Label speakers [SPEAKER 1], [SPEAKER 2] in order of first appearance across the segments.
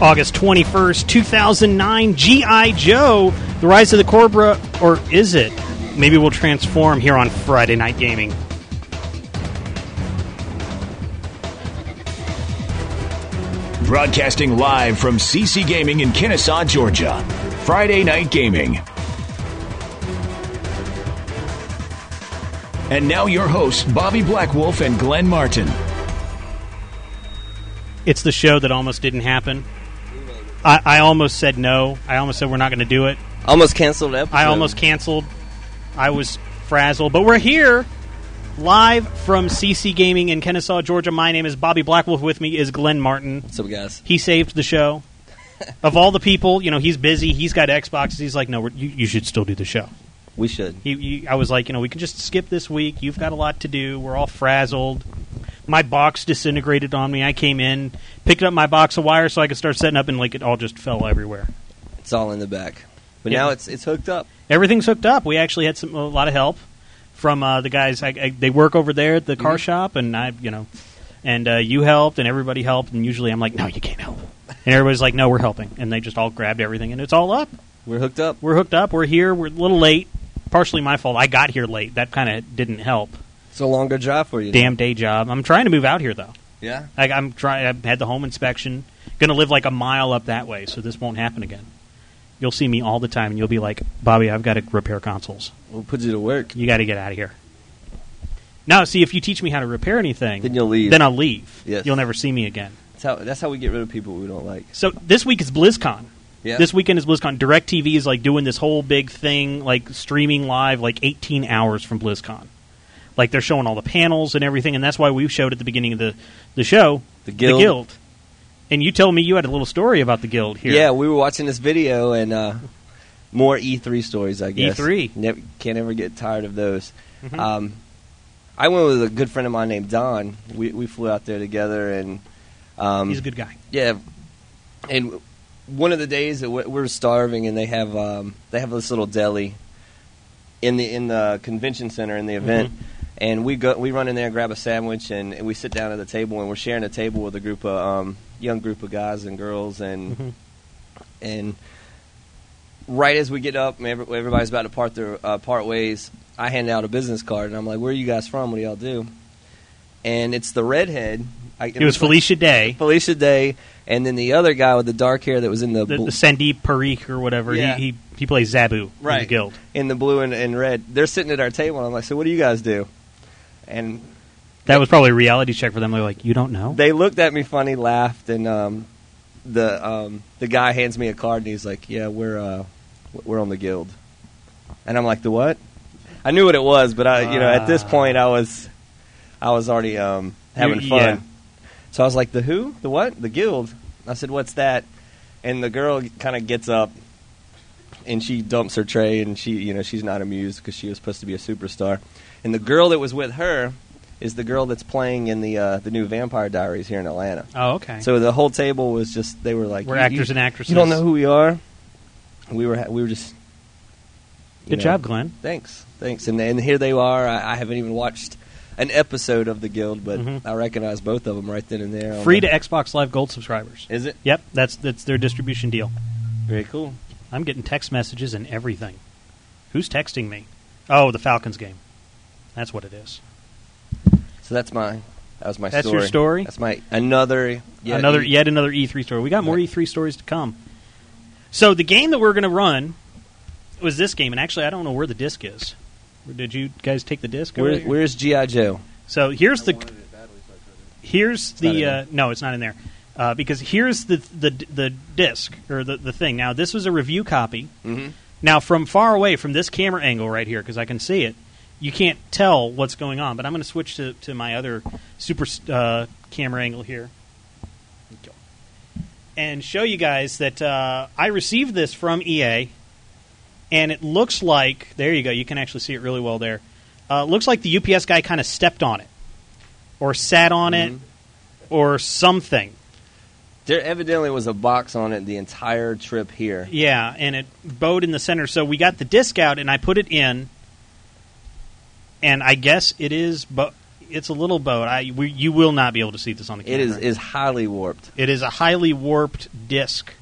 [SPEAKER 1] August 21st, 2009, G.I. Joe, The Rise of the Cobra, or is it? Maybe we'll transform here on Friday Night Gaming.
[SPEAKER 2] Broadcasting live from CC Gaming in Kennesaw, Georgia. Friday Night Gaming. And now your hosts, Bobby Blackwolf and Glenn Martin.
[SPEAKER 1] It's the show that almost didn't happen. I, I almost said no. I almost said we're not going to do it.
[SPEAKER 3] Almost canceled the episode.
[SPEAKER 1] I almost canceled. I was frazzled, but we're here live from CC Gaming in Kennesaw, Georgia. My name is Bobby Blackwolf. With me is Glenn Martin.
[SPEAKER 3] What's up, guys?
[SPEAKER 1] He saved the show. of all the people, you know, he's busy. He's got Xboxes. He's like, no, we're, you, you should still do the show.
[SPEAKER 3] We should.
[SPEAKER 1] He, he, I was like, you know, we can just skip this week. You've got a lot to do. We're all frazzled. My box disintegrated on me. I came in, picked up my box of wire so I could start setting up, and like it all just fell everywhere.
[SPEAKER 3] It's all in the back. But
[SPEAKER 1] Yeah.
[SPEAKER 3] now it's it's hooked up.
[SPEAKER 1] Everything's hooked up. We actually had some a lot of help from uh, the guys. I, I, they work over there at the car shop, and I, you know, and uh, you helped, and everybody helped. And usually, I'm like, no, you can't help. And everybody's like, no, we're helping. And they just all grabbed everything, and it's all up.
[SPEAKER 3] We're hooked up.
[SPEAKER 1] We're hooked up. We're here. We're a little late. Partially my fault. I got here late. That kind of didn't help.
[SPEAKER 3] It's a longer job for you. now.
[SPEAKER 1] Damn day job. I'm trying to move out here though.
[SPEAKER 3] Yeah.
[SPEAKER 1] I, I'm trying. I've had the home inspection. Going to live like a mile up that way, so this won't happen again. You'll see me all the time, and you'll be like, Bobby, I've got to repair consoles.
[SPEAKER 3] We'll put you to work.
[SPEAKER 1] You got to get out of here. No, see, if you teach me how to repair anything,
[SPEAKER 3] Then you'll leave.
[SPEAKER 1] Then I'll leave.
[SPEAKER 3] Yes.
[SPEAKER 1] You'll never see me again.
[SPEAKER 3] That's how that's how we get rid of people we don't like.
[SPEAKER 1] So this week is BlizzCon.
[SPEAKER 3] Yeah.
[SPEAKER 1] This weekend is BlizzCon. DirecTV is like doing this whole big thing, like streaming live, like 18 hours from BlizzCon. Like they're showing all the panels and everything, and that's why we showed at the beginning of the, the show
[SPEAKER 3] The Guild.
[SPEAKER 1] And you told me you had a little story about the guild here.
[SPEAKER 3] Yeah, we were watching this video and uh, more E3 stories. I guess
[SPEAKER 1] E3.
[SPEAKER 3] Never, can't ever get tired of those.
[SPEAKER 1] Mhm.
[SPEAKER 3] Um, I went with a good friend of mine named Don. We we flew out there together and um,
[SPEAKER 1] he's a good guy.
[SPEAKER 3] Yeah, and one of the days that we- we're starving, and they have um, they have this little deli in the in the convention center in the event, and we go we run in there, grab a sandwich, and, and we sit down at the table, and we're sharing a table with a group of um, young group of guys and girls, and
[SPEAKER 1] Mhm.
[SPEAKER 3] and right as we get up, and every- everybody's about to part their uh, part ways. I hand out a business card, and I'm like, "Where are you guys from? What do y'all do?" And it's the redhead. I,
[SPEAKER 1] It was Felicia Day,
[SPEAKER 3] Felicia Day, and then the other guy with the dark hair that was in the,
[SPEAKER 1] the, the
[SPEAKER 3] bl-
[SPEAKER 1] Sandeep Parikh or whatever.
[SPEAKER 3] Yeah.
[SPEAKER 1] He, he he plays Zabu in the
[SPEAKER 3] Right.
[SPEAKER 1] guild.
[SPEAKER 3] in the blue and, and red. They're sitting at our table, and I'm like, "So what do you guys do?" And
[SPEAKER 1] That was probably a reality check for them. They're like, you don't know.
[SPEAKER 3] they looked at me funny, laughed, and um, the um, the guy hands me a card, and he's like, "Yeah, we're uh, we're on the guild," and I'm like, "The what?" I knew what it was, but I, you know, at this
[SPEAKER 1] Ah.
[SPEAKER 3] point, I was I was already um, having
[SPEAKER 1] You-
[SPEAKER 3] fun.
[SPEAKER 1] yeah.
[SPEAKER 3] So I was like, "The who? The what? The guild?" I said, "What's that?" And the girl kind of gets up and she dumps her tray and she you know she's not amused because she was supposed to be a superstar and the girl that was with her is the girl that's playing in the uh, the new vampire diaries here in atlanta
[SPEAKER 1] oh, okay.
[SPEAKER 3] so the whole table was just they were like
[SPEAKER 1] We're
[SPEAKER 3] "You-
[SPEAKER 1] actors
[SPEAKER 3] you-
[SPEAKER 1] and actresses.
[SPEAKER 3] you don't know who we are we were ha- we were just you
[SPEAKER 1] Good
[SPEAKER 3] know,
[SPEAKER 1] job, Glenn.
[SPEAKER 3] thanks thanks and and here they are i, I haven't even watched an episode of the guild but
[SPEAKER 1] Mhm.
[SPEAKER 3] i recognize both of them right then and there on
[SPEAKER 1] Free to
[SPEAKER 3] the-
[SPEAKER 1] Xbox Live Gold subscribers.
[SPEAKER 3] is it
[SPEAKER 1] Yep, that's that's their distribution deal.
[SPEAKER 3] very cool
[SPEAKER 1] I'm getting text messages and everything. Who's texting me? Oh, the Falcons game. That's what it is.
[SPEAKER 3] so that's my that was my
[SPEAKER 1] That's
[SPEAKER 3] story
[SPEAKER 1] your story?
[SPEAKER 3] that's my another yeah,
[SPEAKER 1] another
[SPEAKER 3] you-
[SPEAKER 1] yet another E3 story. We got more
[SPEAKER 3] Right.
[SPEAKER 1] E3 stories to come. So the game that we're going to run was this game, and actually I don't know where the disc is. Where- Did you guys take the disc?
[SPEAKER 3] Where,
[SPEAKER 1] over there?
[SPEAKER 3] where's GI Joe?
[SPEAKER 1] So here's the here's
[SPEAKER 3] not in
[SPEAKER 1] the uh, no, it's not in there uh, because here's the the the disc or the the thing. Now this was a review copy.
[SPEAKER 3] Mhm.
[SPEAKER 1] Now from far away from this camera angle right here because I can see it, you can't tell what's going on. But I'm going to switch to to my other super uh, camera angle here. And show you guys that uh, I received this from E EA, and it looks like there you go. You can actually see it really well there. Uh, it looks like the UPS guy kind of stepped on it, or sat on it,
[SPEAKER 3] Mm-hmm.
[SPEAKER 1] or something.
[SPEAKER 3] There evidently was a box on it the entire trip here.
[SPEAKER 1] Yeah, and it bowed in the center. So we got the disc out, and I put it in, and I guess it is. But it's a little boat. I we, you will not be able to see this on the
[SPEAKER 3] It
[SPEAKER 1] camera.
[SPEAKER 3] is is highly warped.
[SPEAKER 1] It is a highly warped disc.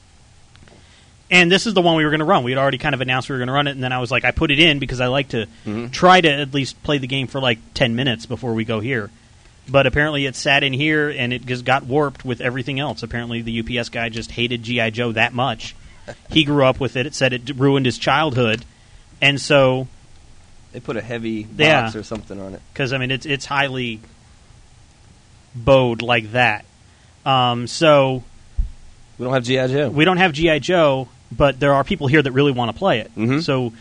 [SPEAKER 1] And this is the one we were going to run. We had already kind of announced we were going to run it, and then I was like, I put it in because I like to try to at least play the game for like 10 minutes before we go here. But apparently it sat in here and it just got warped with everything else. Apparently the UPS guy just hated G.I. Joe that much. he grew up with it. It said it d- ruined his childhood. And so,
[SPEAKER 3] They put a heavy box
[SPEAKER 1] Yeah.
[SPEAKER 3] or something on it.
[SPEAKER 1] because, I mean, it's, it's highly bowed like that. Um, so
[SPEAKER 3] We don't have GI Joe.
[SPEAKER 1] we don't have GI Joe, but there are people here that really want to play it.
[SPEAKER 3] Mhm.
[SPEAKER 1] So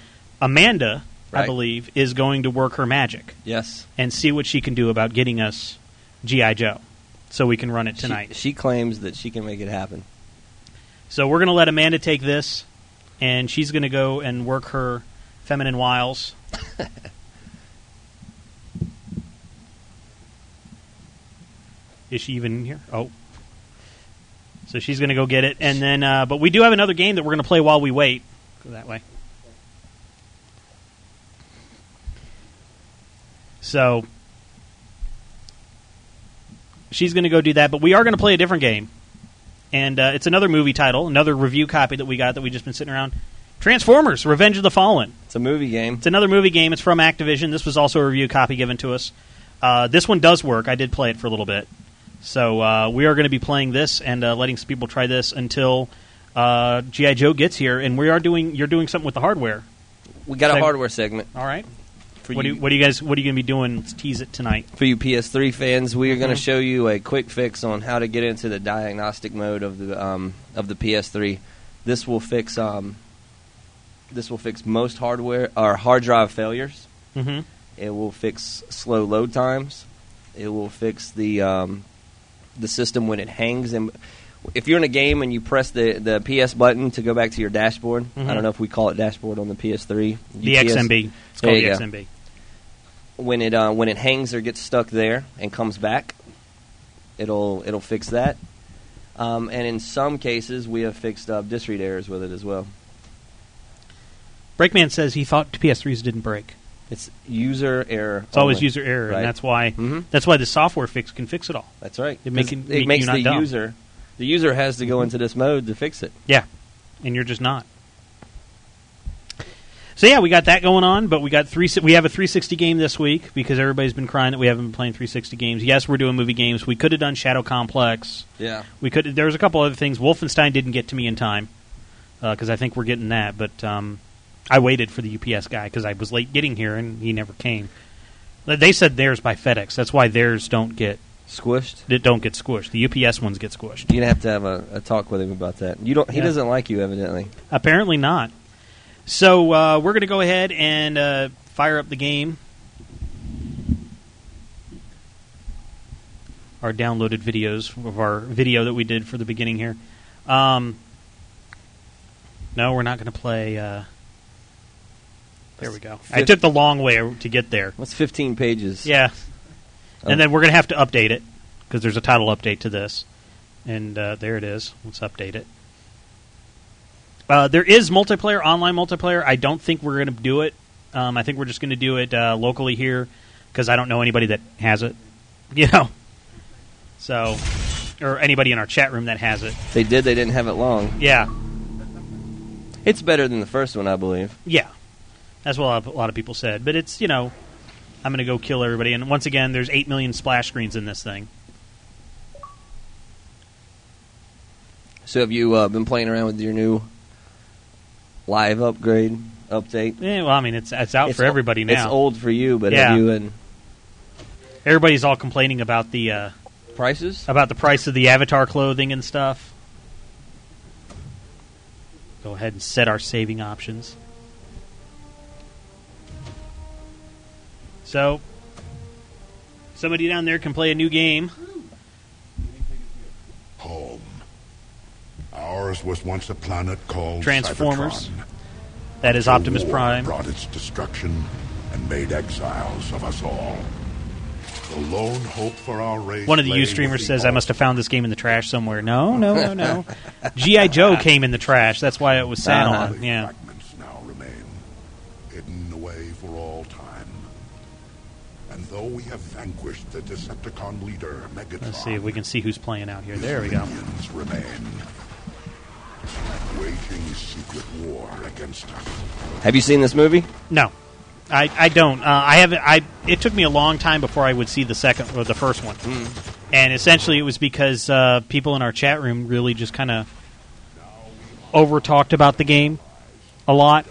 [SPEAKER 1] Amanda, I
[SPEAKER 3] Right.
[SPEAKER 1] believe, is going to work her magic
[SPEAKER 3] yes,
[SPEAKER 1] and see what she can do about getting us GI Joe, so we can run it
[SPEAKER 3] She-
[SPEAKER 1] tonight.
[SPEAKER 3] She, claims that she can make it happen.
[SPEAKER 1] So we're going to let Amanda take this, and she's going to go and work her feminine wiles. Is she even in here? Oh. So she's going to go get it, and then. Uh, but we do have another game that we're going to play while we wait. Go that way. So she's going to go do that, but we are going to play a different game and uh, it's another movie title, another review copy that we got that we just been sitting around. Transformers: Revenge of the Fallen.
[SPEAKER 3] It's a movie game.
[SPEAKER 1] It's another movie game. It's from Activision. This was also a review copy given to us. Uh, this one does work. I did play it for a little bit, so uh, we are going to be playing this and uh, letting some people try this until uh, GI Joe gets here. And we are doing. You're doing something with the hardware.
[SPEAKER 3] We got a
[SPEAKER 1] Seg-
[SPEAKER 3] hardware segment
[SPEAKER 1] All right.
[SPEAKER 3] for
[SPEAKER 1] what,
[SPEAKER 3] you.
[SPEAKER 1] do you, what do you guys? What are you going to be doing? Let's tease it tonight.
[SPEAKER 3] for you PS3 fans, we are going to show you a quick fix on how to get into the diagnostic mode of the um, of the PS3. This will fix um, this will fix most hardware or hard drive failures.
[SPEAKER 1] hmm
[SPEAKER 3] It will fix slow load times. It will fix the um, the system when it hangs. And if you're in a game and you press the, the PS button to go back to your dashboard,
[SPEAKER 1] Mhm.
[SPEAKER 3] I don't know if we call it dashboard on the PS3.
[SPEAKER 1] The
[SPEAKER 3] UPS
[SPEAKER 1] XMB. It's
[SPEAKER 3] There
[SPEAKER 1] called the
[SPEAKER 3] you go.
[SPEAKER 1] XMB.
[SPEAKER 3] when it uh, when it hangs or gets stuck there and comes back, it'll it'll fix that. Um, and in some cases, we have fixed uh, disk read errors with it as well.
[SPEAKER 1] Breakman says he thought PS3s didn't break.
[SPEAKER 3] It's user error.
[SPEAKER 1] It's always user error,
[SPEAKER 3] Right.
[SPEAKER 1] and that's why
[SPEAKER 3] Mhm.
[SPEAKER 1] that's why the software fix can fix it all.
[SPEAKER 3] That's right.
[SPEAKER 1] It make-
[SPEAKER 3] 'Cause
[SPEAKER 1] make you
[SPEAKER 3] makes
[SPEAKER 1] not
[SPEAKER 3] the
[SPEAKER 1] dumb. Mm-hmm.
[SPEAKER 3] user the user has to go into this mode to fix it.
[SPEAKER 1] Yeah, and you're just not. So yeah, we got that going on, but we got three. We have a 360 game this week because everybody's been crying that we haven't been playing 360 games. Yes, we're doing movie games. We could have done Shadow Complex.
[SPEAKER 3] Yeah.
[SPEAKER 1] We could. There was a couple other things. Wolfenstein didn't get to me in time because I think we're getting that. But um, I waited for the UPS guy because I was late getting here and he never came. But They said theirs by FedEx. That's why theirs don't get
[SPEAKER 3] Squished.
[SPEAKER 1] that don't get squished. The UPS ones get squished.
[SPEAKER 3] You're gonna have to have a, a talk with him about that. You don't. He
[SPEAKER 1] Yeah.
[SPEAKER 3] doesn't like you, evidently.
[SPEAKER 1] Apparently not. So uh, we're going to go ahead and uh, fire up the game. Our downloaded videos of our video that we did for the beginning here. Um, no, we're not going to play. Uh, there we go. I took the long way to get there.
[SPEAKER 3] What's 15 pages?
[SPEAKER 1] Yeah.
[SPEAKER 3] Oh.
[SPEAKER 1] And then we're going to have to update it because there's a title update to this. And uh, there it is. Let's update it. Uh, there is multiplayer, online multiplayer. I don't think we're going to do it. Um, I think we're just going to do it uh, locally here because I don't know anybody that has it. You know? So, or anybody in our chat room that has it.
[SPEAKER 3] They did. They didn't have it long.
[SPEAKER 1] Yeah.
[SPEAKER 3] It's better than the first one, I believe.
[SPEAKER 1] Yeah, that's what a lot of- a lot of people said. But it's you know, I'm going to go kill everybody. And once again, there's eight million splash screens in this thing.
[SPEAKER 3] So have you uh, been playing around with your new live upgrade update?
[SPEAKER 1] Eh, well, I mean, it's it's out
[SPEAKER 3] It's
[SPEAKER 1] for
[SPEAKER 3] o-
[SPEAKER 1] everybody now.
[SPEAKER 3] It's old for you, but
[SPEAKER 1] Yeah.
[SPEAKER 3] have you and
[SPEAKER 1] Everybody's all complaining about the uh,
[SPEAKER 3] prices?
[SPEAKER 1] about the price of the avatar clothing and stuff. Go ahead and set our saving options. So, somebody down there can play a new game.
[SPEAKER 4] home. Ours was once a planet called
[SPEAKER 1] Transformers.
[SPEAKER 4] Cybertron.
[SPEAKER 1] That is
[SPEAKER 4] Till
[SPEAKER 1] Optimus
[SPEAKER 4] war
[SPEAKER 1] Prime.
[SPEAKER 4] Brought its destruction and made exiles of us all. The lone hope for our race.
[SPEAKER 1] One of the
[SPEAKER 4] lay
[SPEAKER 1] U streamers
[SPEAKER 4] with
[SPEAKER 1] says I must have found this game in the trash somewhere. No, no, no, no. GI Joe came in the trash. That's why it was sat
[SPEAKER 3] Uh-huh.
[SPEAKER 1] on. Yeah.
[SPEAKER 4] Fragments now remain hidden away for all time, and though we have vanquished the Decepticon leader, Megatron,
[SPEAKER 1] Let's see if we can see who's playing out here. There we go.
[SPEAKER 4] minions remain, waging secret war against us.
[SPEAKER 3] Have you seen this movie?
[SPEAKER 1] No, I, I don't. Uh, I haven't. I it took me a long time before I would see the second or the first one,
[SPEAKER 3] Hmm.
[SPEAKER 1] and essentially it was because uh, people in our chat room really just kind of over talked about the game a lot.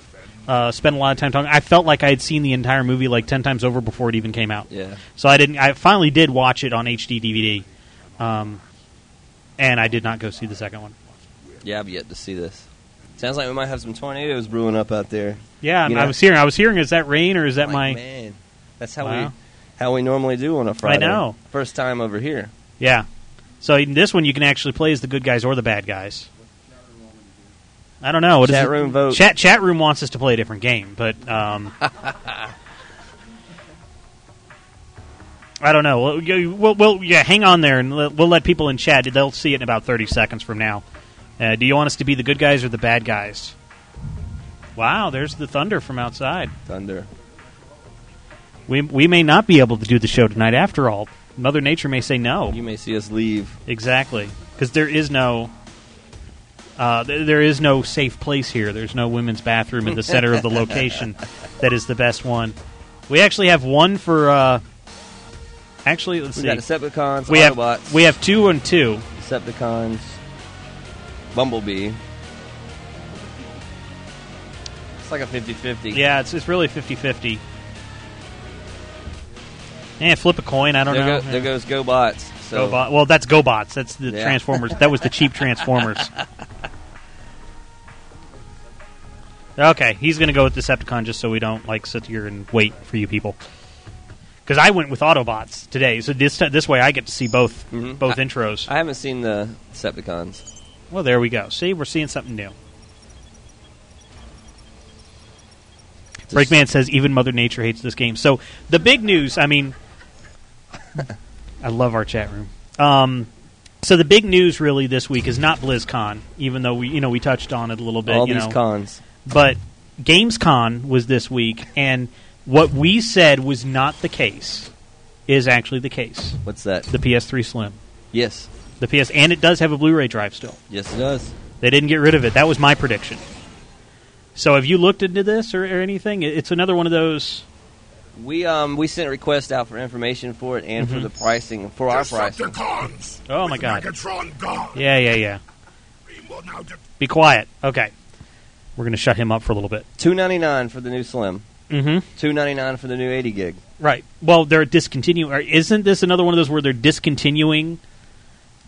[SPEAKER 1] Uh, spent a lot of time talking. I felt like I had seen the entire movie like ten times over before it even came out.
[SPEAKER 3] Yeah.
[SPEAKER 1] So I didn't. I finally did watch it on HD DVD, um, and I did not go see the second one.
[SPEAKER 3] Yeah, I've yet to see this. Sounds like we might have some tornadoes brewing up out there.
[SPEAKER 1] Yeah, and
[SPEAKER 3] You
[SPEAKER 1] I
[SPEAKER 3] know-
[SPEAKER 1] was hearing. I was hearing. Is that rain or is that
[SPEAKER 3] Like,
[SPEAKER 1] my?
[SPEAKER 3] man? That's how we
[SPEAKER 1] Wow.
[SPEAKER 3] how we normally do on a Friday.
[SPEAKER 1] know.
[SPEAKER 3] First time over here.
[SPEAKER 1] Yeah. So in this one, you can actually play as the good guys or the bad guys. I don't know. What is
[SPEAKER 3] Chat
[SPEAKER 1] it?
[SPEAKER 3] room vote.
[SPEAKER 1] Chat chat room wants us to play a different game, but um, I don't know. Well, you- well, well, yeah. Hang on there, and let- we'll let people in chat. They'll see it in about thirty seconds from now. Uh, do you want us to be the good guys or the bad guys? Wow, there's the thunder from outside.
[SPEAKER 3] Thunder.
[SPEAKER 1] We we may not be able to do the show tonight after all. Mother Nature may say no.
[SPEAKER 3] You may see us leave.
[SPEAKER 1] Exactly, because there is no, uh, th- there is no safe place here. There's no women's bathroom in the center of the location that is the best one. We actually have one for. Uh, actually, let's
[SPEAKER 3] We
[SPEAKER 1] see.
[SPEAKER 3] got Decepticons,
[SPEAKER 1] we have
[SPEAKER 3] Autobots,
[SPEAKER 1] we have two and two.
[SPEAKER 3] Decepticons, Bumblebee. It's like a 50-50.
[SPEAKER 1] Yeah, it's it's really 50-50. Yeah, flip a coin. I don't
[SPEAKER 3] There,
[SPEAKER 1] know.
[SPEAKER 3] go, there goes GoBots. So
[SPEAKER 1] Gobot. Well, that's GoBots. That's the
[SPEAKER 3] Yeah.
[SPEAKER 1] Transformers. That was the cheap Transformers. okay, he's going to go with Decepticon just so we don't like sit here and wait for you people. Because I went with Autobots today, so this this way I get to see both
[SPEAKER 3] Mhm.
[SPEAKER 1] both intros.
[SPEAKER 3] I haven't seen the Decepticons.
[SPEAKER 1] well, there we go. See, we're seeing something new.
[SPEAKER 3] It's a
[SPEAKER 1] Breakman says even Mother Nature hates this game. So the big news, I mean, I love our chat room. Um, so the big news really this week is not BlizzCon, even though we you know we touched on it a little bit.
[SPEAKER 3] all
[SPEAKER 1] you
[SPEAKER 3] these
[SPEAKER 1] know.
[SPEAKER 3] cons.
[SPEAKER 1] but GamesCon was this week, and what we said was not the case is actually the case.
[SPEAKER 3] What's that?
[SPEAKER 1] The PS3 Slim,
[SPEAKER 3] yes,
[SPEAKER 1] the PS, and it does have a Blu-ray drive still.
[SPEAKER 3] yes, it does.
[SPEAKER 1] They didn't get rid of it. That was my prediction. So have you looked into this or, or anything? It- It's another one of those.
[SPEAKER 3] We um we sent a request out for information for it and for
[SPEAKER 1] Mm-hmm.
[SPEAKER 3] the pricing for our pricing.
[SPEAKER 4] Decepticons!
[SPEAKER 1] Oh,
[SPEAKER 4] with
[SPEAKER 1] my God.
[SPEAKER 4] Megatron gone!
[SPEAKER 1] Yeah, yeah, yeah.
[SPEAKER 4] We will now de-
[SPEAKER 1] Be quiet. Okay. We're going to shut him up for a little bit.
[SPEAKER 3] Two ninety nine for the new Slim.
[SPEAKER 1] Mm-hmm.
[SPEAKER 3] Two ninety nine for the new eighty gig.
[SPEAKER 1] Right. Well, they're discontinuing. Isn't this another one of those where they're discontinuing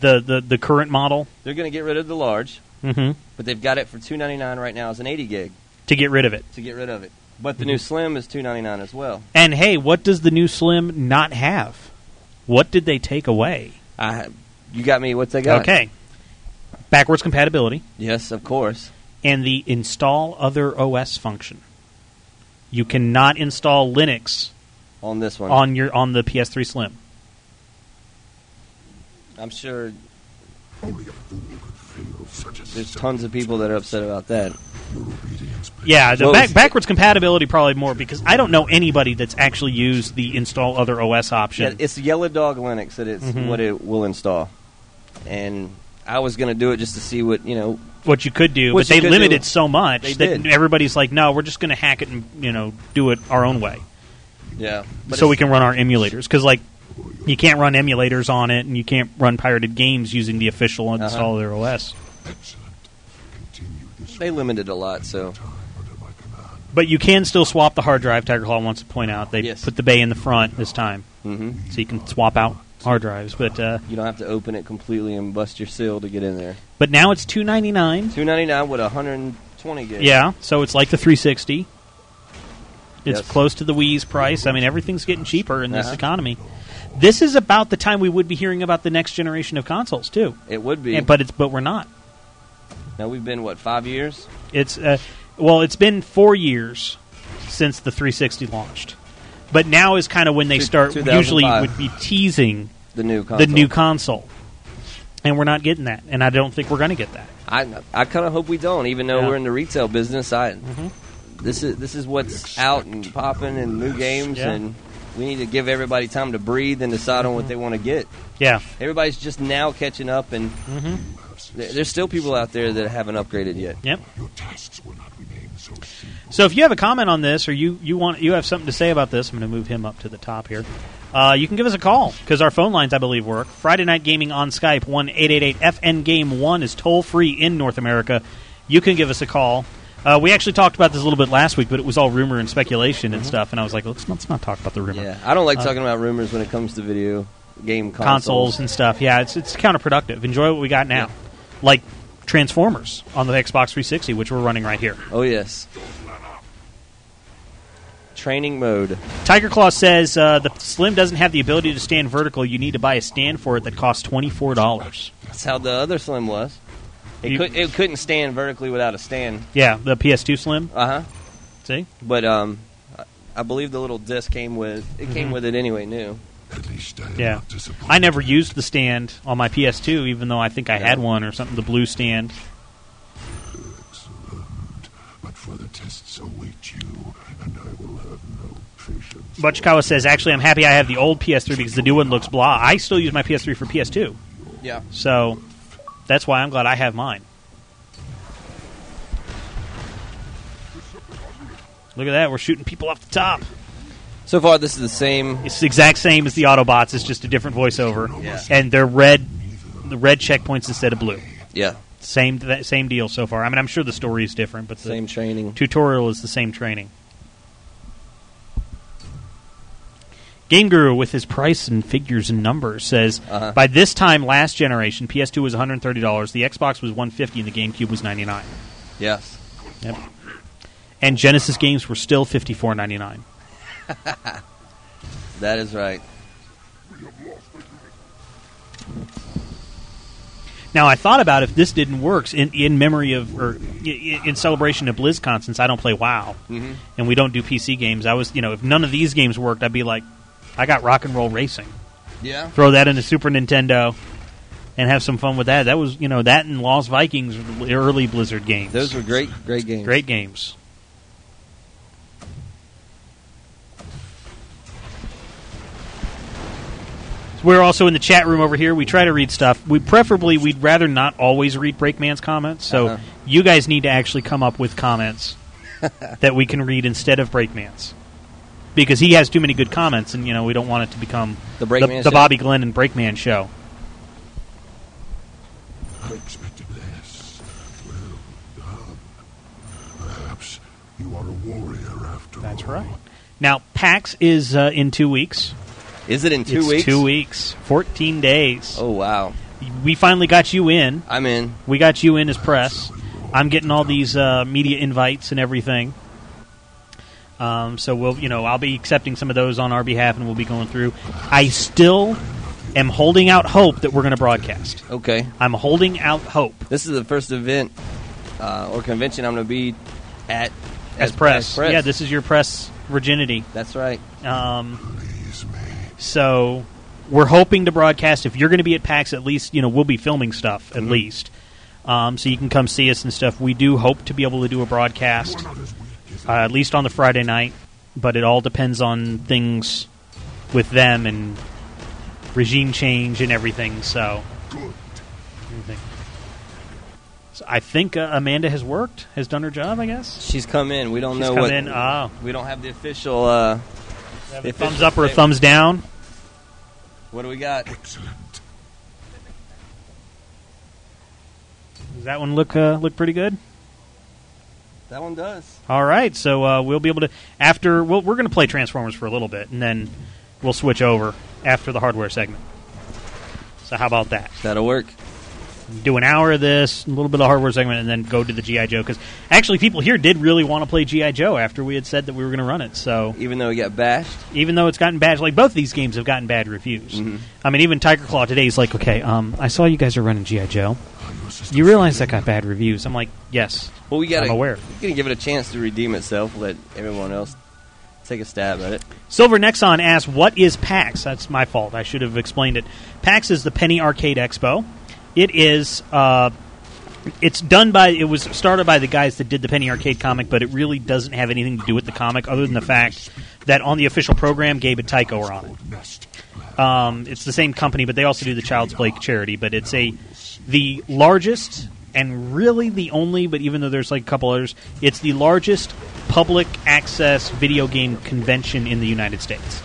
[SPEAKER 1] the, the, the current model
[SPEAKER 3] They're going to get rid of the large,
[SPEAKER 1] mm-hmm.
[SPEAKER 3] but they've got it for two ninety nine right now as an eighty gig
[SPEAKER 1] to get rid of it?
[SPEAKER 3] to get rid of it. But the new
[SPEAKER 1] Mm-hmm.
[SPEAKER 3] Slim is two ninety nine as well.
[SPEAKER 1] And hey, what does the new Slim not have? What did they take away?
[SPEAKER 3] I you got me. What's they got?
[SPEAKER 1] Okay. Backwards compatibility
[SPEAKER 3] Yes, of course.
[SPEAKER 1] and the install other OS function. You cannot install Linux
[SPEAKER 3] On this one,
[SPEAKER 1] on your on the PS3 Slim.
[SPEAKER 3] I'm sure
[SPEAKER 4] Only a fool could feel such a
[SPEAKER 3] there's tons of people that are upset about that.
[SPEAKER 4] obedience. please.
[SPEAKER 1] Yeah, the
[SPEAKER 3] Well,
[SPEAKER 1] back,
[SPEAKER 3] if-
[SPEAKER 1] backwards compatibility probably more because I don't know anybody that's actually used the install other OS
[SPEAKER 3] Yeah,
[SPEAKER 1] option.
[SPEAKER 3] it's Yellow Dog Linux that it's
[SPEAKER 1] Mhm.
[SPEAKER 3] what it will install. And I was going to do it just to see what you know.
[SPEAKER 1] what you could do,
[SPEAKER 3] What
[SPEAKER 1] but
[SPEAKER 3] you
[SPEAKER 1] they
[SPEAKER 3] could
[SPEAKER 1] limited
[SPEAKER 3] do.
[SPEAKER 1] so much
[SPEAKER 3] They
[SPEAKER 1] that
[SPEAKER 3] did.
[SPEAKER 1] everybody's like, "No, we're just going to hack it and you know do it our own way,
[SPEAKER 3] Yeah, but
[SPEAKER 1] so
[SPEAKER 3] it's-
[SPEAKER 1] we can run our emulators." Because like, you can't run emulators on it, and you can't run pirated games using the official
[SPEAKER 3] Uh-huh.
[SPEAKER 1] install other OS.
[SPEAKER 4] Excellent. Continue this
[SPEAKER 3] They limited a lot, so
[SPEAKER 4] time under my command.
[SPEAKER 1] But you can still swap the hard drive. Tiger Claw wants to point out they
[SPEAKER 3] Yes.
[SPEAKER 1] put the bay in the front this time,
[SPEAKER 3] Mhm.
[SPEAKER 1] so you can swap out hard drives. But uh,
[SPEAKER 3] you don't have to open it completely and bust your seal to get in there.
[SPEAKER 1] but now it's two ninety nine.
[SPEAKER 3] Two ninety nine with hundred and twenty gigs.
[SPEAKER 1] Yeah, so it's like the 360. It's
[SPEAKER 3] Yes.
[SPEAKER 1] close to the Wii's price. I mean, everything's getting cheaper in this
[SPEAKER 3] Uh-huh.
[SPEAKER 1] economy. This is about the time we would be hearing about the next generation of consoles too.
[SPEAKER 3] it would be.
[SPEAKER 1] And, but it's but we're not.
[SPEAKER 3] now we've been what five years?
[SPEAKER 1] It's uh, well, it's been four years since the 360 launched, but now is kind of when they
[SPEAKER 3] Two-
[SPEAKER 1] start. Usually,
[SPEAKER 3] 2005.
[SPEAKER 1] would be teasing
[SPEAKER 3] The new console.
[SPEAKER 1] the new console, and we're not getting that. And I don't think we're going to get that.
[SPEAKER 3] I I kind of hope we don't, even though
[SPEAKER 1] Yeah. Mm-hmm.
[SPEAKER 3] we're in the retail business. I this is this is what's out and popping and new games
[SPEAKER 1] Yeah. Mm-hmm.
[SPEAKER 3] and We need to give everybody time to breathe and decide on what they want to get.
[SPEAKER 1] Yeah.
[SPEAKER 3] Everybody's just now catching up, and th- there's still people out there that haven't upgraded yet.
[SPEAKER 1] Yep.
[SPEAKER 4] Your tasks will not remain so simple.
[SPEAKER 1] So if you have a comment on this, or you, you want you have something to say about this, I'm going to move him up to the top here. Uh, you can give us a call because our phone lines, I believe, work. Friday Night Gaming on Skype one eight eight eight FN Game One is toll free in North America. You can give us a call. Uh, we actually talked about this a little bit last week, but it was all rumor and speculation and stuff. And I was like, let's, let's not talk about the rumor
[SPEAKER 3] Yeah, I don't like talking about rumors when it comes to video game
[SPEAKER 1] consoles
[SPEAKER 3] Uh, consoles.
[SPEAKER 1] and stuff. Yeah, it's it's counterproductive. Enjoy what we got now, like Transformers on the Xbox 360, which we're running right here.
[SPEAKER 3] Oh yes. Training mode.
[SPEAKER 1] Tiger Claw says uh, the Slim doesn't have the ability to stand vertical. You need to buy a stand for it that costs twenty four dollars.
[SPEAKER 3] That's how the other Slim was. It,
[SPEAKER 1] You-
[SPEAKER 3] could, it couldn't stand vertically without a stand.
[SPEAKER 1] Yeah, the PS2 Slim.
[SPEAKER 3] Uh huh.
[SPEAKER 1] See,
[SPEAKER 3] But um, I- I believe the little disc came with it. Came with it anyway, new.
[SPEAKER 4] At least I am
[SPEAKER 1] Yeah.
[SPEAKER 4] not disappointed.
[SPEAKER 1] I never used the stand on my PS2, even though I think I had
[SPEAKER 3] Yeah.
[SPEAKER 1] one or something. The blue stand.
[SPEAKER 4] But for the tests await you, and I will have no patience.
[SPEAKER 1] Butchkawa says, actually, I'm happy I have the old PS3 because the new one looks blah. I still use my PS3 for PS2,
[SPEAKER 3] Yeah.
[SPEAKER 1] so that's why I'm glad I have mine. Look at that, we're shooting people off the top.
[SPEAKER 3] So far, this is the same.
[SPEAKER 1] It's the exact same as the Autobots. It's just a different voiceover,
[SPEAKER 3] Yeah.
[SPEAKER 1] and they're red, the red checkpoints instead of blue.
[SPEAKER 3] Yeah.
[SPEAKER 1] Same that same deal so far. I mean, I'm sure the story is different, but the
[SPEAKER 3] Same training.
[SPEAKER 1] tutorial is the same training. Game Guru, with his price and figures and numbers, says
[SPEAKER 3] Uh-huh.
[SPEAKER 1] by this time last generation, PS2 was 130 dollars, the Xbox was 150, and the GameCube was 99.
[SPEAKER 3] Yes.
[SPEAKER 1] Yep. And Genesis games were still 54.99.
[SPEAKER 3] That is right.
[SPEAKER 1] Now I thought about if this didn't work in, in memory of or i- i- in celebration of BlizzCon since I don't play WoW
[SPEAKER 3] Mm-hmm.
[SPEAKER 1] and we don't do PC games. I was you know if none of these games worked, I'd be like, I got Rock and Roll Racing.
[SPEAKER 3] Yeah.
[SPEAKER 1] Throw that into Super Nintendo and have some fun with that. That was you know that and Lost Vikings were the early Blizzard games.
[SPEAKER 3] Those were great, great games.
[SPEAKER 1] great games. So We're also in the chat room over here. We try to read stuff. We preferably we'd rather not always read Breakman's comments. So
[SPEAKER 3] Uh-huh.
[SPEAKER 1] you guys need to actually come up with comments that we can read instead of Breakman's. Because he has too many good comments and you know, we don't want it to become
[SPEAKER 3] The Breakman
[SPEAKER 1] the
[SPEAKER 3] show?
[SPEAKER 1] Bobby Glenn and Breakman show.
[SPEAKER 4] I expected less. Well done. Perhaps you are a warrior after all.
[SPEAKER 1] Now PAX is uh, in 2 weeks.
[SPEAKER 3] Is it in two
[SPEAKER 1] it's
[SPEAKER 3] weeks?
[SPEAKER 1] 2 weeks. 14 days.
[SPEAKER 3] Oh wow.
[SPEAKER 1] we finally got you in.
[SPEAKER 3] I'm in.
[SPEAKER 1] We got you in as press. I'm getting all these uh, media invites and everything. Um, so we'll, you know, I'll be accepting some of those on our behalf, and we'll be going through. I still am holding out hope that we're going to broadcast.
[SPEAKER 3] Okay.
[SPEAKER 1] I'm holding out hope.
[SPEAKER 3] This is the first event uh, or convention I'm going to be at
[SPEAKER 1] As press. yeah, this is your press virginity.
[SPEAKER 3] That's right.
[SPEAKER 1] Um,
[SPEAKER 4] Please, may.
[SPEAKER 1] so we're hoping to broadcast. If you're going to be at PAX, at least you know we'll be filming stuff at least, um, so you can come see us and stuff. We do hope to be able to do a broadcast.
[SPEAKER 4] Not as weak as
[SPEAKER 1] uh, at least on the Friday night, but it all depends on things with them and regime change and everything. So,
[SPEAKER 4] good.
[SPEAKER 1] everything. So I think uh, Amanda has worked, has done her job. I guess
[SPEAKER 3] She's come in. We don't
[SPEAKER 1] she's
[SPEAKER 3] know
[SPEAKER 1] come
[SPEAKER 3] what.
[SPEAKER 1] in. Oh,
[SPEAKER 3] we don't have the official. Uh,
[SPEAKER 1] have a
[SPEAKER 3] If
[SPEAKER 1] thumbs
[SPEAKER 3] it's-
[SPEAKER 1] up or a thumbs down.
[SPEAKER 3] what do we got?
[SPEAKER 4] Excellent.
[SPEAKER 1] Does that one look uh, look pretty good?
[SPEAKER 3] That one does.
[SPEAKER 1] All right, so uh, we'll be able to after we'll, we're going to play Transformers for a little bit, and then we'll switch over after the hardware segment. So how about that?
[SPEAKER 3] That'll work.
[SPEAKER 1] do an hour of this, a little bit of hardware segment, and then go to the GI Joe because actually people here did really want to play GI Joe after we had said that we were going to run it. So
[SPEAKER 3] Even though we got bashed.
[SPEAKER 1] even though it's gotten bad, like both these games have gotten bad reviews. I mean, even Tiger Claw today is like, okay, um, I saw you guys are running GI Joe. You realize that got bad reviews? I'm like, yes.
[SPEAKER 3] Well, we got.
[SPEAKER 1] I'm aware.
[SPEAKER 3] We're gonna give it a chance to redeem itself. Let everyone else take a stab at it.
[SPEAKER 1] Silver Nexon asks, "What is PAX?" That's my fault. I should have explained it. PAX is the Penny Arcade Expo. It is uh, it's done by it was started by the guys that did the Penny Arcade comic, but it really doesn't have anything to do with the comic other than the fact that on the official program, Gabe and Tycho are on it.
[SPEAKER 4] Nest.
[SPEAKER 1] Um, it's the same company, but they also do the Child's Play charity. But it's a the largest and really the only, but even though there's like a couple others, it's the largest public access video game convention in the United States.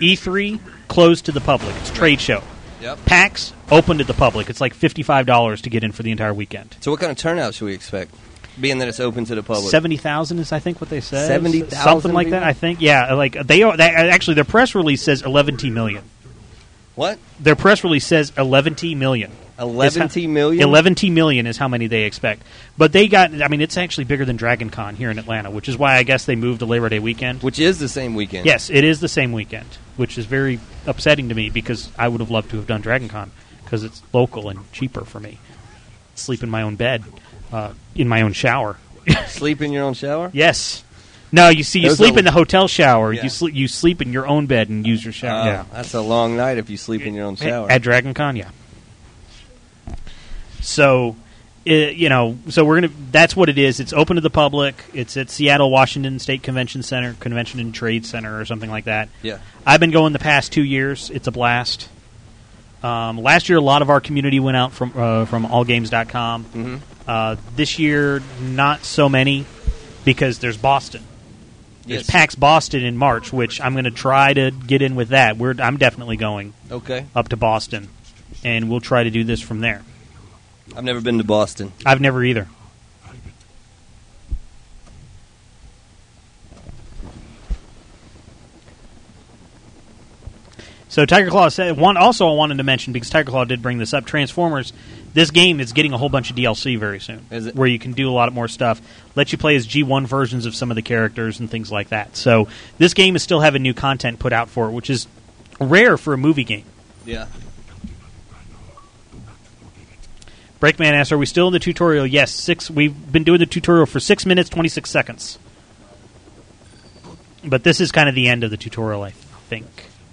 [SPEAKER 1] E3 closed to the public. It's a trade show.
[SPEAKER 3] Yep.
[SPEAKER 1] PAX open to the public. It's like fifty five dollars to get in for the entire weekend.
[SPEAKER 3] So what kind of turnout should we expect? Being that it's open to the public.
[SPEAKER 1] Seventy thousand is I think what they said.
[SPEAKER 3] 70,000
[SPEAKER 1] something like that.
[SPEAKER 3] people?
[SPEAKER 1] I think yeah. Like they are. They, actually, their press release says eleven million.
[SPEAKER 3] What?
[SPEAKER 1] Their press release says eleven million.
[SPEAKER 3] Eleven
[SPEAKER 1] It's how-
[SPEAKER 3] million?
[SPEAKER 1] 11 million is how many they expect. But they got, I mean, it's actually bigger than Dragon Con here in Atlanta, which is why I guess they moved to Labor Day weekend.
[SPEAKER 3] Which is the same weekend.
[SPEAKER 1] Yes, it is the same weekend, which is very upsetting to me because I would have loved to have done Dragon Con because it's local and cheaper for me. Sleep in my own bed, uh, in my own shower.
[SPEAKER 3] Sleep in your own shower?
[SPEAKER 1] Yes. No, you see, you
[SPEAKER 3] Those
[SPEAKER 1] sleep
[SPEAKER 3] are-
[SPEAKER 1] in the hotel shower.
[SPEAKER 3] Yeah.
[SPEAKER 1] You, sleep you sleep in your own bed and use your shower.
[SPEAKER 3] Wow,
[SPEAKER 1] yeah.
[SPEAKER 3] Uh, That's a long night if you sleep in your own shower.
[SPEAKER 1] At Dragon Con, yeah. So, i you know, so we're gonna. That's what it is. It's open to the public. It's at Seattle, Washington State Convention Center, Convention and Trade Center, or something like that.
[SPEAKER 3] yeah.
[SPEAKER 1] I've been going the past two years. It's a blast. Um, last year, a lot of our community went out from uh, from allgames.com.
[SPEAKER 3] Mhm.
[SPEAKER 1] Uh, this year, not so many because there's Boston. There's
[SPEAKER 3] Yes.
[SPEAKER 1] PAX Boston in March, which I'm going to try to get in with that. We're, I'm definitely going
[SPEAKER 3] Okay.
[SPEAKER 1] up to Boston, and we'll try to do this from there.
[SPEAKER 3] I've never been to Boston.
[SPEAKER 1] I've never either. So Tiger Claw said one. Also, I wanted to mention because Tiger Claw did bring this up. Transformers. This game is getting a whole bunch of DLC very soon,
[SPEAKER 3] Is it?
[SPEAKER 1] where you can do a lot more stuff. Let you play as G1 versions of some of the characters and things like that. So this game is still having new content put out for it, which is rare for a movie game.
[SPEAKER 3] Yeah.
[SPEAKER 1] Breakman asks, "Are we still in the tutorial?" Yes, six. We've been doing the tutorial for six minutes twenty six seconds, but this is kind of the end of the tutorial, I think.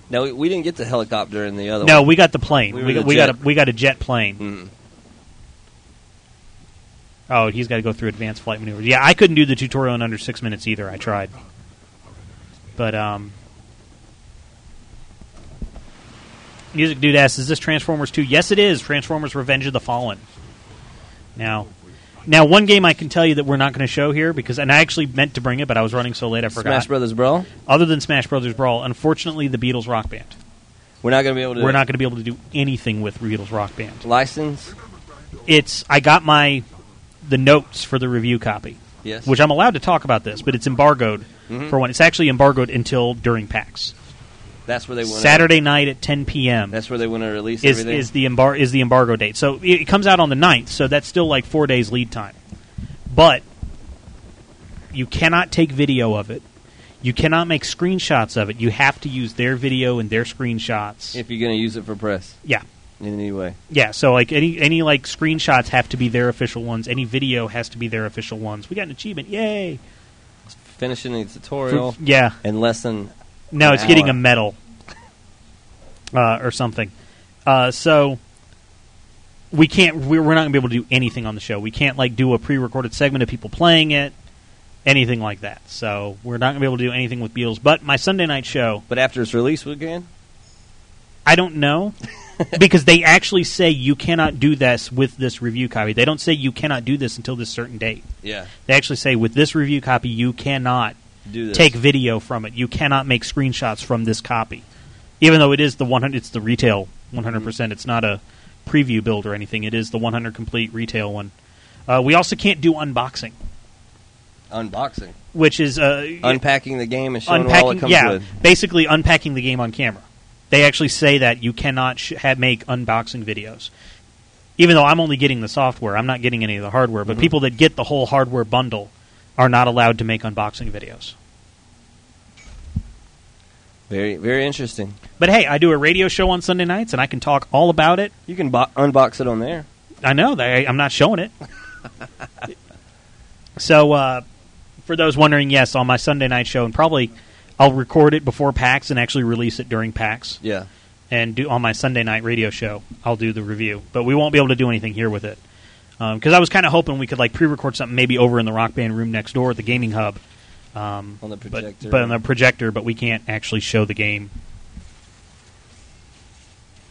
[SPEAKER 3] No, we, we didn't get the helicopter in the other
[SPEAKER 1] No,
[SPEAKER 3] one.
[SPEAKER 1] we got the plane.
[SPEAKER 3] We
[SPEAKER 1] We,
[SPEAKER 3] were
[SPEAKER 1] got,
[SPEAKER 3] the
[SPEAKER 1] we got a
[SPEAKER 3] jet.
[SPEAKER 1] we got a jet plane.
[SPEAKER 3] Mm.
[SPEAKER 1] Oh, he's got to go through advanced flight maneuvers. Yeah, I couldn't do the tutorial in under six minutes either. I tried, but um. Music Dude asks, "Is this Transformers 2?" Yes, it is. Transformers: Revenge of the Fallen. Now, now one game I can tell you that we're not going to show here because, and I actually meant to bring it, but I was running so late I forgot.
[SPEAKER 3] Smash Brothers Brawl.
[SPEAKER 1] Other than Smash Brothers Brawl, unfortunately, the Beatles Rock Band.
[SPEAKER 3] We're not going to be able to.
[SPEAKER 1] We're not going to be able to do anything with Beatles Rock Band.
[SPEAKER 3] License?
[SPEAKER 1] it's I got my the notes for the review copy,
[SPEAKER 3] Yes. Mm-hmm.
[SPEAKER 1] which I'm allowed to talk about this, but it's embargoed for one. It's actually embargoed until during PAX.
[SPEAKER 3] That's where they want
[SPEAKER 1] Saturday night at 10 p.m.
[SPEAKER 3] That's where they want to release
[SPEAKER 1] is
[SPEAKER 3] everything.
[SPEAKER 1] is the embar- is the embargo date. So it, it comes out on the 9th, so that's still like four days lead time. But you cannot take video of it. You cannot make screenshots of it. You have to use their video and their screenshots.
[SPEAKER 3] if you're going to use it for press
[SPEAKER 1] yeah.
[SPEAKER 3] in any way.
[SPEAKER 1] Yeah, so like any any like screenshots have to be their official ones. Any video has to be their official ones. We got an achievement, yay!
[SPEAKER 3] Finishing the tutorial
[SPEAKER 1] Yeah,
[SPEAKER 3] in less than.
[SPEAKER 1] no,
[SPEAKER 3] An
[SPEAKER 1] it's getting
[SPEAKER 3] hour.
[SPEAKER 1] a medal uh, or something. Uh, so we can't. We're we're not going to be able to do anything on the show. We can't like do a pre-recorded segment of people playing it, anything like that. So we're not going to be able to do anything with Beatles. But my Sunday night show,
[SPEAKER 3] But after it's released, we can.
[SPEAKER 1] I don't know because they actually say you cannot do this with this review copy. They don't say you cannot do this until this certain date.
[SPEAKER 3] Yeah.
[SPEAKER 1] They actually say with this review copy, you cannot
[SPEAKER 3] Do this.
[SPEAKER 1] take video from it. You cannot make screenshots from this copy, even though it is the one hundred. It's the retail one hundred percent.
[SPEAKER 3] Mm-hmm.
[SPEAKER 1] It's not a preview build or anything. It is the one hundred complete retail one. Uh, we also can't do unboxing,
[SPEAKER 3] unboxing,
[SPEAKER 1] which is uh,
[SPEAKER 3] unpacking the game and showing all it
[SPEAKER 1] unpacking.
[SPEAKER 3] comes
[SPEAKER 1] Yeah,
[SPEAKER 3] with.
[SPEAKER 1] basically unpacking the game on camera. They actually say that you cannot sh- ha- make unboxing videos. Even though I'm only getting the software, I'm not getting any of the hardware.
[SPEAKER 3] Mm-hmm.
[SPEAKER 1] But people that get the whole hardware bundle are not allowed to make unboxing videos.
[SPEAKER 3] Very, very interesting.
[SPEAKER 1] But hey, I do a radio show on Sunday nights, and I can talk all about it.
[SPEAKER 3] You can bo- unbox it on there.
[SPEAKER 1] I know that I, I'm not showing it. so, uh, for those wondering, yes, on my Sunday night show, and probably I'll record it before PAX and actually release it during PAX,
[SPEAKER 3] Yeah.
[SPEAKER 1] and do on my Sunday night radio show, I'll do the review. But we won't be able to do anything here with it. because I was kind of hoping we could like pre-record something maybe over in the rock band room next door at the gaming hub. Um,
[SPEAKER 3] On the
[SPEAKER 1] but-
[SPEAKER 3] projector.
[SPEAKER 1] but, on the projector, but we can't actually show the game.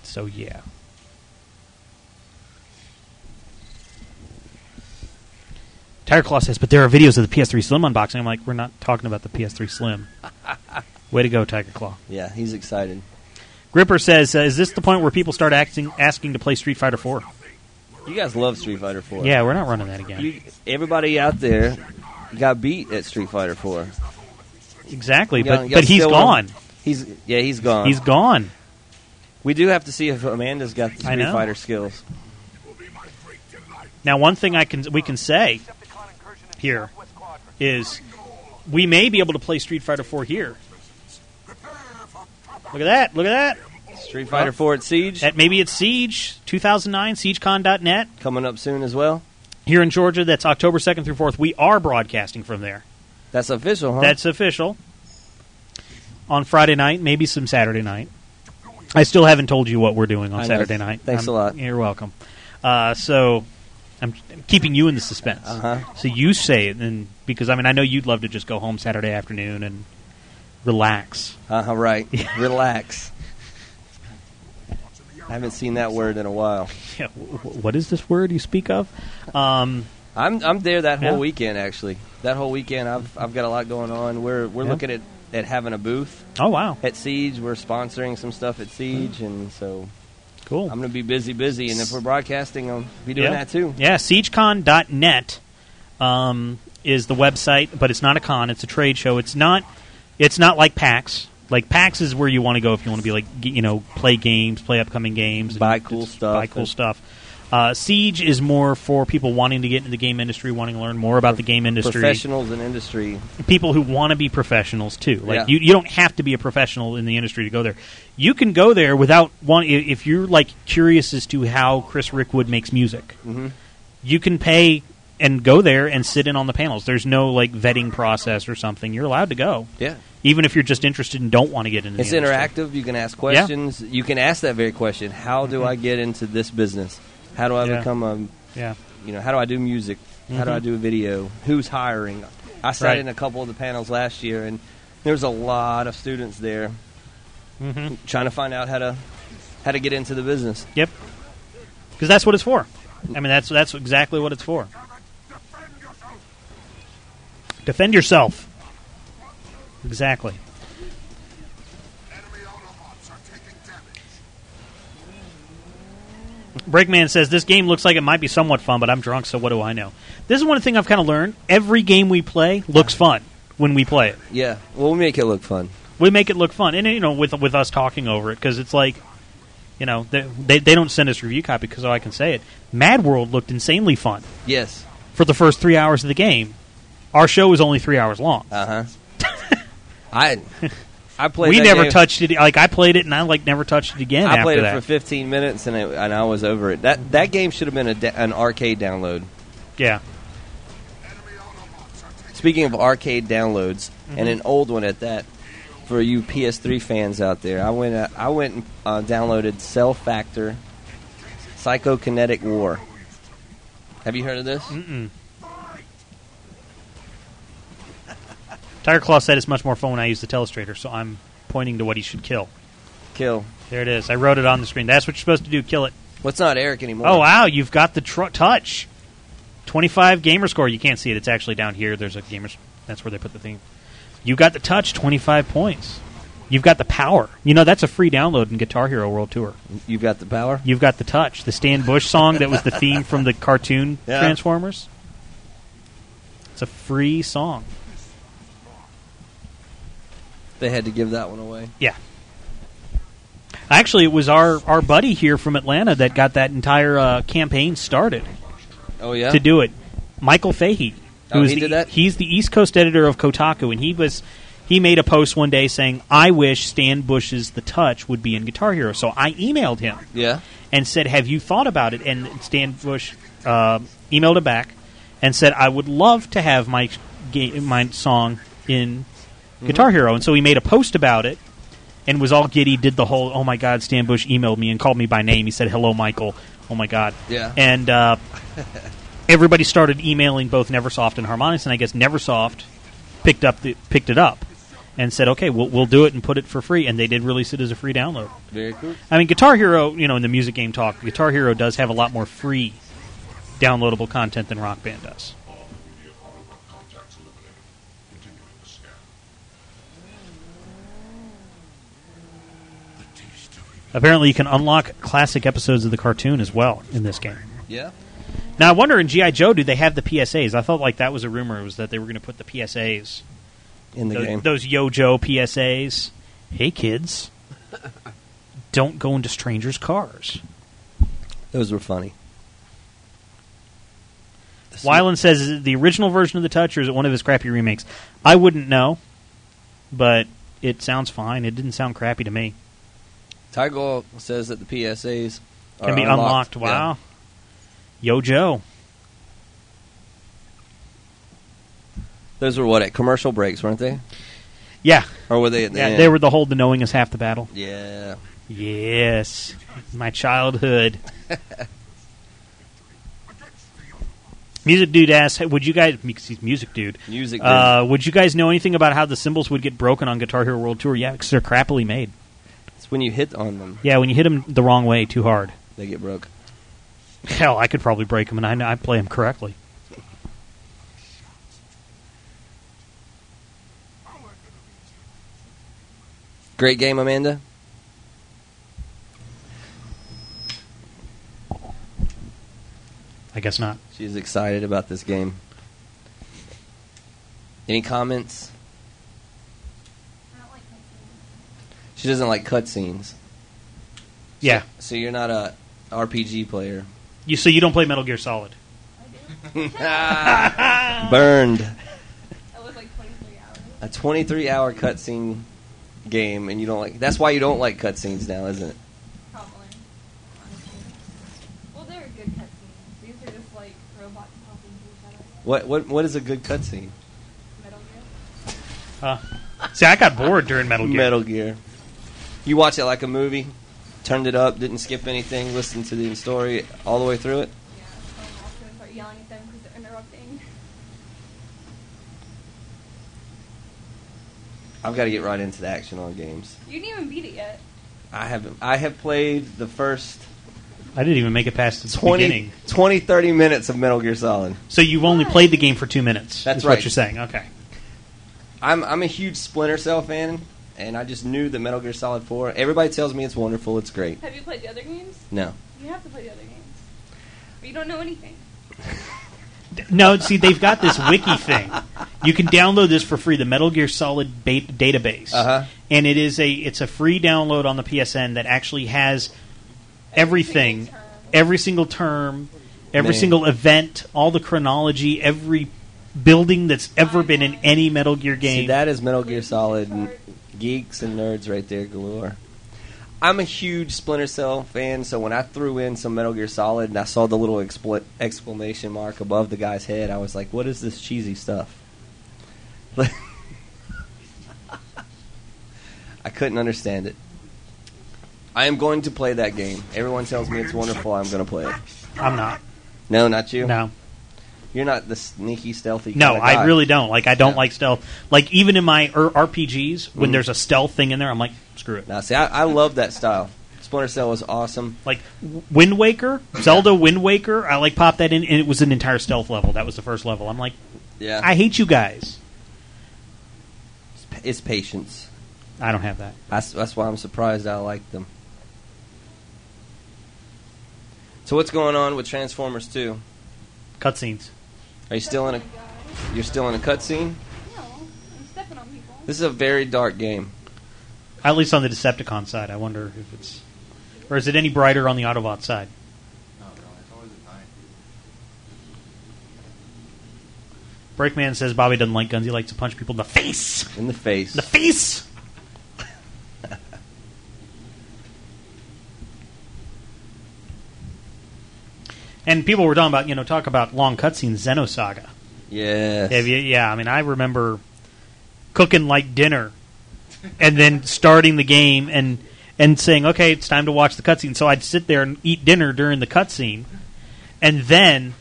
[SPEAKER 1] So yeah, Tire Claw says, but there are videos of the PS3 Slim unboxing. I'm like, we're not talking about the PS3 Slim. Way to go, Tiger Claw.
[SPEAKER 3] Yeah, he's excited.
[SPEAKER 1] Gripper says, uh, "Is this the point where people start acting, asking to play Street Fighter 4?
[SPEAKER 3] You guys love Street Fighter Four.
[SPEAKER 1] Yeah, we're not running that again.
[SPEAKER 3] You, everybody out there got beat at Street Fighter Four.
[SPEAKER 1] exactly,
[SPEAKER 3] Y'all-
[SPEAKER 1] but
[SPEAKER 3] y'all
[SPEAKER 1] but he's
[SPEAKER 3] still Uh-huh.
[SPEAKER 1] gone.
[SPEAKER 3] want- He's yeah, he's gone.
[SPEAKER 1] He's gone.
[SPEAKER 3] We do have to see if Amanda's got the
[SPEAKER 1] I
[SPEAKER 3] Street
[SPEAKER 1] know.
[SPEAKER 3] Fighter skills.
[SPEAKER 1] Now, one thing I can we can say here is we may be able to play Street Fighter 4 here. Look at that! Look at that!
[SPEAKER 3] Street Fighter Four at Siege
[SPEAKER 1] At maybe it's Siege 2009 SiegeCon.net
[SPEAKER 3] coming up soon as well.
[SPEAKER 1] here in Georgia. That's October 2nd through 4th. We are broadcasting from there.
[SPEAKER 3] That's official, huh?
[SPEAKER 1] That's official. On Friday night, maybe some Saturday night. I still haven't told you what we're doing on
[SPEAKER 3] I know.
[SPEAKER 1] Saturday night.
[SPEAKER 3] Thanks
[SPEAKER 1] I'm-
[SPEAKER 3] a lot.
[SPEAKER 1] You're welcome. Uh, so I'm, I'm keeping you in the suspense.
[SPEAKER 3] Uh-huh.
[SPEAKER 1] So you say it, and because I mean I know you'd love to just go home Saturday afternoon and relax.
[SPEAKER 3] uh, right. Relax. I haven't seen that word in a while.
[SPEAKER 1] Yeah, w- w- what is this word you speak of? Um,
[SPEAKER 3] I'm I'm there that whole
[SPEAKER 1] Yeah.
[SPEAKER 3] weekend actually. That whole weekend, I've I've got a lot going on. We're we're
[SPEAKER 1] Yeah.
[SPEAKER 3] looking at at having a booth
[SPEAKER 1] oh wow,
[SPEAKER 3] at Siege. We're sponsoring some stuff at Siege,
[SPEAKER 1] Hmm.
[SPEAKER 3] and so
[SPEAKER 1] cool.
[SPEAKER 3] I'm going to be busy, busy. And if we're broadcasting, I'll be doing
[SPEAKER 1] yeah.
[SPEAKER 3] that too.
[SPEAKER 1] Yeah, siegecon.net um, is the website, but it's not a con; it's a trade show. It's not. It's not like PAX. Like PAX is where you want to go if you want to be like g- you know play games, play upcoming games, and
[SPEAKER 3] Buy cool
[SPEAKER 1] it's-
[SPEAKER 3] stuff.
[SPEAKER 1] Buy cool stuff. Uh, Siege is more for people wanting to get into the game industry, wanting to learn more about the game industry.
[SPEAKER 3] Professionals in industry.
[SPEAKER 1] People who want to be professionals too. Like
[SPEAKER 3] Yeah.
[SPEAKER 1] you, you don't have to be a professional in the industry to go there. You can go there without one. If you're like curious as to how Chris Rickwood makes music,
[SPEAKER 3] hmm
[SPEAKER 1] you can pay and go there and sit in on the panels. There's no like vetting process or something. You're allowed to go,
[SPEAKER 3] Yeah,
[SPEAKER 1] even if you're just interested and don't want to get into.
[SPEAKER 3] it's
[SPEAKER 1] the industry.
[SPEAKER 3] interactive. You can ask questions. You can ask that very question: How do I get into this business? How do I
[SPEAKER 1] Mm-hmm. Yeah.
[SPEAKER 3] become a
[SPEAKER 1] Yeah,
[SPEAKER 3] you know, how do I do music? How do
[SPEAKER 1] Mhm.
[SPEAKER 3] I do a video? Who's hiring? I sat
[SPEAKER 1] Right.
[SPEAKER 3] in a couple of the panels last year, and there was a lot of students there
[SPEAKER 1] Mhm.
[SPEAKER 3] trying to find out how to how to get into the business.
[SPEAKER 1] yep. Because that's what it's for. I mean, that's that's exactly what it's for. Defend yourself. Exactly. Breakman says this game looks like it might be somewhat fun, but I'm drunk, so what do I know? This is one thing I've kind of learned. Every game we play looks fun when we play it.
[SPEAKER 3] Yeah, well, we make it look fun.
[SPEAKER 1] We make it look fun, and you know, with with us talking over it, because it's like, you know, they, they they don't send us review copy because I can say it. Mad World looked insanely fun
[SPEAKER 3] Yes,
[SPEAKER 1] for the first three hours of the game. Our show was only three hours long.
[SPEAKER 3] uh huh. I I played.
[SPEAKER 1] we
[SPEAKER 3] that
[SPEAKER 1] never
[SPEAKER 3] game-
[SPEAKER 1] touched it. Like I played it, and I like never touched it again.
[SPEAKER 3] I
[SPEAKER 1] after
[SPEAKER 3] played it
[SPEAKER 1] that.
[SPEAKER 3] for 15 minutes, and it, and I was over it. That that game should have been a da- an arcade download.
[SPEAKER 1] yeah,
[SPEAKER 3] Speaking of arcade downloads,
[SPEAKER 1] Mm-hmm.
[SPEAKER 3] and an old one at that, for you PS3 fans out there, I went uh, I went and uh, downloaded Cell Factor, Psychokinetic War. Have you heard of this?
[SPEAKER 1] Mm-hmm. Tiger Claw said it's much more fun when I use the telestrator, so I'm pointing to what he should kill.
[SPEAKER 3] Kill.
[SPEAKER 1] There it is. I wrote it on the screen. That's what you're supposed to do. Kill it.
[SPEAKER 3] What's not Eric anymore?
[SPEAKER 1] Oh wow, you've got the tr- touch. Twenty-five gamer score. You can't see it. It's actually down here. There's a gamer. That's where they put the thing. You got the touch. Twenty-five points. You've got the power. You know that's a free download in Guitar Hero World Tour.
[SPEAKER 3] You've got the power.
[SPEAKER 1] You've got the touch. The Stan Bush song that was the theme from the cartoon
[SPEAKER 3] Yeah.
[SPEAKER 1] Transformers. It's a free song.
[SPEAKER 3] They had to give that one away.
[SPEAKER 1] Yeah. Actually, it was our, our buddy here from Atlanta that got that entire uh, campaign started.
[SPEAKER 3] Oh yeah.
[SPEAKER 1] to do it. Michael Fahey,
[SPEAKER 3] Oh,
[SPEAKER 1] is
[SPEAKER 3] he
[SPEAKER 1] the,
[SPEAKER 3] did that?
[SPEAKER 1] he's the East Coast editor of Kotaku, and he was he made a post one day saying, "I wish Stan Bush's The Touch would be in Guitar Hero." So I emailed him
[SPEAKER 3] yeah.
[SPEAKER 1] and said, "Have you thought about it?" And Stan Bush uh, emailed him back and said, "I would love to have my ga- my song in Guitar Hero." And so he made a post about it and was all giddy. Did the whole "Oh my God!" Stan Bush emailed me and called me by name. He said, "Hello, Michael." Oh my God!
[SPEAKER 3] Yeah.
[SPEAKER 1] And uh, everybody started emailing both Neversoft and Harmonix, and I guess Neversoft picked up the, picked it up and said, "Okay, we'll, we'll do it and put it for free." And they did release it as a free download.
[SPEAKER 3] Very cool.
[SPEAKER 1] I mean, Guitar Hero, you know, in the music game talk, Guitar Hero does have a lot more free downloadable content than Rock Band does. Apparently, you can unlock classic episodes of the cartoon as well in this game.
[SPEAKER 3] Yeah.
[SPEAKER 1] Now, I wonder in GI Joe, do they have the PSAs? I felt like that was a rumor was that they were going to put the PSAs,
[SPEAKER 3] In the
[SPEAKER 1] those,
[SPEAKER 3] game.
[SPEAKER 1] those Yojo PSAs. Hey, kids, don't go into strangers' cars.
[SPEAKER 3] Those were funny.
[SPEAKER 1] Wyland says is it the original version of the Touch, or is it one of his crappy remakes? I wouldn't know, but it sounds fine. It didn't sound crappy to me.
[SPEAKER 3] Tygo says that the PSAs are
[SPEAKER 1] Can be unlocked. Wow, Yo Joe.
[SPEAKER 3] Yeah. Those were what at commercial breaks, weren't they?
[SPEAKER 1] Yeah,
[SPEAKER 3] Or were they at the
[SPEAKER 1] yeah.
[SPEAKER 3] end?
[SPEAKER 1] They were the whole. The knowing is half the battle.
[SPEAKER 3] Yeah.
[SPEAKER 1] Yes, my childhood. Music dude asks, hey, "Would you guys?" Because he's music dude.
[SPEAKER 3] Music. did-
[SPEAKER 1] Uh, would you guys know anything about how the cymbals would get broken on Guitar Hero World Tour? Yeah, because they're crappily made.
[SPEAKER 3] it's when you hit on them,
[SPEAKER 1] Yeah, when you hit them the wrong way too hard.
[SPEAKER 3] they get broke.
[SPEAKER 1] Hell, I could probably break them, and I, kn- I play them correctly.
[SPEAKER 3] Great game, Amanda.
[SPEAKER 1] I guess not.
[SPEAKER 3] She's excited about this game. Any comments? She doesn't like cutscenes.
[SPEAKER 1] Yeah.
[SPEAKER 3] So you're not a RPG player.
[SPEAKER 1] You so you don't play Metal Gear Solid.
[SPEAKER 3] Burned
[SPEAKER 5] That was like 23 hours.
[SPEAKER 3] a 23 hour cutscene game, and you don't like. That's why you don't like cutscenes now, isn't it?
[SPEAKER 5] Probably. Honestly. Well, they're good cutscenes. These are just like robots talking to each other.
[SPEAKER 3] What what what is a good cutscene?
[SPEAKER 5] Metal Gear.
[SPEAKER 1] Uh, see, I got bored during Metal Gear.
[SPEAKER 3] Metal Gear. You watch it like a movie. Turned it up, didn't skip anything, listened to the story all the way through it.
[SPEAKER 5] Yeah. So I'm also gonna start yelling at them because they're interrupting.
[SPEAKER 3] I've got to get right into the action on games.
[SPEAKER 5] You didn't even beat it yet.
[SPEAKER 3] I have I have played the first
[SPEAKER 1] I didn't even make it past the
[SPEAKER 3] 20,
[SPEAKER 1] beginning.
[SPEAKER 3] 20 30 minutes of Metal Gear Solid.
[SPEAKER 1] So you've only played the game for two minutes.
[SPEAKER 3] That's
[SPEAKER 1] is
[SPEAKER 3] right.
[SPEAKER 1] What you're saying? Okay.
[SPEAKER 3] I'm I'm a huge Splinter Cell fan, and I just knew that Metal Gear Solid 4. Everybody tells me it's wonderful, it's great.
[SPEAKER 5] Have you played the other games?
[SPEAKER 3] No,
[SPEAKER 5] You have to play the other games. But you don't know anything.
[SPEAKER 1] D- No, see, they've got this wiki thing. You can download this for free, the Metal Gear Solid ba- database,
[SPEAKER 3] Uh-huh.
[SPEAKER 1] and it is a it's a free download on the PSN that actually has
[SPEAKER 5] Every single
[SPEAKER 1] everything,
[SPEAKER 5] term.
[SPEAKER 1] every single term, every
[SPEAKER 3] Man.
[SPEAKER 1] single event, all the chronology, every building that's ever been in any Metal Gear game.
[SPEAKER 3] see that is Metal Gear Solid n- geeks and nerds right there galore. I'm a huge Splinter Cell fan, so when I threw in some Metal Gear Solid and I saw the little expl- exclamation mark above the guy's head, I was like, "What is this cheesy stuff?" I couldn't understand it. I am going to play that game. Everyone tells me it's wonderful. I'm going to play it.
[SPEAKER 1] I'm not.
[SPEAKER 3] No, not you.
[SPEAKER 1] No,
[SPEAKER 3] You're not the sneaky, stealthy.
[SPEAKER 1] no,
[SPEAKER 3] kinda
[SPEAKER 1] I
[SPEAKER 3] guy.
[SPEAKER 1] really don't. Like, I don't
[SPEAKER 3] Oh Yeah. Mm-hmm.
[SPEAKER 1] like stealth. Like, even in my er- RPGs, when there's a stealth thing in there, I'm like, screw it.
[SPEAKER 3] Now, see, I, I love that style. Splinter Cell was awesome.
[SPEAKER 1] Like W- Wind Waker, Zelda Wind Waker, I like popped that in, and it was an entire stealth level. That was the first level. I'm like,
[SPEAKER 3] Yeah,
[SPEAKER 1] I hate you guys.
[SPEAKER 3] it's, pa- it's patience.
[SPEAKER 1] I don't have that.
[SPEAKER 3] That's, that's why I'm surprised I like them. So what's going on with Transformers 2?
[SPEAKER 1] Cutscenes.
[SPEAKER 3] Are you still in a
[SPEAKER 5] Guys.
[SPEAKER 3] you're still in a cutscene?
[SPEAKER 5] No, I'm stepping on people.
[SPEAKER 3] This is a very dark game.
[SPEAKER 1] At least on the Decepticon side, I wonder if it's, or is it any brighter on the Autobot side? Breakman says Bobby doesn't like guns. He likes to punch people in the face.
[SPEAKER 3] In the face.
[SPEAKER 1] The face. and people were talking about, you know, talk about long cutscenes. Xenosaga.
[SPEAKER 3] yes.
[SPEAKER 1] Have you, yeah, I mean, I remember cooking like dinner, and then starting the game and and saying, "Okay, it's time to watch the cutscene." So I'd sit there and eat dinner during the cutscene, and then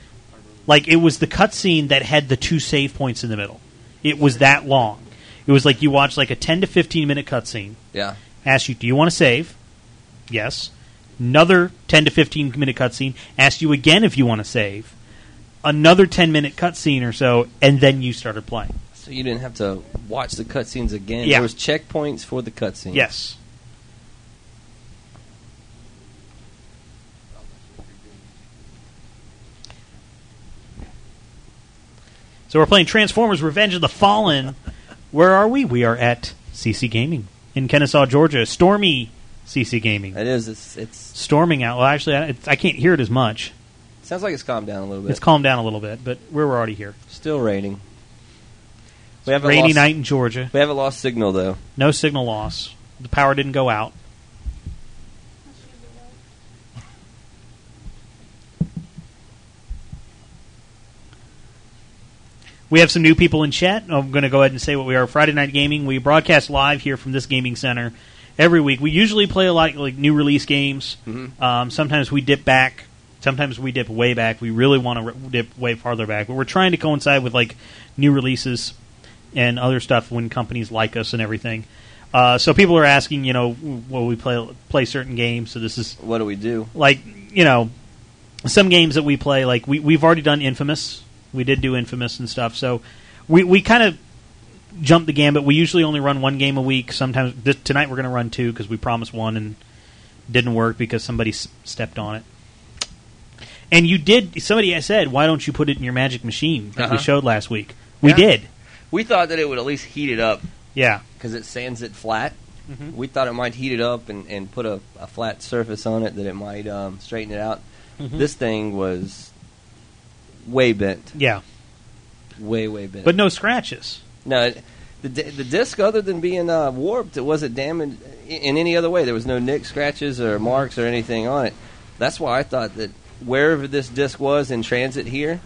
[SPEAKER 1] Like it was the cutscene that had the two save points in the middle. It was that long. It was like you watch like a ten to fifteen minute cutscene.
[SPEAKER 3] Yeah.
[SPEAKER 1] Asks you, do you want to save? Yes. Another ten to fifteen minute cutscene. Asks you again if you want to save. Another ten minute cutscene or so, and then you started playing.
[SPEAKER 3] So you didn't have to watch the cutscenes again.
[SPEAKER 1] Yeah.
[SPEAKER 3] There was checkpoints for the cutscenes.
[SPEAKER 1] Yes. So we're playing Transformers Revenge of the Fallen. Where are we? We are at CC Gaming in Kennesaw, Georgia. Stormy CC Gaming.
[SPEAKER 3] It is. It's, it's
[SPEAKER 1] Storming out. Well, actually, I, it's, I can't hear it as much.
[SPEAKER 3] sounds like it's calmed down a little bit.
[SPEAKER 1] It's calmed down a little bit, but we're already here.
[SPEAKER 3] Still raining. We haven't
[SPEAKER 1] Rainy
[SPEAKER 3] lost,
[SPEAKER 1] night in Georgia.
[SPEAKER 3] We haven't lost signal though.
[SPEAKER 1] No signal loss. The power didn't go out. We have some new people in chat. I'm going to go ahead and say what we are. Friday Night Gaming. We broadcast live here from this gaming center every week. We usually play a lot like new release games. Um, sometimes we dip back. Sometimes we dip way back. We really want to re- dip way farther back, but we're trying to coincide with like new releases and other stuff when companies like us and everything. Uh, so people are asking, you know, will we play play certain games? So this is
[SPEAKER 3] What do we do?
[SPEAKER 1] like you know some games that we play like we, we've already done infamous we did do infamous and stuff so we, we kind of jump the gambit we usually only run one game a week sometimes this, tonight we're going to run two because we promised one and didn't work because somebody s- stepped on it and you did somebody had said why don't you put it in your magic machine that we
[SPEAKER 3] Uh-huh.
[SPEAKER 1] showed last week we
[SPEAKER 3] Yeah.
[SPEAKER 1] did
[SPEAKER 3] We thought that it would at least heat it up
[SPEAKER 1] yeah
[SPEAKER 3] because it sands it flat.
[SPEAKER 1] Mhm.
[SPEAKER 3] We thought it might heat it up and, and put a, a flat surface on it that it might um, straighten it out.
[SPEAKER 1] Mhm.
[SPEAKER 3] This thing was way bent,
[SPEAKER 1] yeah
[SPEAKER 3] way way bent.
[SPEAKER 1] but no scratches
[SPEAKER 3] no, it, the di- the disc, other than being uh, warped, it wasn't damaged i- in any other way. There was no nick, scratches, or marks or anything on it. That's why I thought that wherever this disc was in transit here,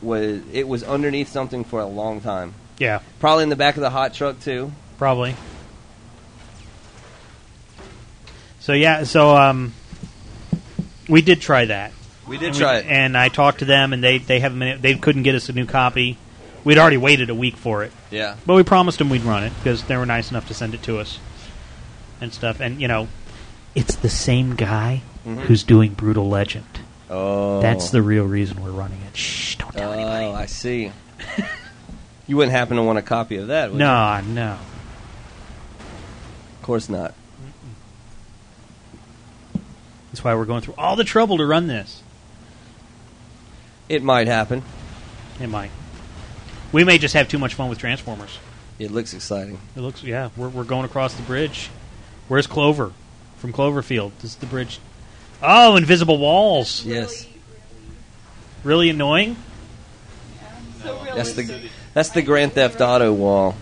[SPEAKER 3] was it was underneath something for a long time.
[SPEAKER 1] yeah
[SPEAKER 3] Probably in the back of the hot truck too.
[SPEAKER 1] Probably. So yeah, so um, we did try that.
[SPEAKER 3] We did
[SPEAKER 1] And we-
[SPEAKER 3] try it.
[SPEAKER 1] and I talked to them, and they they have a minute. They couldn't get us a new copy. We'd already waited a week for it,
[SPEAKER 3] Yeah.
[SPEAKER 1] but we promised them we'd run it because they were nice enough to send it to us and stuff. And you know, it's the same guy who's doing Brutal Legend.
[SPEAKER 3] Oh,
[SPEAKER 1] That's the real reason we're running it. Shh, don't
[SPEAKER 3] Oh,
[SPEAKER 1] tell anybody.
[SPEAKER 3] I see. you wouldn't happen to want a copy of that, would you?
[SPEAKER 1] No, no.
[SPEAKER 3] Of course not.
[SPEAKER 1] That's why we're going through all the trouble to run this.
[SPEAKER 3] It might happen.
[SPEAKER 1] It might. We may just have too much fun with Transformers.
[SPEAKER 3] It looks exciting.
[SPEAKER 1] It looks, yeah, we're, we're going across the bridge. Where's Clover from Cloverfield? This is the bridge. Oh, invisible walls.
[SPEAKER 3] Yes.
[SPEAKER 5] Really,
[SPEAKER 1] Really annoying.
[SPEAKER 5] really, so realistic.
[SPEAKER 3] That's the that's the Grand Theft Auto wall.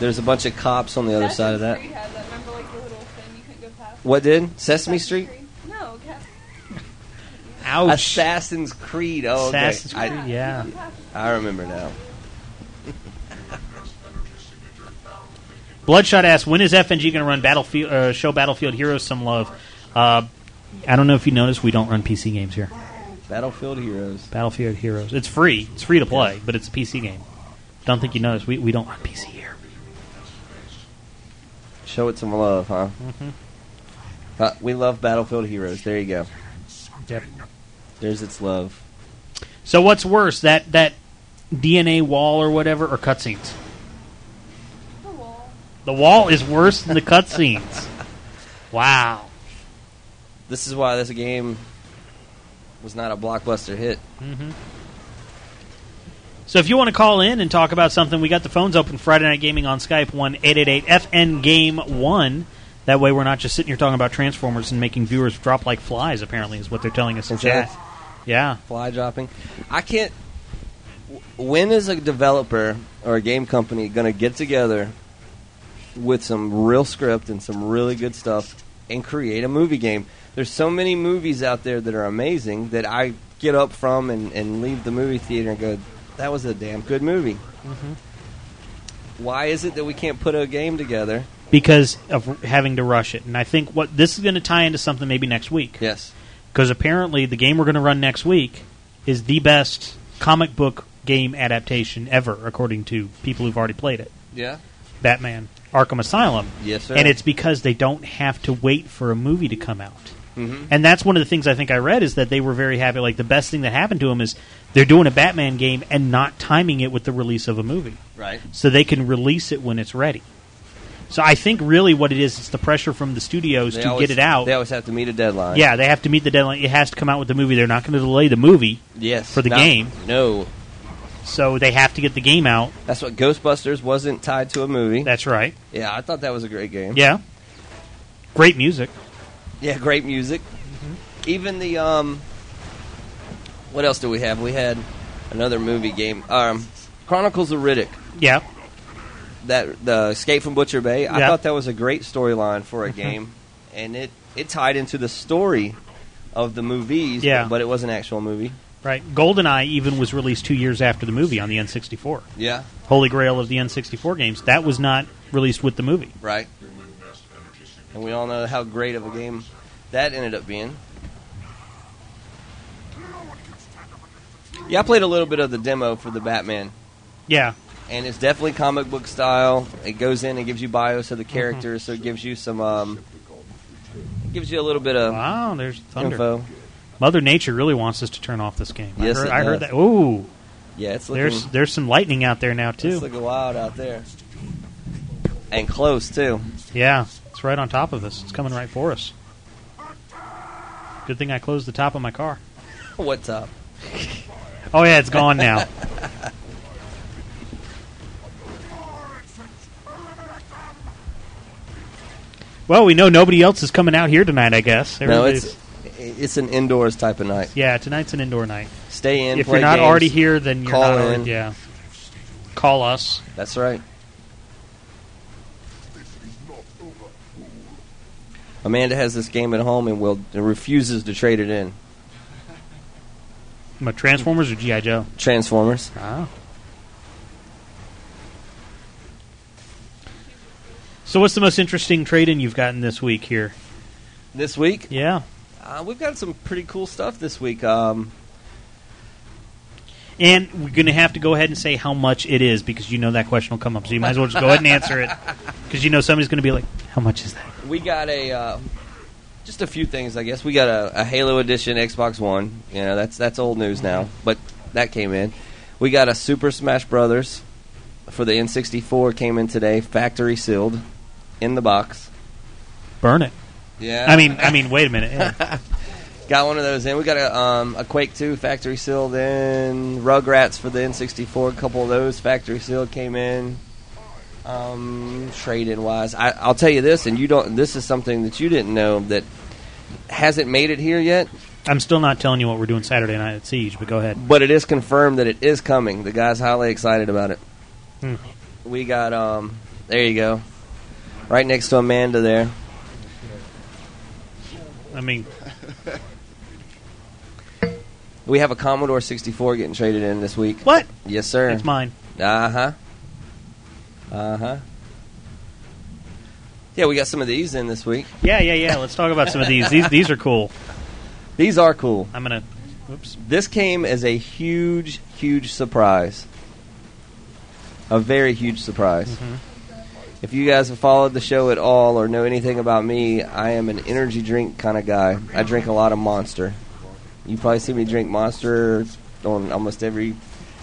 [SPEAKER 3] There's a bunch of cops on the other side of that.
[SPEAKER 5] Sesame Street had that. Remember, like, the little thing you couldn't go past?
[SPEAKER 3] What did Sesame Street?
[SPEAKER 5] No, Cap-
[SPEAKER 1] Ouch.
[SPEAKER 3] Assassin's Creed. Oh, okay.
[SPEAKER 1] Assassin's Creed, yeah.
[SPEAKER 3] I, I remember now.
[SPEAKER 1] Bloodshot asks, when is FNG going to run Battlefield? Uh, show Battlefield Heroes some love. Uh, I don't know if you noticed, we don't run PC games here.
[SPEAKER 3] Battlefield Heroes.
[SPEAKER 1] Battlefield Heroes. It's free. It's free to play, but it's a PC game. Don't think you noticed. We, we don't run PC here.
[SPEAKER 3] Show it some love, huh?
[SPEAKER 1] Mm-hmm.
[SPEAKER 3] Uh, we love Battlefield Heroes. There you go.
[SPEAKER 1] Yep.
[SPEAKER 3] There's its love.
[SPEAKER 1] So what's worse, that that DNA wall or whatever, or cutscenes?
[SPEAKER 5] the wall.
[SPEAKER 1] The wall is worse than the cutscenes. wow.
[SPEAKER 3] This is why this game was not a blockbuster hit.
[SPEAKER 1] So if you want to call in and talk about something, we got the phones open Friday Night Gaming on Skype, 1 888 FN Game 1. That way we're not just sitting here talking about Transformers and making viewers drop like flies, apparently, is what they're telling us in
[SPEAKER 3] Is that
[SPEAKER 1] chat. Yeah.
[SPEAKER 3] fly dropping. I can't. w- When is a developer or a game company going to get together with some real script and some really good stuff and create a movie game? There's so many movies out there that are amazing that I get up from and, and leave the movie theater and go, that was a damn good movie.
[SPEAKER 1] Mm-hmm.
[SPEAKER 3] Why is it that we can't put a game together?
[SPEAKER 1] Because of having to rush it. And I think what this is going to tie into something maybe next week.
[SPEAKER 3] Yes.
[SPEAKER 1] because apparently the game we're going to run next week is the best comic book game adaptation ever, according to people who've already played it.
[SPEAKER 3] Yeah.
[SPEAKER 1] Batman Arkham Asylum.
[SPEAKER 3] Yes, sir.
[SPEAKER 1] And it's because they don't have to wait for a movie to come out.
[SPEAKER 3] Mm-hmm.
[SPEAKER 1] And that's one of the things I think I read is that they were very happy. Like the best thing that happened to them is they're doing a Batman game and not timing it with the release of a movie,
[SPEAKER 3] right.
[SPEAKER 1] so they can release it when it's ready. So I think really what it is, it's the pressure from the studios
[SPEAKER 3] They
[SPEAKER 1] to
[SPEAKER 3] always-
[SPEAKER 1] get it out.
[SPEAKER 3] They always have to meet a deadline.
[SPEAKER 1] yeah, they have to meet the deadline. It has to come out with the movie. They're not going to delay the movie,
[SPEAKER 3] Yes.
[SPEAKER 1] for the
[SPEAKER 3] No.
[SPEAKER 1] game.
[SPEAKER 3] No.
[SPEAKER 1] so they have to get the game out.
[SPEAKER 3] That's what Ghostbusters wasn't tied to a movie.
[SPEAKER 1] That's right.
[SPEAKER 3] yeah, I thought that was a great game.
[SPEAKER 1] Yeah. Great music.
[SPEAKER 3] Yeah, great music.
[SPEAKER 1] Mm-hmm.
[SPEAKER 3] Even the um, what else do we have? We had another movie game, um, Chronicles of Riddick.
[SPEAKER 1] Yeah.
[SPEAKER 3] That the Escape from Butcher Bay. I
[SPEAKER 1] Yeah. Mm-hmm.
[SPEAKER 3] thought that was a great storyline for a game, and it it tied into the story of the movies.
[SPEAKER 1] Yeah.
[SPEAKER 3] but it was an actual movie.
[SPEAKER 1] Right. GoldenEye even was released two years after the movie on the N64.
[SPEAKER 3] Yeah,
[SPEAKER 1] Holy Grail of the N64 games. That was not released with the movie.
[SPEAKER 3] right. And we all know how great of a game that ended up being. Yeah, I played a little bit of the demo for the Batman
[SPEAKER 1] Yeah.
[SPEAKER 3] and it's definitely comic book style. It goes in and gives you bios of the characters, so it gives you some, um, it gives you a little bit of
[SPEAKER 1] Wow, there's thunder.
[SPEAKER 3] info.
[SPEAKER 1] Um, Mother Nature really wants us to turn off this game.
[SPEAKER 3] Yes,
[SPEAKER 1] I heard,
[SPEAKER 3] it
[SPEAKER 1] I heard
[SPEAKER 3] does.
[SPEAKER 1] that. Ooh,
[SPEAKER 3] Yeah, it's looking,
[SPEAKER 1] there's there's some lightning out there now
[SPEAKER 3] it's
[SPEAKER 1] too.
[SPEAKER 3] looking wild out there, and close too.
[SPEAKER 1] yeah, it's right on top of us. It's coming right for us. Good thing I closed the top of my car.
[SPEAKER 3] What's up?
[SPEAKER 1] Oh yeah, it's gone now. well, we know nobody else is coming out here tonight. I guess.
[SPEAKER 3] No,
[SPEAKER 1] Everybody's-
[SPEAKER 3] it's it's an indoors type of night.
[SPEAKER 1] yeah. Tonight's an indoor night.
[SPEAKER 3] Stay in.
[SPEAKER 1] if
[SPEAKER 3] play
[SPEAKER 1] you're not
[SPEAKER 3] games.
[SPEAKER 1] already here, then you're
[SPEAKER 3] Call
[SPEAKER 1] not already,
[SPEAKER 3] in.
[SPEAKER 1] yeah. Call us.
[SPEAKER 3] that's right. Amanda has this game at home and will and refuses to trade it in.
[SPEAKER 1] My Transformers or GI Joe.
[SPEAKER 3] Transformers.
[SPEAKER 1] Ah. So, what's the most interesting trade-in you've gotten this week here?
[SPEAKER 3] This week,
[SPEAKER 1] Yeah,
[SPEAKER 3] Uh, we've got some pretty cool stuff this week. Um,
[SPEAKER 1] and we're going to have to go ahead and say how much it is because you know that question will come up. So you might as well just go ahead and answer it because you know somebody's going to be like, "How much is that?"
[SPEAKER 3] we got a uh, just a few things, I guess. We got a, a Halo Edition Xbox One. You know, that's that's old news now, but that came in. We got a Super Smash Brothers for the N64 came in today, factory sealed in the box.
[SPEAKER 1] Burn it.
[SPEAKER 3] Yeah,
[SPEAKER 1] I mean, I mean, wait a minute. Yeah.
[SPEAKER 3] got one of those in. We got a um, a Quake 2 factory sealed in. Rugrats for the N64. A couple of those factory sealed came in. Um, trade-in wise, I, I'll tell you this, and you don't. This is something that you didn't know that hasn't made it here yet,
[SPEAKER 1] I'm still not telling you what we're doing Saturday night at Siege, but go ahead.
[SPEAKER 3] but it is confirmed that it is coming. The guy's highly excited about it.
[SPEAKER 1] Hmm.
[SPEAKER 3] We got um, there you go, right next to Amanda there.
[SPEAKER 1] I mean,
[SPEAKER 3] We have a Commodore 64 getting traded in this week.
[SPEAKER 1] what?
[SPEAKER 3] Yes, sir.
[SPEAKER 1] That's mine.
[SPEAKER 3] Uh huh. Uh huh. Yeah, we got some of these in this week.
[SPEAKER 1] Yeah, yeah, yeah. Let's talk about some of these. These these are cool.
[SPEAKER 3] These are cool.
[SPEAKER 1] I'm gonna. Oops.
[SPEAKER 3] This came as a huge, huge surprise. A very huge surprise.
[SPEAKER 1] Mm-hmm.
[SPEAKER 3] If you guys have followed the show at all or know anything about me, I am an energy drink kind of guy. I drink a lot of Monster. You probably see me drink Monster on almost every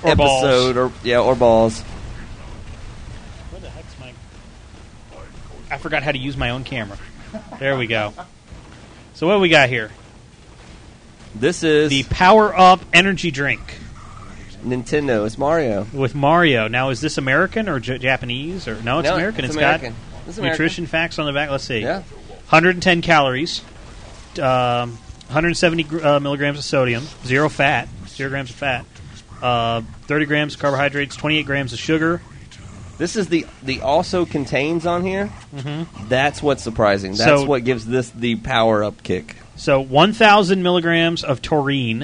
[SPEAKER 1] Or balls.
[SPEAKER 3] episode, or yeah, or balls.
[SPEAKER 1] Where the heck's my? I forgot how to use my own camera. There we go. So what do we got here?
[SPEAKER 3] This is
[SPEAKER 1] The Power Up Energy Drink
[SPEAKER 3] Nintendo. It's Mario.
[SPEAKER 1] with Mario. Now, is this American or J- Japanese or no? It's
[SPEAKER 3] No,
[SPEAKER 1] American.
[SPEAKER 3] it's
[SPEAKER 1] It's
[SPEAKER 3] American.
[SPEAKER 1] got
[SPEAKER 3] It's American.
[SPEAKER 1] nutrition facts on the back. Let's see.
[SPEAKER 3] Yeah.
[SPEAKER 1] 110 calories, um, 170 gr- uh, milligrams of sodium, zero fat, zero grams of fat, uh, 30 grams of carbohydrates, 28 grams of sugar.
[SPEAKER 3] This is the the also contains on here. That's what's surprising. That's
[SPEAKER 1] Mm-hmm. So-
[SPEAKER 3] what gives this the power up kick.
[SPEAKER 1] So 1,000 milligrams of taurine,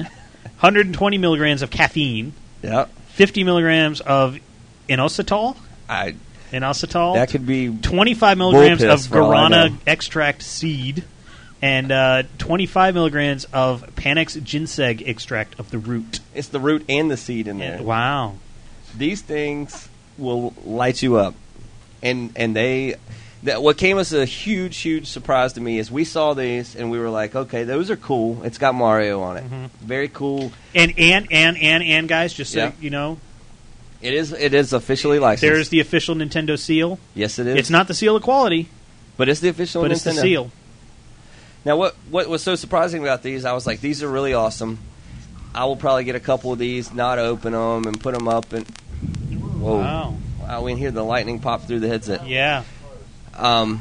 [SPEAKER 1] 120 milligrams of caffeine,
[SPEAKER 3] Yep.
[SPEAKER 1] 50 milligrams of inositol,
[SPEAKER 3] I
[SPEAKER 1] inositol,
[SPEAKER 3] that could be
[SPEAKER 1] 25 milligrams
[SPEAKER 3] Bull
[SPEAKER 1] of
[SPEAKER 3] piss, for all I
[SPEAKER 1] guarana
[SPEAKER 3] know.
[SPEAKER 1] extract seed, and uh, 25 milligrams of Panax ginseng extract of the root.
[SPEAKER 3] It's the root and the seed in there.
[SPEAKER 1] Wow.
[SPEAKER 3] These things will light you up, and and they. That what came as a huge, huge surprise to me is we saw these and we were like, okay, those are cool. It's got Mario on it.
[SPEAKER 1] Mm-hmm.
[SPEAKER 3] Very cool.
[SPEAKER 1] And and and and and guys, just so
[SPEAKER 3] Yeah.
[SPEAKER 1] you know,
[SPEAKER 3] It is. It is officially licensed.
[SPEAKER 1] there's the official Nintendo seal.
[SPEAKER 3] yes, it is.
[SPEAKER 1] It's not the seal of quality,
[SPEAKER 3] but it's the official.
[SPEAKER 1] but it's the
[SPEAKER 3] Nintendo.
[SPEAKER 1] seal.
[SPEAKER 3] Now, what what was so surprising about these? I was like, these are really awesome. I will probably get a couple of these, not open them, and put them up. And whoa,
[SPEAKER 1] Wow.
[SPEAKER 3] wow we can hear the lightning pop through the headset.
[SPEAKER 1] Yeah.
[SPEAKER 3] Um,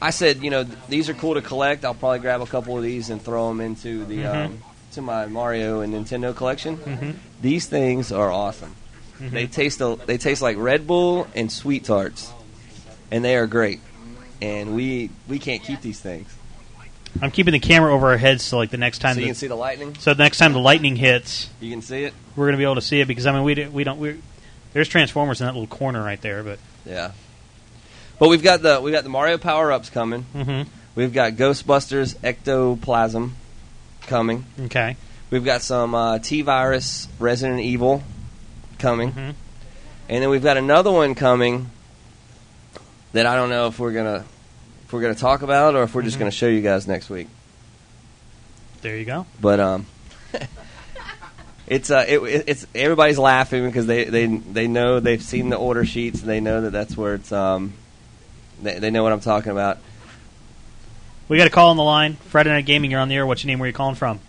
[SPEAKER 3] I said, you know, th- these are cool to collect. I'll probably grab a couple of these and throw them into the um, to my Mario and Nintendo collection. These things are awesome. They taste a, they taste like Red Bull and sweet tarts, and they are great. And we we can't keep these things.
[SPEAKER 1] I'm keeping the camera over our heads so like the next time
[SPEAKER 3] so you
[SPEAKER 1] the,
[SPEAKER 3] can see the lightning.
[SPEAKER 1] so the next time the lightning hits,
[SPEAKER 3] You can see it.
[SPEAKER 1] we're going to be able to see it because I mean we do, we don't we there's Transformers in that little corner right there, but
[SPEAKER 3] Yeah. But we've got the we got the Mario power ups coming.
[SPEAKER 1] mm-hmm.
[SPEAKER 3] We've got Ghostbusters Ectoplasm coming.
[SPEAKER 1] okay.
[SPEAKER 3] We've got some uh, T Virus Resident Evil coming,
[SPEAKER 1] Mhm.
[SPEAKER 3] and then we've got another one coming that I don't know if we're gonna if we're gonna talk about or if we're just gonna show you guys next week.
[SPEAKER 1] There you go.
[SPEAKER 3] But um, it's uh, it, it- it's everybody's laughing because they, they they know they've seen the order sheets and they know that that's where it's um, they, they know what I'm talking about.
[SPEAKER 1] We got a call on the line. Friday Night Gaming, you're on the air. What's your name? Where are you calling from?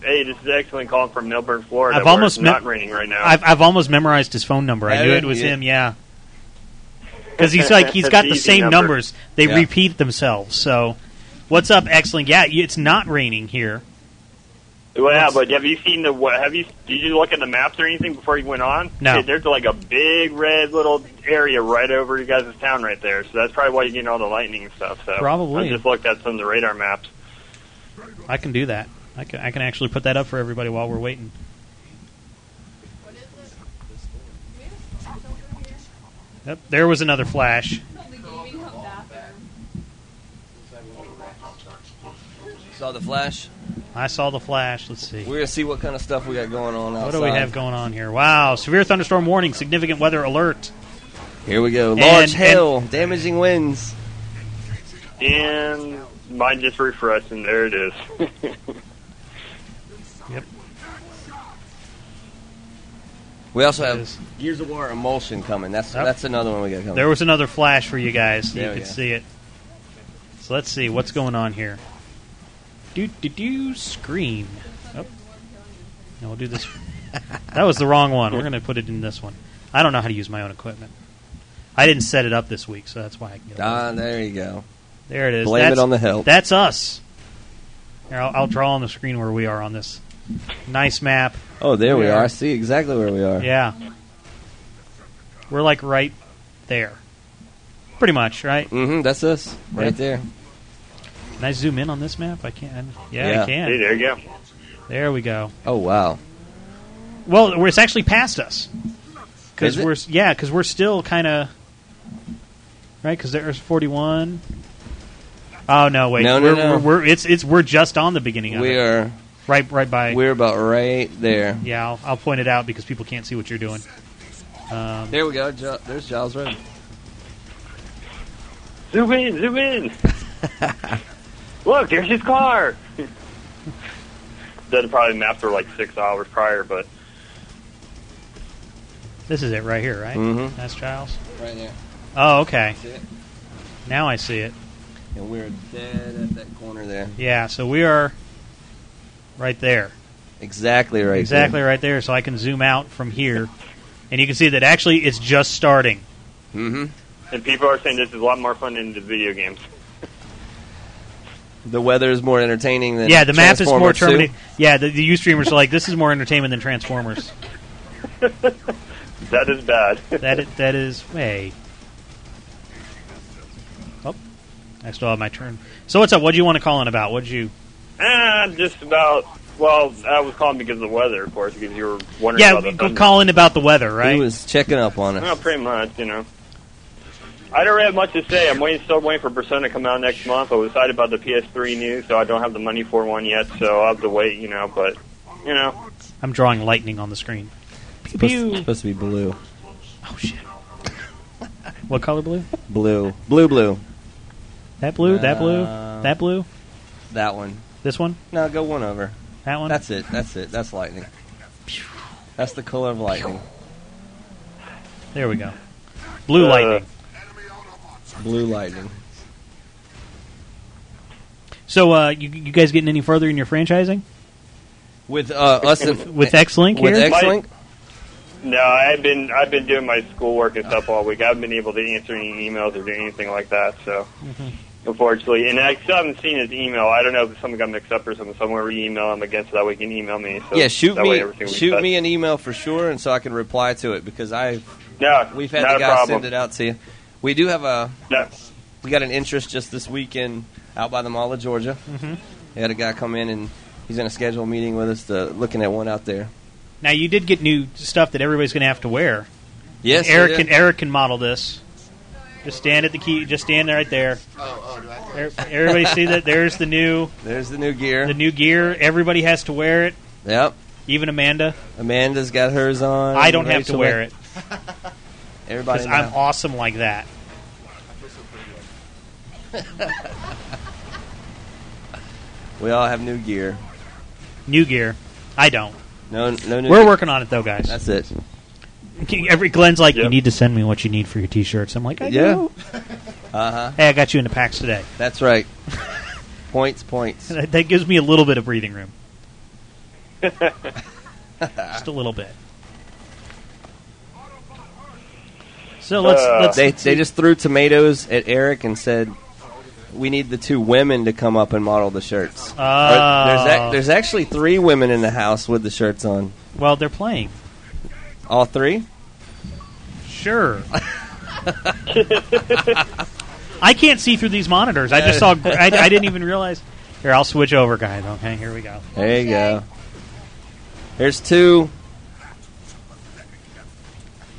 [SPEAKER 6] Hey, this is excellent calling from Melbourne, Florida.
[SPEAKER 1] I've
[SPEAKER 6] where
[SPEAKER 1] almost
[SPEAKER 6] it's not
[SPEAKER 1] me-
[SPEAKER 6] raining right now.
[SPEAKER 1] I've, I've almost memorized his phone number. I
[SPEAKER 3] Oh,
[SPEAKER 1] knew
[SPEAKER 3] yeah,
[SPEAKER 1] it was
[SPEAKER 3] yeah.
[SPEAKER 1] him. Yeah, because he's like he's got the
[SPEAKER 6] Easy
[SPEAKER 1] same
[SPEAKER 6] number.
[SPEAKER 1] numbers. They
[SPEAKER 3] Yeah.
[SPEAKER 1] repeat themselves. So, what's up? Excellent. Yeah, you- it's not raining here.
[SPEAKER 6] well, yeah, but have you seen the? what- Have you? Did you look at the maps or anything before you went on?
[SPEAKER 1] No.
[SPEAKER 6] Hey, there's like a big red little area right over you guys' town right there. So that's probably why you're getting all the lightning and stuff. So
[SPEAKER 1] Probably.
[SPEAKER 6] I just looked at some of the radar maps.
[SPEAKER 1] I can do that. I can I can actually put that up for everybody while we're waiting.
[SPEAKER 5] What is it? We have a storage over here.
[SPEAKER 1] Yep, there was another flash.
[SPEAKER 5] It's the gaming hub bathroom.
[SPEAKER 3] Saw the flash.
[SPEAKER 1] I saw the flash. Let's see.
[SPEAKER 3] We're gonna see what kind of stuff we got going on
[SPEAKER 1] What
[SPEAKER 3] outside.
[SPEAKER 1] do we have going on here? Wow, severe thunderstorm warning, significant weather alert.
[SPEAKER 3] Here we go. Large
[SPEAKER 1] And-
[SPEAKER 3] hail, damaging winds.
[SPEAKER 6] And mine just refreshed, and there it is.
[SPEAKER 3] We also have
[SPEAKER 1] is.
[SPEAKER 3] Gears of War emulsion coming. That's
[SPEAKER 1] Yep.
[SPEAKER 3] that's another one we got coming.
[SPEAKER 1] There was another flash for you guys.
[SPEAKER 3] There
[SPEAKER 1] you
[SPEAKER 3] we
[SPEAKER 1] could
[SPEAKER 3] go.
[SPEAKER 1] see it. So let's see what's going on here. Do do do screen. Oh. No, we'll do this. that was the wrong one. We're going to put it in this one. I don't know how to use my own equipment. I didn't set it up this week, so that's why I can get. it.
[SPEAKER 3] ah, there you go.
[SPEAKER 1] there it is.
[SPEAKER 3] Blame
[SPEAKER 1] That's-
[SPEAKER 3] it on the help.
[SPEAKER 1] That's us. Here, I'll, I'll draw on the screen where we are on this. Nice map.
[SPEAKER 3] oh, there we
[SPEAKER 1] Yeah.
[SPEAKER 3] are. I see exactly where we are.
[SPEAKER 1] Yeah. We're like right there. Pretty much, right?
[SPEAKER 3] Mm-hmm. That's us right
[SPEAKER 1] Yeah.
[SPEAKER 3] there.
[SPEAKER 1] Can I zoom in on this map? I can. Yeah, I
[SPEAKER 3] Yeah.
[SPEAKER 6] Hey,
[SPEAKER 1] can.
[SPEAKER 6] there you go.
[SPEAKER 1] There we go.
[SPEAKER 3] Oh wow.
[SPEAKER 1] Well, we're- it's actually past us because
[SPEAKER 3] Is it?
[SPEAKER 1] we're s- yeah because we're still kind of right because there's 41. Oh no! Wait,
[SPEAKER 3] No, no,
[SPEAKER 1] we're,
[SPEAKER 3] no.
[SPEAKER 1] We're, we're it's it's we're just on the beginning of
[SPEAKER 3] We
[SPEAKER 1] it.
[SPEAKER 3] are
[SPEAKER 1] right right by.
[SPEAKER 3] we're about right there.
[SPEAKER 1] yeah, I'll, I'll point it out because people can't see what you're doing. Um,
[SPEAKER 3] There we go. Jo- there's Giles Road.
[SPEAKER 6] Zoom in, zoom in. Look, there's his car. That probably mapped for like six hours prior, but
[SPEAKER 1] this is it right here, right?
[SPEAKER 3] Mhm.
[SPEAKER 1] That's Giles.
[SPEAKER 3] Right there.
[SPEAKER 1] Oh, okay.
[SPEAKER 3] See it?
[SPEAKER 1] Now I see it.
[SPEAKER 3] And we're dead at that corner there.
[SPEAKER 1] Yeah, so we are right there.
[SPEAKER 3] Exactly right.
[SPEAKER 1] exactly right there so i can zoom out from here and you can see that actually it's just starting
[SPEAKER 3] Mm-hmm.
[SPEAKER 6] and people are saying this is a lot more fun than the video games.
[SPEAKER 3] The weather is more entertaining than
[SPEAKER 1] yeah the map is more
[SPEAKER 3] Transformers 2.
[SPEAKER 1] terminated yeah the, the u streamers are like this is more entertainment than transformers
[SPEAKER 6] That is bad.
[SPEAKER 1] that is, that is way oh i still have my turn so what's up what do you want to call in about what would you
[SPEAKER 6] Ah, just about. Well, I was calling because of the weather, of course, because you were wondering
[SPEAKER 1] yeah
[SPEAKER 6] about the
[SPEAKER 1] we-
[SPEAKER 6] thunder.
[SPEAKER 1] call in about the weather
[SPEAKER 3] He
[SPEAKER 1] right
[SPEAKER 6] Oh,
[SPEAKER 3] was checking up on us.
[SPEAKER 6] Well, pretty much, you know. I don't really have much to say. I'm waiting, still waiting for Persona to come out next month. I was excited about the PS3 news, so I don't have the money for one yet. So I'll have to wait, you know. But you know,
[SPEAKER 1] I'm drawing lightning on the screen. Pew,
[SPEAKER 3] Supposed,
[SPEAKER 1] pew.
[SPEAKER 3] supposed to be blue,
[SPEAKER 1] Oh shit! what color blue?
[SPEAKER 3] blue, blue, blue.
[SPEAKER 1] That blue? that blue?
[SPEAKER 3] Uh,
[SPEAKER 1] That blue?
[SPEAKER 3] That one.
[SPEAKER 1] This one?
[SPEAKER 3] No, go one over.
[SPEAKER 1] That one?
[SPEAKER 3] That's it. That's it. That's lightning. That's the color of lightning.
[SPEAKER 1] there we go. Blue
[SPEAKER 6] Uh,
[SPEAKER 1] lightning.
[SPEAKER 3] Blue lightning.
[SPEAKER 1] So uh, you, you guys getting any further in your franchising
[SPEAKER 3] With uh, us and,
[SPEAKER 1] with X Link
[SPEAKER 3] with
[SPEAKER 1] here?
[SPEAKER 3] X Link.
[SPEAKER 6] no, I've been I've been doing my schoolwork and stuff all week. I haven't been able to answer any emails or do anything like that. So
[SPEAKER 1] Mm-hmm.
[SPEAKER 6] unfortunately, and I still haven't seen his email. I don't know if someone got mixed up or something. Someone re-email him again so that way he can email me. So
[SPEAKER 3] Yeah, shoot
[SPEAKER 6] that Way
[SPEAKER 3] me,
[SPEAKER 6] everything will be
[SPEAKER 3] shoot
[SPEAKER 6] set.
[SPEAKER 3] me an email for sure, and so I can reply to it because I
[SPEAKER 6] No,
[SPEAKER 3] we've had
[SPEAKER 6] not
[SPEAKER 3] the
[SPEAKER 6] a
[SPEAKER 3] guy
[SPEAKER 6] problem.
[SPEAKER 3] send it out to you. We do have a
[SPEAKER 6] No.
[SPEAKER 3] we got an interest just this weekend out by the Mall of Georgia. Mm-hmm. We had a guy come in and he's going to schedule a meeting with us to looking at one out there.
[SPEAKER 1] Now you did get new stuff that everybody's going to have to wear.
[SPEAKER 3] Yes,
[SPEAKER 1] Eric
[SPEAKER 3] yeah.
[SPEAKER 1] can Eric can model this. Just stand at the key. Just stand right there.
[SPEAKER 7] Oh, oh, do I have
[SPEAKER 1] Er- Everybody see that? There's the new
[SPEAKER 3] There's the new gear.
[SPEAKER 1] the new gear. Everybody has to wear it.
[SPEAKER 3] yep.
[SPEAKER 1] Even Amanda.
[SPEAKER 3] Amanda's got hers on.
[SPEAKER 1] I don't have to wear it
[SPEAKER 3] Everybody,
[SPEAKER 1] because I'm
[SPEAKER 3] now.
[SPEAKER 1] awesome like that.
[SPEAKER 3] we all have new gear.
[SPEAKER 1] New gear. I don't.
[SPEAKER 3] No, no new.
[SPEAKER 1] We're
[SPEAKER 3] gear.
[SPEAKER 1] working on it though, guys.
[SPEAKER 3] That's it.
[SPEAKER 1] Every Glenn's like, you
[SPEAKER 6] Yep.
[SPEAKER 1] need to send me what you need for your t-shirts. I'm like, I
[SPEAKER 3] Yeah.
[SPEAKER 1] do.
[SPEAKER 3] Uh huh.
[SPEAKER 1] Hey, I got you in the packs today.
[SPEAKER 3] That's right. points, points.
[SPEAKER 1] That that gives me a little bit of breathing room. Just a little bit. So let's
[SPEAKER 6] Uh,
[SPEAKER 1] let's
[SPEAKER 3] They they just threw tomatoes at Eric and said, "We need the two women to come up and model the shirts."
[SPEAKER 1] Ah.
[SPEAKER 3] Or- there's ac- there's actually three women in the house with the shirts on.
[SPEAKER 1] well they're playing.
[SPEAKER 3] All three?
[SPEAKER 1] Sure. I can't see through these monitors. I just saw. I, I didn't even realize. Here, I'll switch over, guys. Okay, here we go.
[SPEAKER 3] There you go. There's two.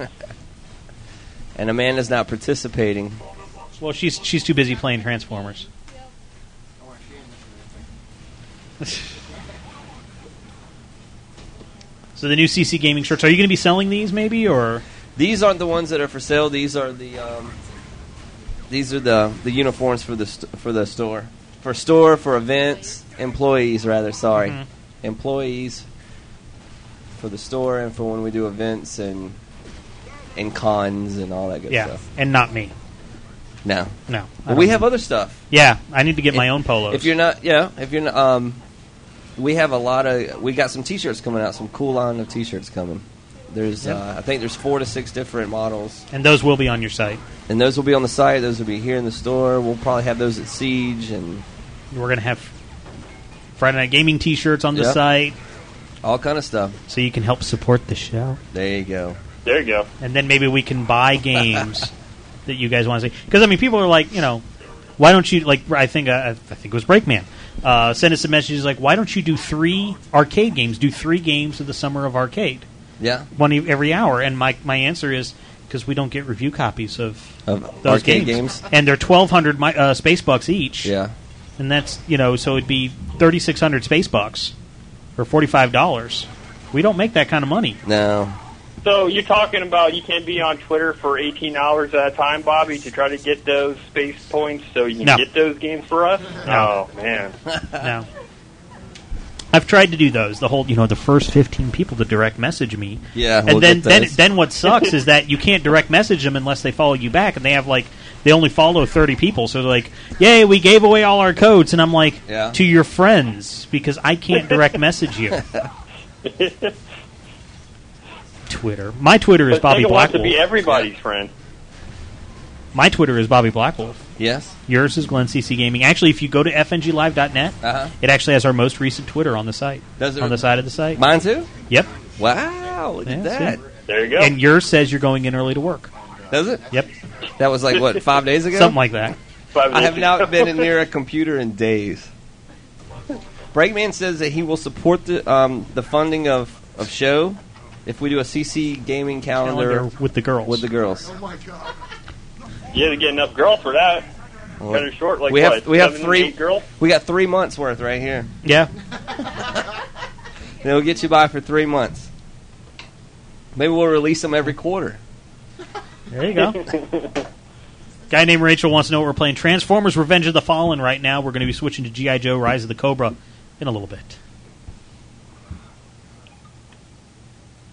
[SPEAKER 3] and Amanda's not participating.
[SPEAKER 1] Well, she's she's too busy playing Transformers. so the new CC gaming shirts. Are you going to be selling these, maybe, or
[SPEAKER 3] These aren't the ones that are for sale. These are the um, these are the the uniforms for the st- for the store for store for events employees rather sorry
[SPEAKER 1] Mhm.
[SPEAKER 3] employees for the store and for when we do events and and cons and all that good
[SPEAKER 1] yeah,
[SPEAKER 3] stuff.
[SPEAKER 1] and not me?
[SPEAKER 3] No,
[SPEAKER 1] No, I
[SPEAKER 3] but
[SPEAKER 1] don't
[SPEAKER 3] we
[SPEAKER 1] need-
[SPEAKER 3] have other stuff.
[SPEAKER 1] Yeah, I need to get my own polos.
[SPEAKER 3] If you're not, yeah, if you're not, um, we have a lot of. We got some T-shirts coming out. Some cool line of T-shirts coming. There's,
[SPEAKER 1] Yep.
[SPEAKER 3] uh, I think there's four to six different models,
[SPEAKER 1] and those will be on your site.
[SPEAKER 3] and those will be on the site. Those will be here in the store. We'll probably have those at Siege and
[SPEAKER 1] We're going to have Friday Night Gaming T-shirts on the
[SPEAKER 3] Yep.
[SPEAKER 1] site,
[SPEAKER 3] all kind of stuff.
[SPEAKER 1] so you can help support the show.
[SPEAKER 3] There you go.
[SPEAKER 6] There you go.
[SPEAKER 1] and then maybe we can buy games that you guys want to see. Because I mean, people are like, you know, why don't you like? I think uh, I think it was Breakman. Uh, send us a message he's like, why don't you do three arcade games? Do three games of the summer of arcade,
[SPEAKER 3] Yeah,
[SPEAKER 1] one e- every hour. And my my answer is because we don't get review copies of
[SPEAKER 3] of
[SPEAKER 1] those
[SPEAKER 3] arcade
[SPEAKER 1] games.
[SPEAKER 3] games.
[SPEAKER 1] and they're twelve hundred mi- uh, space bucks each.
[SPEAKER 3] Yeah,
[SPEAKER 1] and that's you know, so it'd be thirty six hundred space bucks or forty five dollars. We don't make that kind of money.
[SPEAKER 3] no,
[SPEAKER 6] So you're talking about you can be on Twitter for 18 hours at a time, Bobby, to try to get those space points so you can
[SPEAKER 1] No.
[SPEAKER 6] get those games for us. Oh
[SPEAKER 1] No.
[SPEAKER 6] man,
[SPEAKER 1] No. I've tried to do those. The whole, you know, the first 15 people to direct message me.
[SPEAKER 3] Yeah,
[SPEAKER 1] And
[SPEAKER 3] we'll
[SPEAKER 1] then,
[SPEAKER 3] get
[SPEAKER 1] then,
[SPEAKER 3] those.
[SPEAKER 1] then what sucks is that you can't direct message them unless they follow you back, and they have like, they only follow 30 people. So they're like, yay, we gave away all our codes. And I'm like,
[SPEAKER 3] Yeah.
[SPEAKER 1] to your friends, because I can't direct message you. Twitter. My Twitter is
[SPEAKER 6] But
[SPEAKER 1] Bobby
[SPEAKER 6] Sega wants to be
[SPEAKER 1] Blackwolf.
[SPEAKER 6] everybody's friend.
[SPEAKER 1] My Twitter is Bobby Blackwolf.
[SPEAKER 3] yes,
[SPEAKER 1] Yours is Glenn CC Gaming. Actually, if you go to fnglive.net,
[SPEAKER 3] Uh-huh.
[SPEAKER 1] it actually has our most recent Twitter on the site.
[SPEAKER 3] Does it-
[SPEAKER 1] on the side of the site?
[SPEAKER 3] mine too.
[SPEAKER 1] yep.
[SPEAKER 3] Wow, look
[SPEAKER 1] Yeah,
[SPEAKER 3] at that.
[SPEAKER 1] see?
[SPEAKER 6] There you go.
[SPEAKER 1] And yours says you're going in early to work.
[SPEAKER 3] Does it?
[SPEAKER 1] Yep.
[SPEAKER 3] That was like what five days ago.
[SPEAKER 1] Something like that.
[SPEAKER 6] Five
[SPEAKER 3] I have
[SPEAKER 6] minutes.
[SPEAKER 3] not been near a computer in days. Breakman says that he will support the um, the funding of, of show if we do a CC gaming calendar,
[SPEAKER 1] Calendar with the girls.
[SPEAKER 3] with the girls.
[SPEAKER 7] Oh my god.
[SPEAKER 6] You had to get enough girls for that.
[SPEAKER 3] Well,
[SPEAKER 6] Cut her short like
[SPEAKER 3] we
[SPEAKER 6] what?
[SPEAKER 3] have we have
[SPEAKER 6] seven,
[SPEAKER 3] three
[SPEAKER 6] eight girls.
[SPEAKER 3] we got three months worth right here.
[SPEAKER 1] Yeah.
[SPEAKER 3] It'll get you by for three months. Maybe we'll release them every quarter.
[SPEAKER 1] There you go. Guy named Rachel wants to know what we're playing. Transformers: Revenge of the Fallen. Right now, we're going to be switching to GI Joe: Rise of the Cobra in a little bit.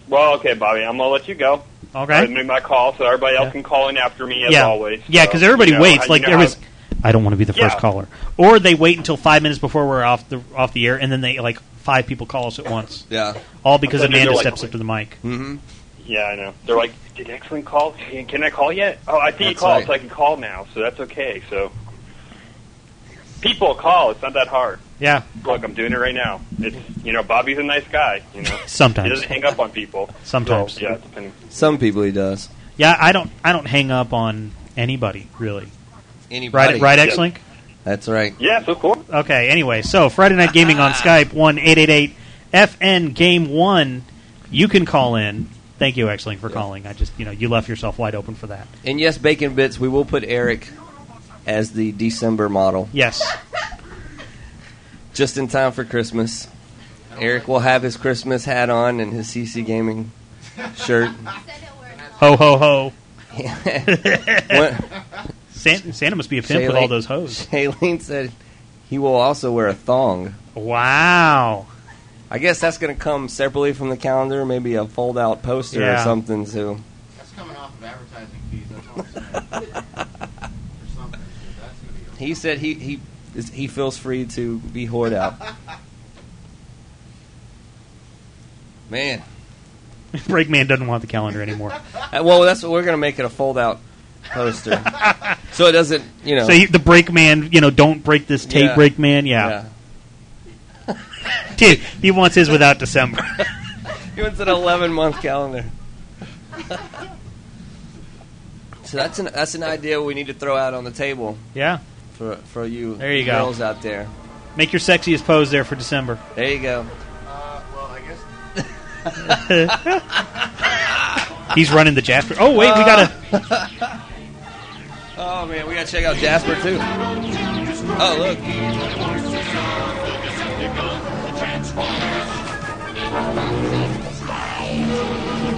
[SPEAKER 6] Well, okay, Bobby, I'm gonna let you go. I
[SPEAKER 1] Okay.
[SPEAKER 6] made my call, so everybody else
[SPEAKER 1] Yeah.
[SPEAKER 6] can call in after me as
[SPEAKER 1] yeah.
[SPEAKER 6] always.
[SPEAKER 1] yeah,
[SPEAKER 6] So,
[SPEAKER 1] because everybody
[SPEAKER 6] you know,
[SPEAKER 1] waits.
[SPEAKER 6] I-
[SPEAKER 1] Like
[SPEAKER 6] you know
[SPEAKER 1] everybody's, I don't want to be the first
[SPEAKER 6] Yeah.
[SPEAKER 1] caller, or they wait until five minutes before we're off the off the air, and then they like five people call us at once,
[SPEAKER 3] Yeah.
[SPEAKER 1] all because
[SPEAKER 6] I thought you
[SPEAKER 1] Amanda
[SPEAKER 6] were like-
[SPEAKER 1] steps up to the mic.
[SPEAKER 3] Mm-hmm.
[SPEAKER 6] how- yeah, I know. They're like, did X-wing call? Can can I call yet? Oh, I think you
[SPEAKER 3] That's
[SPEAKER 6] called,
[SPEAKER 3] right.
[SPEAKER 6] so I can call now. So that's okay. So people call. It's not that hard.
[SPEAKER 1] Yeah,
[SPEAKER 6] Look, I'm doing it right now. It's you know, Bobby's a nice guy. You know, he
[SPEAKER 1] sometimes,
[SPEAKER 6] doesn't hang up on people.
[SPEAKER 1] sometimes.
[SPEAKER 6] So, yeah, depending.
[SPEAKER 3] Some people he does.
[SPEAKER 1] Yeah, I don't, I don't hang up on anybody really. Right,
[SPEAKER 3] Anybody.
[SPEAKER 1] right, X Link.
[SPEAKER 3] That's right.
[SPEAKER 6] Yes, of course.
[SPEAKER 1] Okay. Anyway, so Friday Night Gaming on Skype one eight eight eight FN Game One. You can call in. Thank you, X Link, for calling. I just, you know, you left yourself wide open for that.
[SPEAKER 3] And yes, bacon bits. We will put Eric as the December model,
[SPEAKER 1] Yes.
[SPEAKER 3] just in time for Christmas. Eric will have his Christmas hat on and his CC Gaming shirt.
[SPEAKER 1] Ho ho ho.
[SPEAKER 3] One-
[SPEAKER 1] Santa, Santa must be a pimp
[SPEAKER 3] Shailene-
[SPEAKER 1] with all those hoes.
[SPEAKER 3] Shailene said he will also wear a thong.
[SPEAKER 1] Wow.
[SPEAKER 3] I guess that's going to come separately from the calendar, maybe a fold-out poster
[SPEAKER 1] Yeah.
[SPEAKER 3] or something. So
[SPEAKER 7] That's coming off of advertising fees. That's all I'm saying. Or something. so That's gonna be a-
[SPEAKER 3] he said he he is, he feels free to be whored out. Man,
[SPEAKER 1] Breakman doesn't want the calendar anymore.
[SPEAKER 3] Uh, well, that's what we're going to make it a fold-out poster, so it doesn't you know.
[SPEAKER 1] So he, the Breakman, you know, don't break this tape,
[SPEAKER 3] Yeah.
[SPEAKER 1] Breakman. Yeah. Dude, he wants his without December.
[SPEAKER 3] yeah. he wants an eleven-month calendar. so that's an that's an idea we need to throw out on the table
[SPEAKER 1] yeah.
[SPEAKER 3] for for you,
[SPEAKER 1] There you go.
[SPEAKER 3] girls out there.
[SPEAKER 1] Make your sexiest pose there for December.
[SPEAKER 3] There you go.
[SPEAKER 7] Uh, well, I guess
[SPEAKER 1] He's running the Jasper. Oh wait, we gotta.
[SPEAKER 3] Oh man, we gotta check out Jasper too. Oh look.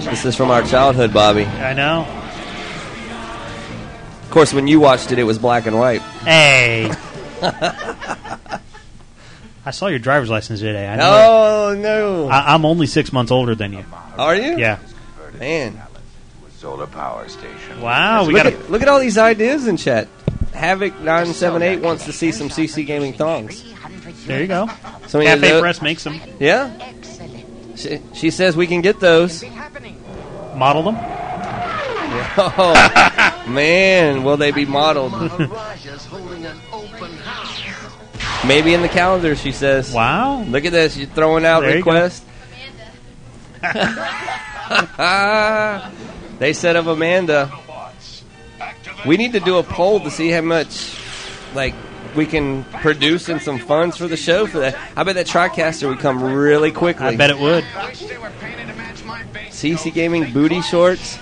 [SPEAKER 3] This is from our childhood, Bobby.
[SPEAKER 1] I know.
[SPEAKER 3] Of course, when you watched it, it was black and white.
[SPEAKER 1] Hey. I saw your driver's license today. I know
[SPEAKER 3] Oh no,
[SPEAKER 1] I, I'm only six months older than you.
[SPEAKER 3] are you?
[SPEAKER 1] Uh, Yeah.
[SPEAKER 3] man.
[SPEAKER 8] Solar power station.
[SPEAKER 1] Wow. We
[SPEAKER 3] look,
[SPEAKER 1] got
[SPEAKER 3] at, look at all these ideas in chat. Havoc nine seven eight wants to see some CC gaming thongs.
[SPEAKER 1] There you go.
[SPEAKER 3] So we
[SPEAKER 1] Cafe
[SPEAKER 3] know-
[SPEAKER 1] Press makes them.
[SPEAKER 3] Yeah, she, she says we can get those.
[SPEAKER 1] Model them.
[SPEAKER 3] Oh man, will they be modeled?
[SPEAKER 7] Maharaja's holding an open house.
[SPEAKER 3] Maybe in the calendar, she says.
[SPEAKER 1] Wow.
[SPEAKER 3] Look at this. You're throwing out
[SPEAKER 1] There you go.
[SPEAKER 3] requests.
[SPEAKER 5] Amanda.
[SPEAKER 3] Ah, they said of Amanda, we need to do a poll to see how much, like, we can produce and some funds for the show for that. I bet that TriCaster would come really quickly.
[SPEAKER 1] I bet it would.
[SPEAKER 3] CC Gaming booty shorts.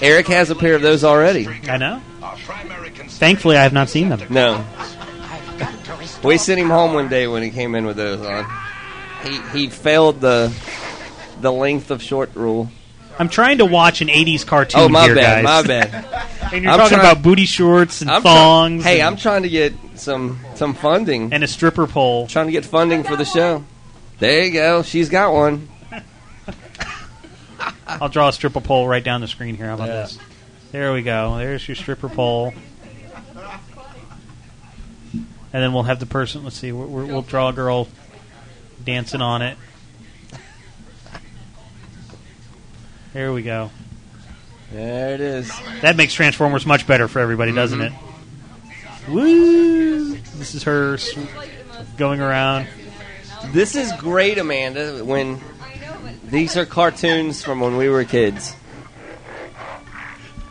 [SPEAKER 3] Eric has a pair of those already.
[SPEAKER 1] I know. Thankfully, I have not seen them.
[SPEAKER 3] No. We sent him home one day when he came in with those on. He he failed the the length of short rule.
[SPEAKER 1] I'm trying to watch an '80s cartoon
[SPEAKER 3] Oh my
[SPEAKER 1] here,
[SPEAKER 3] bad,
[SPEAKER 1] guys.
[SPEAKER 3] my bad.
[SPEAKER 1] And you're
[SPEAKER 3] I'm
[SPEAKER 1] talking
[SPEAKER 3] trying-
[SPEAKER 1] about booty shorts and
[SPEAKER 3] I'm try-
[SPEAKER 1] thongs.
[SPEAKER 3] hey,
[SPEAKER 1] and,
[SPEAKER 3] I'm trying to get some some funding.
[SPEAKER 1] and a stripper pole.
[SPEAKER 3] trying to get funding for the show. There you go. She's got one.
[SPEAKER 1] I'll draw a stripper pole right down the screen here. How about
[SPEAKER 3] Yeah.
[SPEAKER 1] this? There we go. There's your stripper pole. And then we'll have the person. Let's see. We're, we're, we'll draw a girl dancing on it. There we go.
[SPEAKER 3] There it is.
[SPEAKER 1] That makes Transformers much better for everybody,
[SPEAKER 3] Mm-hmm.
[SPEAKER 1] doesn't it? Woo! This is her sw-
[SPEAKER 5] Like the most.
[SPEAKER 1] going around.
[SPEAKER 3] This is great, Amanda. When
[SPEAKER 5] I know, but it's
[SPEAKER 3] these are cartoons from when we were kids.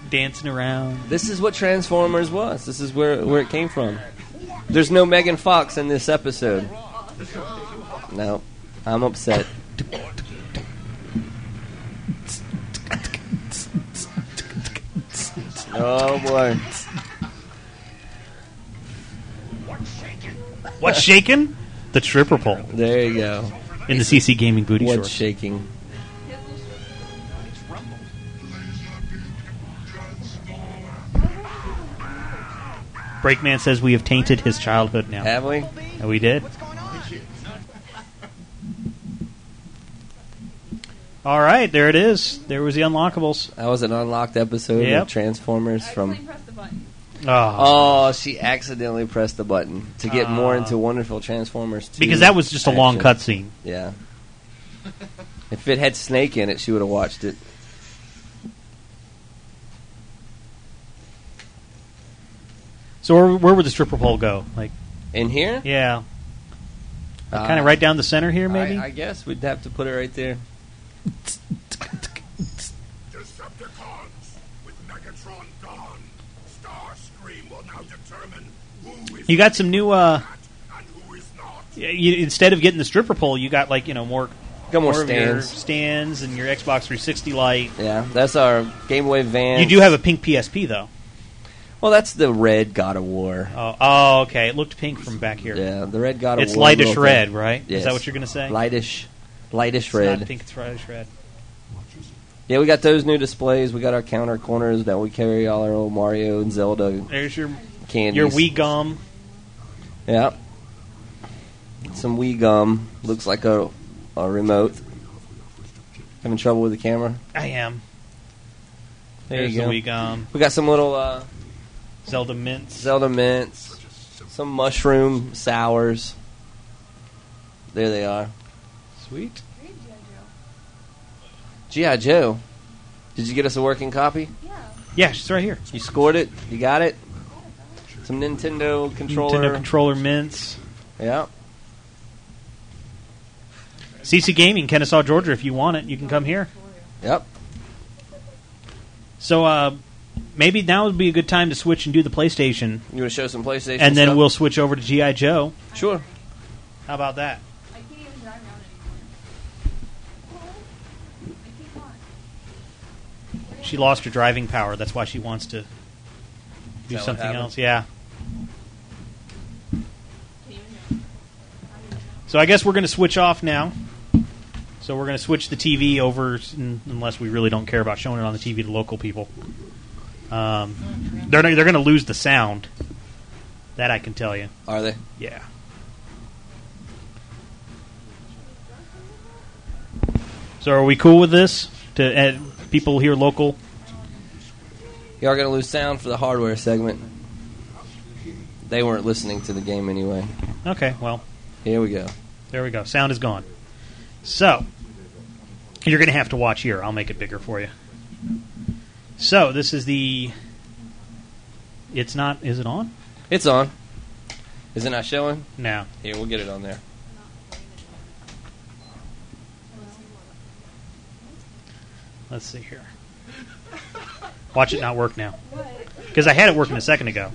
[SPEAKER 1] dancing around.
[SPEAKER 3] This is what Transformers was. This is where where it came from. There's no Megan Fox in this episode. No, I'm upset. Oh boy.
[SPEAKER 1] What's shaking? The tripper pole
[SPEAKER 3] There you go.
[SPEAKER 1] in the CC Gaming booty
[SPEAKER 3] What's
[SPEAKER 1] shorts.
[SPEAKER 3] shaking?
[SPEAKER 5] His will show
[SPEAKER 1] Breakman says we have tainted his childhood now.
[SPEAKER 3] Have we?
[SPEAKER 1] And we did. All right, there it is. There was the unlockables.
[SPEAKER 3] That was an unlocked episode
[SPEAKER 1] Yep.
[SPEAKER 3] of Transformers
[SPEAKER 5] I
[SPEAKER 3] from.
[SPEAKER 5] accidentally pressed the button.
[SPEAKER 1] Oh,
[SPEAKER 3] Oh, she accidentally pressed the button to get more into Wonderful Transformers.
[SPEAKER 1] Ah.
[SPEAKER 3] 2
[SPEAKER 1] because that was just a long
[SPEAKER 3] action.
[SPEAKER 1] cutscene.
[SPEAKER 3] Yeah. If it had Snake in it, she would have watched it.
[SPEAKER 1] So where, where would the stripper pole go? Like,
[SPEAKER 3] In here?
[SPEAKER 1] yeah,
[SPEAKER 3] Uh,
[SPEAKER 1] kind of right down the center here,
[SPEAKER 3] I-
[SPEAKER 1] maybe.
[SPEAKER 3] I, guess we'd have to put it right there.
[SPEAKER 4] Decepticons! With Megatron gone, Starscream will now determine who is
[SPEAKER 1] you got some new. uh
[SPEAKER 4] and who is not.
[SPEAKER 1] y- you, Instead of getting the stripper pole, you got like you know more
[SPEAKER 3] Got more
[SPEAKER 1] of your
[SPEAKER 3] stands.
[SPEAKER 1] stands and your Xbox 360 light.
[SPEAKER 3] Yeah, that's our Game Boy van.
[SPEAKER 1] You do have a pink PSP though.
[SPEAKER 3] Well, that's the red God of War.
[SPEAKER 1] Oh, oh okay. It looked pink from back here.
[SPEAKER 3] Yeah, the red God of
[SPEAKER 1] It's
[SPEAKER 3] War.
[SPEAKER 1] lightish
[SPEAKER 3] little
[SPEAKER 1] red,
[SPEAKER 3] thing.
[SPEAKER 1] right? Is that
[SPEAKER 3] Yes.
[SPEAKER 1] what you're gonna say?
[SPEAKER 3] Lightish, lightish
[SPEAKER 1] It's
[SPEAKER 3] red.
[SPEAKER 1] Not pink. It's lightish red.
[SPEAKER 3] Yeah, we got those new displays. We got our counter corners that we carry all our old Mario and Zelda
[SPEAKER 1] There's your
[SPEAKER 3] candies.
[SPEAKER 1] your Wii gum.
[SPEAKER 3] Yeah. Some Wii gum. Looks like a, a remote. Having trouble with the camera?
[SPEAKER 1] I am.
[SPEAKER 3] There
[SPEAKER 1] There's
[SPEAKER 3] you go.
[SPEAKER 1] the Wii gum.
[SPEAKER 3] We got some little uh,
[SPEAKER 1] Zelda mints.
[SPEAKER 3] Zelda mints, some mushroom sours. There they are.
[SPEAKER 1] Sweet.
[SPEAKER 5] Great, G.I. Joe.
[SPEAKER 3] G.I. Joe. Did you get us a working copy?
[SPEAKER 5] Yeah.
[SPEAKER 1] Yeah, she's right here.
[SPEAKER 3] You scored it? You got it? Some Nintendo controller.
[SPEAKER 1] Nintendo controller mints.
[SPEAKER 3] yeah.
[SPEAKER 1] CC Gaming, Kennesaw, Georgia. If you want it, you can come here.
[SPEAKER 3] Yep.
[SPEAKER 1] So uh, maybe now would be a good time to switch and do the PlayStation,
[SPEAKER 3] You want to show some PlayStation?
[SPEAKER 1] and then
[SPEAKER 3] stuff?
[SPEAKER 1] we'll switch over to GI Joe.
[SPEAKER 3] Sure.
[SPEAKER 1] How about that?
[SPEAKER 5] I can't even drive around anymore. I can't walk.
[SPEAKER 1] She lost her driving power. That's why she wants to do
[SPEAKER 3] what
[SPEAKER 1] something
[SPEAKER 3] happened?
[SPEAKER 1] else. Yeah.
[SPEAKER 5] Can't even drive.
[SPEAKER 1] So I guess we're going to switch off now. So we're going to switch the TV over, s- n- unless we really don't care about showing it on the TV to local people. Um, they're they're going to lose the sound. That I can tell you.
[SPEAKER 3] Are they?
[SPEAKER 1] Yeah. So are we cool with this? To uh, people here local,
[SPEAKER 3] You are going to lose sound for the hardware segment. They weren't listening to the game anyway.
[SPEAKER 1] okay. Well,
[SPEAKER 3] Here we go.
[SPEAKER 1] There we go. Sound is gone. So, you're going to have to watch here. I'll make it bigger for you. So, this is the. It's not. Is it on?
[SPEAKER 3] It's on. Is it not showing?
[SPEAKER 1] No.
[SPEAKER 3] Here, we'll get it on there.
[SPEAKER 1] Let's see here. Watch it not work now. Because I had it working a second ago.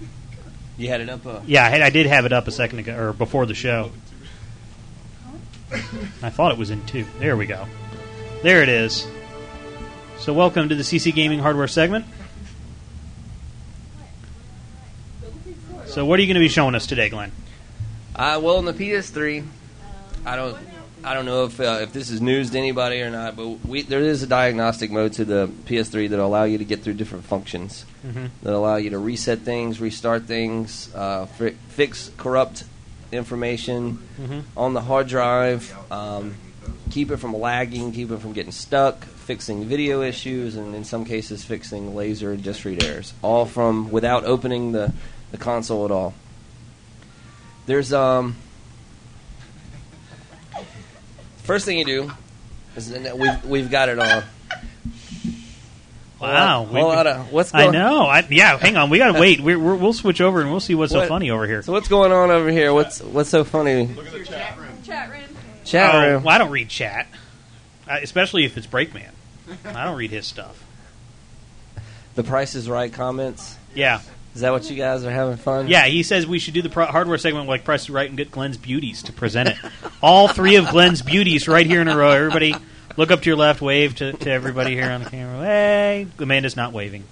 [SPEAKER 3] You had it up. Uh,
[SPEAKER 1] Yeah, I, had, I did have it up a second ago, or before the show. I thought it was in two. There we go. There it is. So, welcome to the CC Gaming Hardware segment. So, what are you going to be showing us today, Glenn?
[SPEAKER 3] uh, well, on the PS3, I don't, I don't know if uh, if this is news to anybody or not, but we there is a diagnostic mode to the PS3 that'll allow you to get through different functions,
[SPEAKER 1] Mhm.
[SPEAKER 3] that'll allow you to reset things, restart things, uh, fi- fix corrupt information
[SPEAKER 1] Mhm.
[SPEAKER 3] on the hard drive, um, keep it from lagging, keep it from getting stuck, fixing video issues, and in some cases fixing laser and disk read errors, all from without opening the, the console at all. There's um. First thing you do is and we've we've got it all.
[SPEAKER 1] Wow,
[SPEAKER 3] whole lot of what's going.
[SPEAKER 1] I know. I, yeah, hang on. We got to wait. We're, we're, we'll switch over and we'll see what's so
[SPEAKER 3] What?
[SPEAKER 1] funny over here.
[SPEAKER 3] So what's going on over here? What's what's so funny?
[SPEAKER 5] Chat room.
[SPEAKER 3] Chat
[SPEAKER 1] Oh,
[SPEAKER 3] room.
[SPEAKER 1] well, I don't read chat, I, especially if it's Breakman. I don't read his stuff.
[SPEAKER 3] The Price is Right comments.
[SPEAKER 1] Yeah,
[SPEAKER 3] Is that what you guys are having fun?
[SPEAKER 1] yeah. He says we should do the pro- hardware segment like Price is Right and get Glenn's beauties to present it. All three of Glenn's beauties right here in a row. Everybody, look up to your left. Wave to, to everybody here on the camera. Hey, Amanda's not waving.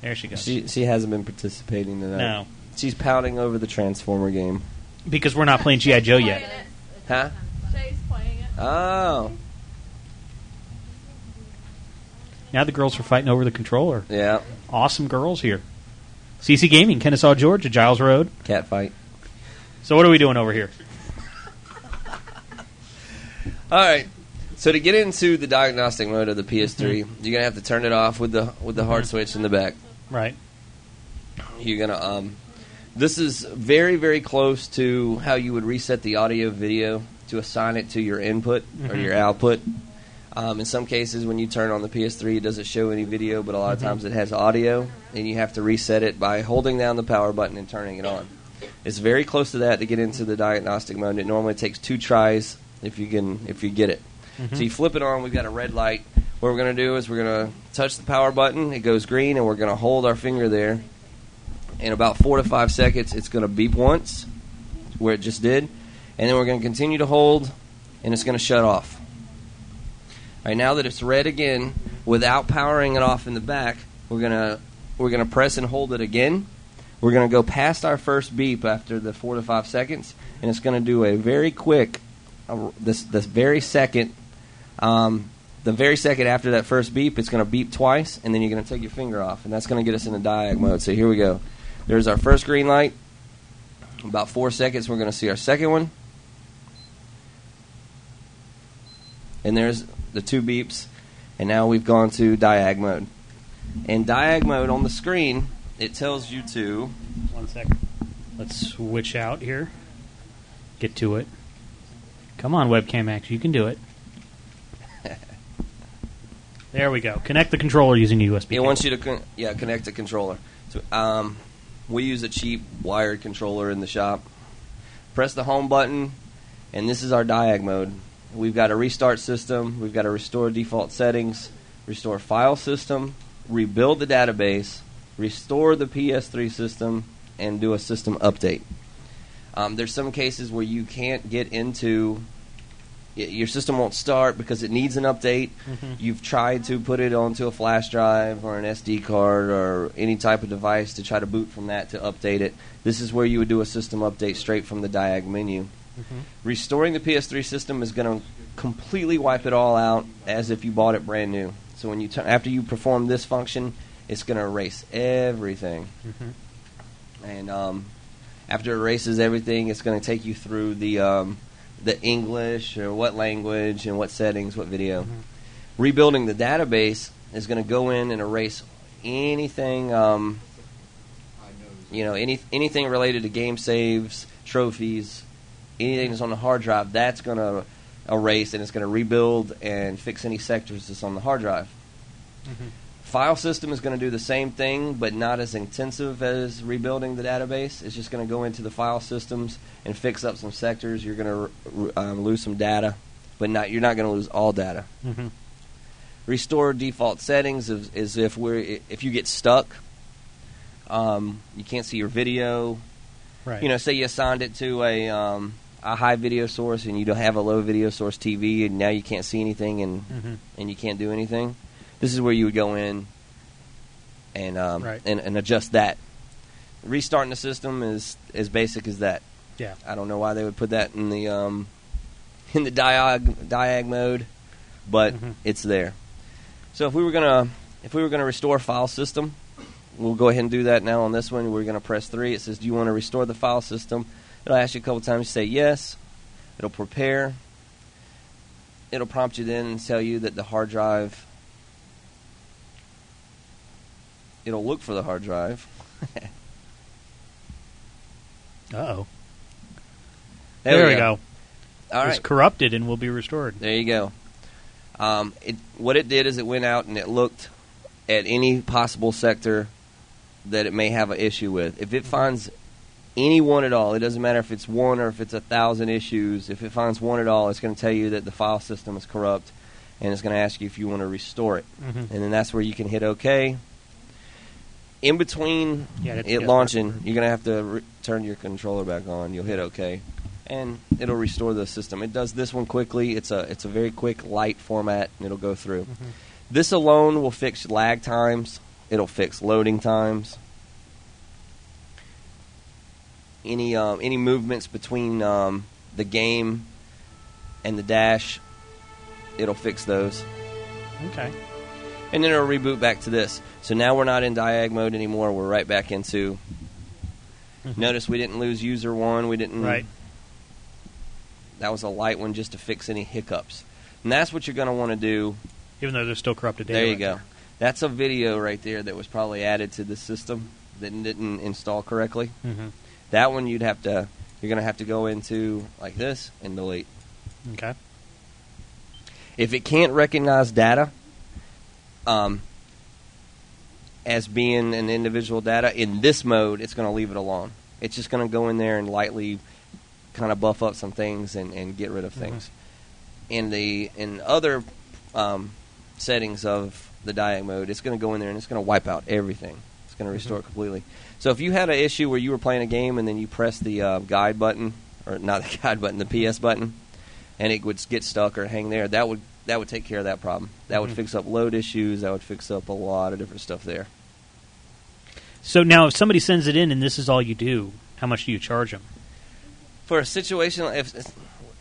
[SPEAKER 1] There she goes.
[SPEAKER 3] She she hasn't been participating tonight.
[SPEAKER 1] no.
[SPEAKER 3] She's pouting over the Transformer game.
[SPEAKER 1] because we're not playing GI Joe yet.
[SPEAKER 5] Playing it.
[SPEAKER 3] Huh?
[SPEAKER 5] Shay's playing it.
[SPEAKER 3] Oh.
[SPEAKER 1] Now the girls are fighting over the controller.
[SPEAKER 3] Yeah.
[SPEAKER 1] Awesome girls here. CC Gaming, Kennesaw, Georgia, Giles Road.
[SPEAKER 3] Cat fight.
[SPEAKER 1] So what are we doing over here?
[SPEAKER 3] All right. So to get into the diagnostic mode of the PS3,
[SPEAKER 1] Mm-hmm.
[SPEAKER 3] you're gonna have to turn it off with the with the hard switch in the back.
[SPEAKER 1] Right.
[SPEAKER 3] You're gonna um, this is very very close to how you would reset the audio video to assign it to your input or your output. Um, in some cases, when you turn on the PS3, it doesn't show any video, but a lot of times it has audio, and you have to reset it by holding down the power button and turning it on. It's very close to that to get into the diagnostic mode. It normally takes two tries if you can if you get it. So you flip it on. We've got a red light. What we're gonna do is we're gonna touch the power button. It goes green, and we're gonna hold our finger there in about four to five seconds, it's going to beep once, where it just did, and then we're going to continue to hold, and it's going to shut off. All right now that it's red again, without powering it off in the back, we're gonna we're gonna press and hold it again. We're gonna go past our first beep after the four to five seconds, and it's gonna do a very quick, uh, this this very second, um, the very second after that first beep, it's gonna beep twice, and then you're gonna take your finger off, and that's gonna get us into diag mode. So here we go. There's our first green light. In about four seconds, we're going to see our second one. And there's the two beeps. And now we've gone to diag mode. In diag mode on the screen, it tells you to.
[SPEAKER 1] One second. Let's switch out here. Get to it. Come on, webcam action. You can do it. there we go. Connect the controller using a USB.
[SPEAKER 3] It wants you to con- yeah connect a controller. So um, we use a cheap wired controller in the shop. Press the home button, and this is our diag mode. We've got a restart system. We've got to restore default settings, restore file system, rebuild the database, restore the PS3 system, and do a system update. Um, there's some cases where you can't get into y- your system won't start because it needs an update. You've tried to put it onto a flash drive or an SD card or any type of device to try to boot from that to update it. This is where you would do a system update straight from the diag menu. Restoring the PS3 system is going to completely wipe it all out as if you bought it brand new. So when you tu- after you perform this function, it's going to erase everything. And um, after it erases everything, it's going to take you through the um, the English or what language and what settings, what video. Rebuilding the database is going to go in and erase anything, um, you know, any anything related to game saves, trophies, anything that's on the hard drive. That's going to erase and it's going to rebuild and fix any sectors that's on the hard drive. File system is going to do the same thing, but not as intensive as rebuilding the database. It's just going to go into the file systems and fix up some sectors. You're going to um, lose some data, but not you're not going to lose all data.
[SPEAKER 1] Mhm.
[SPEAKER 3] Restore default settings is, is if we if you get stuck, um, you can't see your video.
[SPEAKER 1] Right.
[SPEAKER 3] You know, say you assigned it to a um, a high video source and you don't have a low video source TV, and now you can't see anything and
[SPEAKER 1] Mhm.
[SPEAKER 3] and you can't do anything. This is where you would go in and um,
[SPEAKER 1] Right.
[SPEAKER 3] and, and adjust that. Restarting the system is as basic as that.
[SPEAKER 1] Yeah.
[SPEAKER 3] I don't know why they would put that in the um, in the diag diag mode, but
[SPEAKER 1] Mhm.
[SPEAKER 3] it's there. So if we were gonna if we were gonna restore file system, we'll go ahead and do that now on this one. We're gonna press three. It says, "Do you want to restore the file system?" It'll ask you a couple times. You say yes. It'll prepare. It'll prompt you then and tell you that the hard drive. It'll look for the hard drive.
[SPEAKER 1] Uh oh. There, we go.
[SPEAKER 3] All
[SPEAKER 1] It's
[SPEAKER 3] right.
[SPEAKER 1] corrupted and will be restored.
[SPEAKER 3] There you go. Um, it, what it did is it went out and it looked at any possible sector that it may have an issue with. If it finds any one at all, it doesn't matter if it's one or if it's a thousand issues. If it finds one at all, it's going to tell you that the file system is corrupt, and it's going to ask you if you want to restore it.
[SPEAKER 1] Mhm.
[SPEAKER 3] And then that's where you can hit OK. In between
[SPEAKER 1] Yeah, that's-
[SPEAKER 3] it
[SPEAKER 1] yeah.
[SPEAKER 3] launching, you're going to have to re- turn your controller back on. You'll hit OK, and it'll restore the system. It does this one quickly. It's a it's a very quick light format, and it'll go through.
[SPEAKER 1] Mm-hmm.
[SPEAKER 3] This alone will fix lag times. It'll fix loading times. any um, any movements between um, the game and the dash, it'll fix those.
[SPEAKER 1] Okay.
[SPEAKER 3] And then it'll reboot back to this. So now we're not in diag mode anymore. We're right back into. Notice we didn't lose user one. We didn't.
[SPEAKER 1] Right.
[SPEAKER 3] That was a light one just to fix any hiccups. And that's what you're going to want to do.
[SPEAKER 1] Even though there's still corrupted data.
[SPEAKER 3] There you
[SPEAKER 1] in
[SPEAKER 3] go. That's a video right there that was probably added to the system that didn't install correctly.
[SPEAKER 1] Mhm.
[SPEAKER 3] That one you'd have to. You're going to have to go into like this and delete.
[SPEAKER 1] Okay.
[SPEAKER 3] if it can't recognize data um, as being an individual data in this mode, it's going to leave it alone. It's just going to go in there and lightly kind of buff up some things and, and get rid of things. In the in other um, settings of the diag mode, it's going to go in there and it's going to wipe out everything. It's going to restore it completely. So if you had an issue where you were playing a game and then you press the uh, guide button or not the guide button, the PS button, and it would get stuck or hang there, that would that would take care of that problem. That would
[SPEAKER 1] Mhm.
[SPEAKER 3] fix up load issues. That would fix up a lot of different stuff there.
[SPEAKER 1] So now, if somebody sends it in and this is all you do, how much do you charge them?
[SPEAKER 3] For a situation, if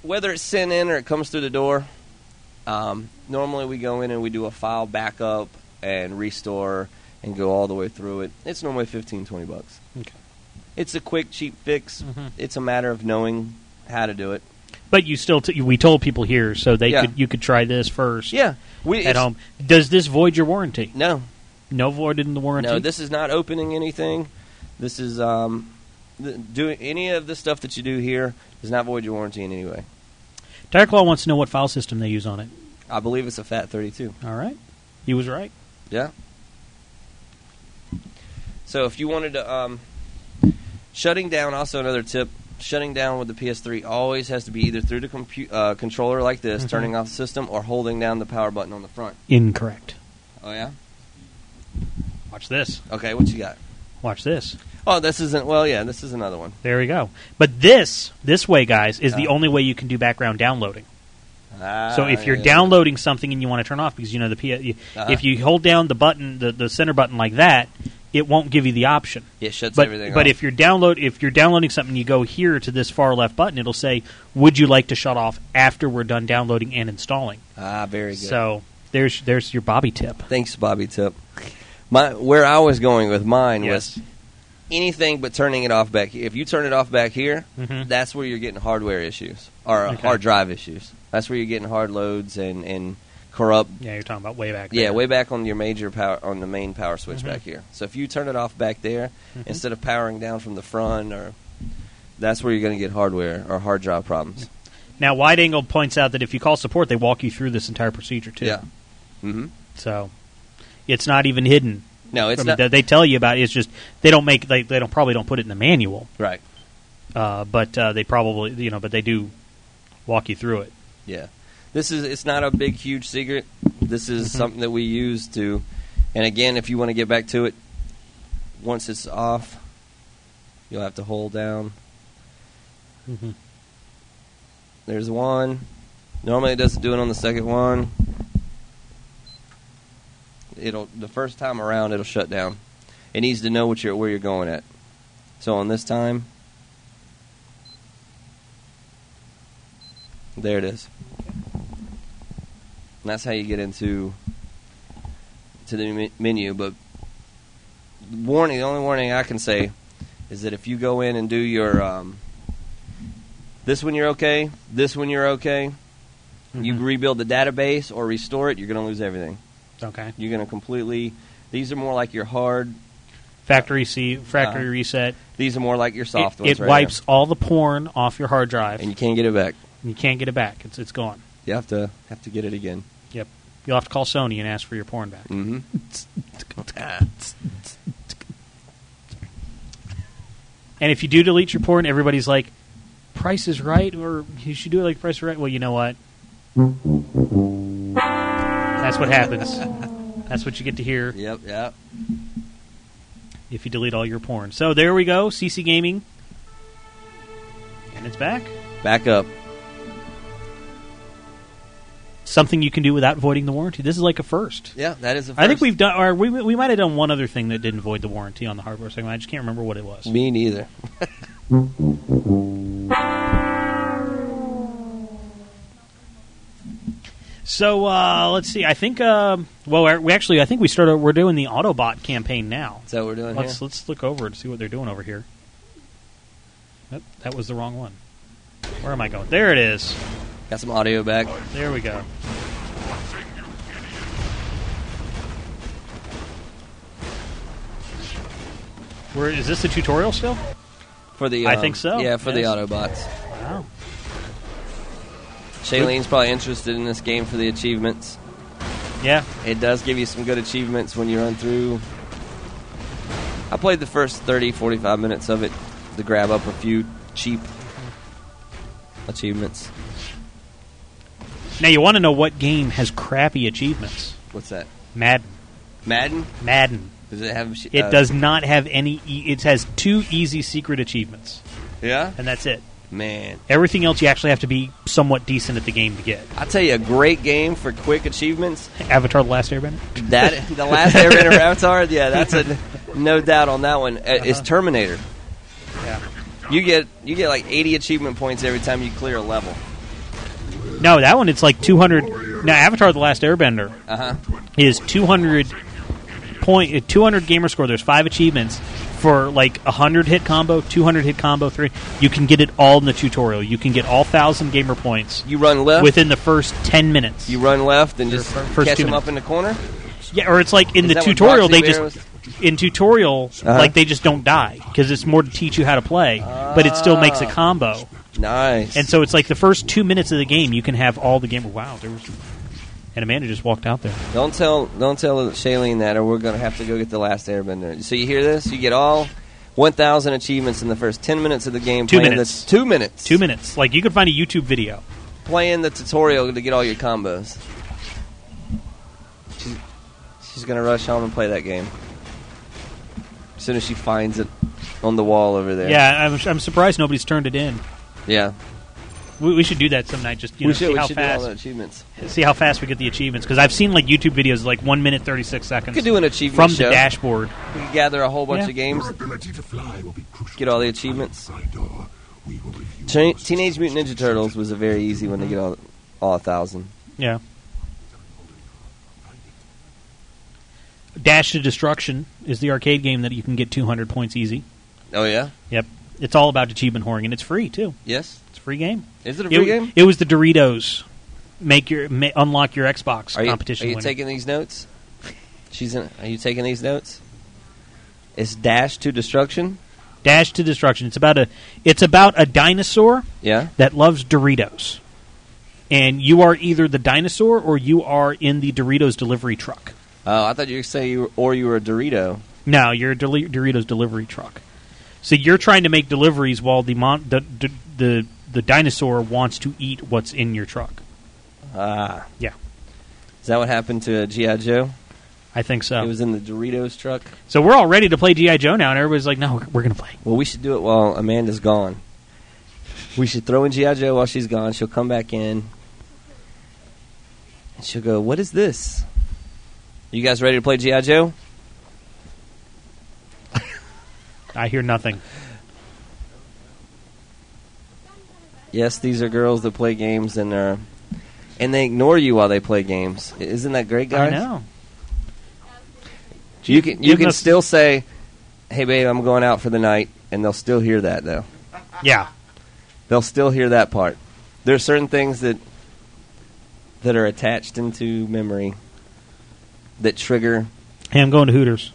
[SPEAKER 3] whether it's sent in or it comes through the door, um, normally we go in and we do a file backup and restore and go all the way through it. It's normally 15, 20 bucks.
[SPEAKER 1] Okay.
[SPEAKER 3] It's a quick, cheap fix.
[SPEAKER 1] Mhm.
[SPEAKER 3] It's a matter of knowing how to do it.
[SPEAKER 1] But you still, t- we told people here, so they
[SPEAKER 3] Yeah.
[SPEAKER 1] could you could try this first.
[SPEAKER 3] Yeah, we
[SPEAKER 1] At
[SPEAKER 3] it's-
[SPEAKER 1] home, does this void your warranty?
[SPEAKER 3] No,
[SPEAKER 1] No void in the warranty.
[SPEAKER 3] No, this is not opening anything. This is um, th- doing any of the stuff that you do here does not void your warranty in any way.
[SPEAKER 1] Tire Claw wants to know what file system they use on it.
[SPEAKER 3] I believe it's a Fat 32.
[SPEAKER 1] All right, he was right.
[SPEAKER 3] Yeah. So if you wanted to, um, shutting down. Also another tip: shutting down with the PS3 always has to be either through the compu- uh, controller like this,
[SPEAKER 1] Mhm.
[SPEAKER 3] turning off the system, or holding down the power button on the front.
[SPEAKER 1] Incorrect.
[SPEAKER 3] Oh yeah.
[SPEAKER 1] Watch this.
[SPEAKER 3] Okay, what you got?
[SPEAKER 1] Watch this.
[SPEAKER 3] Oh, this isn't. Well, yeah, this is another one.
[SPEAKER 1] There we go. But this, this way, guys, is the
[SPEAKER 3] Uh.
[SPEAKER 1] only way you can do background downloading.
[SPEAKER 3] Ah,
[SPEAKER 1] So if you're
[SPEAKER 3] yeah.
[SPEAKER 1] downloading something and you want to turn off because you know the P- you-
[SPEAKER 3] Uh-huh.
[SPEAKER 1] if you hold down the button the, the center button like that, it won't give you the option.
[SPEAKER 3] it shuts
[SPEAKER 1] but
[SPEAKER 3] everything.
[SPEAKER 1] but
[SPEAKER 3] off.
[SPEAKER 1] if you're download if you're downloading something, you go here to this far left button. It'll say, "Would you like to shut off after we're done downloading and installing?"
[SPEAKER 3] ah, very good.
[SPEAKER 1] So there's there's your Bobby tip.
[SPEAKER 3] Thanks, Bobby Tip. My where I was going with mine
[SPEAKER 1] Yes.
[SPEAKER 3] was anything but turning it off back. he- If you turn it off back here,
[SPEAKER 1] Mhm.
[SPEAKER 3] that's where you're getting hardware issues or uh
[SPEAKER 1] Okay.
[SPEAKER 3] hard drive issues. That's where you're getting hard loads and and corrupt.
[SPEAKER 1] Yeah, you're talking about way back.
[SPEAKER 3] Yeah,
[SPEAKER 1] there.
[SPEAKER 3] way back on your major power on the main power switch
[SPEAKER 1] Mhm.
[SPEAKER 3] back here. So if you turn it off back there
[SPEAKER 1] Mm-hmm.
[SPEAKER 3] instead of powering down from the front, or that's where you're going to get hardware or hard drive problems.
[SPEAKER 1] Now, Wide Angle points out that if you call support, they walk you through this entire procedure too.
[SPEAKER 3] Yeah. hmm
[SPEAKER 1] So it's not even hidden.
[SPEAKER 3] No, it's
[SPEAKER 1] from-
[SPEAKER 3] not
[SPEAKER 1] that they tell you about. it. It's just they don't make they, they don't probably don't put it in the manual,
[SPEAKER 3] right.
[SPEAKER 1] uh, but uh, they probably you know but they do walk you through it.
[SPEAKER 3] Yeah. This is it's not a big huge secret. This is something that we use to and again if you want to get back to it once it's off you'll have to hold down.
[SPEAKER 1] Mhm.
[SPEAKER 3] There's one. Normally it doesn't do it on the second one. It'll the first time around it'll shut down. It needs to know what you're where you're going at. So on this time There it is. And that's how you get into to the me- menu. But warning, the only warning I can say is that if you go in and do your um, this one, you're okay. This one, you're okay. Mm-hmm. You
[SPEAKER 1] Mhm.
[SPEAKER 3] rebuild the database or restore it, you're going to lose everything.
[SPEAKER 1] Okay.
[SPEAKER 3] You're going to completely. These are more like your hard.
[SPEAKER 1] Factory C factory
[SPEAKER 3] Uh,
[SPEAKER 1] reset.
[SPEAKER 3] These are more like your soft
[SPEAKER 1] it
[SPEAKER 3] ones.
[SPEAKER 1] it
[SPEAKER 3] right
[SPEAKER 1] wipes all the porn off your hard drive,
[SPEAKER 3] now. and
[SPEAKER 1] and
[SPEAKER 3] you can't get it back.
[SPEAKER 1] you can't get it back. It's it's gone.
[SPEAKER 3] You have to have to get it again.
[SPEAKER 1] Yep. You'll have to call Sony and ask for your porn back.
[SPEAKER 3] Mm-hmm.
[SPEAKER 1] And if you do delete your porn, everybody's like, "Price is right," or "You should do it like Price is Right." Well, you know what? That's what happens. That's what you get to hear
[SPEAKER 3] Yep. Yep.
[SPEAKER 1] if you delete all your porn. So there we go, CC Gaming, and it's back.
[SPEAKER 3] Back up.
[SPEAKER 1] Something you can do without voiding the warranty. This is like a first.
[SPEAKER 3] Yeah, that is. The first.
[SPEAKER 1] I think we've done, or we we might have done one other thing that didn't void the warranty on the hardware segment. I just can't remember what it was.
[SPEAKER 3] Me neither.
[SPEAKER 1] So uh, let's see. I think. Uh, well, we're- we actually. I think we started. We're doing the Autobot campaign now.
[SPEAKER 3] Is that what we're doing
[SPEAKER 1] Let's
[SPEAKER 3] here?
[SPEAKER 1] let's look over and see what they're doing over here. Nope, that was the wrong one. Where am I going? There it is.
[SPEAKER 3] Got some audio back.
[SPEAKER 1] There we go. Where is this the tutorial still?
[SPEAKER 3] For the,
[SPEAKER 1] I
[SPEAKER 3] um,
[SPEAKER 1] think so,
[SPEAKER 3] Yeah, for the
[SPEAKER 1] yes.
[SPEAKER 3] Autobots.
[SPEAKER 1] Wow.
[SPEAKER 3] Shailene's probably interested in this game for the achievements.
[SPEAKER 1] Yeah.
[SPEAKER 3] It does give you some good achievements when you run through. I played the first 30, 45 minutes of it to grab up a few cheap achievements.
[SPEAKER 1] Now you want to know what game has crappy achievements?
[SPEAKER 3] What's that?
[SPEAKER 1] Madden.
[SPEAKER 3] Madden?
[SPEAKER 1] Madden.
[SPEAKER 3] Does it have? a sh-
[SPEAKER 1] It
[SPEAKER 3] uh,
[SPEAKER 1] does not have any. E- it has two easy secret achievements,
[SPEAKER 3] Yeah.
[SPEAKER 1] and that's it.
[SPEAKER 3] Man,
[SPEAKER 1] Everything else you actually have to be somewhat decent at the game to get.
[SPEAKER 3] I tell you, a great game for quick achievements.
[SPEAKER 1] Avatar: The Last Airbender.
[SPEAKER 3] That the last Airbender Avatar. Yeah, that's a no doubt on that one. Uh, It's Terminator.
[SPEAKER 1] Uh-huh. Yeah.
[SPEAKER 3] You get you get like 80 achievement points every time you clear a level.
[SPEAKER 1] No, that one it's like 200. Now Avatar: The Last Airbender
[SPEAKER 3] Uh huh.
[SPEAKER 1] is 200 point uh, 200 gamer score. There's five achievements for like a hundred hit combo, 200 hit combo, three. You can get it all in the tutorial. You can get all thousand gamer points
[SPEAKER 3] You run left.
[SPEAKER 1] within the first 10 minutes.
[SPEAKER 3] you run left and just
[SPEAKER 1] Your first
[SPEAKER 3] catch
[SPEAKER 1] two
[SPEAKER 3] them
[SPEAKER 1] minutes.
[SPEAKER 3] up in the corner.
[SPEAKER 1] Yeah, or it's like in
[SPEAKER 3] Is
[SPEAKER 1] the
[SPEAKER 3] that what
[SPEAKER 1] tutorial they
[SPEAKER 3] Proxy
[SPEAKER 1] just
[SPEAKER 3] Bear Uh-huh.
[SPEAKER 1] in tutorial like they just don't die because it's more to teach you how to play, but it still makes a combo.
[SPEAKER 3] Nice.
[SPEAKER 1] And so it's like the first two minutes of the game you can have all the game. Wow, there was. And Amanda just walked out there.
[SPEAKER 3] Don't tell don't tell Shailene that, or we're gonna have to go get the last Airbender. So you hear this? You get all 1,000 achievements in the first 10 minutes of the game.
[SPEAKER 1] Two
[SPEAKER 3] playing
[SPEAKER 1] minutes.
[SPEAKER 3] The, two minutes.
[SPEAKER 1] Two minutes. Like you could find a YouTube video.
[SPEAKER 3] Playing the tutorial to get all your combos. She's, she's gonna rush home and play that game. As soon as she finds it on the wall over there.
[SPEAKER 1] Yeah, I'm, I'm surprised nobody's turned it in.
[SPEAKER 3] Yeah.
[SPEAKER 1] We, we should do that some night. Just you
[SPEAKER 3] we
[SPEAKER 1] know,
[SPEAKER 3] should
[SPEAKER 1] see
[SPEAKER 3] we
[SPEAKER 1] how
[SPEAKER 3] should do all the
[SPEAKER 1] fast
[SPEAKER 3] achievements.
[SPEAKER 1] see how fast we get the achievements because I've seen like YouTube videos like one minute thirty six seconds.
[SPEAKER 3] could do an achievement
[SPEAKER 1] from
[SPEAKER 3] show.
[SPEAKER 1] the dashboard.
[SPEAKER 3] We could gather a whole bunch
[SPEAKER 1] Yeah.
[SPEAKER 3] of games.
[SPEAKER 4] Your ability to fly will be crucial.
[SPEAKER 3] Get all the achievements.
[SPEAKER 4] Sidor, we will review
[SPEAKER 3] Teen-
[SPEAKER 4] your
[SPEAKER 3] Teenage Mutant Ninja Turtles was a very easy one to get all, all a thousand.
[SPEAKER 1] Yeah. Dash to Destruction is the arcade game that you can get 200 points easy.
[SPEAKER 3] Oh yeah.
[SPEAKER 1] Yep. It's all about achievement whoring, and it's free, too.
[SPEAKER 3] Yes.
[SPEAKER 1] It's a free game.
[SPEAKER 3] Is it a free
[SPEAKER 1] it,
[SPEAKER 3] game?
[SPEAKER 1] It was the Doritos make your ma- unlock your Xbox
[SPEAKER 3] Are you,
[SPEAKER 1] competition
[SPEAKER 3] are you
[SPEAKER 1] winner.
[SPEAKER 3] taking these notes? She's in. Are you taking these notes? It's dash to destruction.
[SPEAKER 1] Dash to Destruction. It's about a it's about a dinosaur
[SPEAKER 3] Yeah.
[SPEAKER 1] that loves Doritos. And you are either the dinosaur or you are in the Doritos delivery truck.
[SPEAKER 3] Oh, I thought you were saying you were, or you were a Dorito.
[SPEAKER 1] No, you're a deli- Doritos delivery truck. So you're trying to make deliveries while the mon- the, the the the dinosaur wants to eat what's in your truck.
[SPEAKER 3] Ah.
[SPEAKER 1] Yeah.
[SPEAKER 3] Is that what happened to GI Joe?
[SPEAKER 1] I think so.
[SPEAKER 3] It was in the Doritos truck.
[SPEAKER 1] so we're all ready to play GI Joe now, and everybody's like, "No, we're, we're going to play."
[SPEAKER 3] Well, we should do it while Amanda's gone. We should throw in GI Joe while she's gone. She'll come back in, and she'll go, "What is this? You guys ready to play GI Joe?"
[SPEAKER 1] I hear nothing.
[SPEAKER 3] Yes, these are girls that play games and uh, and they ignore you while they play games. I- Isn't that great,
[SPEAKER 1] I
[SPEAKER 3] guys?
[SPEAKER 1] know.
[SPEAKER 3] You can you
[SPEAKER 1] Give
[SPEAKER 3] can
[SPEAKER 1] us-
[SPEAKER 3] still say, "Hey, babe, I'm going out for the night," and they'll still hear that though.
[SPEAKER 1] Yeah,
[SPEAKER 3] They'll still hear that part. There are certain things that that are attached into memory that trigger.
[SPEAKER 1] hey, I'm going to Hooters.